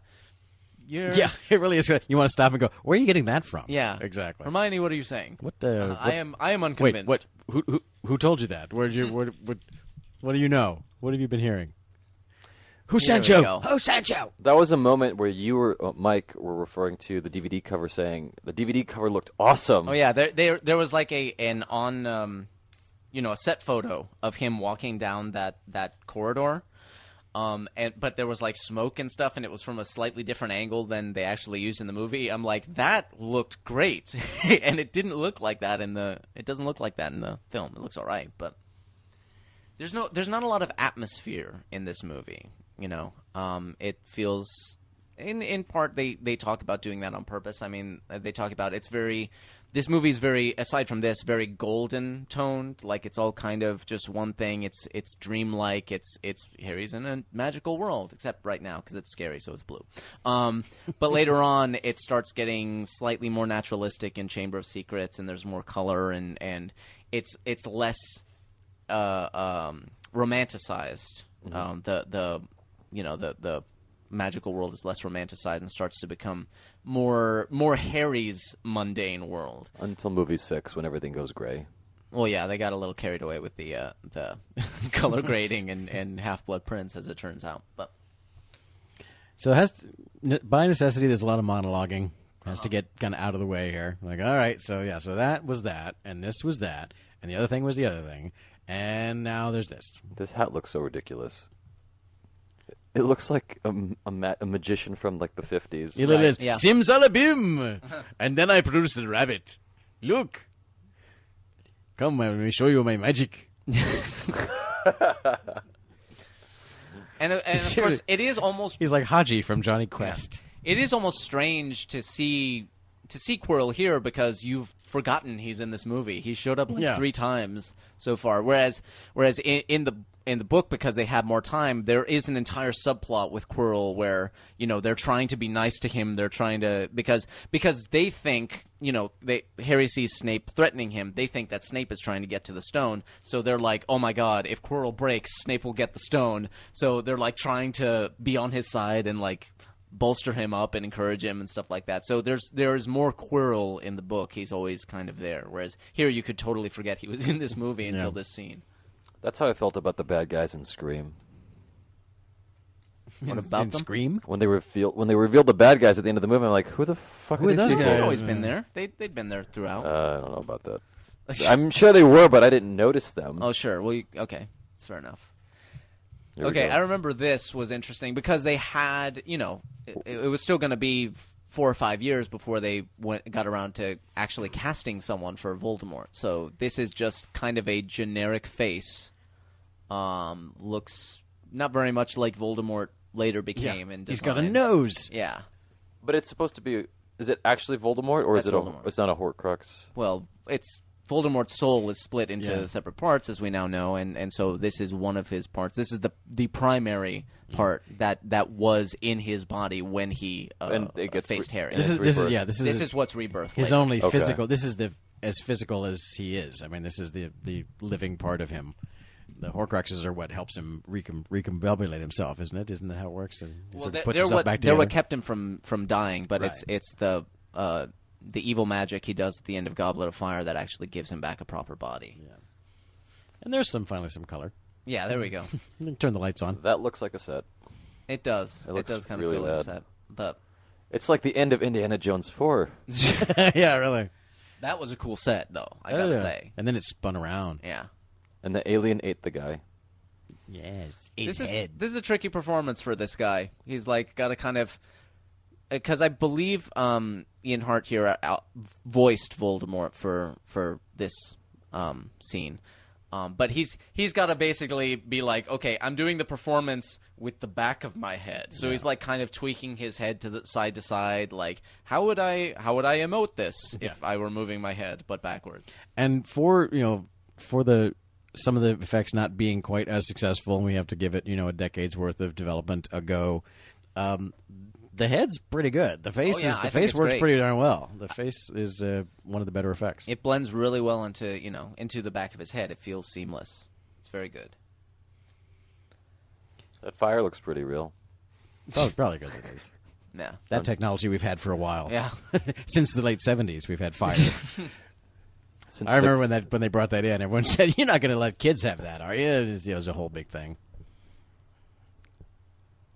Speaker 4: you're
Speaker 5: *laughs* Yeah, it really is. You want to stop and go. Where are you getting that from?
Speaker 4: yeah
Speaker 5: exactly.
Speaker 4: Hermione, what are you saying?
Speaker 5: what the?
Speaker 4: Uh,
Speaker 5: what-
Speaker 4: I am I am
Speaker 5: Wait,
Speaker 4: unconvinced.
Speaker 5: what? Who who who told you that? Where'd
Speaker 4: Mm-hmm.
Speaker 5: you what what? What do you know? What have you been hearing? Who sent
Speaker 4: we
Speaker 5: you?
Speaker 4: go.
Speaker 5: Who sent you?
Speaker 3: That was a moment where you were, uh, Mike, were referring to the DVD cover, saying the DVD cover looked awesome.
Speaker 4: Oh yeah, there there there was like a an on um you know, a set photo of him walking down that that corridor. Um and but there was like smoke and stuff and it was from a slightly different angle than they actually used in the movie. I'm like that looked great. *laughs* and it didn't look like that in the it doesn't look like that in the film. It looks all right, but there's no there's not a lot of atmosphere in this movie you know um it feels in in part they they talk about doing that on purpose i mean uh, they talk about it's very this movie's very aside from this very golden toned like it's all kind of just one thing it's it's dreamlike it's it's harry's in a magical world except right now because it's scary so it's blue um but later on it starts getting slightly more naturalistic in chamber of secrets and there's more color and and it's it's less uh, um, romanticized. Um, the the you know the the magical world is less romanticized and starts to become more more Harry's mundane world.
Speaker 3: Until movie six, when everything goes gray.
Speaker 4: Well, yeah, they got a little carried away with the uh, the *laughs* color grading and, and Half Blood Prince, as it turns out. But
Speaker 5: So it has to, ne- by necessity. There's a lot of monologuing. Has to get kind of out of the way here. Like, all right, so yeah, so that was that, and this was that, and the other thing was the other thing, and now there's this.
Speaker 3: This hat looks so ridiculous. It looks like a, m- a ma- a magician from like the fifties.
Speaker 5: It literally is
Speaker 4: Right, yeah. *laughs*
Speaker 5: simsalabim, and then I produced the rabbit. Look, come let me show you my magic.
Speaker 4: and and of course,
Speaker 5: Seriously.
Speaker 4: it is almost
Speaker 5: He's like Haji from Johnny
Speaker 4: *laughs*
Speaker 5: Quest.
Speaker 4: It is almost strange to see to see Quirrell here because you've forgotten he's in this movie. He showed up like
Speaker 5: Yeah.
Speaker 4: three times so far. Whereas whereas in, in the in the book because they had more time, there is an entire subplot with Quirrell where you know they're trying to be nice to him. They're trying to because because they think you know they Harry sees Snape threatening him. They think that Snape is trying to get to the stone. So they're like, oh my god, if Quirrell breaks, Snape will get the stone. So they're like trying to be on his side and like bolster him up and encourage him and stuff like that. So there's there is more Quirrell in the book. He's always kind of there, whereas here you could totally forget he was in this movie until this scene.
Speaker 3: That's how I felt about the bad guys in Scream.
Speaker 4: What about
Speaker 5: and
Speaker 4: them?
Speaker 5: Scream.
Speaker 3: When they reveal when they revealed the bad guys at the end of the movie, I'm like, who the fuck are, these
Speaker 4: They've
Speaker 3: people?
Speaker 4: always been there. They they'd been there throughout.
Speaker 3: Uh, I don't know about that. I'm sure they were, but I didn't notice them.
Speaker 4: oh sure. Well, you, okay, it's fair enough.
Speaker 3: Here we
Speaker 4: okay,
Speaker 3: go.
Speaker 4: I remember this was interesting because they had, you know, it, it was still going to be f- four or five years before they went got around to actually casting someone for Voldemort. So this is just kind of a generic face. Um, looks not very much like Voldemort later became. And
Speaker 5: He's got a
Speaker 4: design.
Speaker 5: nose.
Speaker 4: Yeah.
Speaker 3: But it's supposed to be. Is it actually Voldemort, or is it
Speaker 4: That's
Speaker 3: a?
Speaker 4: Voldemort.
Speaker 3: It's not a Horcrux.
Speaker 4: Well, it's Voldemort's soul is split into
Speaker 5: Yeah.
Speaker 4: separate parts, as we now know, and, and so this is one of his parts. This is the the primary part that, that was in his body when he uh,
Speaker 3: And it gets
Speaker 4: faced
Speaker 3: re-
Speaker 4: Harry.
Speaker 3: and
Speaker 5: This is
Speaker 3: it's
Speaker 5: this is
Speaker 3: rebirth.
Speaker 5: yeah. This is
Speaker 4: This
Speaker 5: his,
Speaker 4: is what's rebirth.
Speaker 5: his
Speaker 4: later.
Speaker 5: only
Speaker 3: Okay.
Speaker 5: physical. This is the as physical as he is. I mean, this is the the living part of him. The Horcruxes are what helps him recom- recombobulate himself, isn't it? Isn't that how it works? And he
Speaker 4: Well,
Speaker 5: sort of
Speaker 4: they're,
Speaker 5: puts
Speaker 4: they're
Speaker 5: himself
Speaker 4: what,
Speaker 5: back
Speaker 4: they're
Speaker 5: together.
Speaker 4: what kept him from, from dying, but it's
Speaker 5: Right.
Speaker 4: it's the uh, the evil magic he does at the end of Goblet of Fire that actually gives him back a proper body. Yeah,
Speaker 5: and there's some finally some color. *laughs*
Speaker 4: there we go.
Speaker 5: Turn the lights
Speaker 4: *laughs*
Speaker 5: on. *laughs*
Speaker 3: That looks like a set.
Speaker 4: It does. It,
Speaker 3: looks
Speaker 4: does kind
Speaker 3: really
Speaker 4: of feel like
Speaker 3: bad.
Speaker 4: that. But
Speaker 3: It's like the end of Indiana Jones four.
Speaker 5: yeah, really.
Speaker 4: that was a cool set, though. I
Speaker 5: Oh,
Speaker 4: gotta
Speaker 5: yeah.
Speaker 4: say.
Speaker 5: And then it spun around.
Speaker 4: Yeah.
Speaker 3: And the alien ate the guy.
Speaker 5: Yes.
Speaker 4: this is this is a tricky performance for this guy. He's like got to kind of because I believe um, Ian Hart here out, voiced Voldemort for for this um, scene, Um, but he's he's got to basically be like, okay, I'm doing the performance with the back of my head. So he's like kind of tweaking his head to the side to side, like how would I how would I emote this if I were moving my head but backwards?
Speaker 5: and for you know for the some of the effects not being quite as successful and we have to give it you know a decade's worth of development a go um, the head's pretty good the face
Speaker 4: Oh, yeah,
Speaker 5: is
Speaker 4: I
Speaker 5: the
Speaker 4: think
Speaker 5: face
Speaker 4: it's
Speaker 5: works
Speaker 4: great.
Speaker 5: pretty darn well the face is uh, one of the better effects
Speaker 4: It blends really well into you know into the back of his head. It feels seamless. It's very good.
Speaker 3: That fire looks pretty real.
Speaker 5: oh, probably because it
Speaker 4: *laughs*
Speaker 5: is
Speaker 4: Yeah.
Speaker 5: that technology we've had for a while
Speaker 4: Yeah.
Speaker 5: *laughs* since the late 70s we've
Speaker 4: *laughs*
Speaker 5: had fire
Speaker 3: Since
Speaker 5: i remember when that when they brought that in everyone *laughs* said you're not going to let kids have that are you it was, it was a whole big thing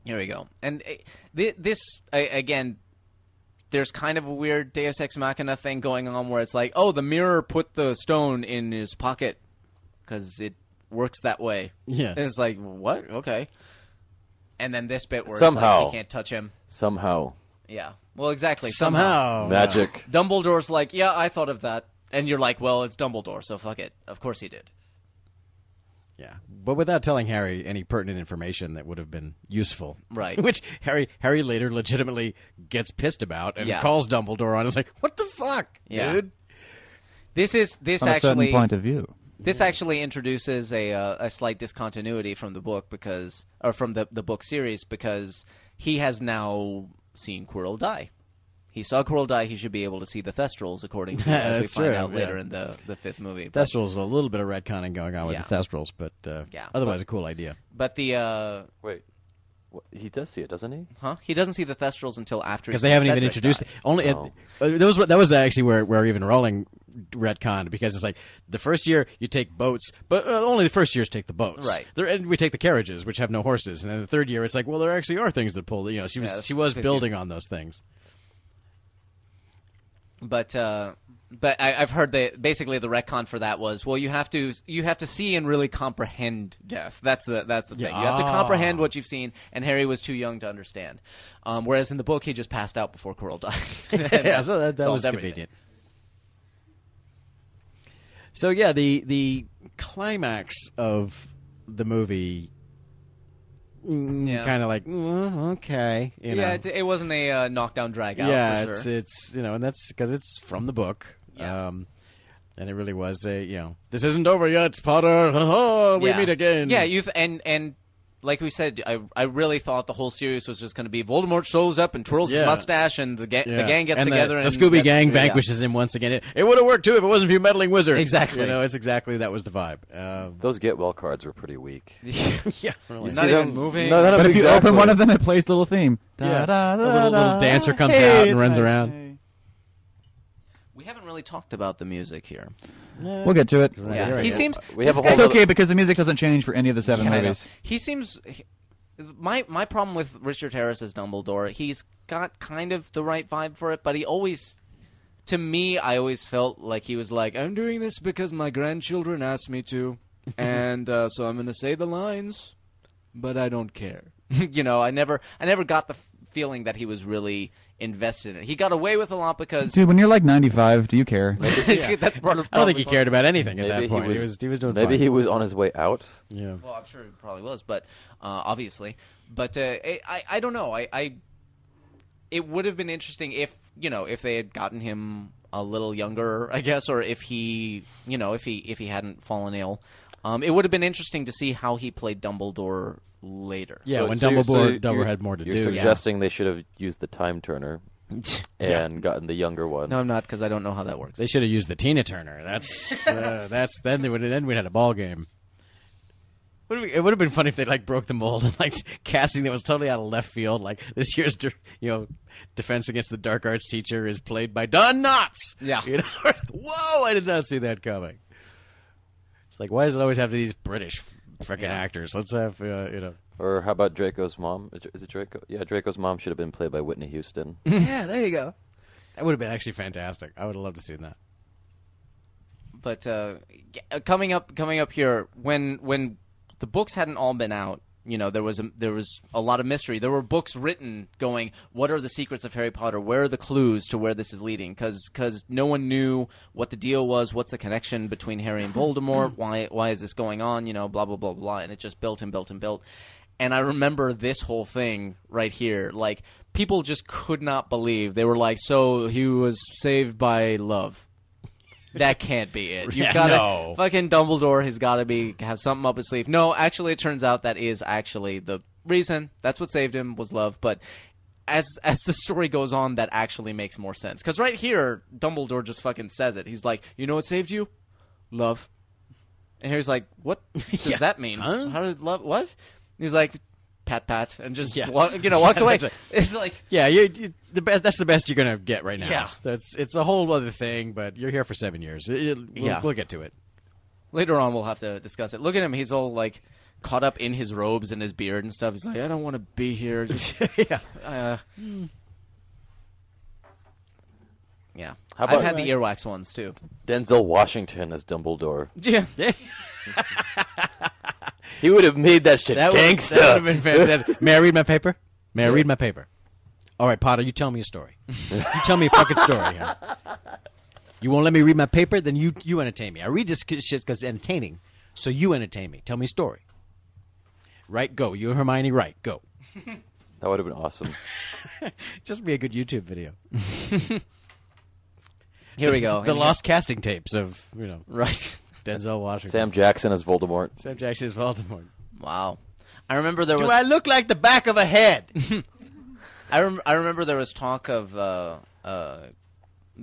Speaker 4: Here we go. And uh, thi- this a- again, there's kind of a weird Deus Ex Machina thing going on where it's like, oh, the mirror put the stone in his pocket because it works that way.
Speaker 5: Yeah.
Speaker 4: And it's like, what? Okay. And then this bit where it's
Speaker 3: Somehow.
Speaker 4: like, you can't touch him.
Speaker 3: somehow
Speaker 4: Yeah. Well, exactly.
Speaker 3: Oh,
Speaker 5: somehow
Speaker 3: magic.
Speaker 4: Dumbledore's like, yeah, I thought of that, and you're like, well, it's Dumbledore, so fuck it. Of course he did.
Speaker 5: Yeah, but without telling Harry any pertinent information that would have been useful,
Speaker 4: Right.
Speaker 5: *laughs* Which Harry Harry later legitimately gets pissed about and
Speaker 4: Yeah.
Speaker 5: calls Dumbledore on. It's like, what the fuck,
Speaker 4: Yeah.
Speaker 5: dude?
Speaker 4: This is this
Speaker 2: From a
Speaker 4: actually
Speaker 2: certain point of view.
Speaker 4: This actually introduces a uh, a slight discontinuity from the book because, or from the the book series because he has now seen Quirrell die. He saw Quirrell die. He should be able to see the Thestrals, according
Speaker 5: *laughs*
Speaker 4: to as we
Speaker 5: That's
Speaker 4: find
Speaker 5: true,
Speaker 4: out
Speaker 5: yeah.
Speaker 4: later in the the fifth movie. But,
Speaker 5: Thestrals, a little bit of retconning going on with
Speaker 4: Yeah.
Speaker 5: the Thestrals, but uh,
Speaker 4: Yeah,
Speaker 5: otherwise a cool idea.
Speaker 4: but the uh,
Speaker 3: *laughs* Wait, what, he does see it, doesn't he?
Speaker 4: huh? He doesn't see the Thestrals until after
Speaker 5: because they haven't even
Speaker 4: Cedric
Speaker 5: introduced
Speaker 4: died.
Speaker 5: only
Speaker 3: No.
Speaker 5: uh, that was what- that was actually where where even Rowling retconned because it's like the first year you take boats, but uh, only the first years take the boats,
Speaker 4: Right.
Speaker 5: There- and we take the carriages, which have no horses, and then the third year it's like, well, there actually are things that pull. You know, she was
Speaker 4: that's
Speaker 5: she was
Speaker 4: fifth
Speaker 5: building on those things.
Speaker 4: But uh, but I, I've heard that basically the retcon for that was well you have to you have to see and really comprehend death. That's the that's the thing. You have to
Speaker 5: Yeah.
Speaker 4: comprehend what you've seen, and Harry was too young to understand. Um, whereas in the book he just passed out before Quirrell died.
Speaker 5: *laughs* yeah, so that, that
Speaker 4: Solved
Speaker 5: was
Speaker 4: everything.
Speaker 5: convenient. So yeah, the the climax of the movie.
Speaker 4: Yeah.
Speaker 5: Kind of like mm, okay, you know.
Speaker 4: yeah, it, it wasn't a uh, knockdown drag out.
Speaker 5: yeah,
Speaker 4: for
Speaker 5: it's
Speaker 4: sure.
Speaker 5: it's you know, and that's because it's from the book.
Speaker 4: Yeah.
Speaker 5: Um, and it really was a you know, this isn't over yet, Potter. Oh, we
Speaker 4: Yeah.
Speaker 5: meet again.
Speaker 4: Yeah, you th- and and like we said, I I really thought the whole series was just going to be Voldemort shows up and twirls his
Speaker 5: Yeah.
Speaker 4: mustache, and the ga- the gang gets
Speaker 5: and the-
Speaker 4: together,
Speaker 5: The,
Speaker 4: and
Speaker 5: Scooby
Speaker 4: that's-
Speaker 5: Gang
Speaker 4: yeah.
Speaker 5: vanquishes him once again. It, it would have worked too if it wasn't for you meddling wizards.
Speaker 4: Exactly.
Speaker 5: You know, it's exactly that was the vibe. Um,
Speaker 3: Those get well cards were pretty weak.
Speaker 4: *laughs*
Speaker 5: yeah, really.
Speaker 4: He's not even
Speaker 3: See them-
Speaker 4: moving.
Speaker 3: No,
Speaker 2: But if you open one of them, it plays the little theme. Da,
Speaker 5: Yeah.
Speaker 2: da,
Speaker 5: The
Speaker 2: da,
Speaker 5: little-
Speaker 2: da,
Speaker 5: little dancer comes
Speaker 2: hey,
Speaker 5: out and
Speaker 2: it's
Speaker 5: runs
Speaker 2: nice.
Speaker 5: around.
Speaker 2: Hey.
Speaker 4: We haven't really talked about the music here.
Speaker 2: We'll get to it.
Speaker 4: Yeah,
Speaker 5: right.
Speaker 4: he seems.
Speaker 3: We have a whole
Speaker 2: It's
Speaker 3: other-
Speaker 2: okay because the music doesn't change for any of the seven
Speaker 4: Yeah, I know.
Speaker 2: movies.
Speaker 4: He seems. he- my my problem with Richard Harris as Dumbledore, he's got kind of the right vibe for it, but he always, to me, I always felt like he was like, I'm doing this because my grandchildren asked me *laughs* to, and uh, so I'm going to say the lines, but I don't care. *laughs* you know, I never I never got the f- feeling that he was really invested in it. He got away with a lot because
Speaker 2: Dude, when you're like 95, do you care?
Speaker 4: *laughs* that's part of.
Speaker 5: I don't think he cared about anything at
Speaker 3: Maybe
Speaker 5: that point.
Speaker 3: he was,
Speaker 5: he was he was doing
Speaker 3: maybe
Speaker 5: fine.
Speaker 3: he was on his way out.
Speaker 5: yeah.
Speaker 4: Well, I'm sure it probably was, but uh, obviously, but uh, I, I I don't know. I, I it would have been interesting if you know if they had gotten him a little younger, I guess, or if he you know if he if he hadn't fallen ill, um, it would have been interesting to see how he played Dumbledore later.
Speaker 5: Yeah,
Speaker 3: So-
Speaker 5: when
Speaker 3: so you're-
Speaker 5: Dumbledore,
Speaker 3: so you're-
Speaker 5: Dumbledore
Speaker 3: you're-
Speaker 5: had more to
Speaker 3: you're
Speaker 5: do.
Speaker 3: suggesting they should have used the time turner
Speaker 5: *laughs*
Speaker 3: and gotten the younger one.
Speaker 4: No, I'm not because I don't know how that works.
Speaker 5: They should have used the Tina Turner. That's
Speaker 4: *laughs*
Speaker 5: uh, that's then they would then we had a ball game. Would have- It would have been funny if they like broke the mold and like casting that was totally out of left field. Like this year's, dir- you know, defense against the dark arts teacher is played by Don Knotts.
Speaker 4: Yeah.
Speaker 5: You know? *laughs* Whoa! I did not see that coming. It's like why does it always have to be these British freaking
Speaker 4: Yeah.
Speaker 5: actors? Let's have uh, you know.
Speaker 3: Or how about Draco's mom? Is it- Is it Draco? Yeah, Draco's mom should have been played by
Speaker 5: *laughs*
Speaker 3: Whitney Houston.
Speaker 5: yeah, there you go. That would have been actually fantastic. I would have loved to see that.
Speaker 4: but uh, g- uh, coming up coming up here when when the books hadn't all been out you know there was a, there was a lot of mystery. There were books written going, what are the secrets of Harry Potter? Where are the clues to where this is leading? Because no one knew what the deal was. What's the connection between Harry and Voldemort? why why is this going on? You know, blah blah blah blah. And it just built and built and built. And I remember this whole thing right here. Like people just could not believe. They were like, so he was saved by love. That can't be it.
Speaker 5: *laughs*
Speaker 4: You've
Speaker 5: Yeah,
Speaker 4: got to
Speaker 5: no.
Speaker 4: fucking Dumbledore has got to be have something up his sleeve. No, actually, it turns out that is actually the reason. That's what saved him was love. But as as the story goes on, that actually makes more sense. Because right here, Dumbledore just fucking says it. He's like, you know what saved you? Love. And Harry's like,
Speaker 5: *laughs*
Speaker 4: what does that mean? How did love? What? And he's like, pat pat, and just
Speaker 5: Yeah.
Speaker 4: wa- you
Speaker 5: *laughs*
Speaker 4: know walks away.
Speaker 5: That's right.
Speaker 4: It's like.
Speaker 5: Yeah, you, you- the best. That's the best you're gonna get right now.
Speaker 4: Yeah.
Speaker 5: that's it's a whole other thing. But you're here for seven years. It- it- we'll,
Speaker 4: Yeah.
Speaker 5: we'll get to
Speaker 4: *laughs*
Speaker 5: it.
Speaker 4: later on we'll have to discuss it. Look at him; he's all like caught up in his robes and his beard and stuff. He's like, I don't want to
Speaker 5: *laughs*
Speaker 4: be here. Just,
Speaker 5: yeah,
Speaker 4: uh, yeah.
Speaker 3: How
Speaker 4: I've
Speaker 3: about-
Speaker 4: had the earwax ones too.
Speaker 3: Denzel Washington as Dumbledore.
Speaker 4: Yeah,
Speaker 3: He would have made that
Speaker 5: *laughs*
Speaker 3: shit
Speaker 5: that would,
Speaker 3: gangsta.
Speaker 5: That would have been
Speaker 4: *laughs*
Speaker 5: fantastic. May I read my paper? May I read my paper? All right, Potter, you tell me a story. you tell me a fucking story.
Speaker 4: *laughs*
Speaker 5: Huh? You won't let me read my paper, then you you entertain me. I read this c- shit because entertaining. So you entertain me. Tell me a story. Right, go. You're Hermione. Right, go.
Speaker 3: *laughs* that would have been awesome.
Speaker 5: Just be a good YouTube video.
Speaker 4: here we go.
Speaker 5: *laughs* The lost casting tapes of you know
Speaker 4: *laughs* right.
Speaker 5: Denzel Washington.
Speaker 3: Sam Jackson as Voldemort.
Speaker 5: Sam Jackson's Voldemort.
Speaker 4: Wow. I remember there was.
Speaker 5: Do I look like the back of a head?
Speaker 4: *laughs*
Speaker 5: *laughs*
Speaker 4: I, rem- I remember there was talk of uh, uh,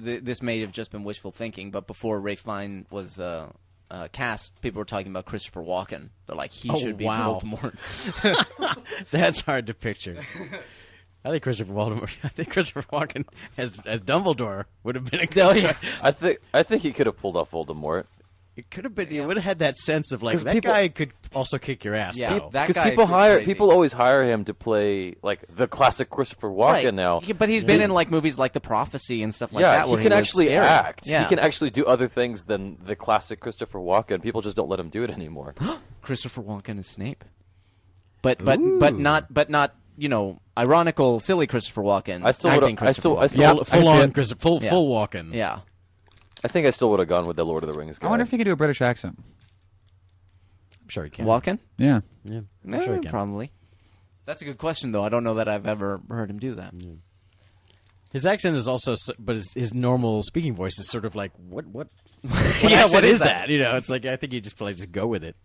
Speaker 4: th- this may have just been wishful thinking, but before Ray Fine was uh, uh, cast, people were talking about Christopher Walken. They're like, he
Speaker 5: Oh,
Speaker 4: should be
Speaker 5: wow. *laughs*
Speaker 4: Voldemort.
Speaker 5: That's hard to
Speaker 4: *laughs*
Speaker 5: picture. I think Christopher Voldemort. *laughs* I think Christopher Walken as as Dumbledore would have been a
Speaker 4: Oh,
Speaker 5: good. choice.
Speaker 3: I think I think he could have pulled off Voldemort.
Speaker 5: It could have been. You would have had that sense of like
Speaker 3: 'Cause
Speaker 5: that
Speaker 3: people-
Speaker 5: guy could also kick your ass.
Speaker 4: Yeah,
Speaker 5: though.
Speaker 4: that
Speaker 3: Because
Speaker 4: guy
Speaker 3: people
Speaker 4: is
Speaker 3: hire
Speaker 4: crazy.
Speaker 3: people always hire him to play like the classic Christopher Walken
Speaker 4: right.
Speaker 3: now.
Speaker 4: He- but he's been in like movies like The Prophecy and stuff like
Speaker 3: yeah,
Speaker 4: that.
Speaker 3: he
Speaker 4: where
Speaker 3: can
Speaker 4: was
Speaker 3: actually
Speaker 4: scary.
Speaker 3: act.
Speaker 4: Yeah,
Speaker 3: He can actually do other things than the classic Christopher Walken. People just don't let him do
Speaker 4: *gasps*
Speaker 3: it anymore.
Speaker 4: *gasps* Christopher Walken is Snape, but but but not but not you know ironical silly Christopher Walken.
Speaker 3: I still
Speaker 4: acting
Speaker 3: would've- I
Speaker 4: Christopher
Speaker 3: still- I
Speaker 4: Walken.
Speaker 5: full,
Speaker 3: still- Yeah,
Speaker 5: full
Speaker 3: I see
Speaker 5: on
Speaker 3: it.
Speaker 5: Christopher, full
Speaker 4: Yeah.
Speaker 5: full Walken.
Speaker 4: yeah.
Speaker 3: I think I still would have gone with the Lord of the Rings guy.
Speaker 2: I wonder if he could do a British accent.
Speaker 5: I'm sure he can.
Speaker 4: Walken,
Speaker 2: Yeah.
Speaker 5: Yeah, I'm
Speaker 4: Eh,
Speaker 5: sure he can.
Speaker 4: probably. That's a good question though. I don't know that I've ever heard him do that.
Speaker 5: His accent is also, s- but his, his normal speaking voice is sort of like what
Speaker 4: *laughs*
Speaker 5: what. what
Speaker 4: Yeah,
Speaker 5: accent
Speaker 4: what is
Speaker 5: is
Speaker 4: that?
Speaker 5: that? You know, it's like I think you just probably just go with it.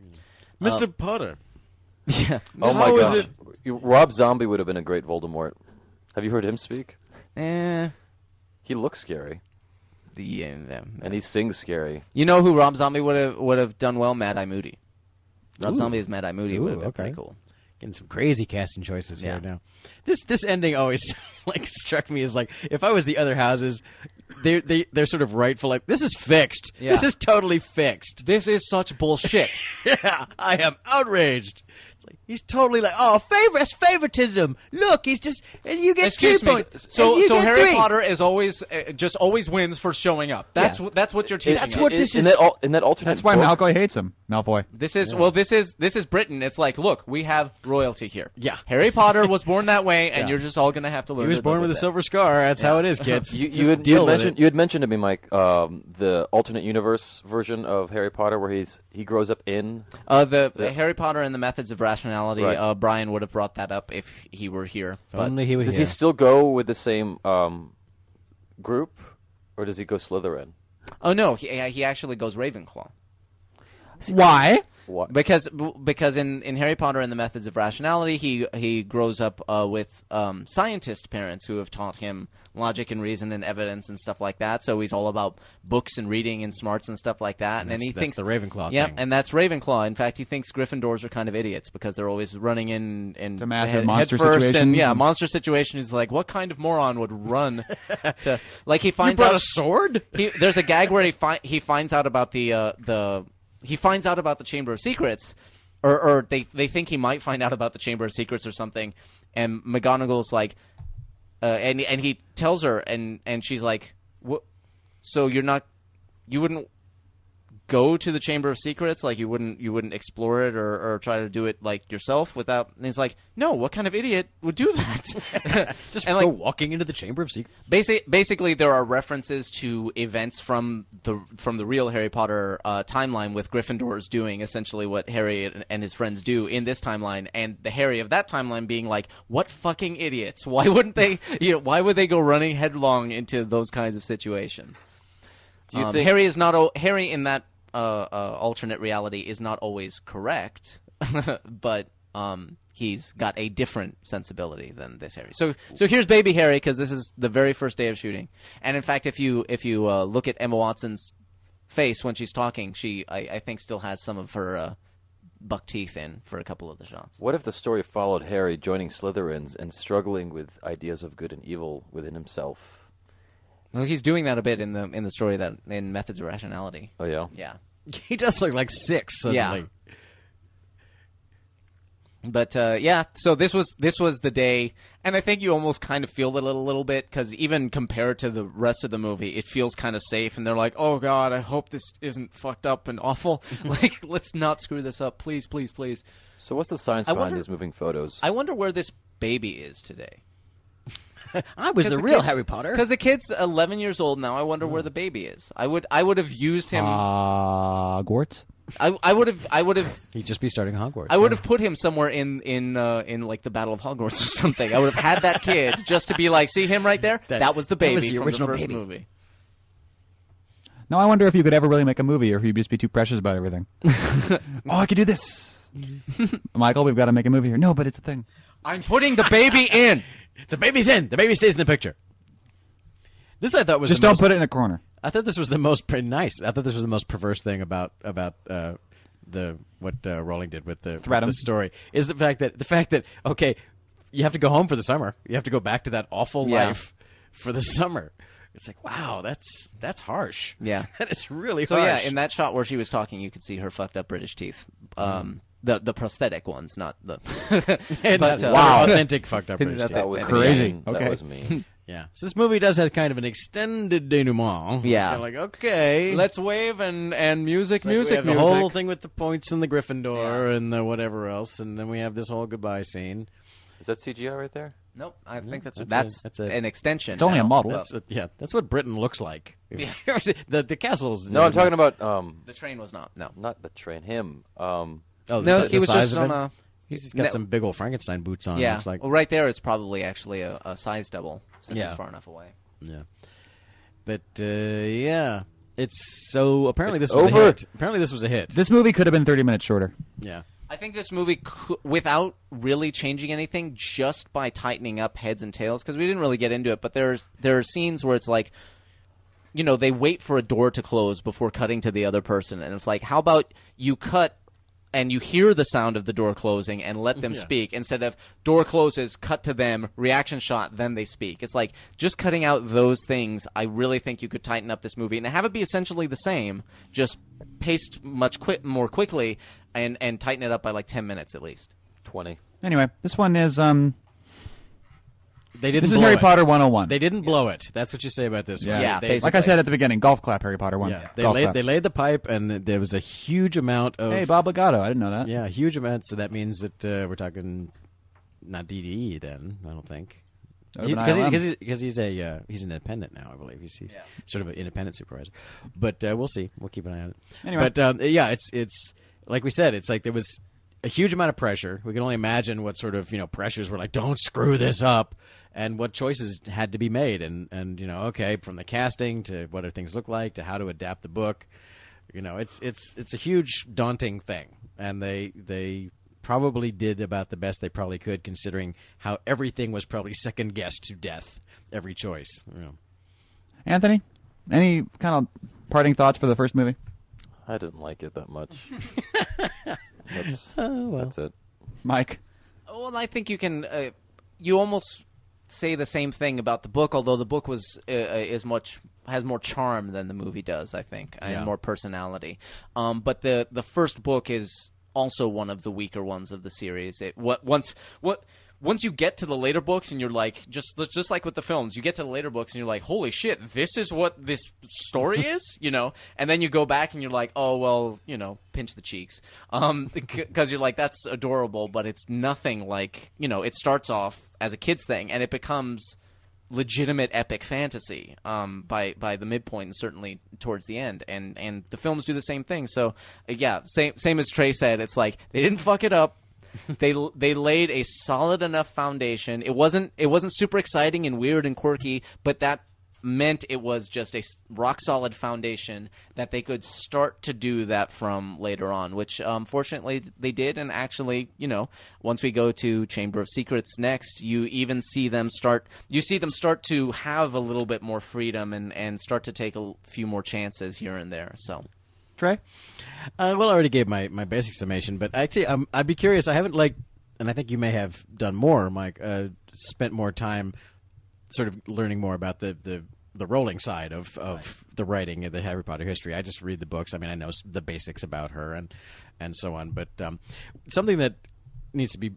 Speaker 4: Uh,
Speaker 5: Mr. Potter.
Speaker 4: *laughs* Yeah.
Speaker 3: oh my
Speaker 5: How is
Speaker 3: gosh,
Speaker 5: it-
Speaker 3: You- Rob Zombie would have been a great Voldemort. Have you heard him speak?
Speaker 4: Eh,
Speaker 3: He looks scary
Speaker 4: the uh, them.
Speaker 3: and he sings scary.
Speaker 4: You know who Rob Zombie would have would have done well? Mad Eye Moody. Rob Zombie as Mad Eye Moody would have
Speaker 5: Ooh,
Speaker 4: been
Speaker 5: okay.
Speaker 4: pretty cool.
Speaker 5: Getting some crazy casting choices
Speaker 4: Yeah.
Speaker 5: here now. This this ending always *laughs* like struck me as like if I was the other houses, they they they're sort of rightful like this is fixed.
Speaker 4: Yeah.
Speaker 5: This is totally fixed. *laughs*
Speaker 4: This is such *laughs* bullshit.
Speaker 5: yeah, I am outraged. It's like he's totally like oh favor favoritism. Look, he's just and you get
Speaker 4: Excuse
Speaker 5: two
Speaker 4: me.
Speaker 5: points.
Speaker 4: So,
Speaker 5: and you
Speaker 4: so
Speaker 5: get
Speaker 4: Harry
Speaker 5: three.
Speaker 4: Potter is always uh, just always wins for showing up. That's
Speaker 5: Yeah.
Speaker 4: wh- that's what you're teaching.
Speaker 5: That's
Speaker 4: us.
Speaker 5: what
Speaker 3: in,
Speaker 5: this
Speaker 3: in
Speaker 5: is-
Speaker 3: That al- in that alternate.
Speaker 2: That's why
Speaker 3: book-
Speaker 2: Malfoy hates him. Malfoy.
Speaker 4: This is well. This is this is Britain. It's like, look, we have royalty here.
Speaker 5: Yeah. *laughs*
Speaker 4: Harry Potter was born that way, and
Speaker 5: Yeah.
Speaker 4: you're just all gonna have to learn.
Speaker 5: He was
Speaker 4: to live
Speaker 5: born with a
Speaker 4: that.
Speaker 5: silver scar. That's how it is,
Speaker 4: *laughs*
Speaker 5: kids.
Speaker 3: You, you
Speaker 5: Just
Speaker 3: had, you,
Speaker 5: deal
Speaker 3: had
Speaker 5: with
Speaker 3: mentioned,
Speaker 5: it.
Speaker 3: you had mentioned to me, Mike, um, the alternate universe version of Harry Potter, where he's he grows up in.
Speaker 4: Uh, the the Harry Potter and the Methods of Rationality.
Speaker 3: Right.
Speaker 4: Uh, Brian would have brought that up if he were here. But
Speaker 5: Only he was
Speaker 3: Does
Speaker 5: here.
Speaker 3: he still go with the same um, group, or does he go Slytherin?
Speaker 4: oh no, he uh, he actually goes Ravenclaw
Speaker 2: Why?
Speaker 3: What?
Speaker 4: because b- because in, in Harry Potter and the Methods of Rationality, he he grows up uh, with um, scientist parents who have taught him logic and reason and evidence and stuff like that. So he's all about books and reading and smarts and stuff like that. And, then
Speaker 5: that's-
Speaker 4: he
Speaker 5: that's
Speaker 4: thinks
Speaker 5: the Ravenclaw
Speaker 4: Yeah,
Speaker 5: thing.
Speaker 4: and that's Ravenclaw. In fact, he thinks Gryffindors are kind of idiots because they're always running in and
Speaker 2: To massive monster
Speaker 4: And,
Speaker 2: situations.
Speaker 4: yeah, monster situation is like, what kind of moron would run *laughs* to like he
Speaker 5: You
Speaker 4: finds
Speaker 5: brought
Speaker 4: out
Speaker 5: a sword?
Speaker 4: he, there's a gag where he fi- he finds out about the uh, the he finds out about the Chamber of Secrets, or or they they think he might find out about the Chamber of Secrets or something, and McGonagall's like, uh, and and he tells her, and and she's like, what? So you're not, you wouldn't go to the Chamber of Secrets? Like you wouldn't you wouldn't explore it or, or try to do it like yourself without?" And he's like, "No, what kind of idiot would do that?" *laughs*
Speaker 5: Just
Speaker 4: and
Speaker 5: go
Speaker 4: like
Speaker 5: walking into the Chamber of Secrets. *laughs*
Speaker 4: Basi- basically, there are references to events from the from the real Harry Potter uh, timeline, with Gryffindors doing essentially what Harry and, and his friends do in this timeline, and the Harry of that timeline being like, "What fucking idiots! Why wouldn't they? *laughs* You know, why would they go running headlong into those kinds of situations?"
Speaker 3: Do you
Speaker 4: Um,
Speaker 3: think
Speaker 4: Harry is not al- Harry in that uh, uh, alternate reality is not always correct, *laughs* but um, he's got a different sensibility than this Harry. So so here's baby Harry because this is the very first day of shooting, and in fact, if you if you uh, look at Emma Watson's face when she's talking, she I, I think still has some of her uh, buck teeth in for a couple of the shots.
Speaker 3: What if the story followed Harry joining Slytherins and struggling with ideas of good and evil within himself?
Speaker 4: Well, he's doing that a bit in the in the story that in Methods of Rationality.
Speaker 3: Oh yeah,
Speaker 4: Yeah.
Speaker 5: He does look like six suddenly.
Speaker 4: Yeah. But uh, yeah, so this was this was the day, and I think you almost kind of feel it a little bit because even compared to the rest of the movie, it feels kind of safe. And they're like, "Oh God, I hope this isn't fucked up and awful. *laughs*
Speaker 5: Mm-hmm.
Speaker 4: like, let's not screw this up, please, please, please."
Speaker 3: So what's the science
Speaker 4: I
Speaker 3: behind
Speaker 4: wonder-
Speaker 3: these moving photos?
Speaker 4: I wonder where this baby is today.
Speaker 5: I was the, real Harry Potter. Mm.
Speaker 4: Because the kid's eleven years old now. I wonder where the baby is. I would I would have used him.
Speaker 5: Ah.
Speaker 2: Uh, Gortz?
Speaker 4: I I would have I would have
Speaker 5: He'd just be starting Hogwarts.
Speaker 4: I would have put him somewhere in in uh, in like the Battle of Hogwarts or something. I would have had that kid just to be like, see him right there. That,
Speaker 5: That-
Speaker 4: was the
Speaker 5: that
Speaker 4: baby
Speaker 5: was the
Speaker 4: from
Speaker 5: original
Speaker 4: the first
Speaker 5: baby."
Speaker 4: movie.
Speaker 2: Now I wonder if you could ever really make a movie, or if you'd just be too precious about
Speaker 5: *laughs*
Speaker 2: everything. oh, I could do this, Michael. We've got to make a movie here. No, but it's a thing.
Speaker 5: *laughs*
Speaker 4: I'm putting the baby in.
Speaker 5: The baby's in. The baby stays in the picture. This I thought was
Speaker 2: Just
Speaker 5: the
Speaker 2: don't
Speaker 5: most-
Speaker 2: put it in a corner.
Speaker 5: I thought this was the most pre- nice. I thought this was the most perverse thing about about uh, the what uh, Rowling did with the,
Speaker 2: Threat 'em.
Speaker 5: the story is the fact that the fact that okay, you have to go home for the summer. You have to go back to that awful
Speaker 4: Yeah.
Speaker 5: life for the summer. It's like wow, that's that's harsh.
Speaker 4: Yeah.
Speaker 5: *laughs* that is really
Speaker 4: So yeah,
Speaker 5: harsh.
Speaker 4: in that shot where she was talking, you could see her fucked up British teeth.
Speaker 5: Mm-hmm.
Speaker 4: Um, the the prosthetic ones, not
Speaker 5: *laughs*
Speaker 4: the.
Speaker 5: *laughs* And
Speaker 4: but
Speaker 5: that-
Speaker 4: uh, *laughs*
Speaker 5: wow, authentic fucked up British
Speaker 4: that-
Speaker 5: teeth.
Speaker 3: that was
Speaker 2: Crazy.
Speaker 3: mean.
Speaker 2: Okay.
Speaker 3: That was me.
Speaker 5: Yeah. So this movie does have kind of an extended denouement.
Speaker 4: Yeah.
Speaker 5: It's kinda like okay,
Speaker 4: Let's wave and and music,
Speaker 5: Like, we
Speaker 4: music,
Speaker 5: have
Speaker 4: music.
Speaker 5: The whole thing with the points and the Gryffindor and the whatever else, and then we have this whole goodbye scene.
Speaker 3: Is that CGI right there?
Speaker 4: Nope, I think that's
Speaker 5: that's
Speaker 4: that's,
Speaker 5: a- that's a-
Speaker 4: an extension.
Speaker 2: It's only a
Speaker 4: now,
Speaker 2: model.
Speaker 4: but
Speaker 5: That's what, yeah, that's what Britain looks like. *laughs* the the castles.
Speaker 3: No, I'm talking about um,
Speaker 4: the train was not. No,
Speaker 3: not the train. Him. Um,
Speaker 5: Oh, the,
Speaker 4: no,
Speaker 5: si-
Speaker 4: he
Speaker 5: the
Speaker 4: was
Speaker 5: size
Speaker 4: just
Speaker 5: of
Speaker 4: on
Speaker 5: him.
Speaker 4: a.
Speaker 5: He's just got
Speaker 4: No.
Speaker 5: some big old Frankenstein boots on.
Speaker 4: Yeah,
Speaker 5: looks like
Speaker 4: well, right there, it's probably actually a, a size double since
Speaker 5: Yeah.
Speaker 4: it's far enough away.
Speaker 5: yeah. But uh, yeah, it's so apparently
Speaker 3: It's
Speaker 5: this was
Speaker 3: over.
Speaker 5: a hit. Apparently this was a hit.
Speaker 2: This movie could have been 30 minutes shorter.
Speaker 5: Yeah.
Speaker 4: I think this movie, cou- without really changing anything, just by tightening up heads and tails, because we didn't really get into it, but there's there are scenes where it's like, you know, they wait for a door to close before cutting to the other person, and it's like, how about you cut and you hear the sound of the door closing and let them speak instead of door closes, cut to them, reaction shot, then they speak. It's like just cutting out those things. I really think you could tighten up this movie and have it be essentially the same, just paste much quick more quickly and and tighten it up by like ten minutes at least.
Speaker 3: twenty.
Speaker 2: Anyway, this one is um.
Speaker 5: They didn't.
Speaker 2: This is
Speaker 5: blow
Speaker 2: Harry
Speaker 5: it.
Speaker 2: Potter 101.
Speaker 5: They didn't blow it. That's what you say about this. one.
Speaker 4: Yeah,
Speaker 5: They,
Speaker 4: basically.
Speaker 2: like I said at the beginning, golf clap, Harry Potter one.
Speaker 5: yeah. They
Speaker 2: Golf
Speaker 5: laid
Speaker 2: clap.
Speaker 5: they laid the pipe, and th- there was a huge amount of
Speaker 2: hey, Bob Legato. I didn't know that.
Speaker 5: Yeah, huge amount. So that means that uh, we're talking not DDE then. I don't think
Speaker 2: That would've been
Speaker 5: because
Speaker 2: ILM.
Speaker 5: he's, he's, a uh, he's an independent now, I believe. He's, he's sort of an independent supervisor, but uh, we'll see. We'll keep an eye on it.
Speaker 2: Anyway.
Speaker 5: but um, yeah, it's it's like we said. It's like there was a huge amount of pressure. We can only imagine what sort of you know pressures were like. Don't screw this up. And what choices had to be made, and, and you know, okay, from the casting to what do things look like to how to adapt the book, you know it's it's it's a huge daunting thing and they they probably did about the best they probably could considering how everything was probably second guessed to death every choice you know.
Speaker 2: Anthony, any kind of parting thoughts for the first movie?
Speaker 3: I didn't like it that much. that's, that's it.
Speaker 2: Mike,
Speaker 4: Well, I think you can. Uh, you almost say the same thing about the book, although the book was uh, is much has more charm than the movie does. I think and more personality. Um, but the the first book is also one of the weaker ones of the series. It what once what. once you get to the later books and you're like just just like with the films, you get to the later books and you're like, holy shit, this is what this story is, you know. And then you go back and you're like, oh well, you know, pinch the cheeks, um, *laughs* because you're like that's adorable, but it's nothing like you know. It starts off as a kids thing and it becomes legitimate epic fantasy um, by by the midpoint and certainly towards the end and and the films do the same thing so uh, yeah same same as Trey said it's like they didn't fuck it up they they laid a solid enough foundation it wasn't it wasn't super exciting and weird and quirky but that meant it was just a s- rock solid foundation that they could start to do that from later on, which um, fortunately they did. And actually, you know, once we go to Chamber of Secrets next, you even see them start. You see them start to have a little bit more freedom and and start to take a l- few more chances here and there. So.
Speaker 2: Trey?
Speaker 5: Uh, well, I already gave my, my basic summation, but actually, um, I'd be curious. I haven't like, and I think you may have done more, Mike. Uh, spent more time, sort of learning more about the the, the rolling side of, of the writing of the Harry Potter history. I just read the books. I mean, I know s- the basics about her and and so on. But um, something that needs to be,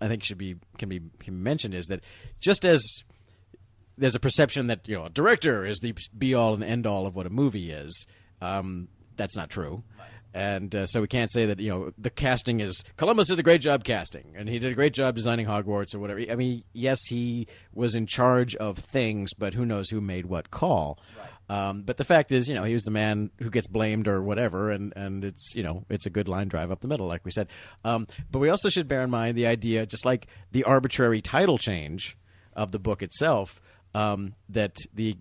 Speaker 5: I think, should be can be can be mentioned is that just as there's a perception that you know a director is the be all and end all of what a movie is. Um, that's not true, and uh, so we can't say that you know the casting is Columbus did a great job casting, and he did a great job designing Hogwarts or whatever. I mean, yes, he was in charge of things, but who knows who made what call. Um, but the fact is, you know, he was the man who gets blamed or whatever, and, and it's you know it's a good line drive up the middle, like we said. Um, but we also should bear in mind the idea, just like the arbitrary title change of the book itself, um, that the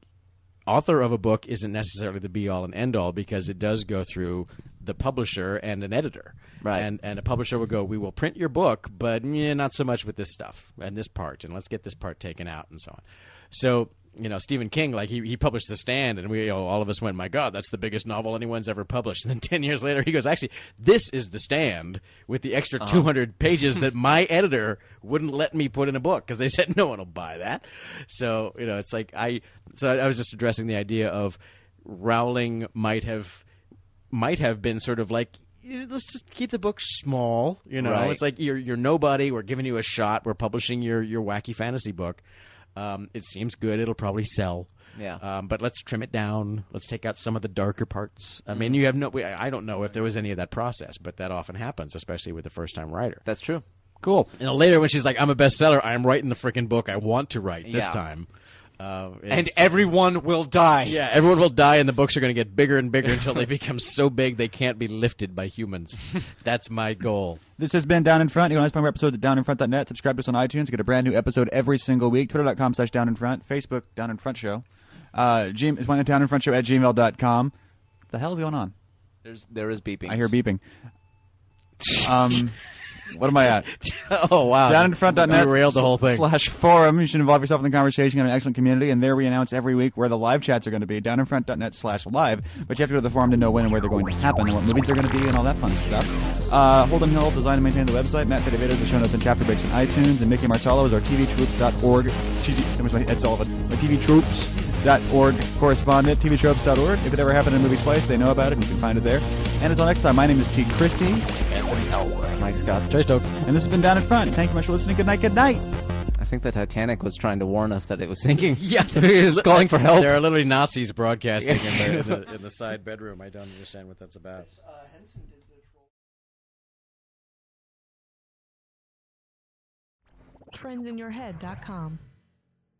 Speaker 5: author of a book isn't necessarily the be all and end all because it does go through the publisher and an editor.
Speaker 4: Right.
Speaker 5: And and a publisher will go, we will print your book, but eh, not so much with this stuff and this part, and let's get this part taken out and so on. So you know Stephen King, like he, he published The Stand, and we you know, all of us went, my God, that's the biggest novel anyone's ever published. *laughs* And then ten years later, he goes, actually, this is The Stand with the extra two hundred pages that my editor wouldn't let me put in a book because they said no one will buy that. So you know, it's like I so I, I was just addressing the idea of Rowling might have might have been sort of like eh, let's just keep the book small you know
Speaker 4: Right.
Speaker 5: it's like you're you're nobody we're giving you a shot we're publishing your your wacky fantasy book um, it seems good it'll probably sell
Speaker 4: Yeah.
Speaker 5: um, but let's trim it down let's take out some of the darker parts
Speaker 4: Mm-hmm.
Speaker 5: i mean you have no we- i I don't know if there was any of that process but that often happens especially with a first time writer
Speaker 4: That's true.
Speaker 2: Cool.
Speaker 5: you know later when she's like i'm a bestseller i'm writing the freaking book i want to write this
Speaker 4: Yeah.
Speaker 5: time uh,
Speaker 4: And
Speaker 5: it's-
Speaker 4: everyone will die.
Speaker 5: yeah, everyone will die, and the books are going to get bigger and bigger until they *laughs* become so big they can't be lifted by humans. That's my goal.
Speaker 2: This has been Down in Front. You can always find more episodes at downinfront.net. Subscribe to us on iTunes. Get a brand new episode every single week. Twitter.com slash Down in Front. Facebook, Down in Front Show. Uh, Gmail is one Down in Front Show at gmail.com. The hell's going on?
Speaker 4: There's there is beeping.
Speaker 2: I hear beeping. Um, what am I at?
Speaker 5: *laughs* oh wow!
Speaker 2: Downandfront.net
Speaker 5: derailed the whole thing.
Speaker 2: slash forum. You should involve yourself in the conversation and an excellent community, and there we announce every week where the live chats are going to be. Downandfront.net slash live, but you have to go to the forum to know when and where they're going to happen and what movies they're going to be and all that fun stuff. Uh, Holden Hill design and maintain the website. Matt Fedevito is the show notes and chapter breaks on iTunes, and Mickey Marsalo is our TVTroops.org. TG that was my- Ed Sullivan. My TVTroops.org correspondent, TVTroops.org. If it ever happened in a movie twice, they know about it, and you can find it there. And until next time, my name is T. Christie,
Speaker 4: Mike Scott.
Speaker 5: Trace Doak.
Speaker 2: and this has been Down in Front. Thank you much for listening. Good night. Good night.
Speaker 4: I think the Titanic was trying to warn us that it was *laughs* sinking.
Speaker 5: *laughs* Yeah,
Speaker 4: It was calling for help.
Speaker 5: There are literally Nazis broadcasting in, the, in, *laughs* the, in the side bedroom. I don't understand what that's about.
Speaker 1: Friendsinyourhead.com.